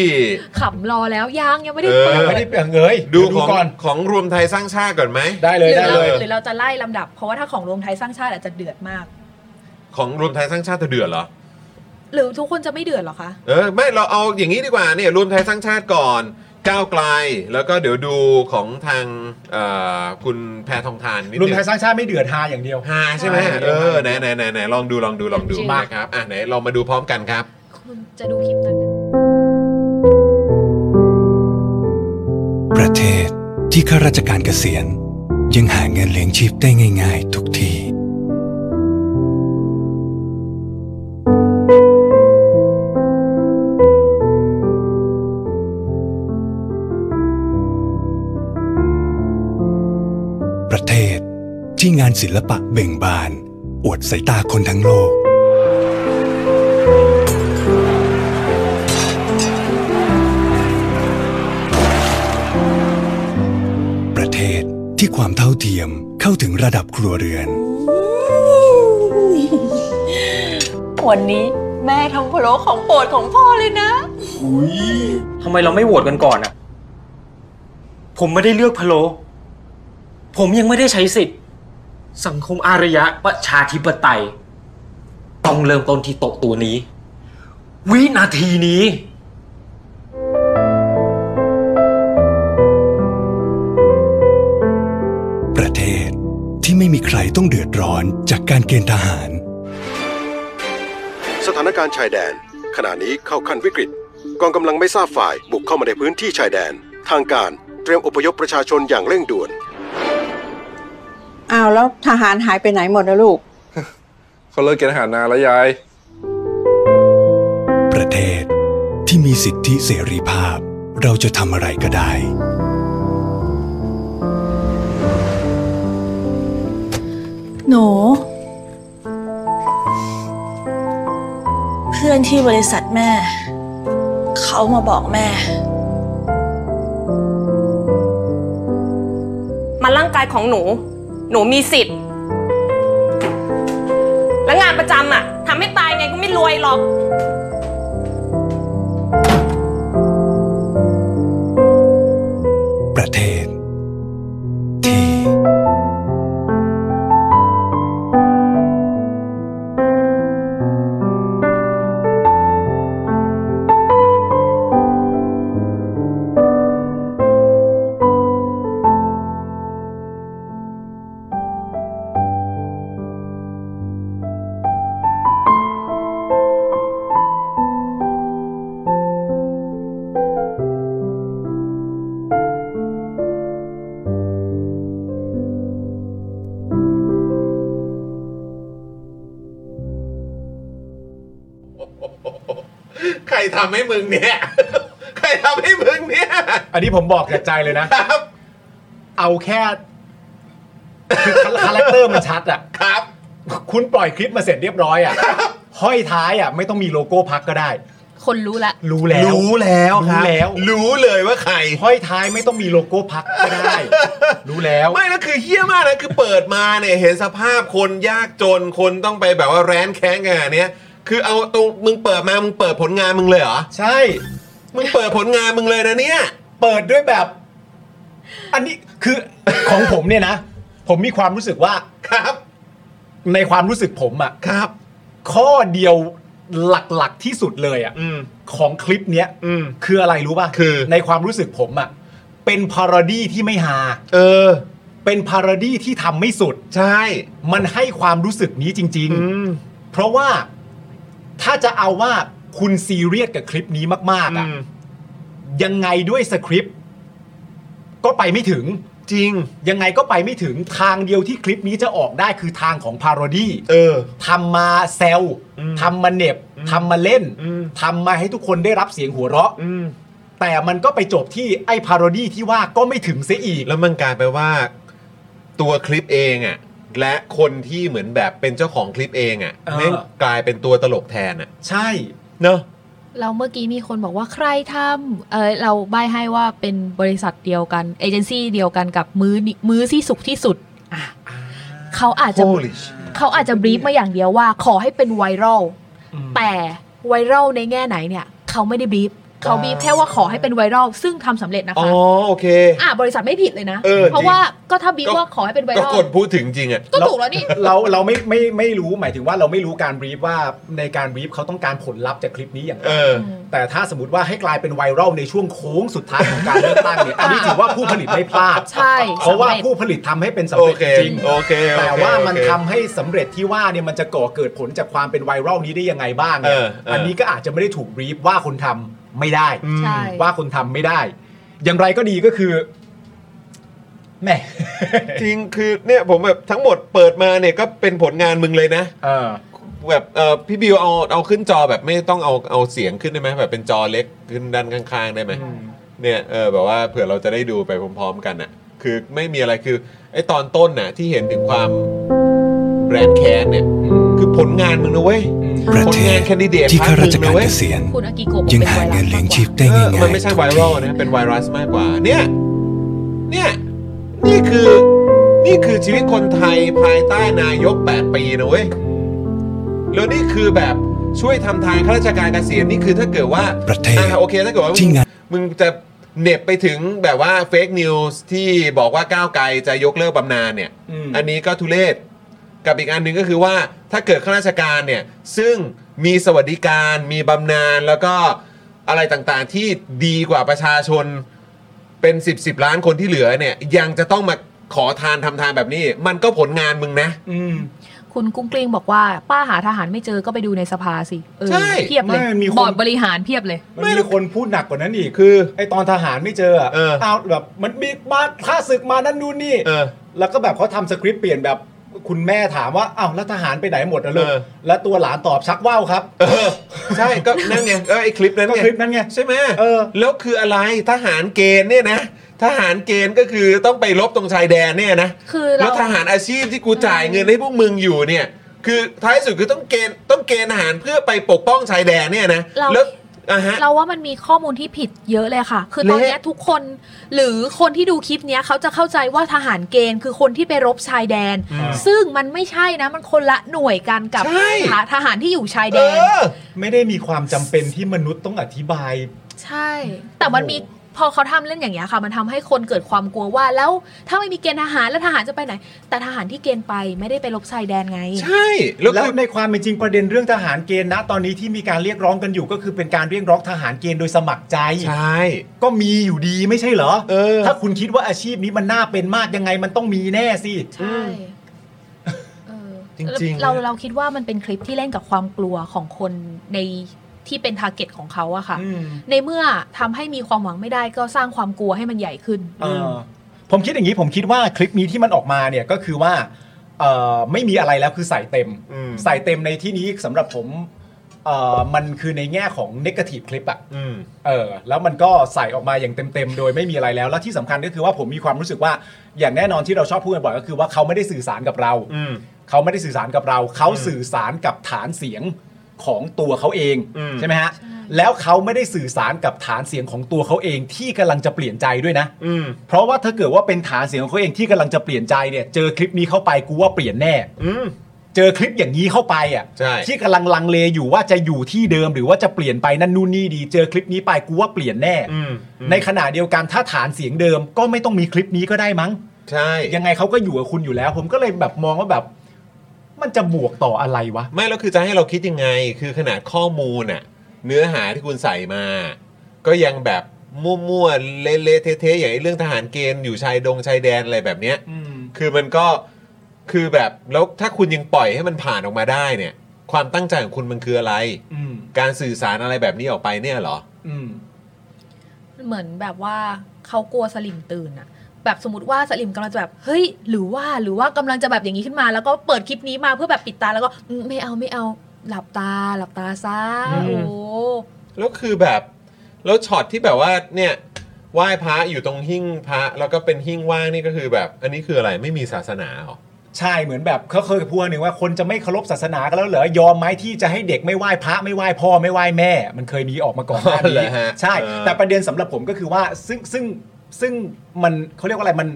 Speaker 4: ขำรอแล้วยังยังไม่ได้
Speaker 1: เออ
Speaker 4: เปิด
Speaker 2: ไม่ได้เปลี่ยนเลย
Speaker 1: ดู
Speaker 2: เยว
Speaker 1: ของ
Speaker 2: ก่อน
Speaker 1: ของรวมไทยสร้างชาติก่อนไหม
Speaker 2: ได้
Speaker 4: ห
Speaker 2: เล
Speaker 4: รื
Speaker 2: ย
Speaker 4: อ
Speaker 2: ได้
Speaker 4: เรา
Speaker 2: เลย
Speaker 4: หรือเราจะไล่ลำดับ เพราะว่าถ้าของรวมไทยสร้างชาติอาจจะเดือดมาก
Speaker 1: ของรวมไทยสร้างชาติเธอเดือดเหรอ
Speaker 4: หรือทุกคนจะไม่เดือดเหรอคะ
Speaker 1: เออไม่เราเอาอย่างนี้ดีกว่าเนี่ยรวมไทยสร้างชาติก่อนก้าวไกล แล้วก็เดี๋ยวดูของทางเอ่อคุณแพทองทานนิด
Speaker 2: รวม
Speaker 1: นึ
Speaker 2: ไท
Speaker 1: ง
Speaker 2: ยสร้างชาติไม่เดือดฮาอย่างเดียว
Speaker 1: ฮาใช่ไหม
Speaker 2: ใช่
Speaker 1: เออไหนไหนไหนไหนลองดูลองดูลองดู
Speaker 4: จริง
Speaker 1: มาครับอ่ะไหนลองมาดูพร้อมกันครับ
Speaker 4: คุณจะดูคลิปนั้น
Speaker 8: ประเทศที่ข้าราชการเกษียณ ยังหาเงินเลี้ยงชีพได้ง่ายๆทุกที ประเทศที่งานศิลปะเบ่งบาน อวดสายตาคนทั้งโลก ประเทศที่ความเท่าเทียมเข้าถึงระดับครัวเรือน
Speaker 9: วันนี้แม่ทำพะโล้ของโปรดของพ่อเลยนะ
Speaker 10: ทำไมเราไม่โหวตกันก่อนอ่ะ ผมไม่ได้เลือกพะโล ผมยังไม่ได้ใช้สิทธิ์ สังคมอารยะประชาธิปไตย ต้องเริ่มต้นที่โต๊ะตัวนี้ วินาทีนี้
Speaker 8: ประเทศที่ไม่มีใครต้องเดือดร้อนจากการเกณฑ์ทหาร
Speaker 11: สถานการณ์ชายแดน ขณะนี้เข้าขั้นวิกฤต กองกำลังไม่ทราบฝ่ายบุกเข้ามาในพื้นที่ชายแดน ทางการเตรียมอพยพประชาชนอย่างเร่งด่วน
Speaker 9: อ้าวแล้วทหารหายไปไหนหมดนะลูก
Speaker 12: เขาเลิกเกณฑ์ทหารนานแล้วยาย
Speaker 8: ประเทศที่มีสิทธิเสรีภาพ เราจะทำอะไรก็ได้
Speaker 13: หนู เพื่อนที่บริษัทแม่ เขามาบอกแม่
Speaker 14: มันร่างกายของหนู หนูมีสิทธิ์ และงานประจำอะทำให้ตายไงก็ไม่รวยหรอก
Speaker 8: ประเทศ
Speaker 1: ใครทำให้มึงเนี่ย ใครทำให้มึงเนี่ย
Speaker 2: อันนี้ผมบอกจากใจเลยนะเอาแค่คือคาแรคเตอร์มันชัดอ่ะ
Speaker 1: ครับ
Speaker 2: คุณปล่อยคลิปมาเสร็จเรียบร้อยอ่ะห้อยท้ายอ่ะไม่ต้องมีโลโก้พักก็ได้
Speaker 4: คนรู้ละ
Speaker 2: รู้แล้ว
Speaker 1: รู้แล้วครั
Speaker 2: รู้
Speaker 1: บ
Speaker 2: แล้ว
Speaker 1: รู้เลยว่าใคร
Speaker 2: ห้อยท้ายไม่ต้องมีโลโก้พักก็ได้ รู้แล้ว
Speaker 1: ไม่นะคือเฮี้ยมากนะคือเปิดมาเนี่ยเห็นสภาพคนยากจนคนต้องไปแบบว่าแร้นแค้นกันอย่างเนี้ยคือเอาตรงมึงเปิดมามึงเปิดผลงานมึงเลยเหรอ
Speaker 2: ใช่
Speaker 1: มึงเปิดผลงานมึงเลยนะเนี่ย
Speaker 2: เปิดด้วยแบบ อันนี้คือ ของผมเนี่ยนะ ผมมีความรู้สึกว่า
Speaker 1: ครับ
Speaker 2: ในความรู้สึกผมอ่ะ
Speaker 1: ครับ
Speaker 2: ข้อเดียวหลักๆที่สุดเลยอ่ะของคลิปเนี้ยคืออะไรรู้ป่ะคือในความรู้สึกผมอ่ะเป็นพาราดี้ที่ไม่ฮา
Speaker 1: เออ
Speaker 2: เป็นพาราดี้ที่ทำไม่สุด
Speaker 1: ใช่
Speaker 2: มันให้ความรู้สึกนี้จริง ๆ เพราะว่าถ้าจะเอาว่าคุณซีเรียสกับคลิปนี้มาก ๆอ่ะยังไงด้วยสคริปต์ ก็ไปไม่ถึง
Speaker 1: จริง
Speaker 2: ยังไงก็ไปไม่ถึงทางเดียวที่คลิปนี้จะออกได้คือทางของพาโรดี้
Speaker 1: เออ
Speaker 2: ทำมาแซวทำมาเหน็บทำมาเล่นทำมาให้ทุกคนได้รับเสียงหัวเราะแต่มันก็ไปจบที่ไอ้พาโรดี้ที่ว่าก็ไม่ถึงเสียอีก
Speaker 1: แล้วมันกลายไปว่าตัวคลิปเองอะ่ะ และคนที่เหมือนแบบเป็นเจ้าของคลิปเองอะ่ะ
Speaker 2: เออ
Speaker 1: แม่งกลายเป็นตัวตลกแทนอะ่ะ
Speaker 2: ใช่
Speaker 1: เนอะ
Speaker 4: เราเมื่อกี้มีคนบอกว่าใครทำเออเราใบให้ว่าเป็นบริษัทเดียวกัน เอเจนซี่เดียวกันกับมือ้อนี้มื้อที่สุกที่สุดอ่ะเขาอาจจะ
Speaker 1: Holy
Speaker 4: เขาอาจจะบรีฟมาอย่างเดียวว่า ขอให้เป็นไวรัลแต่ไวรัลในแง่ไหนเนี่ย เขาไม่ได้บรีฟเขาบรีฟแค่ว่าขอให้เป็นไวรัลซึ่งทำสำเร็จนะคะ
Speaker 1: อ๋อโอเค
Speaker 4: อ่ะบริษัทไม่ผิดเลยนะ
Speaker 1: เออจริง
Speaker 4: เพราะว่าก็ถ้าบรีฟว่าขอให้เป็นไว
Speaker 1: ก็
Speaker 4: รัล
Speaker 1: คนพูดถึงจริงอ่ะ
Speaker 4: ก็ถูกแล้วนี่
Speaker 2: เราเราไม่ไม่ไม่รู้หมายถึงว่าเราไม่รู้การบรีฟว่าในการบรีฟเขาต้องการผลลัพธ์จากคลิปนี้อย่างไร
Speaker 1: เออ
Speaker 2: แต่ถ้าสมมติว่าให้กลายเป็นไวรัลในช่วงโค้งสุดท้ายของการเลือกตั้งเนี่ยอันนี้ถือว่าผู้ผลิตไม่พลาด
Speaker 4: ใช่
Speaker 2: เพราะว่า
Speaker 4: สำจ
Speaker 2: ผู้ผลิตทำให้เป็นสำ
Speaker 1: โอ
Speaker 2: เร็จ
Speaker 1: เค
Speaker 2: จริง
Speaker 1: โอเคโอเค
Speaker 2: แต่ว่ามัน
Speaker 1: โอเค
Speaker 2: ทำให้สำเร็จที่ว่าเนี่ยมันจะก่อเกิดผลจากความเป็นไวรัลนี้ได้ยังไงบ้างเนี่ย
Speaker 1: เออเอออั
Speaker 2: อันนี้ก็อาจจะไม่ได้ถูกบรีฟว่าคนทำไม่ได้
Speaker 1: ใช่
Speaker 2: ว่าคนทำไม่ได้ อย่างไรก็ดีก็คือแหม่
Speaker 1: จริงคือเนี่ยผมแบบทั้งหมดเปิดมาเนี่ยก็เป็นผลงานมึงเลยนะ
Speaker 2: เออ
Speaker 1: แบบเออพี่บิวเอาเอาขึ้นจอแบบไม่ต้องเอาเอาเสียงขึ้นได้ไหมแบบเป็นจอเล็กขึ้นด้านข้างๆได้ไหมเนี่ยเออแบบว่าเผื่อเราจะได้ดูไปพร้อมๆกันน่ะคือไม่มีอะไรคือไอ้ตอนต้นน่ะที่เห็นถึงความแบรนด์แคนเนี่ยคือผลงานมึงนะเว้ย
Speaker 8: ประ
Speaker 1: ผล
Speaker 8: เท
Speaker 1: งา
Speaker 8: ศ
Speaker 1: นแคนดิเดต
Speaker 8: ที่
Speaker 1: พรรคมึ
Speaker 8: ข้าราง ช
Speaker 1: นะ
Speaker 8: การ
Speaker 1: เว้
Speaker 8: เก
Speaker 1: ย
Speaker 8: ษียณ
Speaker 4: คุณอากิโกะ
Speaker 8: ยังหาเงินเลี้ยงชีพได้
Speaker 1: เออมัน
Speaker 8: ง่าย
Speaker 1: ไม่ใช่ไวรัลนะ เป็นไวรัสมากกว่า เนี่ย เนี่ย นี่คือ นี่คือชีวิตคนไทยภายใต้นายก 8 ปีนะเว้ย แล้วนี่คือแบบช่วยทำทางข้าราชการเกษียณนี่คือถ้าเกิดว่า
Speaker 8: ประเทศ
Speaker 1: อ่าโอเคถ้าเกิดว่ามึงมึงจะเหน็บไปถึงแบบว่าเฟกนิวส์ที่บอกว่าก้าวไกลจะยกเลิกบำนาญเนี่ย
Speaker 2: อืม
Speaker 1: อันนี้ก็ทุเลศ กับอีกอันหนึ่งก็คือว่าถ้าเกิดข้าราชการเนี่ย ซึ่งมีสวัสดิการมีบำนาญแล้วก็อะไรต่างๆที่ดีกว่าประชาชนเป็น 10บสล้านคนที่เหลือเนี่ย ยังจะต้องมาขอทานทำทานแบบนี้ มันก็ผลงานมึงนะ
Speaker 4: คุณกุ้งกลิ้งบอกว่า ป้าหาทหารไม่เจอก็ไปดูในสภาสิเออ
Speaker 1: ใช่
Speaker 4: เพียบเลย
Speaker 2: ไม่มีคน
Speaker 4: บอร์ดบริหารเพียบเลย
Speaker 2: มันมีคนพูดหนักกว่านั้นอีก
Speaker 1: คือ
Speaker 2: ไอตอนทหารไม่เจออะเอาแบบมันมีมาท่าศึกมานั่นนู่นนี่แล้วก็แบบเขาทำสคริปต์เปลี่ยนแบบคุณแม่ถามว่าอ้าวแล้วทหารไปไหนหมดนะลูกแล้วตัวหลานตอบชักว่าวครับ
Speaker 1: ใช่ก็นั่นไงเออไอคลิปนั้นไง
Speaker 2: ก็คลิปนั้นไง
Speaker 1: ใช่ไหมแล้วคืออะไรทหารเกณฑ์เนี่ยนะ ทหารเกณฑ์ก็คือต้องไปรบตรงชายแดนเนี่ยนะ
Speaker 4: คือ
Speaker 1: แล้
Speaker 4: เรา
Speaker 1: วทหารอาชีพที่กูจ่ายเงินให้พวกมึงอยู่เนี่ย คือท้ายสุดคือต้องเกณฑ์ต้องเกณฑ์ทหารเพื่อไปปกป้องชายแดนเนี่ยนะ
Speaker 4: เรา
Speaker 1: แล้วอ่ะฮะ
Speaker 4: เราว่ามันมีข้อมูลที่ผิดเยอะเลยค่ะ คือตอน
Speaker 1: เละ
Speaker 4: เนี้ยทุกคนหรือคนที่ดูคลิปเนี้ยเขาจะเข้าใจว่าทหารเกณฑ์คือคนที่ไปรบชายแดน
Speaker 15: อืม
Speaker 4: ซึ่งมันไม่ใช่นะมันคนละหน่วยกันกับ
Speaker 2: ใช่
Speaker 4: ทหารทหารที่อยู่ชายแดน
Speaker 2: ไม่ได้มีความจำเป็นที่มนุษย์ต้องอธิบาย
Speaker 4: ใช่ แต่มันมีพอเขาทำเล่นอย่างเงี้ยค่ะ มันทำให้คนเกิดความกลัวว่าแล้วถ้าไม่มีเกณฑ์ทหารแล้วทหารจะไปไหน แต่ทหารที่เกณฑ์ไปไม่ได้ไปรบชายแดนไง
Speaker 2: ใช่แล้วในความเป็นจริงประเด็นเรื่องทหารเกณฑ์นะตอนนี้ที่มีการเรียกร้องกันอยู่ ก็คือเป็นการเรียกร้องทหารเกณฑ์โดยสมัครใจ
Speaker 1: ใช่
Speaker 2: ก็มีอยู่ดีไม่ใช่เหรอถ้าคุณคิดว่าอาชีพนี้มันน่าเป็นมากยังไงมันต้องมีแน่สิ
Speaker 4: ใช่เออ
Speaker 2: จริงๆ
Speaker 4: เราเราคิดว่ามันเป็นคลิปที่เล่นกับความกลัวของคนในที่เป็นทาร์เก็ตของเขาอะค่ะ ในเมื่อทำให้มีความหวังไม่ได้ก็สร้างความกลัวให้มันใหญ่ขึ้น
Speaker 2: เออผมคิดอย่างนี้ผมคิดว่าคลิปนี้ที่มันออกมาเนี่ยก็คือว่าเอ่อไม่มีอะไรแล้วคือใส่เต็ม ใส่เต็มในที่นี้สำหรับผมเอ่อมันคือในแง่ของ negative คลิปอะ
Speaker 1: อืม
Speaker 2: เออแล้วมันก็ใส่ออกมาอย่างเต็มๆ โดยไม่มีอะไรแล้ว แล้วที่สำคัญก็คือว่าผมมีความรู้สึกว่าอย่างแน่นอนที่เราชอบพูดกันบ่อยก็คือว่าเขาไม่ได้สื่อสารกับเราเขาไม่ได้สื่อสารกับเรา เขาสื่อสารกับฐานเสียงของตัวเขาเอง
Speaker 1: อืม
Speaker 2: ใช่ไหมฮะแล้วเขาไม่ได้สื่อสารกับฐานเสียงของตัวเขาเองที่กำลังจะเปลี่ยนใจด้วยนะ
Speaker 1: อืม
Speaker 2: เพราะว่าถ้าเกิดว่าเป็นฐานเสียงของเขาเองที่กำลังจะเปลี่ยนใจเนี่ยเจอคลิปนี้เข้าไปกูว่าเปลี่ยนแน่เจอคลิปอย่างนี้เข้าไปอ่ะ
Speaker 1: ใช่
Speaker 2: ที่กำลังลังเลอยู่ว่าจะอยู่ที่เดิมหรือว่าจะเปลี่ยนไปนั่นนู่นนี่ดี เจอคลิปนี้ไปกูว่าเปลี่ยนแน่
Speaker 1: อืม
Speaker 2: ในขณะเดียวกันถ้าฐานเสียงเดิมก็ไม่ต้องมีคลิปนี้ก็ได้มั้ง
Speaker 1: ใช่
Speaker 2: ยังไงเขาก็อยู่กับคุณอยู่แล้ว ผมก็เลยแบบมองว่าแบบ มันจะบวกต่ออะไรวะ
Speaker 1: ไม่แล้วคือจะให้เราคิดยังไง คือขนาดข้อมูลน่ะเนื้อหาที่คุณใส่มา ก็ยังแบบมั่วๆเละๆเทะๆอย่างไอ้เรื่องทหารเกณฑ์อยู่ชายดงชายแดนอะไรแบบเนี้ย คือมันก็คือแบบแล้วถ้าคุณยังปล่อยให้มันผ่านออกมาได้เนี่ย ความตั้งใจของคุณมันคืออะไร
Speaker 2: อืม
Speaker 1: การสื่อสารอะไรแบบนี้ออกไปเนี่ยเหรอ
Speaker 2: อืม
Speaker 4: เหมือนแบบว่าเขากลัวสลิมตื่นอะแบบสมมติว่าสลิมกำลังจะแบบเฮ้ย หรือว่าหรือว่ากำลังจะแบบอย่างนี้ขึ้นมา แล้วก็เปิดคลิปนี้มาเพื่อแบบปิดตาแล้วก็อืมไม่เอาไม่เอาหลับตา หลับตาซะ
Speaker 1: อืม
Speaker 4: โอ้
Speaker 1: แล้วคือแบบแล้วช็อตที่แบบว่าเนี่ยไหว้พระอยู่ตรงหิ้งพระแล้วก็เป็นหิ้งว่างนี่ก็คือแบบ อันนี้คืออะไรไม่มีศาสนาเหรอ
Speaker 2: ใช่เหมือนแบบเขาเคยพูดหนึ่งว่าคนจะไม่เคารพศาสนากันแล้วเหรอยอมไหมที่จะให้เด็กไม่ไหว้พระไม่ไหว้พ่อไม่ไหว้แม่ มันเคยมีออกมาก่อนหน้า
Speaker 1: เหร
Speaker 2: นี้
Speaker 1: อฮะ
Speaker 2: ใช่
Speaker 1: เออ
Speaker 2: แต่ประเด็นสำหรับผมก็คือว่าซึ่งซึ่งซึ่งมันเขาเรียกว่าอะไรมัน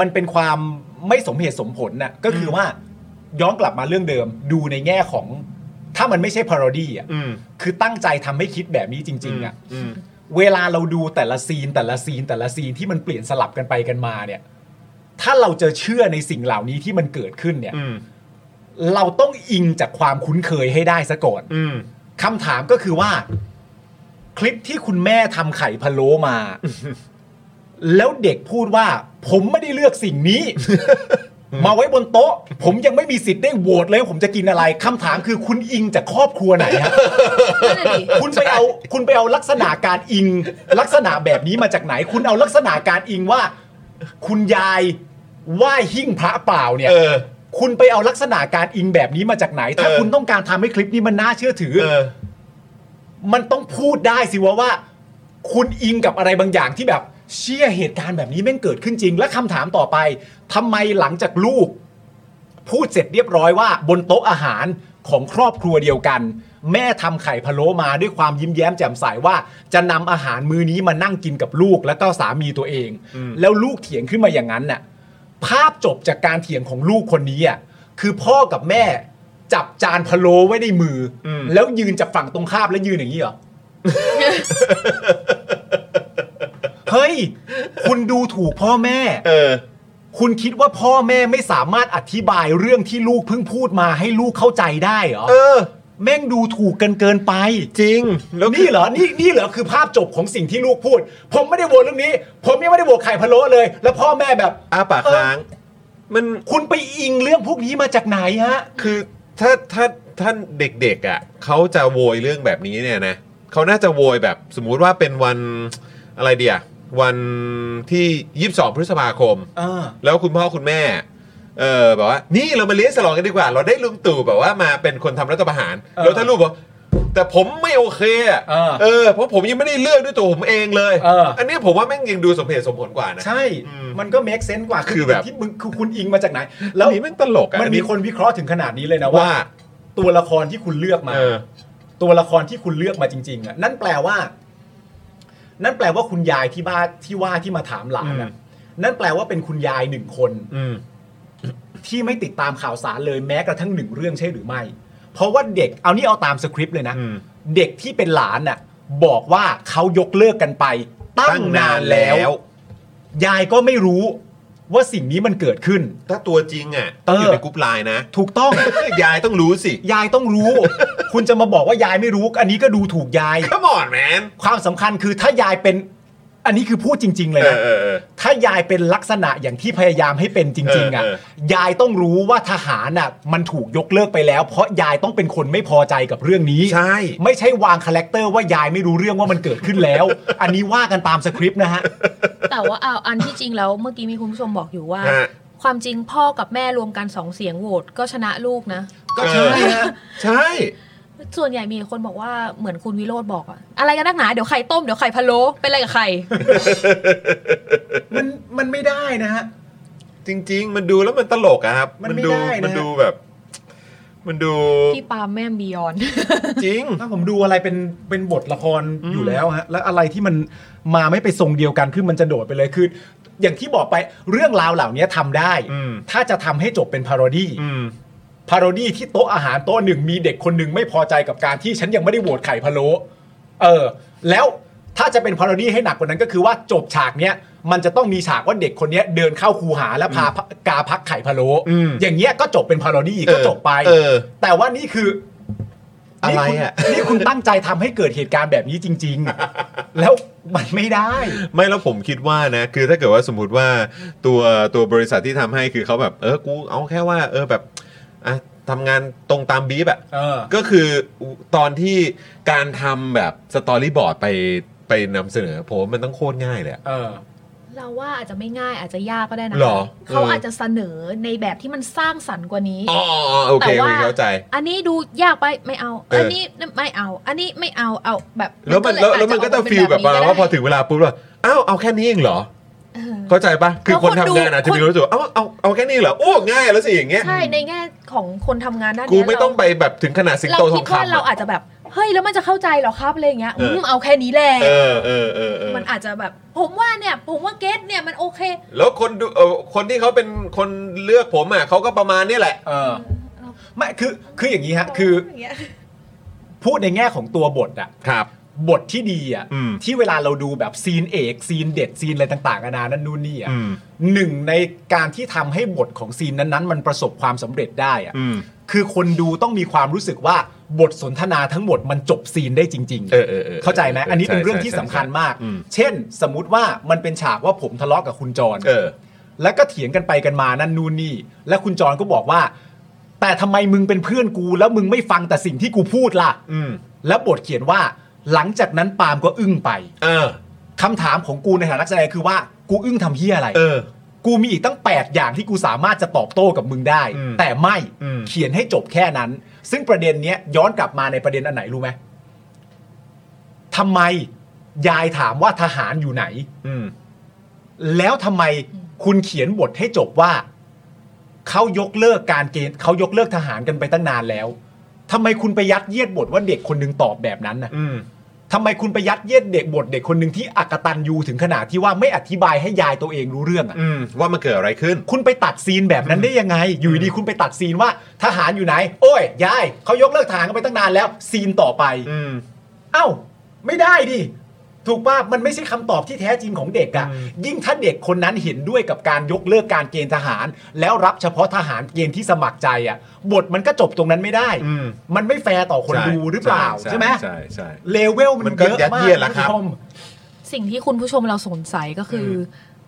Speaker 2: มันเป็นความไม่สมเหตุสมผลน่ะก็คือว่าย้อนกลับมาเรื่องเดิม ดูในแง่ของ ถ้ามันไม่ใช่พาราดี้อ่ะคือตั้งใจทำให้คิดแบบนี้จริง ๆอ่ะ เวลาเราดูแต่ละซีนแต่ละซีนแต่ละซีนที่มันเปลี่ยนสลับกันไปกันมาเนี่ย ถ้าเราจะเชื่อในสิ่งเหล่านี้ที่มันเกิดขึ้นเนี่ย เราต้องอิงจากความคุ้นเคยให้ได้ซะก่อนคำถามก็คือว่า คลิปที่คุณแม่ทำไข่พะโล้มา แล้วเด็กพูดว่า ผมไม่ได้เลือกสิ่งนี้ มาไว้บนโต๊ะ ผมยังไม่มีสิทธิ์ได้โหวตเลยว่าผมจะกินอะไรคำถามคือคุณอิงจากครอบครัวไหนฮะ คุณไปเอาคุณไปเอาลักษณะการอิง ลักษณะแบบนี้มาจากไหน คุณเอาลักษณะการอิงว่า คุณยายไหว้หิ้งพระเปล่าเนี่ยคุณไปเอาลักษณะการอิงแบบนี้มาจากไหน ถ้าคุณต้องการทำให้คลิปนี้มันน่าเชื่อถือ มันต้องพูดได้สิว่าว่า คุณอิงกับอะไรบางอย่างที่แบบ เชี่ยเหตุการณ์แบบนี้แม่งเกิดขึ้นจริง และคำถามต่อไปทำไมหลังจากลูก พูดเสร็จเรียบร้อยว่า บนโต๊ะอาหารของครอบครัวเดียวกัน แม่ทำไข่พะโล้มาด้วยความยิ้มแย้มแจ่มใสว่า จะนำอาหารมื้อนี้มานั่งกินกับลูกแล้วก็สามีตัวเอง แล้วลูกเถียงขึ้นมาอย่างนั้นน่ะ ภาพจบจากการเถียงของลูกคนนี้อ่ะคือพ่อกับแม่ จับจานพะโล้ไว้ในมืออแล้วยืนจากฝั่งตรงข้ามแล้วยืนอย่างนี้เหร อ เฮ้ย คุณดูถูกพ่อแม่
Speaker 1: เออ
Speaker 2: คุณคิดว่าพ่อแม่ไม่สามารถอธิบายเรื่องที่ลูกเพิ่งพูดมาให้ลูกเข้าใจได้เหรอ
Speaker 1: เออ
Speaker 2: แม่งดูถูกกันเกินไป
Speaker 1: จริง แล้ว
Speaker 2: นี่เหรอ นี่นี่เหรอคือภาพจบของสิ่งที่ลูกพูด ผมไม่ได้โหวตเรื่องนี้ ผมยังไม่ได้โหวตไข่พะโล้เลย แล้วพ่อแม่แบบ
Speaker 1: อ้าปากค้าง มัน
Speaker 2: คุณไปอิงเรื่องพวกนี้มาจากไหนฮะ
Speaker 1: คือถ้าถ้าท่านเด็กๆอ่ะเขาจะโวยเรื่องแบบนี้เนี่ยนะเขาน่าจะโวยแบบสมมุติว่าเป็นวันอะไรเดียวันที่ 22 พฤษภาคม
Speaker 2: เออ
Speaker 1: แล้วคุณพ่อคุณแม่ เออแบบว่า นี่เรามาเลี้ยงฉลองกันดีกว่า เราได้ลุงตู่แบบว่ามาเป็นคนทำรัฐประหาร แล้วถ้าลูกบอก แต่ผมไม่โอเคอะเออเพราะผมยังไม่ได้เลือกด้วยตัวผมเองเลยอันนี้ผมว่าแม่งยังดูสมเหตุสมผลกว่านะ
Speaker 2: ใช่ มันก็ make sense กว่า
Speaker 1: คือแบบ
Speaker 2: ที่มึงคือคุณอิงมาจากไหน แล้ว
Speaker 1: นี่มันตลกอะ
Speaker 2: มัน
Speaker 1: อันนี้
Speaker 2: มีคนวิเคราะห์ถึงขนาดนี้เลยนะว่า
Speaker 1: ว่า
Speaker 2: ตัวละครที่คุณเลือกมา ตัวละครที่คุณเลือกมาจริง ๆอะนั่นแปลว่า นั่นแปลว่าคุณยายที่บ้านที่ว่าที่มาถามหลานอะนั่นแปลว่าเป็นคุณยายหนึ่งคน
Speaker 1: อืม
Speaker 2: ที่ไม่ติดตามข่าวสารเลยแม้กระทั่งหนึ่งเรื่องใช่หรือไม่ เพราะว่าเด็กเอานี่เอาตามสคริปต์เลยนะ เด็กที่เป็นหลานน่ะ บอกว่าเขายกเลิกกันไปตั้
Speaker 1: ตั้
Speaker 2: งนา
Speaker 1: งา
Speaker 2: น
Speaker 1: น น
Speaker 2: แล้
Speaker 1: แล้ว ว
Speaker 2: ยายก็ไม่รู้ว่าสิ่งนี้มันเกิดขึ้น
Speaker 1: ถ้าตัวจริงอ่ะ
Speaker 2: เออ
Speaker 1: อยู่ในกรุ๊ปไลน์นะ
Speaker 2: ถูกต้อง
Speaker 1: ยายต้องรู้สิ
Speaker 2: ยายต้องรู้ คุณจะมาบอกว่ายายไม่รู้ อันนี้ก็ดูถูกยาย
Speaker 1: Come on man
Speaker 2: ความสำคัญคือถ้ายายเป็น อันนี้คือพูดจริง ๆ เลยนะ
Speaker 1: เออเออเออ
Speaker 2: ถ้ายายเป็นลักษณะอย่างที่พยายามให้เป็นจริง ๆอ่ะ
Speaker 1: เออเอ
Speaker 2: ยายต้องรู้ว่าทหารน่ะ มันถูกยกเลิกไปแล้ว เพราะยายต้องเป็นคนไม่พอใจกับเรื่องนี้ใช่ไม่ใช่วางคาแรคเตอร์ว่ายายไม่รู้เรื่องว่ามันเกิดขึ้นแล้ว อันนี้ว่ากันตามสคริปต์นะฮะ
Speaker 4: แต่ว่าเอาอันที่จริงแล้วเมื่อกี้มีคุณผู้ชมบอกอยู่ว่า
Speaker 2: ฮะ
Speaker 4: ความจริงพ่อกับแม่รวมกันสองเสียงโหวตก็ชนะลูกนะ
Speaker 1: ก็ใช่ฮะใช่
Speaker 4: ส่วนใหญ่มีคนบอกว่าเหมือนคุณวิโรธบอกอะอะไรกันนักหนาเดี๋ยวไข่ต้มเดี๋ยวไข่พะโล้เป็นอะไรกับ ไข่
Speaker 2: มันมันไม่ได้นะฮะ
Speaker 1: จริง ๆ มันดูแล้วมันตลกอะครับ
Speaker 4: มันไม่
Speaker 1: ดู
Speaker 4: ได้นะฮะ
Speaker 1: มันดูแบบ มันดู
Speaker 4: พี่ปาล์มแม่มบียอน
Speaker 1: จริง
Speaker 2: ถ้าผมดูอะไรเป็นเป็นบทละครอยู่แล้วฮะ แล้วอะไรที่มันมาไม่ไปทรงเดียวกันคือมันจะโดดไปเลยคือ อย่างที่บอกไปเรื่องราวเหล่านี้ทำได้ ถ้าจะทำให้จบเป็นพารอดี้พารอดี้ที่โต๊ะอาหารโต๊ะหนึ่งมีเด็กคนหนึ่งไม่พอใจกับการที่ฉันยังไม่ได้โหวตไข่พะโล้เออ แล้วถ้าจะเป็นพารอดี้ให้หนักกว่านั้นก็คือว่าจบฉากเนี้ยมันจะต้องมีฉากว่าเด็กคนเนี้ยเดินเข้าคูหาแล้วพาพะกาพักไข่พะโล้อย่างเงี้ยก็จบเป็นพารอดี้ก็จบไป
Speaker 1: เออ
Speaker 2: แต่ว่านี่คือ
Speaker 1: อะไรอะ
Speaker 2: นี่คุณนี่คุณตั้งใจทำให้เกิดเหตุการณ์แบบนี้จริง ๆ แล้วมันไม่ได้
Speaker 1: ไม่แล้วผมคิดว่านะ คือถ้าเกิดว่าสมมติว่าตัวตัวบริษัทที่ทำให้คือเขาแบบ เออ กูเอาแค่ว่า เออแบบอ่ะทำงานตรงตามบีบอะ
Speaker 2: เออ
Speaker 1: ก็คือตอนที่การทำแบบสตอรี่บอร์ดไปไปนำเสนอผมว่ามันต้องโคตรง่ายเลยอะ
Speaker 2: เออ
Speaker 4: เราว่าอาจจะไม่ง่ายอาจจะยากก็ได้นะ
Speaker 1: หรอ
Speaker 4: เขา
Speaker 1: เอออ
Speaker 4: อาจจะเสนอในแบบที่มันสร้างสรรค์กว่านี้
Speaker 1: อ๋ออ๋อโอเค
Speaker 4: แต่
Speaker 1: โอ
Speaker 4: ว่า
Speaker 1: เคเข้าใจ
Speaker 4: อันนี้ดูยากไปไม่เอา
Speaker 1: เอออั
Speaker 4: อันนี้ไม่เอา อันนี้ไม่เอาเอาแบบ
Speaker 1: แล้วมันแล้วแล้วมันก็จะฟีลแบบว่าว่าพอถึงเวลาปุ๊บแล้วอ้าวเอาแค่นี้เองเหรอ เข้าใจปะคือคนทำงานอาจจะมีความรู้สึกว่าเอาเอาเอาแค่นี้เหรอโอ้ง่ายแล้วสิอย่างเงี้ย
Speaker 4: ใช่ในแง่ของคนทำงานด้าน
Speaker 1: กู
Speaker 4: เนี้ย
Speaker 1: ไม่ต้องไปแบบถึงขนาดสิง
Speaker 4: เรา
Speaker 1: โตทอง
Speaker 4: คิดว่า
Speaker 1: คำ
Speaker 4: เรา
Speaker 1: อะ
Speaker 4: อาจจะแบบเฮ้ยแล้วมันจะเข้าใจเหรอครับอะไรอย่างเงี้ย
Speaker 1: เอออื
Speaker 4: มเอาแค่นี้แหละ
Speaker 1: เออเออเออเออ
Speaker 4: มันอาจจะแบบ ผมว่าเนี่ยผมว่าเกตเนี่ยมันโอเค
Speaker 1: แล้วคนดูเอ่อคนที่เขาเป็นคนเลือกผมอ่ะเขาก็ประมาณนี้แหละ
Speaker 2: เออ ไม่คือคืออย่างนี้ฮะ คือ พูดในแง่ของตัวบทอะ
Speaker 1: ครับ
Speaker 2: บทที่ดีอะ
Speaker 1: อืม
Speaker 2: ที่เวลาเราดูแบบซีนเอกซีนเด็ดซีนอะไรต่างๆนานานั่นนู่นนี่อะ
Speaker 1: อืม
Speaker 2: หนึ่งในการที่ทำให้บทของซีนนั้นๆ มันประสบความสำเร็จได้อะ
Speaker 1: อืม
Speaker 2: คือคนดูต้องมีความรู้สึกว่าบทสนทนาทั้งหมดมันจบซีนได้จริง ๆ
Speaker 1: เออเออเออ
Speaker 2: เข้าใจไหมอันนี้เป็นเรื่อง
Speaker 1: ใช่
Speaker 2: ที่
Speaker 1: ใช่
Speaker 2: สำคัญ
Speaker 1: ใช่
Speaker 2: มาก
Speaker 1: อืม
Speaker 2: เช่น สมมุติว่ามันเป็นฉากว่าผมทะเลาะกับคุณจร
Speaker 1: เออ
Speaker 2: แล้วก็เถียงกันไปกันมานั่นนู่นนี่ แล้วคุณจรก็บอกว่า แต่ทำไมมึงเป็นเพื่อนกู แล้วมึงไม่ฟังแต่สิ่งที่กูพูดล่ะ
Speaker 1: อืม
Speaker 2: แล้วบทเขียนว่า หลังจากนั้นปาล์มก็อึ้งไป
Speaker 1: เออ
Speaker 2: คำถามของกูในฐานะนักแสดงคือว่ากูอึ้งทำเฮียอะไร
Speaker 1: เออ
Speaker 2: กูมีอีกตั้ง 8 อย่างที่กูสามารถจะตอบโต้กับมึงได้ แต่ไม่
Speaker 1: อืม
Speaker 2: เขียนให้จบแค่นั้น ซึ่งประเด็นเนี้ยย้อนกลับมาในประเด็นอันไหนรู้ไหมทำไมยายถามว่าทหารอยู่ไหน
Speaker 1: อืม
Speaker 2: แล้วทำไมคุณเขียนบทให้จบว่า เขายกเลิกการเกณฑ์เขายกเลิกทหารกันไปตั้งนานแล้วทำไมคุณไปยัดเยียดบทว่าเด็กคนหนึงตอบแบบนั้นนะ
Speaker 1: อืม
Speaker 2: ทำไมคุณไปยัดเยียดเด็กบทเด็กคนหนึ่งที่อักตันยูถึงขนาดที่ว่าไม่อธิบายให้ยายตัวเองรู้เรื่องอะ
Speaker 1: อืม ว่ามันเกิดอะไรขึ้น
Speaker 2: คุณไปตัดซีนแบบนั้นได้ยังไง อยู่ดีๆคุณไปตัดซีนว่าทหารอยู่ไหน โอ้ยยายเขายกเลิกทหารกันไปตั้งนานแล้วซีนต่อไปเอ้า ไม่ได้ดิ ถูกป่ะมันไม่ใช่คำตอบที่แท้จริงของเด็กอะยิ่งถ้าเด็กคนนั้นเห็นด้วยกับการยกเลิกการเกณฑ์ทหาร แล้วรับเฉพาะทหารเกณฑ์ที่สมัครใจอะบทมันก็จบตรงนั้นไม่ได้ มันไม่แฟร์ต่อคน
Speaker 1: ใช่
Speaker 2: ดูหรือเปล่า
Speaker 1: ใช่
Speaker 2: ใช่ไหม
Speaker 1: ใช่ใช่
Speaker 2: เลเวลมั
Speaker 1: มัน นก็
Speaker 2: เยอะ
Speaker 1: ยัด
Speaker 2: มาก
Speaker 1: เยียดละครับ
Speaker 2: ณผู้ชม
Speaker 4: สิ่งที่คุณผู้ชมเราสงสัยก็คือ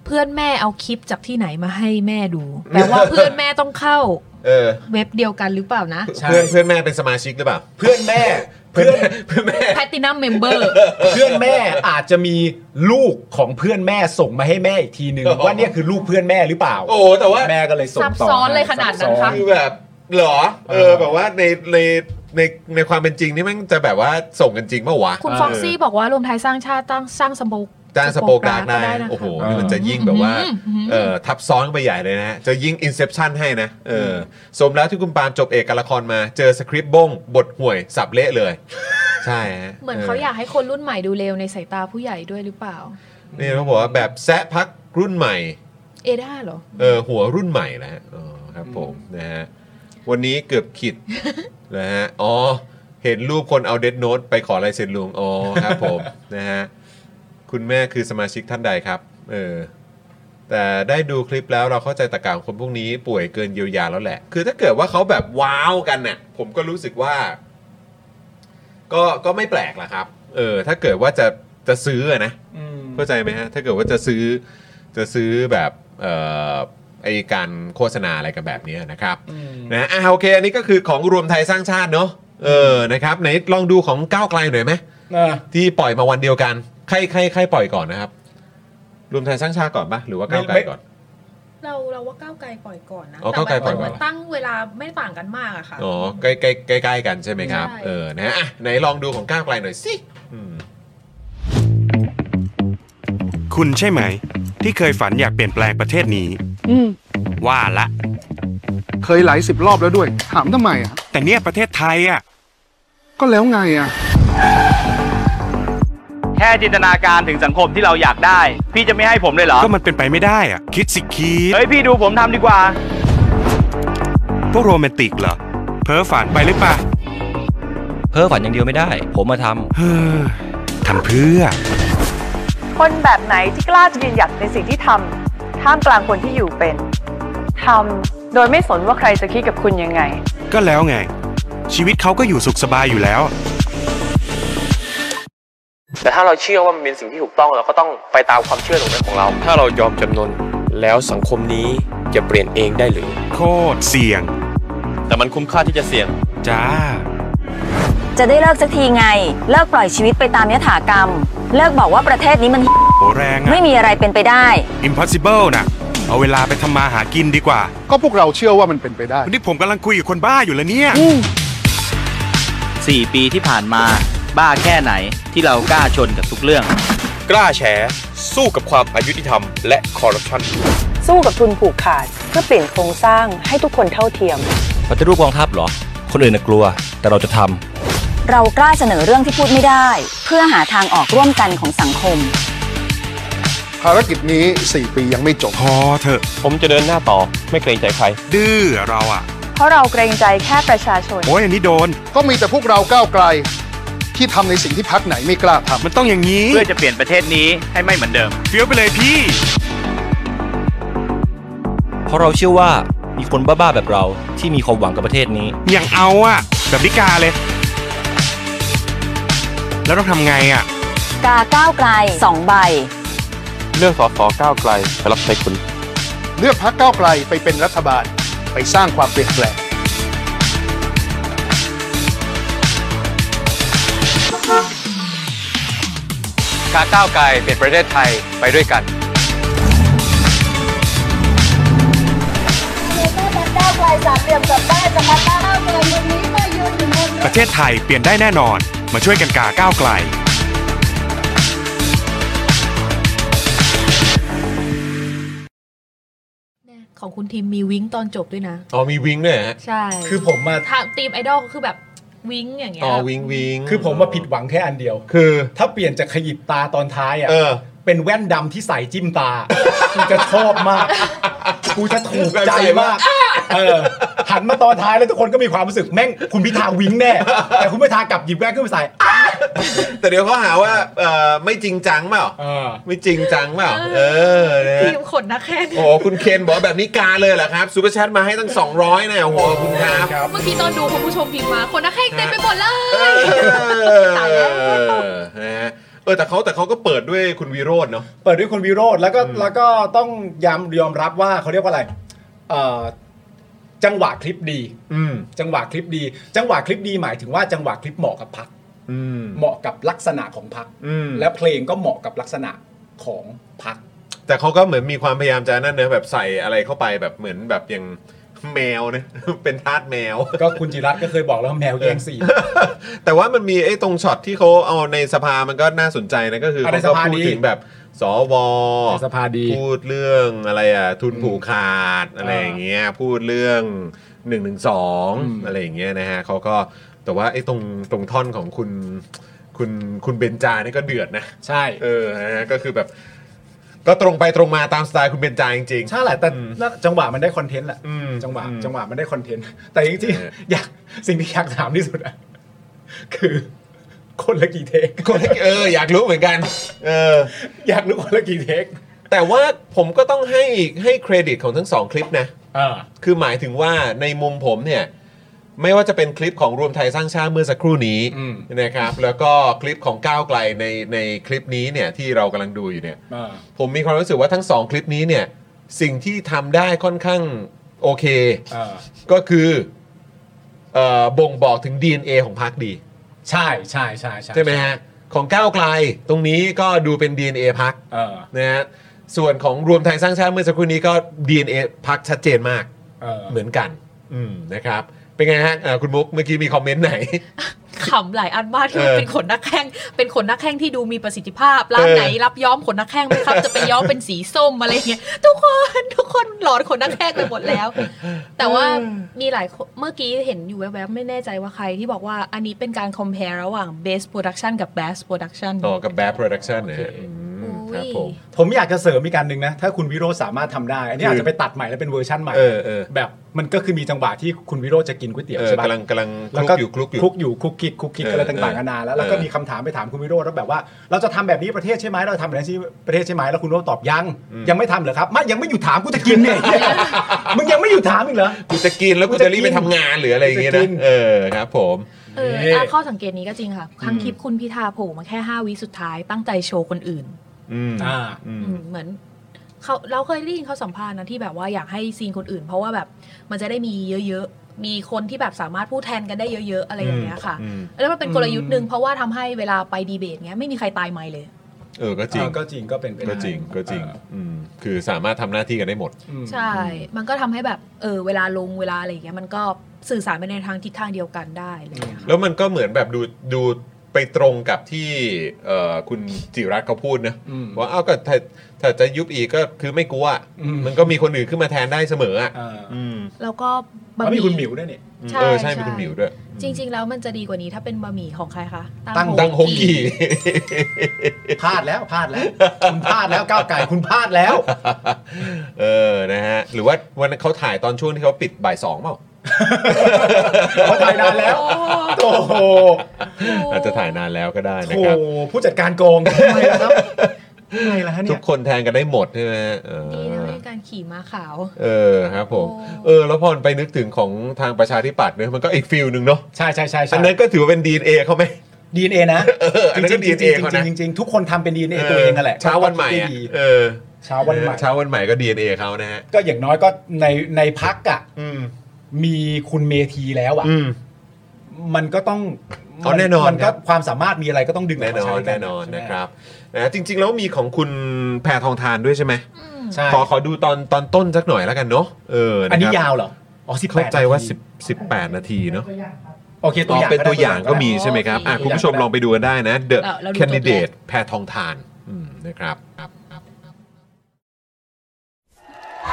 Speaker 4: เพื่อนแม่เอาคลิปจากที่ไหนมาให้แม่ดูแปลว่าเพื่อนแม่ต้องเข้า
Speaker 1: เออ
Speaker 4: เว็บเดียวกันหรือเปล่า นะ
Speaker 1: เพื่อนเพื่อนแม่เป็นสมาชิกหรือเปล่า
Speaker 2: เพื่อนแม่
Speaker 1: เพื่อนเพื่อนแม่
Speaker 4: แพตินัมเมมเบอร์
Speaker 2: เพื่อนแม่อาจจะมีลูกของเพื่อนแม่ส่งมาให้แม่อีกทีหนึ่ง
Speaker 1: โอ้โห
Speaker 2: ว่าเนี่ยคือลูกเพื่อนแม่หรือเปล่า
Speaker 1: โอ้โหแต่ว่า
Speaker 2: แม่ก็เลยส่ง
Speaker 4: ซับ
Speaker 2: ต่อ
Speaker 4: ซ้อนเลย
Speaker 2: ให้
Speaker 4: ขนาดนั้น
Speaker 2: ซับซ้อ
Speaker 4: คะ
Speaker 1: คือแบบ เหรอ เออ แบบว่าในใน ในในความเป็นจริงนี่แมันจะแบบว่าส่งกันจริงเมื่อวะ
Speaker 4: คุณฟ็อกซี่บอกว่ารวมไทยสร้างชาติตั้งสร้างสมบูรณ์
Speaker 1: จ้างสโปกดาร์กได้
Speaker 4: ได้นะคะ
Speaker 1: โอ้โหนี่มันจะยิ่งแบบว่า
Speaker 4: อืม
Speaker 1: เอ่อทับซ้อนไปใหญ่เลยนะฮะจะยิ่งอินเซ t ชันให้นะเอออสมแล้วที่คุณปาล์มจบเอกการละครมา เจอสคริปต์บง บทห่วย สับเละเลย ใช่ฮะ
Speaker 4: เหมือนเขาอยากให้คนรุ่นใหม่ดูเลวในสายตาผู้ใหญ่ด้วยหรือเปล่า
Speaker 1: นี่เขาบอกว่าแบบแซะพักรุ่นใหม่
Speaker 4: เอด้าเหรอ
Speaker 1: เออหัวรุ่นใหม่นะฮะอ๋อครับผมนะฮะวันนี้เกือบ ขิด นะฮะอ๋อ เห็นรูปคนเอาเดดโน e ไปขอลายเซ็นลุงอ๋อครับผม นะฮะคุณแม่คือสมาชิกท่านใดครับ เออ แต่ได้ดูคลิปแล้วเราเข้าใจตะกาของคนพวกนี้ป่วยเกินเยียวยาแล้วแหละ คือถ้าเกิดว่าเขาแบบว้าวกันเนี่ยผมก็รู้สึกว่า ก็ก็ไม่แปลกละครับ เออ ถ้าเกิดว่าจะจะซื้ออะนะ เข้าใจไหมฮะ ถ้าเกิดว่าจะซื้อจะซื้อแบบเอ่อไอการโฆษณาอะไรกันแบบนี้นะครับนะอ่ะโอเค อันนี้ก็คือของรวมไทยสร้างชาติเนอะเออนะครับไหนลองดูของก้าวไกลหน่อยไหมที่ปล่อยมาวันเดียวกัน ใครใครใครปล่อยก่อนนะครับ รวมไทยสร้างชาติก่อนปะหรือว่าก้าวไกลก่อน
Speaker 16: เราเราว่าก้าวไกลปล่อยก่อนนะ
Speaker 1: อ๋อก้าวไกลปล่อยก่อน
Speaker 16: เหมืนตั้งเวลาไม่ต่างกันมากอะค่ะ
Speaker 1: อ๋อใกล้ใกล้ใกล้ใกล้กันใช่ไหมครับ
Speaker 16: ใช่
Speaker 1: เออนะอ่ะไหนลองดูของก้าวไกลหน่อยสิอืม
Speaker 8: คุณใช่ไหม ที่เคยฝันอยากเปลี่ยนแปลงประเทศนี้
Speaker 7: อืม
Speaker 8: ว่าละ
Speaker 7: เคยหลายสิบรอบแล้วด้วย ถามทำไมอ่ะ
Speaker 8: แต่เนี่ยประเทศไทยอ่ะ
Speaker 7: ก็แล้วไงอ่ะ
Speaker 17: แค่จินตนาการถึงสังคมที่เราอยากได้ พี่จะไม่ให้ผมเลยเหรอ
Speaker 8: ก็มันเป็นไปไม่ได้อ่ะ คิดสิคิด
Speaker 17: เฮ้ย พี่ดูผมทำดีกว่า
Speaker 8: พวกโรแมนติกเหรอ เพ้อฝันไปหรือเปล่า
Speaker 18: เพ้อฝันอย่างเดียวไม่ได้ ผมมาท
Speaker 8: เฮ้อทำเพื่อ
Speaker 5: คนแบบไหนที่กล้าจะยืนหยัดในสิ่งที่ทำท่ามกลางคนที่อยู่เป็นทำโดยไม่สนว่าใครจะคิดกับคุณยังไง
Speaker 8: ก็แล้วไง ชีวิตเขาก็อยู่สุขสบายอยู่แล้ว
Speaker 19: แต่ถ้าเราเชื่อว่ามันเป็นสิ่งที่ถูกต้องเราก็ต้องไปตามความเชื่อตรงนั้นของเรา ถ้าเรายอมจำนนแล้วสังคมนี้จะเปลี่ยนเองได้หรือ
Speaker 8: โคตรเสี่ยง
Speaker 19: แต่มันคุ้มค่าที่จะเสี่ยง
Speaker 8: จ้า
Speaker 20: จะได้เลิกสักทีไง เลิกปล่อยชีวิตไปตามยถากรรม เลิกบอกว่าประเทศนี้มัน
Speaker 8: โหแรงอ่ะ
Speaker 20: ไม่มีอะไรเป็นไปได้
Speaker 8: impossible นะเอาเวลาไปทำมาหากินดีกว่า
Speaker 7: ก็พวกเราเชื่อว่ามันเป็นไปได้
Speaker 8: วันนี้ผมกำลังคุยกับคนบ้าอยู่แล้วเนี่ย
Speaker 18: ำ4ปีที่ผ่านมา บ้าแค่ไหนที่เรากล้าชนกับทุกเรื่อง
Speaker 19: กล้าแฉสู้กับความอายุติธรรมและคอร์รัปชัน
Speaker 5: สู้กับทุนผูกขาด เพื่อเปลี่ยนโครงสร้างให้ทุกคนเท่าเทียม
Speaker 18: ปฏิรูปกองทัพเหรอ คนอื่นน่ะกลัว แต่เราจะทำ
Speaker 20: เรากล้าเสนอเรื่องที่พูดไม่ได้ เพื่อหาทางออกร่วมกันของสังคม
Speaker 7: ภารกิจนี้ 4 ปียังไม่จบ
Speaker 8: พอเถอะ
Speaker 19: ผมจะเดินหน้าต่อไม่เกรงใจใคร
Speaker 8: ดื้อเราอ่ะ
Speaker 5: เพราะเราเกรงใจแค่ประชาชน
Speaker 8: โอ้ยอันนี้โดน
Speaker 7: ก็มีแต่พวกเราก้าวไกล ที่ทำในสิ่งที่พักไหนไม่กล้าทำ
Speaker 8: มันต้องอย่างนี้
Speaker 18: เพื่อจะเปลี่ยนประเทศนี้ให้ไม่เหมือนเดิม
Speaker 8: เฟี้ยวไปเลยพี่
Speaker 18: เพราะเราเชื่อว่ามีคนบ้าๆแบบเราที่มีความหวังกับประเทศนี้
Speaker 8: อย่างเอาอ่ะ แบบนิกาเลย แล้วต้องทำไงอ่ะ
Speaker 20: กาก้าวไกลสองใบ
Speaker 19: เลือกสอสอก้าวไกลสำหรับใช้คุณ
Speaker 7: เลือกพักก้าวไกลไปเป็นรัฐบาล ไปสร้างความเปลี่ยนแปลง
Speaker 19: การก้าวไกลเปลี่ยนประเทศไทยไปด้วยกัน
Speaker 8: ประเทศไทยเปลี่ยนได้แน่นอน มาช่วยกันกาก้าวไกล
Speaker 4: ของคุณทีมมีวิ้งตอนจบด้วยนะ
Speaker 1: อ๋อมีวิงด้วยฮะ
Speaker 4: ใช่
Speaker 2: คือผมมา
Speaker 4: ถ้าทีมไอดอลคือแบบวิ้งอย่างเงี้ย
Speaker 1: อ๋อวิงวิง
Speaker 2: คือผมมาผิดหวังแค่อันเดียว
Speaker 1: คือ
Speaker 2: ถ้าเปลี่ยนจากขยิบตาตอนท้ายอ่ะ
Speaker 1: เออ
Speaker 2: เป็นแว่นดำที่ใส่จิ้มตา กูจะชอบมาก กูจะถูกใจมาก เออหันมาตอนท้ายแล้วทุกคนก็มีความรู้สึกแม่งคุณพิธาวิ้งแน่ แต่คุณพิธากลับหยิบแว่นขึ้นมาใส่
Speaker 1: แต่เดี๋ยวเขาหาว่าเอ่อไม่จริงจังเปล่าไม่จริงจังเปล่าเออนะ
Speaker 4: ที
Speaker 1: ฮะ
Speaker 4: มขนนักแข่ง
Speaker 1: โอ้โหคุณเคนบอกว่าแบบนี้กาเลยเหรอครับซูเปอร์แชทมาให้ตั้ง 200เนี่ยโอ้โหขอบคุณครับ
Speaker 4: เมื่อกี้ตอนดูคุณผู้ชมพิมพ์มาขนนักแข่งเต็มไปหมดเลย
Speaker 1: เออนะฮะเออแต่เขาแต่เขาก็เปิดด้วยคุณวิโรจน์เนาะ
Speaker 2: เปิดด้วยคุณวิโรธแล้วก็แล้วก็ต้องยอมยอมรับว่าเขาเรียกว่าอะไรเอ่อจังหวะคลิปดี
Speaker 1: อืม
Speaker 2: จังหวะคลิปดี จังหวะคลิปดีหมายถึงว่าจังหวะคลิปเหมาะกับพัก
Speaker 1: อืม
Speaker 2: เหมาะกับลักษณะของพัก
Speaker 1: อืม
Speaker 2: และเพลงก็เหมาะกับลักษณะของพัก
Speaker 1: แต่เขาก็เหมือนมีความพยายามจะนั่นเนอะแบบใส่อะไรเข้าไปแบบเหมือนแบบอย่าง แมวนะ เป็นทาสแมว
Speaker 2: ก็คุณจิรัตน์ก็เคยบอกแล้วว่าแมวแย่งสี
Speaker 1: แต่ว่ามันมีไอ้ตรงช็อตที่เขาเอาในสภามันก็น่าสนใจนะก็คือ
Speaker 2: เอาใน
Speaker 1: เขาก็
Speaker 2: สภา
Speaker 1: พูด
Speaker 2: ดี
Speaker 1: ถึงแบบสว
Speaker 2: ในสภาดี
Speaker 1: พูดเรื่องอะไรอ่ะทุนผูกขาดอะไรอย่างเงี้ยพูดเรื่อง1นึอะไรอย่างเงี้ยนะฮะเขาก็แต่ว่าไอ้ตรงตรงท่อนของคุณคุณคุณเบนจานี่ก็เดือดนะ
Speaker 2: ใช่
Speaker 1: เออนะฮะก็คือแบบ ก็ตรงไปตรงมาตามสไตล์คุณเบนจาจริงๆ
Speaker 2: ใช่แหละแต่แล้วจังหวะมันได้คอนเทนต์แหละจังหวะจังหวะมันได้คอนเทนต์แต่จริงๆอยากสิ่งที่อยากถามที่สุดอะ คือ คนละกี่เทค
Speaker 1: คนละเอออยากรู้เหมือนกัน เออ
Speaker 2: อยากรู้คนละกี่เทค
Speaker 1: แต่ว่าผมก็ต้องให้ให้เครดิตของทั้งสองคลิปนะคือหมายถึงว่าในมุมผมเนี่ย ไม่ว่าจะเป็นคลิปของรวมไทยสร้างชาติเมื่อสักครู่นี้นะครับ แล้วก็คลิปของก้าวไกลในในคลิปนี้เนี่ยที่เรากำลังดูอยู่เนี่ย ผมมีความรู้สึกว่าทั้งสองคลิปนี้เนี่ย สิ่งที่ทำได้ค่อนข้างโอเค ก็คือเอ่อบ่งบอกถึง DNA ของพรรคดี
Speaker 2: ใช่ใช่ใช่ใช่
Speaker 1: ใช่ไหมฮะ ของก้าวไกลตรงนี้ก็ดูเป็น DNA พัก
Speaker 2: เออ
Speaker 1: นะฮะส่วนของรวมไทยสร้างชาติเมื่อสักครู่นี้ก็ DNA พักชัดเจนมาก
Speaker 2: เออ
Speaker 1: เหมือนกันอืมนะครับ เป็นไงฮะเอ่อคุณมุกเมื่อกี้มีคอมเมนต์ไหน
Speaker 4: ขำหลายอันมากที่
Speaker 1: เออ
Speaker 4: มันเป็นขนนักแข้ง เป็นขนนักแข้งที่ดูมีประสิทธิภาพ ร้าน
Speaker 1: เออ
Speaker 4: ไหนรับย้อมขนนักแข้งไหมครับ จะไปย้อมเป็นสีส้มอะไรเงี้ย ทุกคนทุกคนหลอนขนนักแข้งไปหมด แล้ว แต่ว่ามีหลายคนเมื่อกี้เห็นอยู่แวบๆไม่แน่ใจว่าใครที่บอกว่าอันนี้เป็นการ compare ระหว่าง base production กับ bass production
Speaker 1: ต่อกับแบ d โปรดักชันนะฮะอืมครับผม
Speaker 2: ผมอยากจะเสริมอีกการหนึ่งนะ ถ้าคุณวิโรจน์สามารถทำได้ อันนี้อาจจะไปตัดใหม่แล้วเป็นเวอร์ชั่นใหม่
Speaker 1: เออเออ
Speaker 2: แบบมันก็คือมีจังหวะที่คุณวิโรจน์จะกินก๋วยเตี๋ยว
Speaker 1: เออ
Speaker 2: ใช่ปะ
Speaker 1: กำลังกำลัง
Speaker 2: แล้วก็
Speaker 1: คลุกอยู่คลุกอยู่
Speaker 2: คลุกอยู่คลุกคิกคลุกคิก
Speaker 1: เออ
Speaker 2: อะไรต่างๆ
Speaker 1: เออ
Speaker 2: นานาแล้วแล้วก็
Speaker 1: เออ
Speaker 2: มีคำถามไปถามคุณวิโรจน์แล้วแบบว่า เราจะทำแบบนี้ประเทศใช่ไหมเราจะทำแบบนี้ประเทศใช่ไหมแล้วคุณวิโรจน์ตอบยัง ยังไม่ทำเหรอครับไม่ยังไม่หยุดถามกูจะกินเนี่ย มึงยังไม่หยุดถามอีกเหรอ
Speaker 1: กูจะกินแล้วกูจะรีบไปทำงานหรืออะไรอย่างเงี้ย
Speaker 2: กูจ
Speaker 1: นะ
Speaker 2: กิ
Speaker 1: เออครับผม
Speaker 4: เออ
Speaker 1: เอ๊ะ
Speaker 4: อ่ะข้อสังเกตนี้ก็จริงค่ะ ครั้ง
Speaker 1: อืม
Speaker 4: คลิปคุณพิธาโผล่มาแค่ 5 วิสุดท้ายตั้งใจโชว์คนอื่น
Speaker 1: อืม
Speaker 2: อ่า
Speaker 1: อืม
Speaker 4: อืมเหมือนเขาเราเคยได้ยินเขาสัมภาษณ์นะที่แบบว่าอยากให้ซีนคนอื่น เพราะว่าแบบมันจะได้มีเยอะๆ มีคนที่แบบสามารถพูดแทนกันได้เยอะๆ อะไรอย่างเงี้ยค่ะ
Speaker 1: อืม
Speaker 4: แล้วมันเป็นกลยุทธ์หนึ่งเพราะว่าทำให้เวลาไปดีเบตเงี้ยไม่มีใครตายไม่เลย
Speaker 1: เออก็จริง
Speaker 2: เออก็จริงก็เป็นไปได้
Speaker 1: ก็จริงก็จริงอืมคือสามารถทำหน้าที่กันได้หมด
Speaker 4: ใช่ มันก็ทำให้แบบเออเวลาลงเวลาอะไรอย่างเงี้ยมันก็สื่อสารไปในทางทิศทางเดียวกันได้อะไรอย่างเลย
Speaker 1: แล้วมันก็เหมือนแบบดูดูไปตรงกับที่เอ่อคุณจิรัตน์เขาพูดนะ
Speaker 2: อืม
Speaker 1: ว่าเอ้าก็ถ้าถ้าจะยุบอีกก็คือไม่กลัวอะ
Speaker 2: อืม
Speaker 1: มันก็มีคนอื่นขึ้นมาแทนได้เสมออ่ะอืม
Speaker 4: แล้วก็บะ
Speaker 2: แล้ว
Speaker 4: ห
Speaker 2: มี
Speaker 4: มี่
Speaker 2: คุณหมิวด้วยเนี่ย
Speaker 4: ใช่
Speaker 1: เออใช่
Speaker 4: ใช่
Speaker 1: มีคุณหมิวด้วย
Speaker 4: จริง ๆ แล้วมันจะดีกว่านี้ถ้าเป็นบะหมี่ของใครคะ
Speaker 1: ตั้งดังฮกกี้
Speaker 2: พลาดแล้วพลาดแล้วคุณพลาดแล้วก้าวไก่คุณพลาดแล้ว
Speaker 1: เออนะฮะหรือว่าวันนั้นเขาถ่ายตอนช่วงที่เขาปิดบ่ายสองเปล่า
Speaker 2: เขาถ่ายนานแล้วโอ้โห
Speaker 1: อาจจะถ่ายนานแล้วก็ได้นะ
Speaker 2: โอ้
Speaker 1: ครับ
Speaker 2: โหผู้จัดการโกงทำไมล่ะครับทำไมล่ะฮะ
Speaker 1: ทุ
Speaker 2: เนี่ย
Speaker 1: กคนแทนกันได้หมดใช่ไหมเออ
Speaker 4: ดีนะในการขี่ม้าขาว
Speaker 1: เออครับผมเออแล้วพอมันไปนึกถึงของทางประชาธิปัตย์เนี่ยมันก็อีกฟิลหนึ่งเนาะ
Speaker 2: ใช่ใช่ใช่
Speaker 1: อันนั้นก็ถือว่าเป็น DNA เขาไหม
Speaker 2: DNA นะ
Speaker 1: เอออันนั้นก็
Speaker 2: จริง
Speaker 1: DNA
Speaker 2: ๆ
Speaker 1: เขา
Speaker 2: จริ
Speaker 1: นะ
Speaker 2: งๆจริงๆจริงๆทุกคนทำเป็น DNA ตัวเองนั่นแหละ
Speaker 1: เช้าวันใหม่อะ
Speaker 2: ดี
Speaker 1: เออ
Speaker 2: เช้าวันใหม่
Speaker 1: เช้าวันใหม่ก็ DNA เขานะฮะ
Speaker 2: ก็อย่างน้อยก็ในในพักอ่ะ
Speaker 1: อืม
Speaker 2: มีคุณเมธีแล้วอ่ะ
Speaker 1: อืม
Speaker 2: มันก็ต้อง
Speaker 1: เอาแน่นอน
Speaker 2: มัน
Speaker 1: ค
Speaker 2: ก็
Speaker 1: รับ
Speaker 2: ความสามารถมีอะไรก็ต้องดึงออ
Speaker 1: แน่
Speaker 2: ก
Speaker 1: น
Speaker 2: มา
Speaker 1: อ
Speaker 2: ใช้
Speaker 1: น
Speaker 2: กั
Speaker 1: แน่นอน
Speaker 2: ใช่ไหม
Speaker 1: นะครับนะจริง ๆ แล้วมีของคุณแพทองทานด้วยใช่ไหม
Speaker 2: ใช่
Speaker 1: ขอขอดูตอนตอนต้นสักหน่อยแล้วกันเนาะเออ
Speaker 2: อั
Speaker 1: อั
Speaker 2: นนี้ยาวเหรออ๋อสิบ
Speaker 1: เข้าใจว่า10 18 นาทีเนาะ
Speaker 2: โอเคตัว
Speaker 1: อ๋อ
Speaker 2: อย่าง
Speaker 1: เป็นตัวอย่างก็
Speaker 2: ได้
Speaker 1: มีใช่ไหมครับอ่ะ
Speaker 2: โเ
Speaker 1: คุณผู้ชมลองไปดูกันได้นะ The
Speaker 2: เราเราดูตอนแรก
Speaker 1: Candidate แพทองทานอืมนะครับครับ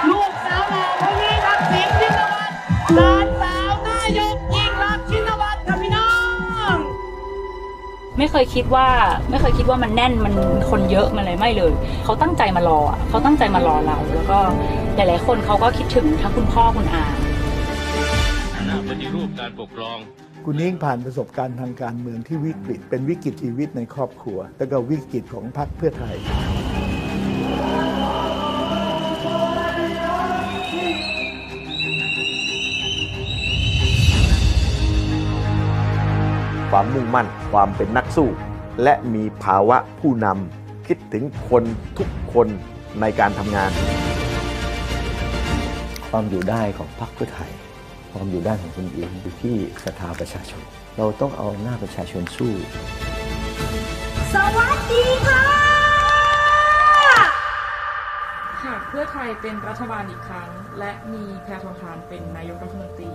Speaker 21: ลูกสาวหล่อคนนี้ทักษิณชินวัตรหลานสาวนายกยิ่งรักษณ์ชินวัตรค่ะพี่น้อง
Speaker 20: ไม่เคยคิดว่าไม่เคยคิดว่ามันแน่นมันคนเยอะมันอะไรไม่เลย เขาตั้งใจมารออะเขาตั้งใจมารอเรา แล้วก็หลาย ๆ คนเขาก็คิดถึงทั้งคุณพ่อคุณอา
Speaker 22: ปฏิรูปการปกครอง
Speaker 23: คุณนิ่งผ่านประสบการณ์ทางการเมืองที่วิกฤต เป็นวิกฤตชีวิตในครอบครัว แล้วก็วิกฤตของพรรคเพื่อไทย
Speaker 24: ความมุ่งมั่น ความเป็นนักสู้ และมีภาวะผู้นำคิดถึงคนทุกคนในการทำงาน
Speaker 25: ความอยู่ได้ของพรรคเพื่อไทย ความอยู่ได้ของคุณอิงอยู่ที่ศรัทธาประชาชน เราต้องเอาหน้าประชาชนสู้
Speaker 21: สวัสดีค่ะ
Speaker 26: ค่ะ
Speaker 27: พื่อไทยเป็นรัฐบาลอีกครั้ง และมีแพทองทานเป็นนายกรัฐมนตรี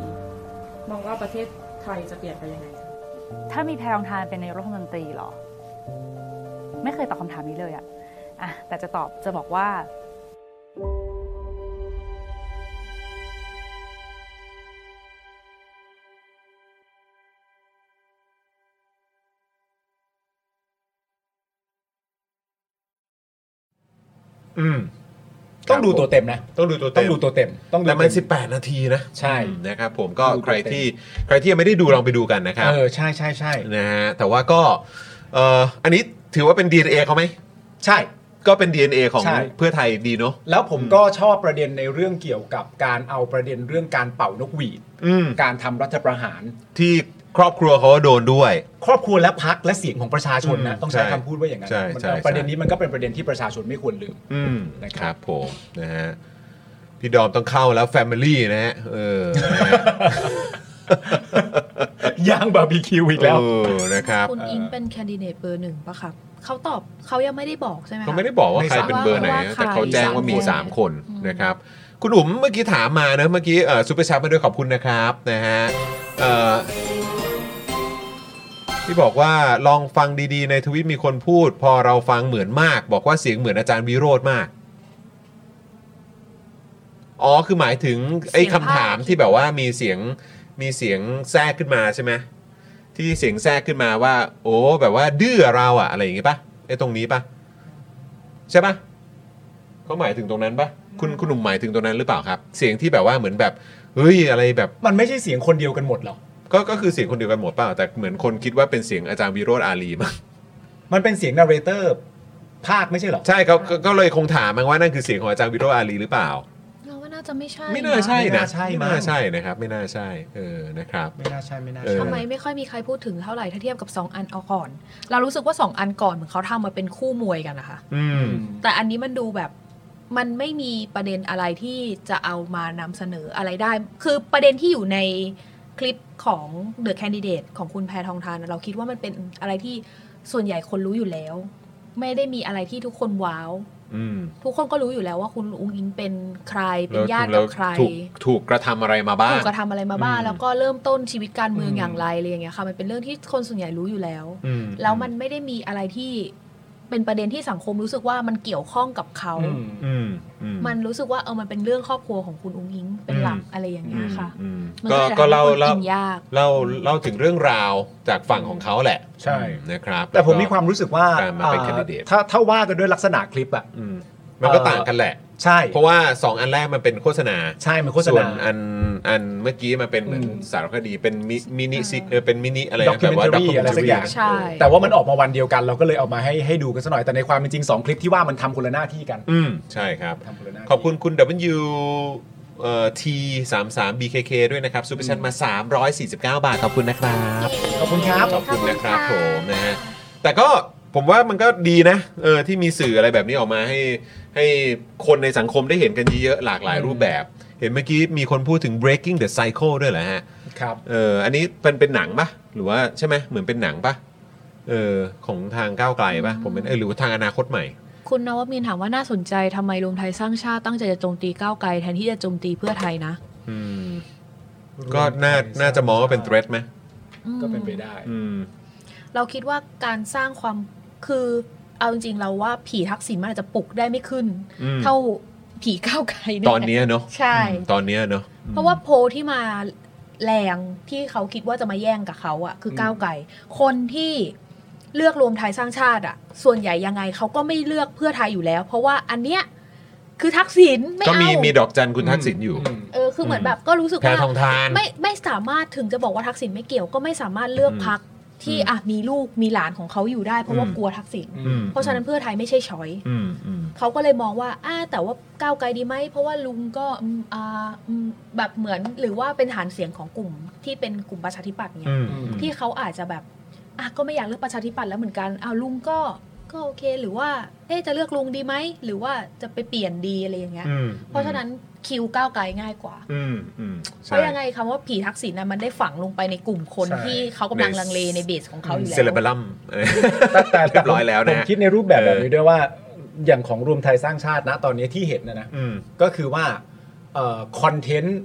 Speaker 27: มองว่าประเทศไทยจะเปลี่ยนไปยังไง
Speaker 20: ถ้ามีแพรรองทานเป็นนายกรัฐมนตรีเหรอ ไม่เคยตอบคำถามนี้เลยอะอ่ะ แต่จะตอบจะบอกว่า
Speaker 1: อืม
Speaker 2: ต้องดูตัวเต็มนะ
Speaker 1: ต้องดูตัวเต็ม
Speaker 2: ต้องดูตัวเต็มต้องดู
Speaker 1: แต่มัน
Speaker 2: เต็ม
Speaker 1: 18 นาทีนะ
Speaker 2: ใช่
Speaker 1: นะครับผมก็
Speaker 2: ดูตัวเต็ม
Speaker 1: ใครที่ใครที่ยังไม่ได้ดูลองไปดูกันนะครับ
Speaker 2: เออใช่ใช่ใช่
Speaker 1: นะฮะแต่ว่าก็เอ่ออันนี้ถือว่าเป็น DNA เขาไหม
Speaker 2: ใช่
Speaker 1: ก็เป็น DNA ของ
Speaker 2: ใช่
Speaker 1: เพื่อไทยดีเนาะ
Speaker 2: แล้วผมก็ชอบประเด็นในเรื่องเกี่ยวกับการเอาประเด็นเรื่องการเป่านกหวีด
Speaker 1: อืม
Speaker 2: การทำรัฐประหาร
Speaker 1: ที่ครอบครัวเขาก็โดนด้วย
Speaker 2: ครอบครัวและพักและเสียงของประชาชนนะ
Speaker 1: อืม
Speaker 2: ต้องใช้
Speaker 1: ใช่
Speaker 2: คำพูดว่าอย่างนั้น
Speaker 1: ใช่
Speaker 2: มัน
Speaker 1: ใช่
Speaker 2: ก็
Speaker 1: ใช่
Speaker 2: ประเด็นนี้มันก็เป็นประเด็นที่ประชาชนไม่ควรลืม
Speaker 1: อืมนะครับผมนะฮะพี่ดอมต้องเข้าแล้วแฟมิลี่นะฮะเออ
Speaker 2: ย่างบาร์บีคิวอีกแล้ว
Speaker 1: เออนะครับ
Speaker 4: คุณอิงเป็นแคนดิเดตเบอร์หนึ่งปะครับเขาตอบเขายังไม่ได้บอกใช่ไหมคะ
Speaker 1: เขาไม่ได้บอกว่าใครเป็นเบอร์ไหน
Speaker 4: ว่
Speaker 1: นะ
Speaker 4: ใค
Speaker 1: แต่เขาแจ้งว่ามี
Speaker 4: ส
Speaker 1: 3 คนนะครับ คุณอุ๋มเมื่อกี้ถามมานะเมื่อกี้ซูเปอร์ชาร์มาด้วยขอบคุณนะครับนะฮะเอ่อที่บอกว่าลองฟังดีๆ ในทวิตมีคนพูด พอเราฟังเหมือนมาก บอกว่าเสียงเหมือนอาจารย์วิโรธมาก อ๋อ คือหมายถึงไอ้คำถามที่แบบว่ามีเสียงมีเสียงแทรกขึ้นมาใช่ไหมที่เสียงแทรกขึ้นมาว่า โอ้แบบว่าดื้อเราอะอะไรอย่างงี้ปะไอ้ตรงนี้ปะใช่ปะเขาหมายถึงตรงนั้นปะคุณคุณหนุ่มหมายถึงตรงนั้นหรือเปล่าครับ เสียงที่แบบว่าเหมือนแบบเฮ้ยอะไรแบบ
Speaker 2: มันไม่ใช่เสียงคนเดียวกันหมดหรอก
Speaker 1: ก็ก็คือเสียงคนเดียวกันหมดเปล่าแต่เหมือนคนคิดว่าเป็นเสียงอาจารย์วิโรธอาลีมั้ง
Speaker 2: มันเป็นเสียงนาร์เรเตอร์ภาคไม่ใช่เหรอ
Speaker 1: ใช่เขาก็ก็เลยคงถามมั้งว่านั่นคือเสียงของอาจารย์วิโรธอาลีหรือเปล่า
Speaker 4: เราว่าน่าจะไม่ใช่
Speaker 1: ไม่น่าใช่นะ
Speaker 4: ใช่
Speaker 1: ไม่น่าใช่นะครับ ไม่น่าใช่ เออนะครับ
Speaker 2: ไม่น่าใช่ไม่น่า
Speaker 1: เออ
Speaker 2: ใช่
Speaker 4: ทำไมไม่ค่อยมีใครพูดถึงเท่าไหร่ถ้าเทียบกับสองอันเอาก่อน เรารู้สึกว่าสองอันก่อนเหมือนเขาทำมาเป็นคู่มวยกันนะคะ
Speaker 1: อืม
Speaker 4: แต่อันนี้มันดูแบบมันไม่มีประเด็นอะไรที่จะเอามานำเสนออะไรได้ คือประเด็นที่อยู่ในคลิปของ The Candidate ของคุณแพทองทานน่ะเราคิดว่ามันเป็นอะไรที่ส่วนใหญ่คนรู้อยู่แล้ว ไม่ได้มีอะไรที่ทุกคนว้าว
Speaker 1: อืม
Speaker 4: ทุกคนก็รู้อยู่แล้วว่าคุณอุงอิงเป็นใครเป็นญาติ
Speaker 1: แล้
Speaker 4: กั
Speaker 1: ว
Speaker 4: บใคร
Speaker 1: ถูกถูกกระทำอะไรมาบ้าง
Speaker 4: ถูกกระทำอะไรมาบ้าง
Speaker 1: อืม
Speaker 4: แล้วก็เริ่มต้นชีวิตการเมือง
Speaker 1: อืม
Speaker 4: อย่างไรอะไรอย่างเงี้ยค่ะ มันเป็นเรื่องที่คนส่วนใหญ่รู้อยู่แล้ว
Speaker 1: อืม
Speaker 4: แล้วมันไม่ได้มีอะไรที่เป็นประเด็นที่สังคมรู้สึกว่ามันเกี่ยวข้องกับเขา
Speaker 1: อืมอืม
Speaker 4: มันรู้สึกว่าเออมันเป็นเรื่องครอบครัวของคุณอุ้งอิงเป็นหลัก
Speaker 1: อืม
Speaker 4: อะไรอย่างเงี้ยค่ะ
Speaker 1: อืม
Speaker 4: มัน
Speaker 1: ก็
Speaker 4: ก็
Speaker 1: ก็
Speaker 4: จะทำให้
Speaker 1: เล่า
Speaker 4: คน
Speaker 1: เล่า
Speaker 4: กินยาก
Speaker 1: เล่าเล่าถึงเรื่องราวจากฝั่งของเขาแหละ
Speaker 2: ใช่
Speaker 1: นะครับ
Speaker 2: แต่ผมมีความรู้สึกว่า
Speaker 1: การมาเป็นแคนดิเดต
Speaker 2: อ่าถ้าถ้าว่ากันด้วยลักษณะคลิปอ่ะ
Speaker 1: มันก็
Speaker 2: เอ่อ
Speaker 1: ต่างกันแหละ
Speaker 2: ใช่
Speaker 1: เพราะว่า 2 อันแรกมันเป็นโฆษณา
Speaker 2: ใช่มันโฆษ
Speaker 1: ส่ว
Speaker 2: ณา
Speaker 1: นอันอันเมื่อกี้มันเป็นเหมือน
Speaker 2: อืม
Speaker 1: สารคดีเป็นมิมินิซีเออเป็นมินิอะไร
Speaker 2: ด็อ
Speaker 1: นะ
Speaker 2: กิ
Speaker 1: แบบ
Speaker 2: เมน
Speaker 1: ว่า
Speaker 2: ทรีอะไรสักอย่าง
Speaker 1: documentary
Speaker 2: แต่ว่ามันออกมาวันเดียวกันเราก็เลยเอามาให้ให้ดูกันสักหน่อยแต่ในความเป็นจริงสองคลิปที่ว่ามันทำคนละหน้าที่กัน
Speaker 1: อืมใช่ครับ ขอบคุณคุณ W เอ่อ T 3 3 BKK ด้วยนะครับซูเปอร์ชันมา 349 บาท ขอบคุณนะครับ
Speaker 2: ขอบคุณครับ
Speaker 1: ขอบคุณนะครับผมนะฮะแต่ก็ผมว่ามันก็ดีนะเออที่มีสื่ออะไรแบบนี้ออกมาให้ให้คนในสังคมได้เห็นกันเยอะๆหลากหลายรูปแบบ เห็นเมื่อกี้มีคนพูดถึง breaking the cycle ด้วยเหรอฮะ
Speaker 2: ครับ
Speaker 1: เอออันนี้เป็นเป็นหนังปะหรือว่าใช่ไหมเหมือนเป็นหนังปะเออของทางก้าวไกลปะผมเป็นเออหรือว่าทางอนาคตใหม่
Speaker 4: คุณนวมินทร์ถามว่าน่าสนใจทำไมรวมไทยสร้างชาติตั้งใจจะโจมตีก้าวไกลแทนที่จะโจมตีเพื่อไทยนะ
Speaker 1: อืมก็น่าน่าจะมองว่าเป็น threat ไหม
Speaker 4: อืม
Speaker 2: ก็เป็นไปได้
Speaker 1: อืม
Speaker 4: เราคิดว่าการสร้างความคือเอาจริงๆเราว่าผีทักษิณมันอาจจะปลุกได้ไม่ขึ้น
Speaker 1: อืม
Speaker 4: เท่าผีก้าวไกลเย
Speaker 1: ตอนเนี้ยเนาะ
Speaker 4: ใช่
Speaker 1: ตอนเนี้ยเนาะ
Speaker 4: เพราะว่าโพลที่มาแรงที่เขาคิดว่าจะมาแย่งกับเขาอะคืออ
Speaker 1: ม
Speaker 4: ก้าวไกลคนที่เลือกรวมไทยสร้างชาติอะส่วนใหญ่ยังไงเขาก็ไม่เลือกเพื่อไทยอยู่แล้ว เพราะว่าอันเนี้ยคือทักษิณไม่
Speaker 1: ก็
Speaker 4: เอา
Speaker 1: มีมีดอกจันคุณทักษิณอยู่
Speaker 4: เออคือเหมือนแบบก็รู้สึก
Speaker 1: แพ
Speaker 4: ว่า
Speaker 1: ทองทาน
Speaker 4: ไม่ไม่สามารถถึงจะบอกว่าทักษิณไม่เกี่ยวก็ไม่สามารถเลือกพักที่อ่ะมีลูกมีหลานของเขาอยู่ได้เพราะว่า
Speaker 1: อืม
Speaker 4: กลัวทักษิณ
Speaker 1: อืม
Speaker 4: เพราะฉะนั้นเพื่อไทยไม่ใช่ช้อย
Speaker 1: อืมอืม
Speaker 4: เขาก็เลยมองว่าอ่าแต่ว่าก้าวไกลดีไหมเพราะว่าลุงก็อืมอ่าอืมแบบเหมือนหรือว่าเป็นฐานเสียงของกลุ่มที่เป็นกลุ่มประชาธิปัตย์เนี่ย
Speaker 1: อืม
Speaker 4: ที่เขาอาจจะแบบอ่ะก็ไม่อยากเลือกประชาธิปัตย์แล้วเหมือนกันอ้าวลุงก็ก็โอเค หรือว่าเอ๊ะจะเลือกลุงดีไหมหรือว่าจะไปเปลี่ยนดีอะไรอย่างเงี้ย
Speaker 1: อืม
Speaker 4: เพราะฉะนั้นคิวก้าวไกลง่ายกว่า
Speaker 1: อืมอืม
Speaker 4: เพ
Speaker 1: ใช่
Speaker 4: ราะยังไงคำว่าผีทักษิณนะมันได้ฝังลงไปในกลุ่มคน
Speaker 1: ใช่
Speaker 4: ที่เขากำลังลังเลในเบสของเขาอยู่แล้
Speaker 1: เซเลบ
Speaker 4: ว
Speaker 1: รัมเรียบร้อยแล้วนะ
Speaker 2: ผมคิดในรูปแบบแบบนี้ด้วยว่า อย่างของรวมไทยสร้างชาตินะตอนนี้ที่เห็นนะนะ
Speaker 1: อืม
Speaker 2: ก็คือว่าคอนเทนต์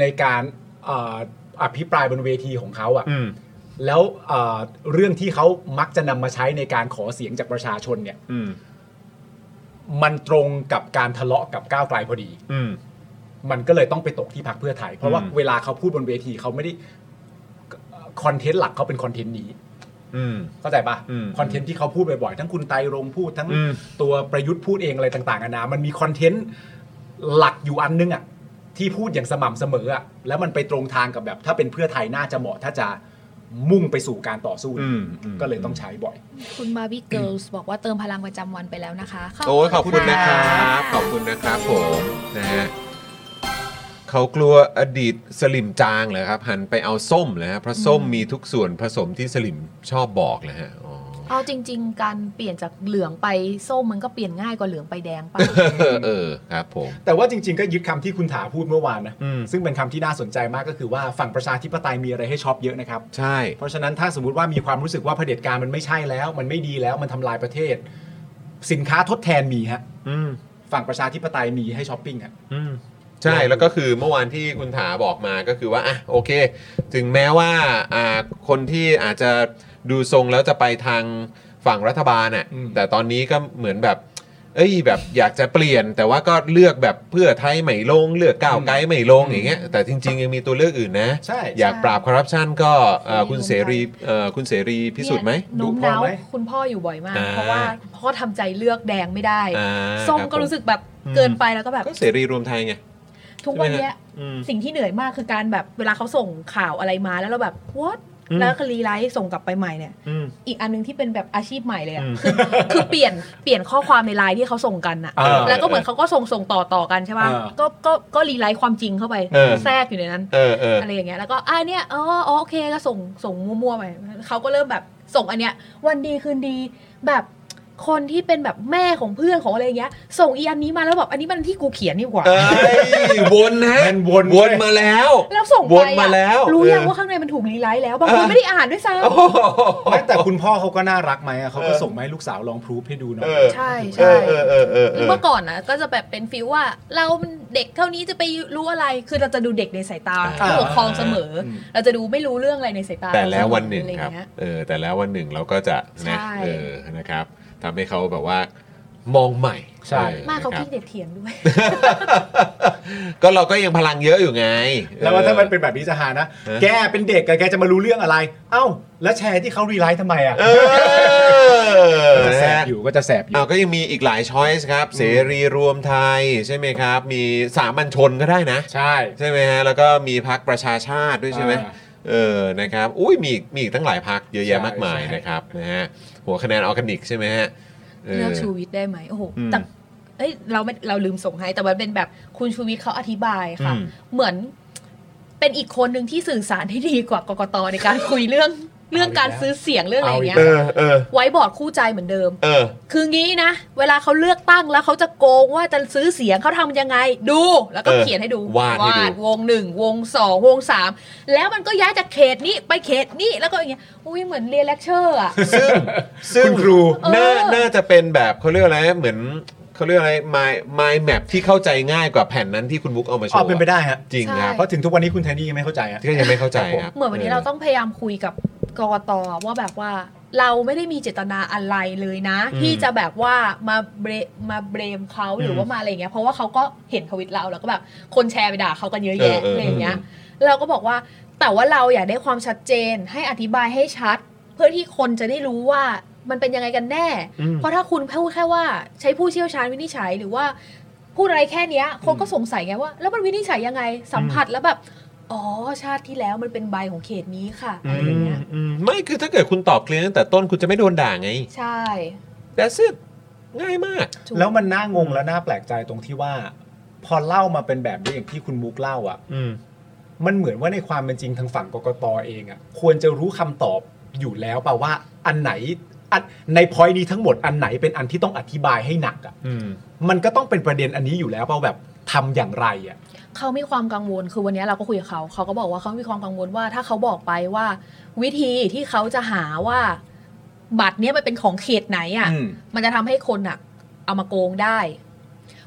Speaker 2: ในการเอ่ออภิปรายบนเวทีของเขาอะ
Speaker 1: อืม
Speaker 2: แล้วเอ่อเรื่องที่เขามักจะนำมาใช้ในการขอเสียงจากประชาชนเนี่ย
Speaker 1: อืม
Speaker 2: มันตรงกับการทะเลาะกับก้าวไกลพอดี
Speaker 1: อืม
Speaker 2: มันก็เลยต้องไปตกที่พรรคเพื่อไทย เพราะว่า
Speaker 1: อืม
Speaker 2: เวลาเขาพูดบนเวทีเขาไม่ได้คอนเทนต์หลักเขาเป็นคอนเทนต์นี้
Speaker 1: อืม
Speaker 2: เข้าใจปะ
Speaker 1: อืม
Speaker 2: คอนเทนต์ที่เขาพูดบ่อยๆ ทั้งคุณไตรรงค์พูดทั้ง
Speaker 1: อืม
Speaker 2: ตัวประยุทธ์พูดเองอะไรต่างๆนานามันมีคอนเทนต์หลักอยู่อันนึงอ่ะที่พูดอย่างสม่ำเสมออ่ะแล้วมันไปตรงทางกับแบบ ถ้าเป็นเพื่อไทยน่าจะเหมาะถ้าจะมุ่งไปสู่การต่อสู้เนี่ยก็เลยต้องใช้บ่อย
Speaker 4: คุณมาบี้เกิลส์บอกว่าเติมพลังประจำวันไปแล้วนะคะเข้า
Speaker 1: โอ้ยขอบคุณนะครับ ขอบคุณนะครับผมนะฮะเขากลัวอดีตสลิมจางเหรอครับ หันไปเอาส้มเลยฮะเพราะส้ม
Speaker 4: อืม
Speaker 1: มีทุกส่วนผสมที่สลิมชอบบอกเลยฮะอ๋อ
Speaker 4: เอาจริง ๆ การเปลี่ยนจากเหลืองไปส้มมันก็เปลี่ยนง่ายกว่าเหลืองไปแดงไป
Speaker 1: เออครับผม
Speaker 2: แต่ว่าจริงๆ ก็ยึดคำที่คุณถาพูดเมื่อวานนะซึ่งเป็นคำที่น่าสนใจมากก็คือว่าฝั่งประชาธิปไตยมีอะไรให้ช็อปเยอะนะครับ
Speaker 1: ใช่
Speaker 2: เพราะฉะนั้นถ้าสมมติว่ามีความรู้สึกว่าเผด็จการมันไม่ใช่แล้ว มันไม่ดีแล้วมันทำลายประเทศ สินค้าทดแทนมีฮะฝั่งประชาธิปไตยมีให้ช้อปปิ้งฮะ
Speaker 1: ใช่แล้วก็คือเมื่อวานที่คุณถาบอกมาก็คือว่าอ่ะโอเค ถึงแม้ว่าอ่าคนที่อาจจะดูทรงแล้วจะไปทางฝั่งรัฐบาลน่ะ
Speaker 2: อืม
Speaker 1: แต่ตอนนี้ก็เหมือนแบบ เอ้ยแบบอยากจะเปลี่ยน แต่ว่าก็เลือกแบบเพื่อไทยไม่ลง เลือกก้าวไกลไม่ลงอย่างเงี้ยแต่จริง ๆ ยังมีตัวเลือกอื่นนะ
Speaker 2: ใช่
Speaker 1: อยากปราบคอร์รัปชันก็เอ่อคุณเสรีเอ่อคุณเสรีพิสูจน์ไหม
Speaker 4: โน้มน้าวคุณพ่ออยู่บ่อยมาก
Speaker 1: อ่า
Speaker 4: เพราะว่าพ่อทำใจเลือกแดงไม่ได้
Speaker 1: อ่า
Speaker 4: ส้ม
Speaker 1: ครับ
Speaker 4: ก็รู้สึกแบบ
Speaker 1: อืม
Speaker 4: เกินไปแล้วก็แบบ
Speaker 1: ก็เสรีรวมไทยไง
Speaker 4: ทุกวันเนี้ย
Speaker 1: อืม
Speaker 4: สิ่งที่เหนื่อยมากคือการแบบเวลาเขาส่งข่าวอะไรมาแล้วเราแบบ what
Speaker 1: อืม
Speaker 4: แล้วก็รีไลท์ส่งกลับไปใหม่เนี่ย
Speaker 1: อืม
Speaker 4: อีกอันหนึงที่เป็นแบบอาชีพใหม่เลยอะ คือคือเปลี่ยนเปลี่ยนข้อความในไลน์ที่เขาส่งกันอะ
Speaker 1: เออ
Speaker 4: แล้วก็เหมือนเขาก็ส่งส่งต่อต่อกันใช่ป่ะ
Speaker 1: เออ
Speaker 4: ก็ก็ก็รีไลท์ความจริงเข้าไป
Speaker 1: เออ
Speaker 4: แทรกอยู่ในนั้น
Speaker 1: เออเออ
Speaker 4: อะไรอย่างเงี้ยแล้วก็อ่าเนี่ยอ๋ออ๋อโอเคก็ส่งส่งมั่วๆไปเขาก็เริ่มแบบส่งอันเนี้ย วันดีคืนดีแบบคนที่เป็นแบบแม่ของเพื่อนของอะไรอย่างเงี้ย ส่งอีอันนี้มาแล้วแบบอันนี้มันที่กูเขียนนี่หว่า
Speaker 1: เอ้ยวนนะมันวนวนมาแล้ว
Speaker 4: แล้วส่ง
Speaker 1: วน
Speaker 4: ไปอะ
Speaker 1: มาแล้ว
Speaker 4: รู้ยัง
Speaker 1: เออ
Speaker 4: ว่าข้างในมันถูกรีไลท์แล้วบางคนไม่ได้อ่านด้วยซ้ำ
Speaker 2: ไม่แต่คุณพ่อเขาก็น่ารักไหมอะเขาก็ส่งมาให้ลูกสาวลองพรูฟให้ดูหน่อย
Speaker 4: ใช่ใช่
Speaker 1: เออเออเออ
Speaker 4: หรือเมื่อก่อนนะก็จะแบบเป็นฟิลว่าเรามันเด็กเท่านี้จะไปรู้อะไรคือเราจะดูเด็กในสายตาผู้ปกครองเสมอ เราจะดูไม่รู้เรื่องอะไรในสายตา
Speaker 1: แต่แล้ววันหนึ่ง
Speaker 4: อะไอย่า
Speaker 1: ครับ
Speaker 4: เย
Speaker 1: เออ แต่แล้ววันหนึ่งเราก็จะนะ
Speaker 4: ใช่
Speaker 1: เออนะครับทำให้เขาแบบว่ามองใหม่
Speaker 2: ใช่
Speaker 1: ออ
Speaker 4: มากเขา
Speaker 1: นะครับ
Speaker 4: ขี้เด็กเถียงด้วย
Speaker 1: ก็ เราก็ยังพลังเยอะอยู่ไง
Speaker 2: แล้วว่า
Speaker 1: เออ
Speaker 2: ถ้ามันเป็นแบบนี้จะหานะ
Speaker 1: เออ
Speaker 2: แกเป็นเด็กอะแกจะมารู้เรื่องอะไร เอ้า แล้วแชร์ที่เขารีไลท์ทำไมอะ ก็จะแสบอยู่ก็จะแสบอยู่
Speaker 1: อ้าวก็ยังมีอีกหลายช้อยส์ครับ เสรีรวมไทยใช่ไหมครับ มีสามัญชนก็ได้นะ
Speaker 2: ใช่
Speaker 1: ใช่ไหมฮะ แล้วก็มีพักประชาชาติด้วยใช่ไหมเออนะครับ อุ้ยมีอีกมีอีกตั้งหลายพักเยอะแยะมากมาย
Speaker 2: ใช่
Speaker 1: นะครับนะฮะหัวคะแนนออร์แกนิกใช่ไหมฮะเออ
Speaker 4: เลือกชูวิทย์ได้ไหมโอ้โห
Speaker 1: อืม
Speaker 4: แต่เอ้ยเราไม่เราลืมส่งให้ แต่มันเป็นแบบคุณชูวิทย์เขาอธิบายค่ะ
Speaker 1: อืม
Speaker 4: เหมือนเป็นอีกคนหนึ่งที่สื่อสารที่ดีกว่ากกตในการคุยเรื่องเรื่องการซื้อเสียงเรื่องอะไรอย่างเงี้ย
Speaker 1: เออเออ
Speaker 4: ไว้บอร์ดคู่ใจเหมือนเดิม
Speaker 1: เออ
Speaker 4: คืองี้นะ เวลาเขาเลือกตั้งแล้วเขาจะโกงว่าจะซื้อเสียงเขาทำยังไง ดูแล้วก็
Speaker 1: เออ
Speaker 4: เขียนให้ดู
Speaker 1: วาดให้ดู
Speaker 4: วงหนึ่งวงสองวงสามแล้วมันก็ย้ายจากเขตนี้ไปเขตนี้แล้วก็อย่างเงี้ยอุ้ยเหมือนเรียนเลคเชอร์ อะ
Speaker 1: ซึ่งซึ่งครูน่า
Speaker 4: เออ
Speaker 1: น่าจะเป็นแบบเขาเรียกอะไรเหมือนเขาเรียกอะไร my my map ที่เข้าใจง่ายกว่าแผ่นนั้นที่คุณบุ๊กเอามาโช
Speaker 2: อ๋อ
Speaker 1: ว์
Speaker 2: เป็นไปได้ฮะ
Speaker 1: จริงครับ
Speaker 2: เพราะถึงทุกวันนี้คุณไทนี่ยังไม่เข้าใจอะ
Speaker 1: ก็ยังไม่เข้าใจครับ
Speaker 4: เหมือนวันนี้เราต้องพยายามคุยกับกกตว่าแบบว่า เราไม่ได้มีเจตนาอะไรเลยนะ
Speaker 1: อืม
Speaker 4: ที่จะแบบว่ามาเบรมาเบรมเขาหรือ
Speaker 1: อืม
Speaker 4: ว่ามาอะไรอย่างเงี้ยเพราะว่าเขาก็เห็นทวิตเราแล้วก็แบบคนแชร์ไปด่าเขากันเยอะแยะ
Speaker 1: เออเออ
Speaker 4: อะไรอย่างเงี้ย
Speaker 1: อื
Speaker 4: เราก็บอกว่าแต่ว่าเราอยากได้ความชัดเจนให้อธิบายให้ชัด เพื่อที่คนจะได้รู้ว่ามันเป็นยังไงกันแน่
Speaker 28: อืม
Speaker 4: เพราะถ้าคุณพูดแค่ว่าใช้ผู้เชี่ยวชาญวินิจฉัยหรือว่า พูดอะไรแค่เนี้ย คนก็สงสัยไงว่า แล้วมันวินิจฉัยยังไงสัมผัสแล้วแบบ อ๋อชาติที่แล้วมันเป็นใบของเขตนี้ค่ะอะไรอย่างเงี้ย
Speaker 1: อืมไม่คือถ้าเกิดคุณตอบเคลียร์ตั้งแต่ต้นคุณจะไม่โดนด่าไง
Speaker 4: ใช่
Speaker 1: That's it ง่ายมาก
Speaker 2: แล้วมันน่างงและน่าแปลกใจตรงที่ว่า พอเล่ามาเป็นแบบนี้อย่างที่คุณมุกเล่าอ่ะ
Speaker 1: อืม
Speaker 2: มันเหมือนว่าในความเป็นจริงทางฝั่งกกตเองอ่ะควรจะรู้คำตอบอยู่แล้วเปล่าว่าอันไหนอันในพอยนี้ทั้งหมดอันไหนเป็นอันที่ต้องอธิบายให้หนักอ่ะ
Speaker 1: อืม
Speaker 2: มันก็ต้องเป็นประเด็นอันนี้อยู่แล้วเปล่าแบบทำอย่างไรอ่ะ
Speaker 4: เขามีความกังวลคือวันเนี้ยเราก็คุยกับเขา เขาก็บอกว่าเขามีความกังวลว่า ถ้าเขาบอกไปว่า วิธีที่เขาจะหาว่า บัตรเนี้ยมันเป็นของเขตไหนอ่ะ
Speaker 2: อืม
Speaker 4: มันจะทำให้คนอ่ะ เอามาโกงได้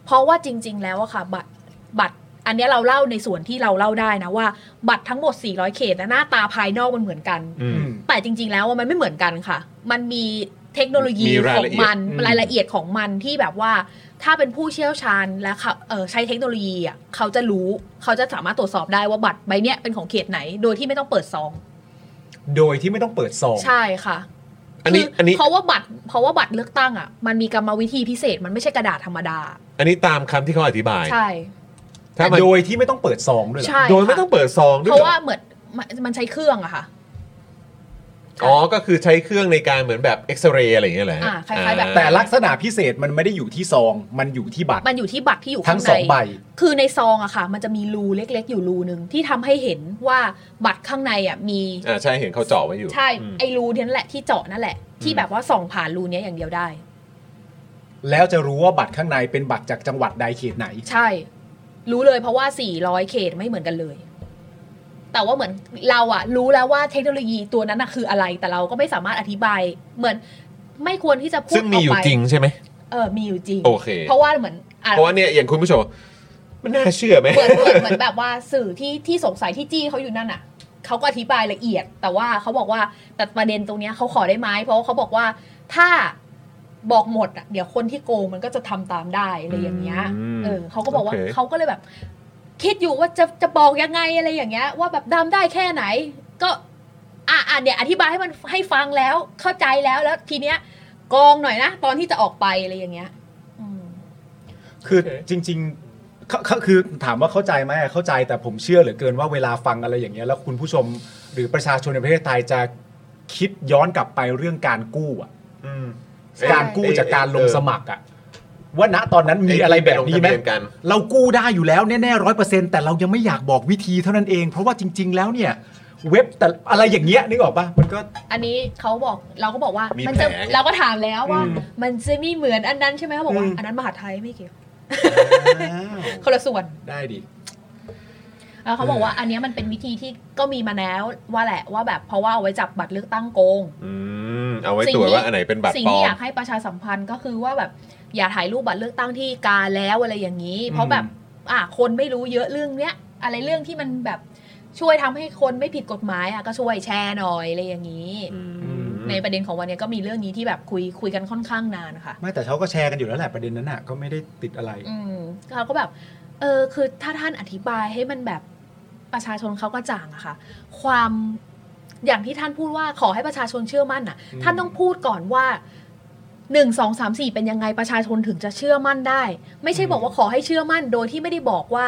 Speaker 4: เพราะว่าจริง ๆ แล้วอะค่ะ บัตรบัตร อันเนี้ยเราเล่าในส่วนที่เราเล่าได้นะว่า บัตรทั้งหมด 400 เขตนะหน้าตาภายนอกมันเหมือนกัน
Speaker 1: อืม
Speaker 4: แต่จริง ๆ แล้วอะมันไม่เหมือนกันค่ะ มันมีเทคโนโลยี
Speaker 1: มีรา
Speaker 4: ข
Speaker 1: ย
Speaker 4: อ
Speaker 1: ละ
Speaker 4: ง
Speaker 1: เอียด
Speaker 4: มัน
Speaker 1: อืม
Speaker 4: รายละเอียดของมันที่แบบว่า ถ้าเป็นผู้เชี่ยวชาญและเขาเอ่อใช้เทคโนโลยีอะเขาจะรู้เขาจะสามารถตรวจสอบได้ว่าบัตรใบเนี้ยเป็นของเขตไหน โดยที่ไม่ต้องเปิดซอง
Speaker 2: โดยที่ไม่ต้องเปิดซอง
Speaker 4: ใช่ค่ะ
Speaker 1: อันนี้อันนี้
Speaker 4: เพราะว่าบัตรเพราะว่าบัตรเลือกตั้งอ่ะมันมีกรรมวิธีพิเศษมันไม่ใช่กระดาษธรรมดา
Speaker 1: อันนี้ตามคำที่เขาอธิบาย
Speaker 4: ใช่
Speaker 1: ถ้ามัน
Speaker 2: โดยที่ไม่ต้องเปิดซองด้วย
Speaker 4: เหรอใช่
Speaker 1: โดยไม่
Speaker 4: ค่ะ
Speaker 1: ต้องเปิดซองด้วย
Speaker 4: เพราะ
Speaker 1: เหรอ
Speaker 4: ว่าเหมือนมันมันใช้เครื่องอะค่ะ
Speaker 1: อ๋อ ก็คือใช้เครื่องในการเหมือนแบบเอ็กซเรย์อะไรอย่างเงี้ยแหละ
Speaker 4: อ่าคล้ายๆแบบ
Speaker 2: แต่ลักษณะพิเศษมันไม่ได้อยู่ที่ซอง มันอยู่ที่บัตร
Speaker 4: มันอยู่ที่บัตรที่อยู่
Speaker 2: ทั้
Speaker 4: ข้าง ง
Speaker 2: สอง
Speaker 4: ใน
Speaker 2: ใบ
Speaker 4: คือในซองอะค่ะ มันจะมีรูเล็ก ๆ อยู่รูหนึ่งที่ทำให้เห็นว่าบัตรข้างในอะมี
Speaker 1: อ่าใช่เห็นเขาเจาะไว้อยู่
Speaker 4: ใช่
Speaker 1: อืม
Speaker 4: ไอ้รูเนี้ยแหละที่เจาะนั่นแหละ ที่แบบว่าส่องผ่านรูเนี้ยอย่างเดียวได้
Speaker 2: แล้วจะรู้ว่าบัตรข้างในเป็นบัตรจากจังหวัดใดเขตไหน
Speaker 4: ใช่ รู้เลยเพราะว่า 400 เขตไม่เหมือนกันเลย แต่ว่าเหมือนเราอะรู้แล้วว่าเทคโนโลยีตัวนั้นอะคืออะไร แต่เราก็ไม่สามารถอธิบาย เหมือนไม่ควรที่จะพูด
Speaker 1: ซึ่งมีอยู่
Speaker 4: กไป
Speaker 1: จริงใช่ไหม
Speaker 4: เออมีอยู่จริง
Speaker 1: โอเค
Speaker 4: เพราะว่าเหมือนอ่ะ
Speaker 1: เพราะว่าเนี่ยอย่างคุณผู้ชมมันน่าเชื่อไหม
Speaker 4: เหมือนเหมือนเหมือนแบบว่าสื่อที่ที่สงสัยที่จี้เขาอยู่นั่นอ่ะเขาก็อธิบายละเอียด แต่ว่าเขาบอกว่าแต่ประเด็นตรงเนี้ยเขาขอได้ไหมเพราะว่าเขาบอกว่าถ้าบอกหมดอ่ะเดี๋ยวคนที่โกงมันก็จะทำตามได้อะไรอย่างเงี้ย
Speaker 1: อืม
Speaker 4: เออเขาก็บอกว่า
Speaker 1: โอเค
Speaker 4: เขาก็เลยแบบ คิดอยู่ว่าจะจะบอกยังไงอะไรอย่างเงี้ย ว่าแบบดำได้แค่ไหน ก็อ่ะอ่ะเนี่ยอธิบายให้มันให้ฟังแล้วเข้าใจแล้วแล้วทีเนี้ยกองหน่อยนะตอนที่จะออกไปอะไรอย่างเงี้ย
Speaker 2: คือจริงๆเขาเขาคือถามว่าเข้าใจไหมเข้าใจแต่ผมเชื่อเหลือเกินว่าเวลาฟังอะไรอย่างเงี้ยแล้วคุณผู้ชมหรือประชาชนในประเทศไทยจะคิดย้อนกลับไปเรื่องการกู้อะการกู้จากการลงสมัครอะว่าณตอนนั้นมีอะไรแบบนี้ไหม
Speaker 1: ไอ้ที่ไปลงทะเบียนกัน
Speaker 2: เรากู้ได้อยู่แล้วแน่ๆร้อยเปอร์เซ็นต์แต่เรายังไม่อยากบอกวิธีเท่านั้นเอง เพราะว่าจริง ๆ แล้วเนี่ย เว็บแต่อะไรอย่างเงี้ยนึกออกปะมันก็
Speaker 4: อันนี้เขาบอกเราก็บอกว่าม
Speaker 2: มี
Speaker 4: มันจะ
Speaker 2: แผล
Speaker 4: เราก็ถามแล้วว่า
Speaker 2: อืม
Speaker 4: มันจะไม่เหมือนอันนั้นใช่ไหมเขาบอกว่า
Speaker 2: อืม
Speaker 4: อันนั้นมหาไทยไม่เกี่ยวคนละส่วน
Speaker 2: ได้ดิ
Speaker 4: แล้วเขาบอกว่าอันเนี้ยมันเป็นวิธีที่ก็มีมาแล้วว่าแหละว่าแบบเพราะว่าเอาไว้จับบัตรเลือกตั้งโกง
Speaker 1: อืมเอาไว้ตรวจว่าอันไหนเป็นบัตร
Speaker 4: สิ่ง
Speaker 1: ปลอ
Speaker 4: ที่
Speaker 1: ม
Speaker 4: อยากให้ประชาสัมพันธ์ก็คือว่าแบบอย่าถ่ายรูปบัตรเลือกตั้งที่กาแล้วอะไรอย่างนี้ เพราะแบบอ่ะคนไม่รู้เยอะเรื่องเนี้ยอะไรเรื่องที่มันแบบช่วยทำให้คนไม่ผิดกฎหมายอ่ะก็ช่วยแชร์หน่อยอะไรอย่างนี้ ในประเด็นของวันเนี้ยก็มีเรื่องนี้ที่แบบคุยคุยกันค่อนข้างนานค่ะ
Speaker 2: ไม่แต่เขาก็แชร์กันอยู่แล้วแหละประเด็นนั้นน่ะก็ไม่ได้ติดอะไร
Speaker 4: อืมเราก็แบบ เออ คือถ้าท่านอธิบายให้มันแบบประชาชนเขาก็จ่างอะค่ะ ความอย่างที่ท่านพูดว่าขอให้ประชาชนเชื่อมั่นอะ
Speaker 29: อืม
Speaker 4: ท่านต้องพูดก่อนว่าหนึ่งสองสามสี่เป็นยังไงประชาชนถึงจะเชื่อมั่นได้ ไม่ใช่บอกว่าขอให้เชื่อมั่น โดยที่ไม่ได้บอกว่า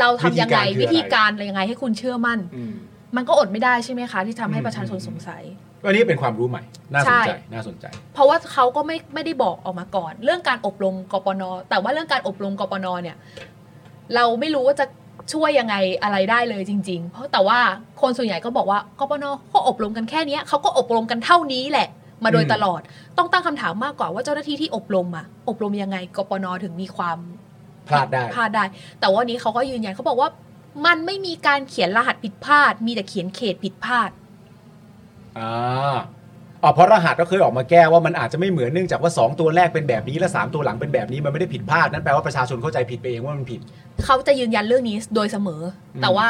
Speaker 4: เราทำยังไง
Speaker 2: วิ
Speaker 4: วิธี
Speaker 2: ธี
Speaker 4: กา
Speaker 2: การ ร
Speaker 4: อะไรยังไงให้คุณเชื่อมั่น
Speaker 2: อืม
Speaker 4: มันก็อดไม่ได้ใช่ไหมคะ ที่ทำให้ประชาชนสงสัย
Speaker 2: อันนี้เป็นความรู้ใหม่ น่าสนใจ
Speaker 4: ใช่
Speaker 2: น่าสนใจ
Speaker 4: เพราะว่าเขาก็ไม่ไม่ได้บอกออกมาก่อน เรื่องการอบรมกปนแต่ว่าเรื่องการอบรมกปนเนี่ย เราไม่รู้ว่าจะช่วยยังไงอะไรได้เลยจริง ๆ เพราะแต่ว่าคนส่วนใหญ่ก็บอกว่ากปนก็อบรมกันแค่เนี้ยเขาก็อบรมกันเท่านี้แหละ มาโดย
Speaker 29: อืม
Speaker 4: ตลอด ต้องตั้งคำถามมากกว่าว่าเจ้าหน้าที่ที่อบรมอะอบรมยังไงกปนถึงมีความ
Speaker 2: พลาดได้
Speaker 4: พลาดได้ แต่ว่านี้เขาก็ยืนยันเขาบอกว่า มันไม่มีการเขียนรหัสผิดพลาด มีแต่เขียนเขตผิดพลาด
Speaker 2: อ่าอ๋อเพราะรหัสก็เคยออกมาแก้ว่ามันอาจจะไม่เหมือนเนื่องจากว่า 2 ตัวแรกเป็นแบบนี้ และ 3 ตัวหลังเป็นแบบนี้มันไม่ได้ผิดพลาดนั่นแปลว่าประชาชนเข้าใจผิดไปเองว่ามันผิด
Speaker 4: เขาจะยืนยันเรื่องนี้โดยเสมอ
Speaker 2: อืม
Speaker 4: แต่ว่า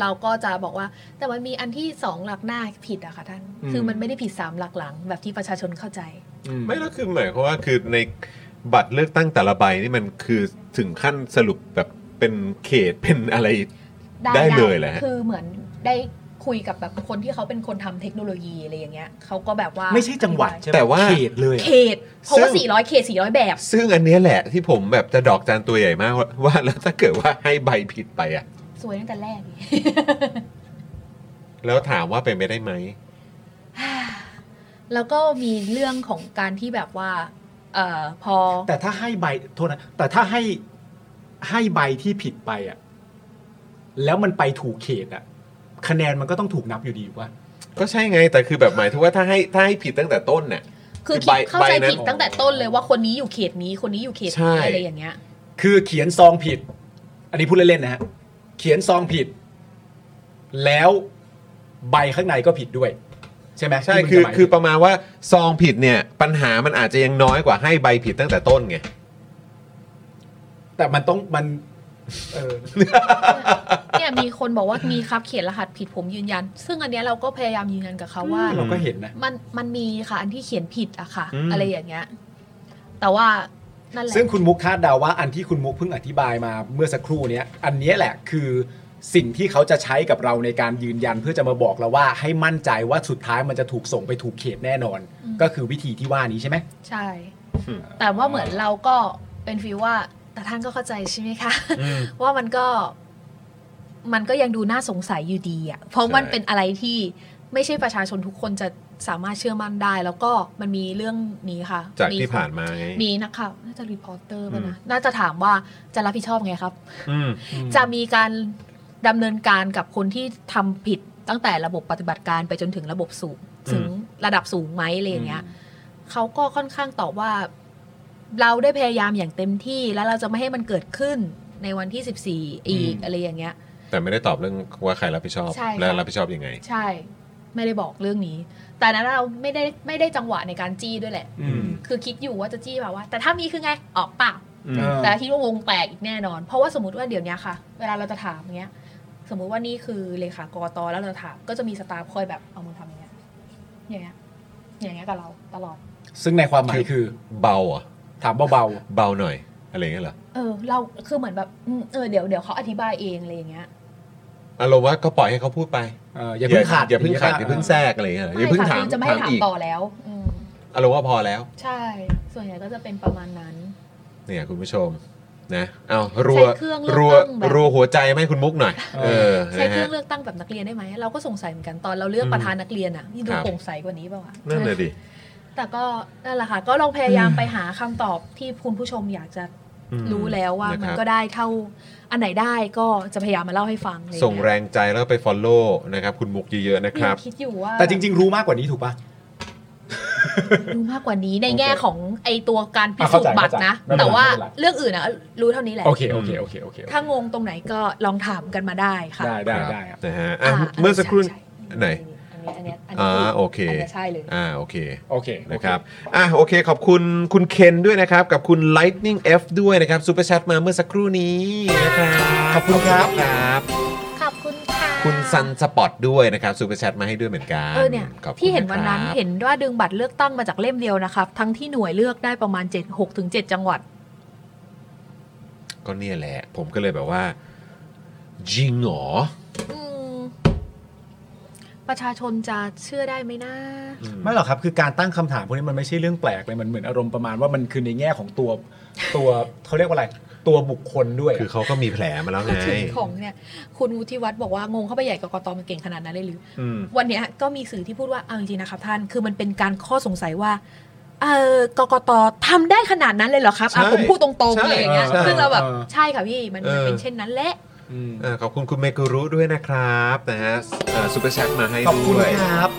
Speaker 4: เราก็จะบอกว่า แต่มันมีอันที่สองหลักหน้าผิดอะค่ะท่าน
Speaker 1: อืม
Speaker 4: คือมันไม่ได้ผิดสามหลักหลัง แบบที่ประชาชนเข้าใจ
Speaker 1: ไม่แล้วคือหมายความว่าคือในบัตรเลือกตั้งแต่ละใบนี่มันคือถึงขั้นสรุปแบบเป็นเขต เป็นอะไร ได้เลยแหละ
Speaker 4: คือเหมือนได้คุยกับแบบคนที่เขาเป็นคนทำเทคโนโลยีอะไรอย่างเงี้ยเขาก็แบบว่า
Speaker 1: ไม่ใช่จังหวัดใช่ไหมแต่ว่าเขตเลยอะ
Speaker 4: เขตเพราะว่า
Speaker 1: ซึ่ง
Speaker 4: สี่ร้อยเขตสี่ร้อยแบบ
Speaker 1: ซึ่งอันเนี้ยแหละที่ผมแบบจะดอกจานตัวใหญ่มากว่าว่าแล้วถ้าเกิดว่าให้ใบผิดไปอะ
Speaker 4: สวยตั้งแต่แรก
Speaker 1: แล้วถามว่าเป็นไปได้ไหม
Speaker 4: แล้วก็มีเรื่องของการที่แบบว่า เอ่อพอ
Speaker 2: แต่ถ้าให้ใบโทษนะแต่ถ้าให้ให้ใบที่ผิดไปอ่ะแล้วมันไปถูกเขตอ่ะคะแนนมันก็ต้องถูกนับอยู่ดีว่า
Speaker 1: ก็ใช่ไงแต่คือแบบหมายถึงว่าถ้าให้ถ้าให้ผิดตั้งแต่ต้นเนี่ย
Speaker 4: คือ
Speaker 1: ใบ
Speaker 4: คิดเข้าใจ
Speaker 1: ใบนั้น
Speaker 4: ผิดตั้งแต่ต้นเลยว่าคนนี้อยู่เขตนี้คนนี้อยู่เขต
Speaker 1: ใช่
Speaker 4: นี้อะไรอย่างเงี้ย
Speaker 2: คือเขียนซองผิด อันนี้พูดเล่นๆนะฮะ เขียนซองผิด แล้วใบข้างในก็ผิดด้วย ใช่ไหม
Speaker 1: ใช่
Speaker 2: ที่มัน
Speaker 1: คือ
Speaker 2: จะหมายถึง
Speaker 1: คือประมาณว่าซองผิดเนี่ยปัญหามันอาจจะยังน้อยกว่าให้ใบผิดตั้งแต่ต้นไง
Speaker 2: แต่มันต้องมัน เออ
Speaker 4: เนี่ยมีคนบอกว่ามีครับเขียนรหัสผิดผมยืนยัน ซึ่งอันเนี้ยเราก็พยายามยืนยันกับเขาว่า
Speaker 2: อืมเราก็เห็นนะ
Speaker 4: มันมันมีค่ะอันที่เขียนผิดอะค่ะ
Speaker 2: อืม
Speaker 4: อะไรอย่างเงี้ย แต่ว่านั่นแหละ
Speaker 2: ซึ่งคุณมุกคาดเดาว่าอันที่คุณมุกเพิ่งอธิบายมาเมื่อสักครู่เนี้ยอันเนี้ยแหละคือสิ่งที่เขาจะใช้กับเราในการยืนยันเพื่อจะมาบอกเราว่าให้มั่นใจว่าสุดท้ายมันจะถูกส่งไปถูกเขตแน่นอน
Speaker 4: อืม
Speaker 2: ก็คือวิธีที่ว่านี้ใช่ไหม
Speaker 4: ใช่ แต่ว่าเหมือนเราก็เป็นฟีลว่า แต่ท่านก็เข้าใจใช่ไหมคะ
Speaker 2: อืม
Speaker 4: ว่ามันก็ มันก็ยังดูน่าสงสัยอยู่ดีอะเพราะมัน
Speaker 30: ใช่
Speaker 4: เป็นอะไรที่ไม่ใช่ประชาชนทุกคนจะสามารถเชื่อมั่นได้ แล้วก็มันมีเรื่องนี้ค่ะ
Speaker 1: จากที่ผ่านมาไง
Speaker 4: มีนักข่าวน่าจะรีพอร์เตอร์ป่ะนะน่าจะถามว่าจะรับผิดชอบไงครับ
Speaker 1: อืม
Speaker 4: จะมีการดำเนินการกับคนที่ทำผิดตั้งแต่ระบบปฏิบัติการไปจนถึงระบบสูง
Speaker 30: อืม
Speaker 4: ถึงระดับสูงไหมอะไรอย่างเงี้ยเขาก็ค่อนข้างตอบว่า เราได้พยายามอย่างเต็มที่แล้วเราจะไม่ให้มันเกิดขึ้นในวันที่ 14 อีก
Speaker 1: อืม
Speaker 4: อะไรอย่างเงี้ย
Speaker 1: แต่ไม่ได้ตอบเรื่องว่าใครรับผิดชอบ
Speaker 4: ใช่ค่ะ
Speaker 1: และรับผิดชอบยังไง
Speaker 4: ใช่ ไม่ได้บอกเรื่องนี้ แต่นั้นเราไม่ได้ไม่ได้จังหวะในการจี้ด้วยแหละ
Speaker 1: อืม
Speaker 4: คือคิดอยู่ว่าจะจี้แบบว่า แต่ถ้ามีคือไงออกเปล่า
Speaker 1: อืม
Speaker 4: แต่คิดว่าวงแตกอีกแน่นอน เพราะว่าสมมติว่าเดี๋ยวเนี้ยค่ะ เวลาเราจะถามเงี้ย สมมุติว่านี่คือเลขากรกตแล้วเราจะถาม ก็จะมีสตาฟคอยแบบเอามือทำอย่างเงี้ย อย่างเงี้ย อย่างเงี้ยกับเราตลอด
Speaker 2: ซึ่งในความหมายคือ
Speaker 1: เบาอ่ะ
Speaker 2: ถามเบา
Speaker 1: ๆเบาหน่อย อะไรอย่างเงี้ยเหรอ
Speaker 4: เออ เราคือเหมือนแบบอืมเออเดี๋ยวเดี๋ยวเขาอธิบายเองอะไรอย่างเงี้ย
Speaker 1: อารมณ์ว่าก็ปล่อยให้เขาพูดไป
Speaker 2: เอออย่าเพิ่งขาด
Speaker 1: อย่าเพิ่งขาดอย่
Speaker 2: อา
Speaker 1: ย่า
Speaker 2: เพิ่
Speaker 1: เพิ่
Speaker 2: ง
Speaker 1: งแทรกอะไรอย่างเงี้ยเหรออย่าเพิ่ง
Speaker 4: ค่ะ
Speaker 1: ถาม
Speaker 4: คือจะไม่ให้ถาม
Speaker 1: อีก
Speaker 4: ต่อแล้ว อืม
Speaker 1: อารมณ์ว่าพอแล้ว
Speaker 4: ใช่ ส่วนใหญ่ก็จะเป็นประมาณนั้น
Speaker 1: เนี่ยคุณผู้ชมนะเอารัว
Speaker 4: ใช้เครื่องเลือก
Speaker 1: รัว
Speaker 4: ตั้งแบบ
Speaker 1: รัวหัวใจไหมคุณมุก หน่อย เออ
Speaker 4: ใช้
Speaker 1: นะ
Speaker 4: เครื่
Speaker 1: ฮะ
Speaker 4: องเลือกตั้งแบบนักเรียนได้ไหมเราก็สงสัยเหมือนกันตอนเราเลือก
Speaker 1: อืม
Speaker 4: ประธานนักเรียนอ่ะนี่ดู
Speaker 1: ครับ
Speaker 4: โปร่งใสกว่านี้เปล่าวะ
Speaker 1: นั่นเลยดิ
Speaker 4: แต่ก็นั่นแหละค่ะก็ลองพยายามไปหาคำตอบที่คุณผู้ชมอยากจะ
Speaker 1: อืม
Speaker 4: รู้แล้วว่า
Speaker 1: นะครับ
Speaker 4: มันก็ได้เท่าอันไหนได้ก็จะพยายามมาเล่าให้ฟังอะไรเลย
Speaker 1: ส่งแรงใจแล้วก็ไป Follow นะครับคุณมุกเยอะๆนะค
Speaker 4: เนี่
Speaker 1: รั
Speaker 4: ย
Speaker 1: บ
Speaker 4: คิดอยู่ว่า
Speaker 2: แต่จริง ๆ รู้มากกว่านี้ถูกปะ
Speaker 4: รู้มากกว่านี้ในแง่ของไอตัวการพิ
Speaker 2: อ่ะ
Speaker 4: สูจ
Speaker 2: เข้าใจ
Speaker 4: น์บัตรนะ
Speaker 2: เข้าใจ
Speaker 4: แต่ว่า
Speaker 2: ไม่เป็นไร
Speaker 4: เรื่องอื่นนะรู้เท่านี้แหละ
Speaker 2: โอเคโอเคโอเคโอเค
Speaker 4: ถ้างงตรงไหนก็ลองถามกันมาได้ค่ะ
Speaker 2: ได้ได้ได้ครับ
Speaker 1: นะฮะอ่ะ
Speaker 4: อ่า
Speaker 1: เมื่อสักครู่ไหน
Speaker 4: อันเนี้ยอันนี้
Speaker 1: อ่า
Speaker 4: ถูก
Speaker 1: โอเค
Speaker 4: อันนี้ใช่เลย
Speaker 1: อ่าโอเค
Speaker 2: โอเค
Speaker 1: นะครับอ่ะโอเคขอบคุณคุณเคนด้วยนะครับ กับคุณ Lightning F ด้วยนะครับซูเปอร์แชทมาเมื่อสักครู่นี้นะครับขอบคุณครับครับ
Speaker 4: ขอบคุณค่ะ
Speaker 1: คุณซันสปอตด้วยนะครับซูเปอร์แชทมาให้ด้วยเหมือนกัน
Speaker 4: เออเนี่ย
Speaker 1: ขอบคุณ
Speaker 4: ที่เห็นวันนั้นะครับ เห็นว่าดึงบัตรเลือกตั้งมาจากเล่มเดียวนะครับ ทั้งที่หน่วยเลือกได้ประมาณ7 6ถึง7จังหวัด
Speaker 1: ก็เนี่ยแหละ ผมก็เลยแบบว่าจริงเหรอ
Speaker 4: อืมประชาชนจะเชื่อได้ไหมนะ
Speaker 2: ไม่หรอกครับคือการตั้งคำถามพวกนี้มันไม่ใช่เรื่องแปลกเลยมันเหมือนอารมณ์ประมาณว่ามันคือในแง่ของตัวตัวเขาเรียกว่าอะไรตัวบุคคลด้วย
Speaker 1: คือเขาก็มีแผลมาแล้วไง
Speaker 4: ถึงของเนี่ย คุณวุฒิวัฒน์บอกว่างงเข้าไปใหญ่กกตมันเก่งขนาดนั้นเลยหรือ
Speaker 1: อืม
Speaker 4: วันเนี้ยก็มีสื่อที่พูดว่าเอาจริงๆนะครับท่านคือมันเป็นการข้อสงสัยว่า เออกกตทำได้ขนาดนั้นเลยเหรอครับอ่ะ
Speaker 1: ใช่
Speaker 4: ผมพูดตรง
Speaker 1: ใช่
Speaker 4: ๆอะไรอย่างเงี้ย
Speaker 1: ใช่
Speaker 4: ซึ่งเราแบบ
Speaker 1: เออ
Speaker 4: ใช่ค่ะพี่มันมันเป็
Speaker 1: เอ
Speaker 4: น
Speaker 1: อ
Speaker 4: เช่นนั้นแหละ
Speaker 1: เออขอบคุณคุณเมกุรุด้วยนะครับนะฮะซูเปอร์แชทมาให้
Speaker 2: ขอบคุณ
Speaker 1: ด้วย
Speaker 2: ครับ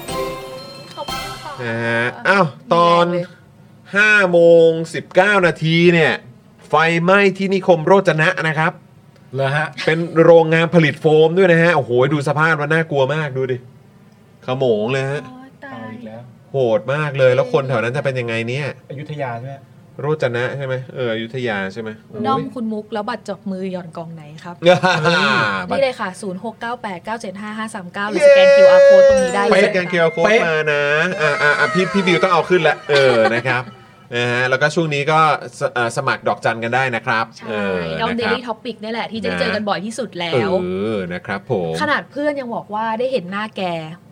Speaker 1: นะฮะอ้าวตอน5โมง 19 นาทีเนี่ย ไฟไหม้ที่นิคมโรจนะนะครับ
Speaker 2: เหรอฮะ
Speaker 1: เป็นโรงงานผลิตโฟมด้วยนะฮะ โอ้โห ดูสภาพมันน่ากลัวมากดูดิขโมงเลยฮะ
Speaker 2: เอาอีกแล้ว
Speaker 1: โหดมากเลยแล้วคนแถวนั้นจะเป็นยังไงเนี่ย
Speaker 2: อยุธยาใช่ไหม
Speaker 1: โรจนะใช่ไหมเอออยุธยาใช่ไหมโอ้ย
Speaker 4: น้อมคุณมุกแล้วบัตรจบมือหย่อนกองไหนครับ
Speaker 1: อ่าบัตร
Speaker 4: นี่เลยค่ะ 0 6 9 8 9 7 5 5 3 9 หรือสแกน QR code ตรงนี้ได้เล
Speaker 1: ไป
Speaker 4: ย
Speaker 1: สแกนเคอร์โค้ดมานะอ่าอ่าอ่าพี่พี่บิวต้องเอาขึ้นละเอ อนะครับนะฮะแล้วก็ช่วงนี้ก็สเอ่อสมัครดอกจันกันได้นะครับเออ
Speaker 4: น้อง
Speaker 1: นะครั
Speaker 4: Daily Topic นี่แหละ ที่จะเจอกันบ่อยที่สุดแล้ว
Speaker 1: เออนะครับผม
Speaker 4: ขนาดเพื่อนยังบอกว่าได้เห็นหน้าแก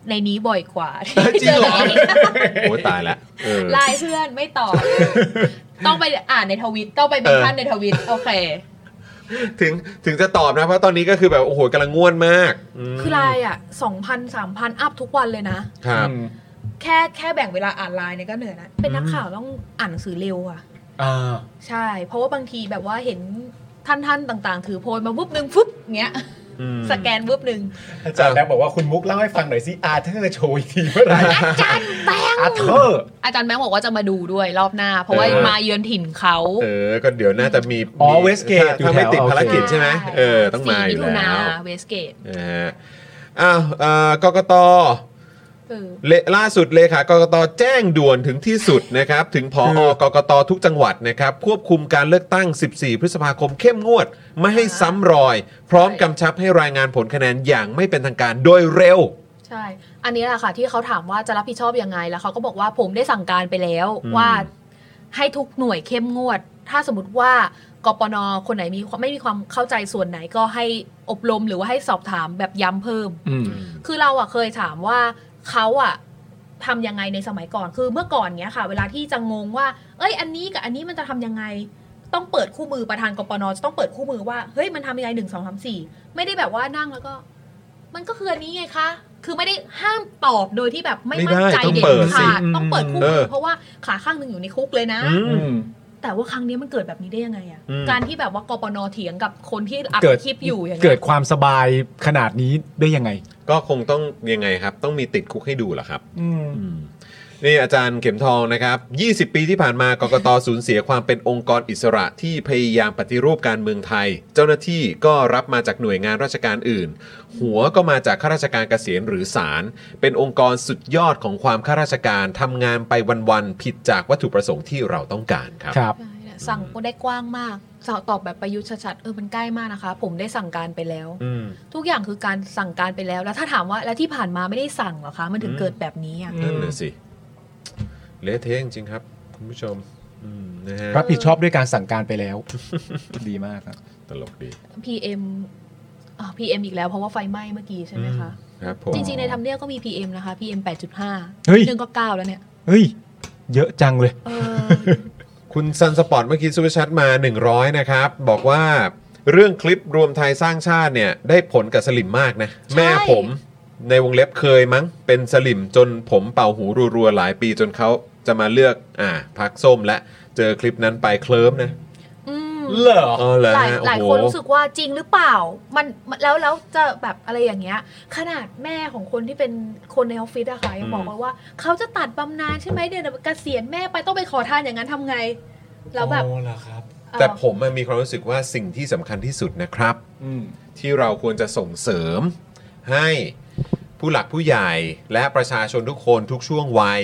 Speaker 4: ในนี้บ่อยกว่า
Speaker 1: จริงเหร อโอ้ยตายละเออ
Speaker 4: ไลน์เพื่อนไม่ตอบ ต้องไปอ่านในทวิตต้องไปเป็น
Speaker 1: เออ
Speaker 4: ท่านในทวิตโอเค
Speaker 1: ถึงถึงจะตอบนะ เพราะตอนนี้ก็คือแบบโอ้โหกำลังง่วนมากม
Speaker 4: คือไลน์อ่ะ 2,000 3,000 อัพทุกวันเลยนะ
Speaker 1: ครับ
Speaker 4: แค่แค่แบ่งเวลาอ่านไลน์เนี่ยก็เหนื่อยนะเป็นนักข่าวต้องอ่านหนังสือเร็วอ่ะ
Speaker 2: อ่า
Speaker 4: ใช่ เพราะว่าบางทีแบบว่าเห็นท่านท่านๆต่างๆ ถือโพยมาวุบหนึ่งฟุ๊บเงี้ย สแกนวุบหนึ่ง
Speaker 2: อาจารย์แบงค์บอกว่าคุณมุกเล่าให้ฟังหน่อยสิอาเธอร์โชว์อีกทีเมื่อไหร่อาจารย์
Speaker 4: แบง
Speaker 2: อาเธอร์
Speaker 4: อาจารย์แบงค์บอกว่าจะมาดูด้วยรอบหน้า เพราะว่า
Speaker 1: เออ
Speaker 4: มาเยือนถิ่นเขา
Speaker 1: เออก็เดี๋ยวน่าจะมี
Speaker 2: อ๋อ Westgate
Speaker 1: ถ้าถ้า
Speaker 2: อยู่แถว
Speaker 1: ไม่ติด
Speaker 2: โอเค
Speaker 1: ภารกิจใช่ไหมเออต้องมาอ
Speaker 4: สี่มิ
Speaker 1: ยู่
Speaker 4: ถุนา
Speaker 1: แล้ว
Speaker 4: เวสเกต
Speaker 1: นะฮะอ้าวเอ่อกกต
Speaker 4: เออ
Speaker 1: เลล่าสุดเลขากกตแจ้งด่วนถึงที่สุดนะครับ ถึงผออกกตทุกจังหวัดนะครับ ควบคุมการเลือกตั้ง 14 พฤษภาคมเข้มงวด ไม่ให้ซ้ำรอย พร้อมกำชับให้รายงานผลคะแนนอย่างไม่เป็นทางการโดยเร็ว
Speaker 4: ใช่ อันนี้แหละค่ะ ที่เขาถามว่าจะรับผิดชอบยังไง แล้วเขาก็บอกว่าผมได้สั่งการไปแล้ว
Speaker 1: อืม
Speaker 4: ว่าให้ทุกหน่วยเข้มงวด ถ้าสมมติว่ากปนคนไหนมีไม่มีความเข้าใจส่วนไหนก็ให้อบรมหรือว่าให้สอบถามแบบย้ำเพิ่ม
Speaker 2: อืม
Speaker 4: คือเราอะเคยถามว่าเขาอะทำยังไงในสมัยก่อนคือเมื่อก่อนเนี้ยค่ะ เวลาที่จะงงว่า เอ้ย อันนี้กับอันนี้มันจะทำยังไง ต้องเปิดคู่มือประธานกปนจะต้องเปิดคู่มือว่าเฮ้ยมันทำยังไงหนึ่งสองสามสี่ไม่ได้แบบว่านั่งแล้วก็ มันก็คืออันนี้ไงคะคือไม่ได้ห้ามตอบโดยที่แบบไม่
Speaker 1: ไม่
Speaker 4: มั่น
Speaker 1: ได้
Speaker 4: ใจ
Speaker 1: ต้อง
Speaker 4: เด็ด
Speaker 1: เปิดสิ
Speaker 4: ขาดต้องเปิดคู่มื
Speaker 1: เอ
Speaker 4: อ
Speaker 1: อ
Speaker 4: เพราะว่าขาข้างหนึ่งอยู่ในคุกเลยนะ
Speaker 1: อืม
Speaker 4: แต่ว่าครั้งเนี้ยมันเกิดแบบนี้ได้ยังไงอะ
Speaker 2: อืม
Speaker 4: การที่แบบว่ากปนเถียงกับคนที่อัด
Speaker 2: เกิด
Speaker 4: คลิปอยู่อย่างเงี้ย
Speaker 2: เกิดความสบายขนาดนี้ได้ยังไง
Speaker 1: ก็คงต้องยังไงครับ ต้องมีติดคุกให้ดูเหรอครับ
Speaker 2: อืม
Speaker 1: นี่อาจารย์เข็มทองนะครับ 20 ปีที่ผ่านมากกตสูญเสียความเป็นองค์กรอิสระที่พยายามปฏิรูปการเมืองไทย เจ้าหน้าที่ก็รับมาจากหน่วยงานราชการอื่น หัวก็มาจากข้าราชการเกษียณหรือศาลเป็นองค์กรสุดยอดของความข้าราชการทำงานไปวันๆผิดจากวัตถุประสงค์ที่เราต้องการครับ
Speaker 4: เนี่ยสั่งได้กว้างมากสอบตอบแบบประยุทธ์ชัดๆเออมันใกล้มากนะคะ ผมได้สั่งการไปแล้ว
Speaker 1: อืม
Speaker 4: ทุกอย่างคือการสั่งการไปแล้ว แล้วถ้าถามว่าแล้วที่ผ่านมาไม่ได้สั่งเหรอคะ มันถึง
Speaker 1: อืม
Speaker 4: เกิดแบบนี้อ่ะ
Speaker 1: นั่นน่ะสิเละเทะจริงๆครับ คุณผู้ชมอืมนะฮะ
Speaker 2: รับผิดชอบด้วยการสั่งการไปแล้ว ดีมากครับ
Speaker 1: ตลกดี
Speaker 4: พีเอ็มพีเอ็มอีกแล้วเพราะว่าไฟไหม้เมื่อกี้ใช่ไหมคะ
Speaker 1: ครับผม
Speaker 4: จริงๆ ในทำเนียบก็มี PM นะคะ PM
Speaker 2: เฮ้ย
Speaker 4: 8.5หนึ่งก็9แล้วเนี่ย
Speaker 2: เฮ้ย เยอะจังเลย
Speaker 1: คุณซันสปอร์ตเมื่อกี้ซูเปอร์แชัดมา 100 นะครับ บอกว่าเรื่องคลิปรวมไทยสร้างชาติเนี่ย ได้ผลกับสลิมมากนะ แม่ผมในวงเล็บเคยมั้ง เป็นสลิมจนผมเป่าหูรัวๆ หลายปีจนเขาจะมาเลือกอ่าพักส้มและ เจอคลิปนั้นไปเคลิ้มนะ
Speaker 4: อืม
Speaker 2: เหรอ
Speaker 1: อ๋อเหรอ
Speaker 4: หลาย
Speaker 1: ฮะ
Speaker 4: หลาย
Speaker 1: โอ้
Speaker 4: ค
Speaker 1: โห
Speaker 4: นรู้สึกว่าจริงหรือเปล่า มันมันแล้วแล้วจะแบบอะไรอย่างเงี้ย ขนาดแม่ของคนที่เป็นคนในออฟฟิศอะค่ะยังบอก
Speaker 1: อืม
Speaker 4: มาว่า เขาจะตัดบำนาญใช่ไหมเดือนเกษียณแม่ไปต้องไปขอทานอย่างนั้นทำไง แล้วแบบ
Speaker 2: โอ้เหรอครับ
Speaker 4: เอ่อ
Speaker 1: แต่ผมอะมีความรู้สึกว่าสิ่งที่สำคัญที่สุดนะครับ
Speaker 2: อืม
Speaker 1: ที่เราควรจะส่งเสริมให้ผู้หลักผู้ใหญ่และประชาชนทุกคนทุกช่วงวัย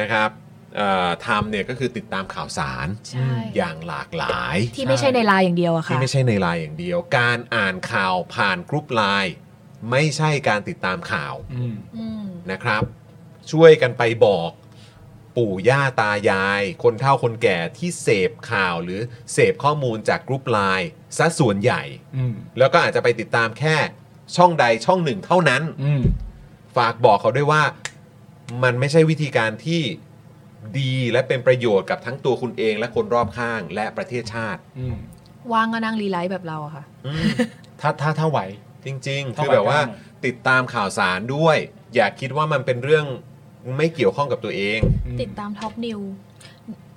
Speaker 1: นะครับเอ่อทำเนี่ยก็คือติดตามข่าวสารอย่างหลากหลาย
Speaker 4: ที่ไม่ใช่ในไลน์อย่างเดียวอะ
Speaker 1: ที่
Speaker 4: ค่ะ
Speaker 1: ไม่ใช่ในไลน์อย่างเดียว การอ่านข่าวผ่านกรุ๊ปไลน์ไม่ใช่การติดตามข่าวนะครับ ช่วยกันไปบอก ปู่ย่าตายาย คนเฒ่าคนแก่ที่เสพข่าวหรือเสพข้อมูลจากกรุ๊ปไลน์ซะส่วนใหญ่
Speaker 2: อืม
Speaker 1: แล้วก็อาจจะไปติดตามแค่ช่องใดช่องหนึ่งเท่านั้น
Speaker 2: อืม
Speaker 1: ฝากบอกเขาด้วยว่ามันไม่ใช่วิธีการที่ดีและเป็นประโยชน์กับทั้งตัวคุณเองและคนรอบข้างและประเทศชาติ
Speaker 2: อืม
Speaker 4: วางก็นั่งรีไลท์แบบเราอะค่ะ
Speaker 2: ถ้าถ้าถ้าไหว
Speaker 1: จริง ๆ
Speaker 2: เท่า
Speaker 1: คือ
Speaker 2: กับ
Speaker 1: แบบว่า
Speaker 2: เก้าหมื่
Speaker 1: ติดตามข่าวสารด้วย อย่าคิดว่ามันเป็นเรื่องไม่เกี่ยวข้องกับตัวเอง
Speaker 4: ติดตามท็อปนิว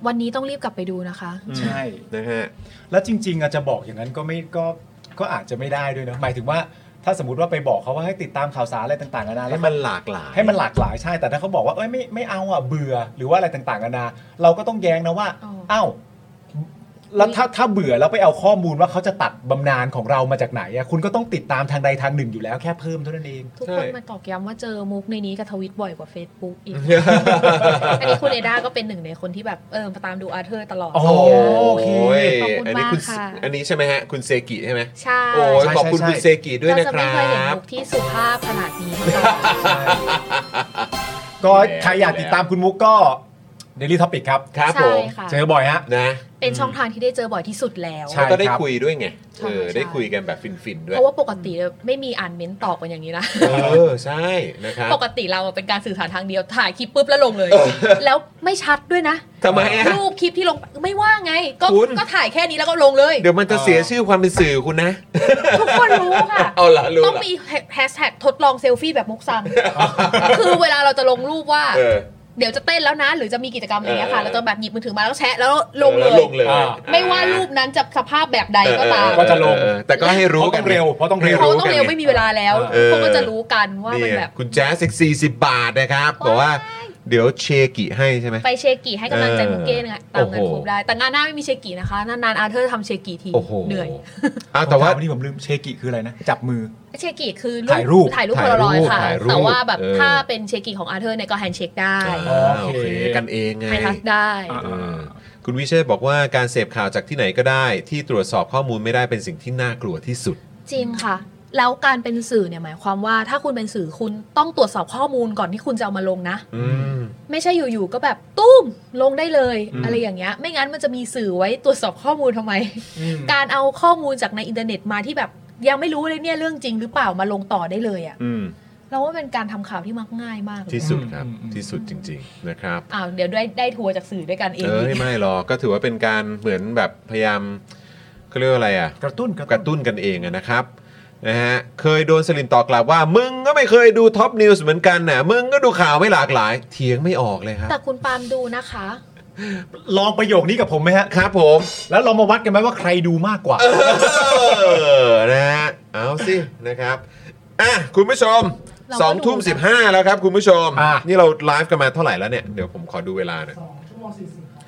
Speaker 4: วันนี้ต้องรีบกลับไปดูนะคะ
Speaker 2: ใช่
Speaker 1: นะฮะ
Speaker 2: แล้วจริง ๆอาจจะบอกอย่างนั้นก็ไม่ก็ก็อาจจะไม่ได้ด้วยนะหมายถึงว่าถ้าสมมติว่าไปบอกเขาว่าให้ติดตามข่าวสารอะไรต่างๆนานา
Speaker 1: ให้
Speaker 2: แล้ว
Speaker 1: มันหลากหลาย
Speaker 2: ให้มันหลากหลายใช่แต่ถ้าเขาบอกว่าเอ้ยไม่ไม่เอาอ่ะเบื่อหรือว่าอะไรต่างๆนานาเราก็ต้องแย้งนะว่าอ้าวแล้วถ้าถ้าเบื่อแล้วไปเอาข้อมูลว่าเขาจะตัดบำนาญของเรามาจากไหนอ่ะคุณก็ต้องติดตามทางใดทางหนึ่งอยู่แล้วแค่เพิ่มเท่านั้นเอง
Speaker 4: ทุกคนมาตอกย้ำว่าเจอมุกในนี้กับทวิตบ่อยกว่า Facebook อีก
Speaker 2: ใช่
Speaker 4: อันนี้คุณเอดาก็เป็นหนึ่งในคนที่แบบเออมาตามดูอาร์เธอร์ตลอด
Speaker 2: โอ้
Speaker 1: โย
Speaker 4: ขอบคุณ
Speaker 1: อันนี้
Speaker 4: มาก
Speaker 1: คุณ
Speaker 4: ค่ะ
Speaker 1: อันนี้ใช่ไหมฮะคุณเซกิใช่ไหม
Speaker 4: ใช่
Speaker 1: โอ้ยขอบคุณคุณเซกิด้วยนะ
Speaker 4: เราจะ
Speaker 1: ค
Speaker 4: ไม่
Speaker 1: รั
Speaker 4: เคยเห็น
Speaker 1: บ
Speaker 4: มุกที่สุภาพขนาดนี้มาก่อน
Speaker 2: ก็ใครอยากติดตามคุณมุกก็เดลี่ท็อปิกครับ
Speaker 1: ครับ
Speaker 4: ใช่ผมค่ะ
Speaker 2: เจอบ่อยฮะ
Speaker 1: นะ
Speaker 4: เป็นช่องทางที่ได้เจอบ่อยที่สุดแล้ว
Speaker 1: แล้วก็ได้คุยด้วยไง
Speaker 4: ใช่
Speaker 1: เออ
Speaker 4: ใช่
Speaker 1: ได้คุยกันแบบฟิน ๆ ด้วย
Speaker 4: เพราะว่าปกติไม่มีอ่านเม้นต์ตอบกันอย่างนี้นะ
Speaker 1: เออ ใช่ นะครับ
Speaker 4: ปกติเราอะเป็นการสื่อสารทางเดียวถ่ายคลิปปุ๊บแล้วลงเลย แล้วไม่ชัดด้วยนะ
Speaker 1: ทำไมอะ
Speaker 4: รูปคลิปที่ลงไม่ว่าไง ก็
Speaker 1: คุณ
Speaker 4: ก็ถ่ายแค่นี้แล้วก็ลงเลย
Speaker 1: เดี๋ยวมันจะเสียชื่อความเป็นสื่อคุณนะ
Speaker 4: ทุกคนรู้ค่ะ
Speaker 1: เอาละรู้
Speaker 4: ต้อง
Speaker 1: ละ
Speaker 4: มีแฮชแท็กทดลองเซลฟี่แบบมุกซัง คือเวลาเราจะลงรูปว่า
Speaker 1: เออ
Speaker 4: เดี๋ยวจะเต้นแล้วนะ หรือจะมีกิจกรรมอะไรเงี้ยค่ะ
Speaker 1: เออ
Speaker 4: เราจะแบบหยิบมือถือมาแล้วก็แชะแล้วลงเล
Speaker 1: ออย ลงเลย
Speaker 4: ไม่ว่ารูปนั้นจะสภาพแบบใดก็ตา
Speaker 1: เออเออ
Speaker 4: ม
Speaker 1: เออก็จะลง แต่ก็ให้รู้กันไ
Speaker 2: เร็ว เพราะต้องเร็ว
Speaker 4: เขาต้องเร็วไม่มีเวลาแล้ว
Speaker 1: เออ
Speaker 4: พวกก็จะรู้กันว่า
Speaker 1: นี่
Speaker 4: มัน
Speaker 1: ไง
Speaker 4: แบบ
Speaker 1: คุณแจ๊สอีก40 บาทนะครับบอกว่า เดี๋ยวเชกิให้ใช่ไหม
Speaker 4: ไปเชกิให้กำลังใจมุกเก้เนี่ยตามงาน
Speaker 1: โอ้โห
Speaker 4: ครบได้ แต่งานหน้าไม่มีเชกินะคะ นานๆอาเธอร์ทำเชกิที
Speaker 1: โอ้โห
Speaker 4: เหนื่อย
Speaker 1: อ่ะแต่ว่า
Speaker 2: วันนี้ผมลืมเชกิคืออะไรนะ จับมือ
Speaker 4: เชกิคือ
Speaker 2: ถ่ายรูป
Speaker 4: ถ่ายรูปโพ
Speaker 2: ถ่าย
Speaker 4: ลา
Speaker 2: รู
Speaker 4: ร
Speaker 2: ป
Speaker 4: อยค่ะ
Speaker 2: ถ่ายรูป
Speaker 4: แต่ว่าแบบ
Speaker 2: เออ
Speaker 4: ถ้าเป็นเชกิของอาเธอร์เนี่ยก็แฮนด์เชคได้
Speaker 1: อ่าโอเคกันเองไง
Speaker 4: ไฮทัชได้
Speaker 1: อ่าคุณวิเชษฐ์บอกว่าการเสพข่าวจากที่ไหนก็ได้ ที่ตรวจสอบข้อมูลไม่ได้เป็นสิ่งที่น่ากลัวที่สุด
Speaker 4: จริงค่ะ แล้วการเป็นสื่อเนี่ยหมายความว่าถ้าคุณเป็นสื่อคุณต้องตรวจสอบข้อมูลก่อนที่คุณจะเอามาลงนะ
Speaker 1: อืม
Speaker 4: ไม่ใช่อยู่ๆก็แบบตุ้มลงได้เลย
Speaker 1: อืม
Speaker 4: อะไรอย่างเงี้ย ไม่งั้นมันจะมีสื่อไว้ตรวจสอบข้อมูลทำไม การเอาข้อมูลจากในอินเทอร์เน็ตมาที่แบบยังไม่รู้เลยเนี่ยเรื่องจริงหรือเปล่ามาลงต่อได้เลยอะ
Speaker 1: อืม
Speaker 4: เราว่าเป็นการทำข่าวที่มักง่ายมากเลย
Speaker 1: ที่สุดครับที่สุดจริง ๆ นะครับ
Speaker 4: อ้าวเดี๋ยวได้ได้ทัวร์จากสื่อด้วยกันเอง
Speaker 1: เออไม่หรอกก็ถือว่าเป็นการเหมือนแบบพยายามเขาเรียกว่าอะไรอ่ะ
Speaker 2: กระตุ้น
Speaker 1: กระตุ้นกันเองอะนะครับนะฮะเคยโดนสลินตอบกลับว่า มึงก็ไม่เคยดูท็อปนิวส์เหมือนกันน่ะมึงก็ดูข่าวไม่หลากหลาย เถียงไม่ออกเลยครับ
Speaker 4: แต่คุณปาล์มดูนะคะ
Speaker 2: ลองประโยคนี้กับผมไหมฮะ
Speaker 1: ครับผม
Speaker 2: แล้วเรามาวัดกันไหมว่าใครดูมากกว่า
Speaker 1: เออนะฮะเอาสินะครับอ่ะคุณผู้ชม
Speaker 2: เราก็
Speaker 1: สองทุ่ม
Speaker 2: ดูนะ
Speaker 1: สิบห้าแล้วครับคุณผู้ชม นี่เราไลฟ์กันมาเท่าไหร่แล้วเนี่ย เดี๋ยวผมขอดูเวลาหน่อย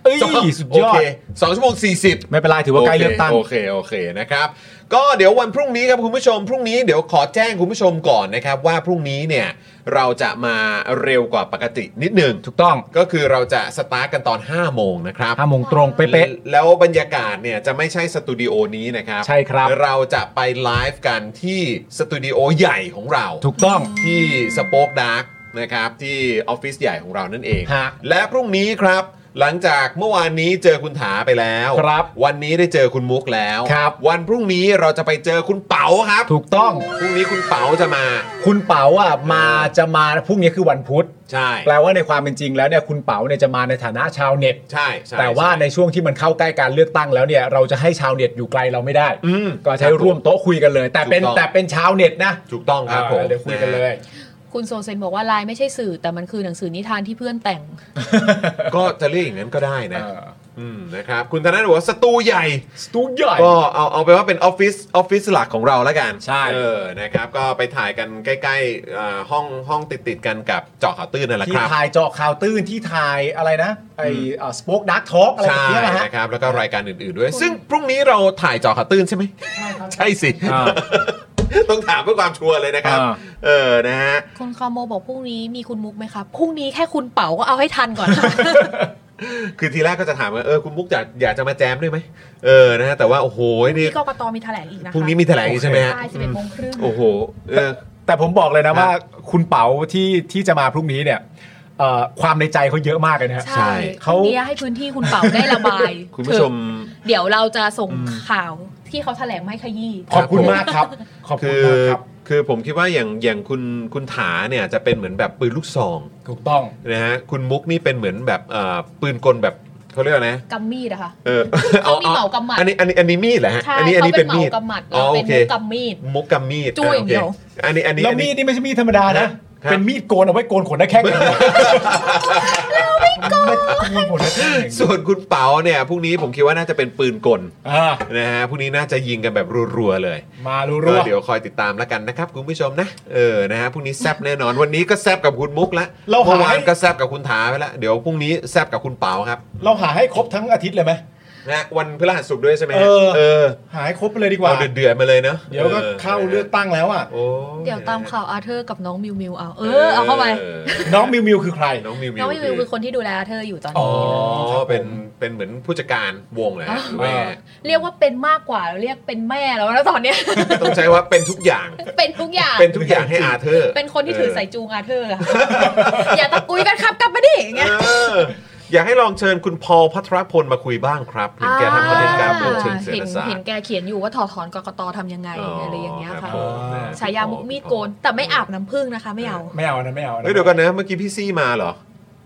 Speaker 2: เอ้ยสุดยอด
Speaker 1: โเคสองชั่วโมงสี่สิบ
Speaker 2: ไม่เป็นไรถือว่าใกล้เลือกตั้ง
Speaker 1: โอเค โอเคนะครับ ก็เดี๋ยววันพรุ่งนี้ครับคุณผู้ชม พรุ่งนี้เดี๋ยวขอแจ้งคุณผู้ชมก่อนนะครับ ว่าพรุ่งนี้เนี่ยเราจะมาเร็วกว่าปกตินิดหนึ่ง
Speaker 2: ถูกต้อง
Speaker 1: ก็คือเราจะสตาร์ทกันตอน5้าโมงนะครับ
Speaker 2: ห้าโมงตรงเป๊ะ
Speaker 1: แล้วบรรยากาศเนี่ยจะไม่ใช่สตูดิโอนี้นะครับ
Speaker 2: ใช่ครับ
Speaker 1: เราจะไปไลฟ์กันที่สตูดิโอใหญ่ของเรา
Speaker 2: ถูกต้อง
Speaker 1: ที่สป็อคดาร์กนะครับที่ออฟฟิศใหญ่ของเรานั่นเอง และพรุ่งนี้ครับ หลังจากเมื่อวานนี้เจอคุณถาไปแล้วครับวันนี้ได้เจอคุณมุกแล้วครับวันพรุ่งนี้เราจะไปเจอคุณเป๋าครับ
Speaker 2: ถูกต้อง
Speaker 1: พรุ่งนี้คุณเป๋าจะมา
Speaker 2: คุณเป๋าอ่ะมาจะมาพรุ่งนี้คือวันพุธ
Speaker 1: ใช่
Speaker 2: แปลว่าในความเป็นจริงแล้วเนี่ยคุณเป๋าเนี่ยจะมาในฐานะชาวเน็ต
Speaker 1: ใช่
Speaker 2: แต่ว่าในช่วงที่มันเข้าใกล้การเลือกตั้งแล้วเนี่ยเราจะให้ชาวเน็ตอยู่ไกลเราไม่ได้
Speaker 1: อืม
Speaker 2: ก็ใช้ร่วมโต๊ะคุยกันเลย แต่เป็น
Speaker 1: ถูกต้อง
Speaker 2: แต่เป็นชาวเน็ตนะ
Speaker 1: ถูกต้องครับ
Speaker 2: า
Speaker 1: ผม
Speaker 2: เดี๋ยวคุยกันเลย
Speaker 4: คุณโซเซนบอกว่าไลน์ไม่ใช่สื่อ แต่มันคือหนังสือนิทานที่เพื่อนแต่ง
Speaker 1: ก็จะเรียกอย่างนั้นก็ได้นะอืมนะครับคุณธนาบอกว่าสตูใหญ่
Speaker 2: สตูใหญ่
Speaker 1: ก็เอาเอาไปนว่าเป็นออฟฟิศออฟฟิศหลักของเราแล้วกัน
Speaker 2: ใช่
Speaker 1: เออนะครับก็ไปถ่ายกันใกล้ๆอ่าห้องห้องติดติดๆกันกับเจาะข่าวตื้นนั่นแหละ
Speaker 2: ที่
Speaker 1: ครับ
Speaker 2: ถ่ายเจาะข่าวตื้นที่ถ่ายอะไรนะไอ้สป็อคดักทอกอะไรแบ
Speaker 1: ใช่
Speaker 2: บเนี้ยนะฮะ
Speaker 1: นะครับแล้วก็รายการอื่นๆด้วย ซึ่งพรุ่งนี้เราถ่ายเจอข่าวตื้นใช่ไหมใช่สิ ต้องถามเพื่อความชัวร์เลยนะครับ เออนะฮะ
Speaker 4: คุณคอมโมบอกพรุ่งนี้มีคุณมุกไหมครับพรุ่งนี้แค่คุณเป๋าก็เอาให้ทันก่อน ค่ะ
Speaker 1: คือทีแรกก็จะถามว่าเออคุณมุกอยากอยากจะมาแจมด้วยไหมเออนะฮะแต่ว่าโอ้โหนี่
Speaker 4: ที่กกตมีแถลงอีกนะคะ
Speaker 1: พรุ่งนี้มีแถลงอีกใช่ไหมฮะ
Speaker 4: ใช่สิบเอ็ดโมงครึ่ง
Speaker 1: โอ้โหเออ
Speaker 2: แต่ผมบอกเลยนะ
Speaker 1: ฮะ
Speaker 2: ว่าคุณเป๋าที่ที่จะมาพรุ่งนี้เนี่ยเอ่อความในใจเขาเยอะมากเลยนะฮะ
Speaker 1: ใช่
Speaker 4: พ
Speaker 2: เขา
Speaker 4: รุ่งนี้ให้พื้นที่คุณเป๋าได้ระบาย
Speaker 1: คุณผู้ชม
Speaker 4: เดี๋ยวเราจะส่งข่าวที่เขาแถลงไม่ขยี้
Speaker 2: ขอบ
Speaker 1: คุณมากครับ คือผมคิดว่าอย่างอย่างคุณคุณถาเนี่ยจะเป็นเหมือนแบบปืนลูกซอง
Speaker 2: ถูกต้อง
Speaker 1: นะฮะคุณมุกนี่เป็นเหมือนแบบเอ่อปืนกลแบบเขาเรียกว่าไงนะ
Speaker 4: กำมีดอะค่ะ
Speaker 1: เออ
Speaker 4: เขามีเหมากำหมัด
Speaker 1: อันนี้อันนี้อันนี้มีดเหรอฮะ
Speaker 4: ใช่
Speaker 1: อันี้อั
Speaker 4: เขา
Speaker 1: นี้
Speaker 4: เป็น
Speaker 1: เป็น
Speaker 4: เหมา
Speaker 1: มีด
Speaker 4: กำหมัด
Speaker 1: อ๋อ
Speaker 4: เราเป็น
Speaker 1: โอเค
Speaker 4: มุกกำมีด
Speaker 1: มุกกำมีด
Speaker 4: จุ้ย
Speaker 1: อ่ะโอค
Speaker 4: เดียว
Speaker 1: อันนี้อันนี้
Speaker 2: แล้ว
Speaker 1: อัน
Speaker 2: มี
Speaker 1: นี้
Speaker 2: ดนี่ไม่ใช่มีดธรรมดานะ
Speaker 1: ครับ
Speaker 2: เป็นมีดโกนเอาไว้โกนขนหน้าแข้งอย่างเดียว
Speaker 1: ส่วนคุณเปาเนี่ยพรุ่งนี้ผมคิดว่าน่าจะเป็นปืนกล
Speaker 2: อ่า
Speaker 1: นะฮะพรุ่งนี้น่าจะยิงกันแบบรัวๆเลย
Speaker 2: มารู้
Speaker 1: ก็
Speaker 2: ๆ
Speaker 1: เดี๋ยวคอยติดตามแล้วกันนะครับคุณผู้ชมนะเออนะฮะพรุ่งนี้แซบแน่นอนวันนี้ก็แซบกับคุณมุกละ
Speaker 2: เราหา
Speaker 1: เมื่อวานก็แซบกับคุณถาไปละเดี๋ยวพรุ่งนี้แซบกับคุณเปาครับ
Speaker 2: เราหาให้ครบทั้งอาทิตย์เลยไหม
Speaker 1: นะวันพฤหัสศุกร์ด้วยใช่ไหมฮะ
Speaker 2: เออ
Speaker 1: เออ
Speaker 2: หาให้ครบไปเลยดีกว่า
Speaker 1: เอาเดือดๆมาเลยเนาะ
Speaker 2: เดี๋ยวก็
Speaker 1: ออ
Speaker 2: เข้าเลือกตั้งแล้วอ่ะ
Speaker 4: เดี๋ยวตามข่าวอาเธอร์กับน้องมิวมิวเอาเออเอาเข้าไป
Speaker 2: น้องมิวมิวคือใคร
Speaker 1: น้องมิวมิ
Speaker 4: น้อง
Speaker 1: ว
Speaker 4: มิวมิวคือคนที่ดูแลอาเธอร์อยู่ตอน
Speaker 1: อ๋อ
Speaker 4: นี้
Speaker 1: เป็นเป็นเหมือนผู้จัดการวงเลย
Speaker 4: อ๋อ
Speaker 1: แม่
Speaker 4: เรียกว่าเป็นมากกว่าเราเรียกเป็นแม่แล้วนะตอนเนี้ ย
Speaker 1: ต้องใช้ว่าเป็นทุกอย่าง
Speaker 4: เป็นทุกอย่าง
Speaker 1: เป็นทุกอย่างให้อาเธอร์
Speaker 4: เป็นคนที่ถือสาย
Speaker 1: เ
Speaker 4: จูงอาเธอร์อะ อย่าตะกุยกันครับกลับมาดิอย่างเงี้ย
Speaker 1: เอออยากให้ลองเชิญคุณพอลพัทรพลมาคุยบ้างครับเห็นแกทำประเด็นการเมืองเชิงเศรษฐ
Speaker 4: เห็น
Speaker 1: ศาสต
Speaker 4: เห็น
Speaker 1: ร์
Speaker 4: แกเขียนอยู่ว่าถอดถอนกกตทำยังไงอะไรอย่างเงี้ยค่ะ
Speaker 1: ครับผมนะ
Speaker 4: ฉายามุกมีดโกน แต่ไม่อาบน้ำผึ้งนะคะ ไม่เอา
Speaker 2: ไม่เอานะไม่เอานะ
Speaker 1: เฮ้ยเดี๋ยวก่อนนะเมื่อกี้พี่ซี่มาเหรอ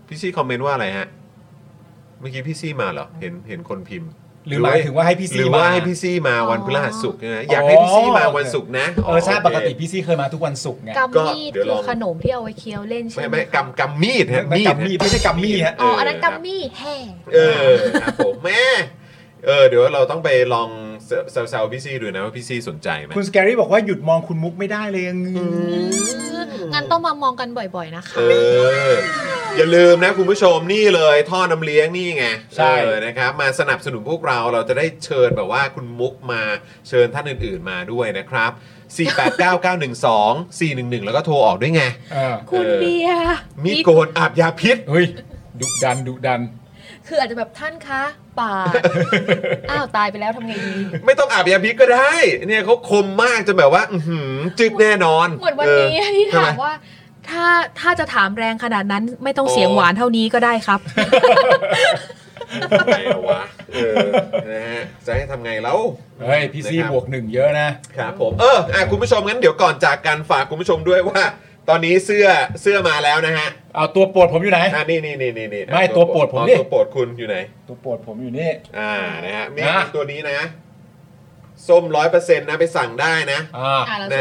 Speaker 1: พี่ซี่คอมเมนต์ว่าอะไรฮะ เมื่อกี้พี่ซี่มาเหรอ เห็นเห็นคนพิมพ์
Speaker 2: หรือหมายถึงว่าให้พี่ซี่
Speaker 1: หรือว่า
Speaker 2: มา
Speaker 1: ให้พี่ซี่มาวันพฤหัสศุกร์นะอยากให้พี่ซี่มาวันศุกร์นะ
Speaker 2: เออใช่
Speaker 1: โค
Speaker 2: ปกติพี่ซี่เคยมาทุกวันศุกร์ไง
Speaker 4: กำมีด
Speaker 1: เดี๋ยวล
Speaker 4: คือ อง ขนมที่เอาไว้เคี้ยวเล่นใช่
Speaker 1: ไม่
Speaker 4: ไหม
Speaker 1: ไม่กำกำมีดฮะ
Speaker 2: ไม่
Speaker 1: มีด
Speaker 2: กำมีดไม่ใช่กำมีดฮะ
Speaker 4: อ๋ออันนั้นกำมีดแห้ง
Speaker 1: เออครับผมแม่เออเดี๋ยวเราต้องไปลองเซลล์พี่ซี่ดูนะว่าพี่ซี่สนใจไหม
Speaker 2: คุณสแกรี่บอกว่าหยุดมองคุณมุกไม่ได้เลยงือ
Speaker 4: งั้นต้องมามองกันบ่อยๆนะคะ
Speaker 1: เออ อย่าลืมนะคุณผู้ชมนี่เลยท่อน้ำเลี้ยงนี่ไง
Speaker 2: ใช่
Speaker 1: เออนะครับ มาสนับสนุนพวกเราเราจะได้เชิญแบบว่าคุณมุกมาเชิญท่านอื่นๆมาด้วยนะครับ 489 912 411 แล้วก็โทรออกด้วยไง
Speaker 4: คุณเบียร์
Speaker 1: มีดโกนอาบยาพิษ
Speaker 2: เฮ้ยดุดันดุดัน
Speaker 4: คืออาจจะแบบท่านคะปา ด อ้าวตายไปแล้วทำไงดี
Speaker 1: ไม่ต้องอาบยาพิษก็ได้ เนี่ยเขาคมมากจนแบบว่า อื้อหือจึกแน่นอน
Speaker 4: เหมือนวันนี้
Speaker 1: เออ
Speaker 4: ที่
Speaker 1: ใช่ไห
Speaker 4: ถามว่า ถ้าถ้าจะถามแรงขนาดนั้นไม่ต้องเสียงหวานเท่านี้ก็ได้ครับ
Speaker 1: ไงวะเออนะฮะจะให้ทำไงแล้ว
Speaker 2: เฮ้ยพี่ซีบวกหนึ่งเยอะนะ
Speaker 1: ครับผม เอออ่ะคุณผู้ชมงั้นเดี๋ยวก่อนจากกันฝากคุณผู้ชมด้วยว่า ตอนนี้เสื้อเสื้อมาแล้วนะฮะ
Speaker 2: เอาตัวปวดผมอยู่ไหน
Speaker 1: อ่ะนี่นี่นี่นี่นี่
Speaker 2: ไม่ตัวโปรดผม
Speaker 1: อ๋อ
Speaker 2: ดิ
Speaker 1: ตัวโปรดคุณอยู่ไหน
Speaker 2: ตัวปวดผมอยู่นี่
Speaker 1: อ่านะฮะมีตัวนี้นะ ส้มร้อยเปอร์เซ็นต์นะไปสั่งได้นะ
Speaker 2: อ่า
Speaker 1: ใน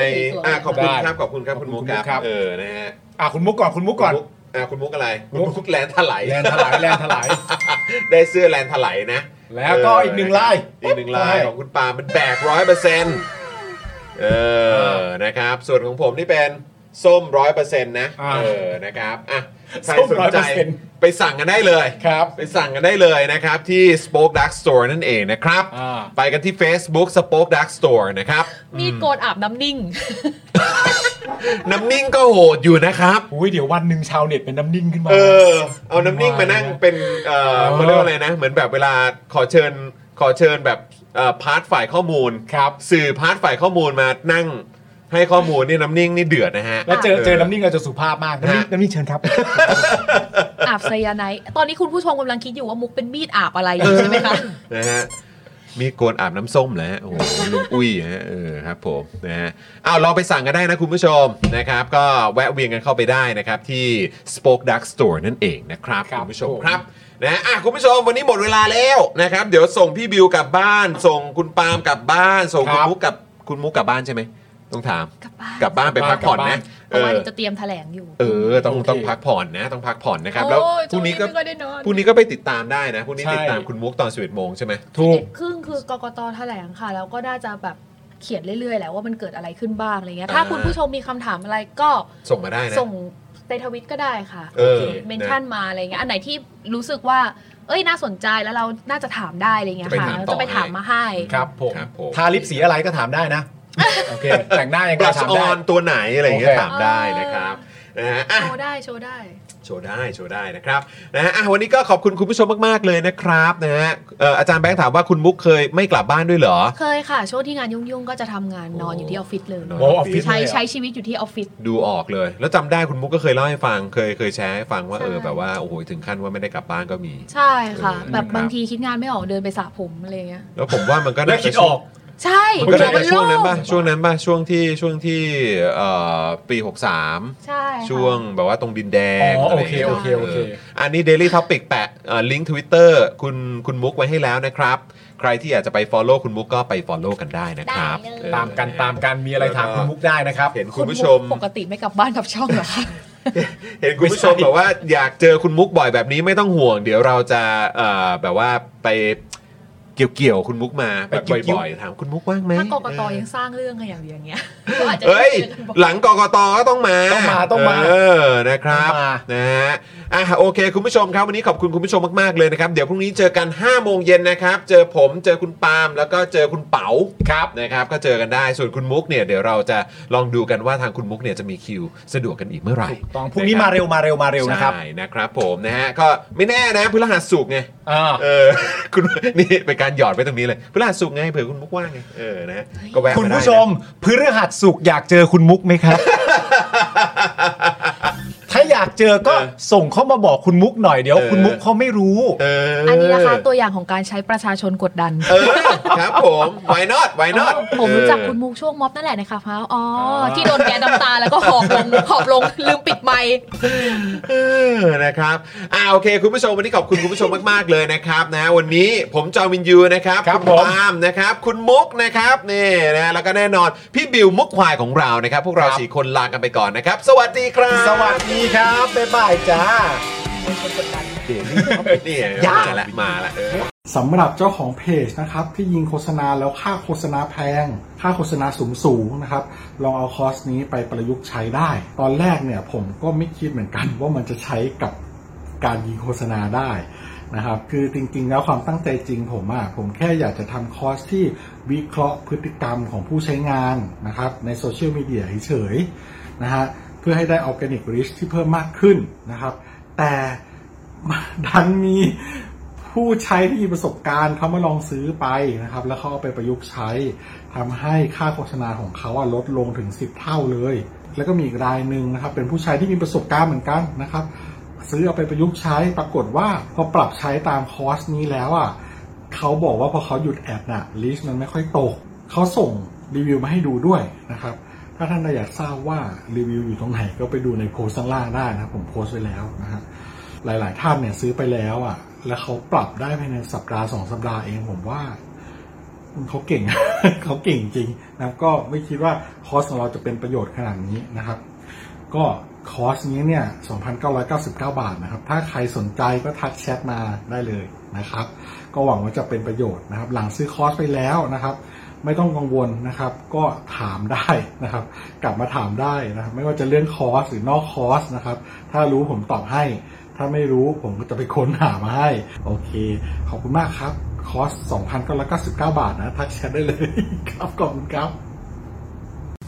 Speaker 1: อ่าขอบคุณครับขอบคุณครับคุณมุกครับ เออนะฮะ
Speaker 2: อ่ะคุณมุกก่อนคุณมุกก่อน
Speaker 1: อ่าคุณมุกอะไรคุณมุกแลนถลาย
Speaker 2: แลนถลายแลนถลาย
Speaker 1: ได้เสื้อแลนถลายนะ
Speaker 2: แล้วก็อีกหนึ่งลาย
Speaker 1: อีกหนึ่งลายของคุณปาล์มมันแบกร้อยเปอร์เซ็นต์เออ นะครับ ส่วนของผมนี่เป็นส้มร้อยเปอร์เซ็นต์นะ
Speaker 2: อ่า
Speaker 1: เออ นะครับ อ่ะ ใคร
Speaker 2: ส้ม
Speaker 1: สนใจ
Speaker 2: 100%
Speaker 1: ไปสั่งกันได้เลย
Speaker 2: ครับ
Speaker 1: ไปสั่งกันได้เลยนะครับ ที่ Spoke Dark Store นั่นเองนะครับ ไปกันที่ Facebook Spoke Dark Store นะครับ
Speaker 4: มีดโกนอาบน้ำ นิ่ง
Speaker 1: น้ำนิ่งก็โหดอยู่นะครับ
Speaker 2: อุ้ยเดี๋ยววันหนึ่งชาวเน็ตเป็นน้ำนิ่งขึ้นมา
Speaker 1: เออ เอาน้ำนิ่งมานั่งเป็น เออเขาเรียกว่าอะไรนะ เหมือนแบบเวลาขอเชิญ ขอเชิญแบบเอ่อพาร์ทฝ่ายข้อมูล
Speaker 2: ครับ
Speaker 1: สื่อพาร์ทฝ่ายข้อมูลมานั่งให้ข้อมูลนี่น้ำนิ่งนี่เดือดนะฮะ
Speaker 2: แล้วเจอเจอน้ำนิ่งเราจะสุภาพมาก น้ำนิ่งน้ำนิ่งเชิญครับ
Speaker 4: อาบไซยาไนด์ตอนนี้คุณผู้ชมกำลังคิดอยู่ว่ามุกเป็นมีดอาบอะไรอยู่ใช่ไหมคะ
Speaker 1: นะฮะ มีโกนอาบน้ำส้มเหรอฮะ โอ้โหลุงอุ้ยฮะ เออครับผมนะฮะเอาลองไปสั่งกันได้นะคุณผู้ชมนะครับ ก็แวะเวียนกันเข้าไปได้นะครับ ที่ Spoke Dark Store นั่นเองนะครับ คุณผู้ชมครับ นะอ่ะคุณผู้ชมวันนี้หมดเวลาแล้วนะครับ เดี๋ยวส่งพี่บิวกลับบ้าน ส่งคุณปาล์มกลับบ้าน ส่งคุณมุกกลับคุณมุกกลับบ้านใช่ไหมต้องถาม กลับบ้านไปพักผ่อนนะ
Speaker 4: เพ
Speaker 1: เอ
Speaker 4: ราะว่า
Speaker 1: อ
Speaker 4: เดี๋ยวจะเตรียมแถลงอยู่
Speaker 1: เออต้องต้องพักผ่อนนะ ต้องพักผ่อนนะครับ แล้ว
Speaker 4: โอ้ย
Speaker 1: พรุ่งนี้ก็
Speaker 4: จะไม่ค่อยได้นอน
Speaker 1: พรุ่งนี้ก็ไปติดตามได้นะพรุ่งนี้
Speaker 2: ใช่
Speaker 1: ติดตามคุณมุกตอนสิบเอ็ดโมงใช่ไหม
Speaker 2: ถูก
Speaker 4: ครึ่งคือกกตแถลงค่ะ แล้วก็น่าจะแบบเขียนเรื่อยๆแหละว่ามันเกิดอะไรขึ้นบ้างอะไรเงี้ยถ้าคุณผู้ชมมีคำถามอะไรก็
Speaker 1: ส่งมาได้นะ
Speaker 4: ส่งในทวิตก็ได้ค่ะ
Speaker 1: เออ
Speaker 4: เมนชั่นมาอะไรเงี้ยอันไหนที่รู้สึกว่า เอ้ยน่าสนใจแล้วเราน่าจะถามได้อะไรเงี้ยค่ะ
Speaker 2: จะไปถาม
Speaker 4: เรา
Speaker 2: ต่อ
Speaker 4: จะไปถามมาให้
Speaker 2: ครับผมทาลิปสีอะไรก็ถามได้นะ โอเค แต่งหน้ายังไง
Speaker 1: บลัช
Speaker 2: ถาม
Speaker 1: อ
Speaker 2: ได้
Speaker 1: อนตัวไหนอะไรอย่างเงี้ย
Speaker 2: โอเค
Speaker 1: ถามได้นะครับนะฮะอ่ะ
Speaker 4: โชว์ได้โชว์ได้
Speaker 1: โชว์ได้โชว์ได้นะครับนะฮะอ่ะวันนี้ก็ขอบคุณคุณผู้ชมมากๆเลยนะครับนะฮะเอ่ออาจารย์แบงค์ถามว่าคุณมุกเคยไม่กลับบ้านด้วยเหรอ
Speaker 4: เคยค่ะ ช่วงที่งานยุ่งๆ ก็จะทำงานนอนอยู่ที่ออฟฟิศเลย
Speaker 1: นอนออฟฟิศเลยเหรอ
Speaker 4: ใช้ใช้ชีวิตอยู่ที่ออฟฟิศ
Speaker 1: ดูออกเลย แล้วจำได้คุณมุกก็เคยเล่าให้ฟังเคยเคยแชร์ให้ฟังว่าเออแบบว่าโอ้โหถึงขั้นว่าไม่ได้กลับบ้านก็มี
Speaker 4: ใช่ค่ะ แบบ
Speaker 1: นะครับ
Speaker 4: บางทีคิดงานไม่ออกเดินไปสระผมอะไรเงี้ย
Speaker 1: แล้วผมว่ามันก็
Speaker 2: แล้
Speaker 1: น่าว จะ
Speaker 2: คิด
Speaker 1: ช่ว
Speaker 2: อง อก
Speaker 4: ใช่
Speaker 1: มันก็น่าจะ
Speaker 4: หั
Speaker 1: ช่ว
Speaker 4: ว
Speaker 1: ง
Speaker 4: โล่
Speaker 1: นั้นป่ะช่วงนั้นป่ะช่วงที่ช่วงที่เอ่อปี 63
Speaker 4: ใช่ค่ะ
Speaker 1: ช่วงแบบว่าตรงดินแดง
Speaker 2: อ๋อ
Speaker 1: อะไรย่างงี้ย
Speaker 2: โอเคโอเคโอเค
Speaker 1: อันนี้ Daily Topic แปะลิงก์ Twitter คุณคุณมุกไว้ให้แล้วนะครับ ใครที่อยากจะไป Follow คุณมุกก็ไป Follow กันได้นะครับเออ
Speaker 2: ตามกันตามกันมีอะไรถามคุณมุกได้นะครับ
Speaker 1: เห็นคุณผู้ชม
Speaker 4: ปกติไม่กลับบ้านกับช่องเหรอคะ
Speaker 1: เห็นคุณผู้ชมแบบว่าอยากเจอคุณมุกบ่อยแบบนี้ไม่ต้องห่วง เดี๋ยวเราจะเอ่อแบบว่าไปเกี่ยวเกี่ยวๆคุณมุกมาแบบบ่อยๆถามคุณมุกว่างไหม
Speaker 4: ถ้ากกตยังสร้างเรื่องกันอย่างเดียวอย่างเงี้ยก็อาจจะได้
Speaker 1: เอ้ย
Speaker 4: เจอกันบ่อย
Speaker 1: หลังกกตก็ต้องมา
Speaker 2: ต้องมาต้องมา
Speaker 1: เออนะครับนะฮะอ่ะโอเค คุณผู้ชมครับวันนี้ขอบคุณคุณผู้ชมมากๆเลยนะครับเดี๋ยวพรุ่งนี้เจอกัน5้าโมงเย็นนะครับ เจอผมเจอคุณปาล์มแล้วก็เจอคุณเป๋า
Speaker 2: ครับ
Speaker 1: นะครับ ก็เจอกันได้ส่วนคุณมุกเนี่ยเดี๋ยวเราจะลองดูกันว่าทางคุณมุกเนี่ยจะมีคิวสะดวกกันอีกเมื่อไหร่
Speaker 2: ต้องพรุ่งนี้มาเร็วมาเร็วมาเร็วนะครับ
Speaker 1: ใช่นะครับผมนะฮะก็ไม่แน่นะพฤหัสสุกร์ไง
Speaker 2: อ่า
Speaker 1: เออคุณนี่เป็นการหยอดไปตรงนี้เลยพฤหัสสุกร์ไงเผื่อคุณมุกว่างไงเออนะฮะก็แวะ
Speaker 2: คุณ
Speaker 1: มาได้
Speaker 2: ผู้
Speaker 1: นะ
Speaker 2: ชมพฤหัสสุขอยากเจอคุณมุกไหมครับ ถ้าอยากเจอก็ส่งเข้ามาบอกคุณมุกหน่อยเดี๋ยว คุณมุกเขาไม่รู้
Speaker 4: อันนี้นะคะตัวอย่างของการใช้ประชาชนกดดัน
Speaker 1: ครับผม why not why not
Speaker 4: ผมรู้จักคุณมุกช่วงม็อบนั่นแหละในคาเฟ่อ๋ออที่โดนแกสน้ำตาแล้วก็หอบลงหอบลงลืมปิดไมค์
Speaker 1: เออนะครับอ่าโอเค คุณผู้ชมวันนี้ขอบคุณคุณผู้ชมมาก ๆ เลยนะครับนะวันนี้ผมจอวินยูนะครับคุณปาล์มนะครับ คุณมุกนะครับนี่นะแล้วก็แน่นอนพี่บิวมุกควายของเรานะครับ พวกเราสี่คนลากันไปก่อนนะครับ สวัสดีครับ
Speaker 2: สวัสดีครับบ๊ายบายจ้า
Speaker 1: นี่
Speaker 2: ยาก
Speaker 1: มาละมาละเออ
Speaker 7: สำหรับเจ้าของเพจนะครับ ที่ยิงโฆษณาแล้วค่าโฆษณาแพง ค่าโฆษณาสูงสูงๆนะครับ ลองเอาคอร์สนี้ไปประยุกต์ใช้ได้ ตอนแรกเนี่ยผมก็ไม่คิดเหมือนกันว่ามันจะใช้กับ การยิงโฆษณาได้นะครับ คือจริง ๆ แล้วความตั้งใจจริงผมอะผมแค่อยากจะทำคอร์สที่วิเคราะห์พฤติกรรมของผู้ใช้งานนะครับในโซเชียลมีเดียเฉยๆนะฮะเพื่อให้ได้ออร์แกนิกริชที่เพิ่มมากขึ้นนะครับ แต่ดันมีผู้ใช้ที่มีประสบการณ์เขามาลองซื้อไปนะครับ แล้วเขาเอาไปประยุกต์ใช้ทำให้ค่าโฆษณาของเขาอะลดลงถึง 10 เท่าเลย แล้วก็มีอีกรายหนึ่งนะครับ เป็นผู้ใช้ที่มีประสบการณ์เหมือนกันนะครับ ซื้อเอาไปประยุกต์ใช้ปรากฏว่าพอปรับใช้ตามคอร์สนี้แล้วอ่ะเขาบอกว่าพอเขาหยุดแอดน่ะลิสต์มันไม่ค่อยตกเขาส่งรีวิวมาให้ดูด้วยนะครับ ถ้าท่านอยากทราบว่ารีวิวอยู่ตรงไหนก็ไปดูในโพสต์ข้างล่างได้นะครับผมโพสต์ไว้แล้วนะฮะหลาย ๆ ท่านเนี่ยซื้อไปแล้วอ่ะ แล้วเขาปรับได้ภายในสัปดาห์สองสัปดาห์เองผมว่า เขาเก่ง เขาเก่งจริงนะครับก็ไม่คิดว่าคอร์สของเราจะเป็นประโยชน์ขนาดนี้นะครับ ก็คอร์สนี้เนี่ย 2,999 บาทนะครับ ถ้าใครสนใจก็ทักแชทมาได้เลยนะครับ ก็หวังว่าจะเป็นประโยชน์นะครับ หลังซื้อคอร์สไปแล้วนะครับ ไม่ต้องกังวลนะครับ ก็ถามได้นะครับ กลับมาถามได้นะครับ ไม่ว่าจะเรื่องคอร์สหรือนอกคอร์สนะครับ ถ้ารู้ผมตอบให้ ถ้าไม่รู้ผมก็จะไปค้นหามาให้ โอเค ขอบคุณมากครับ คอร์ส 2,999 บาทนะทักแชทได้เลย ครับขอบคุณครับ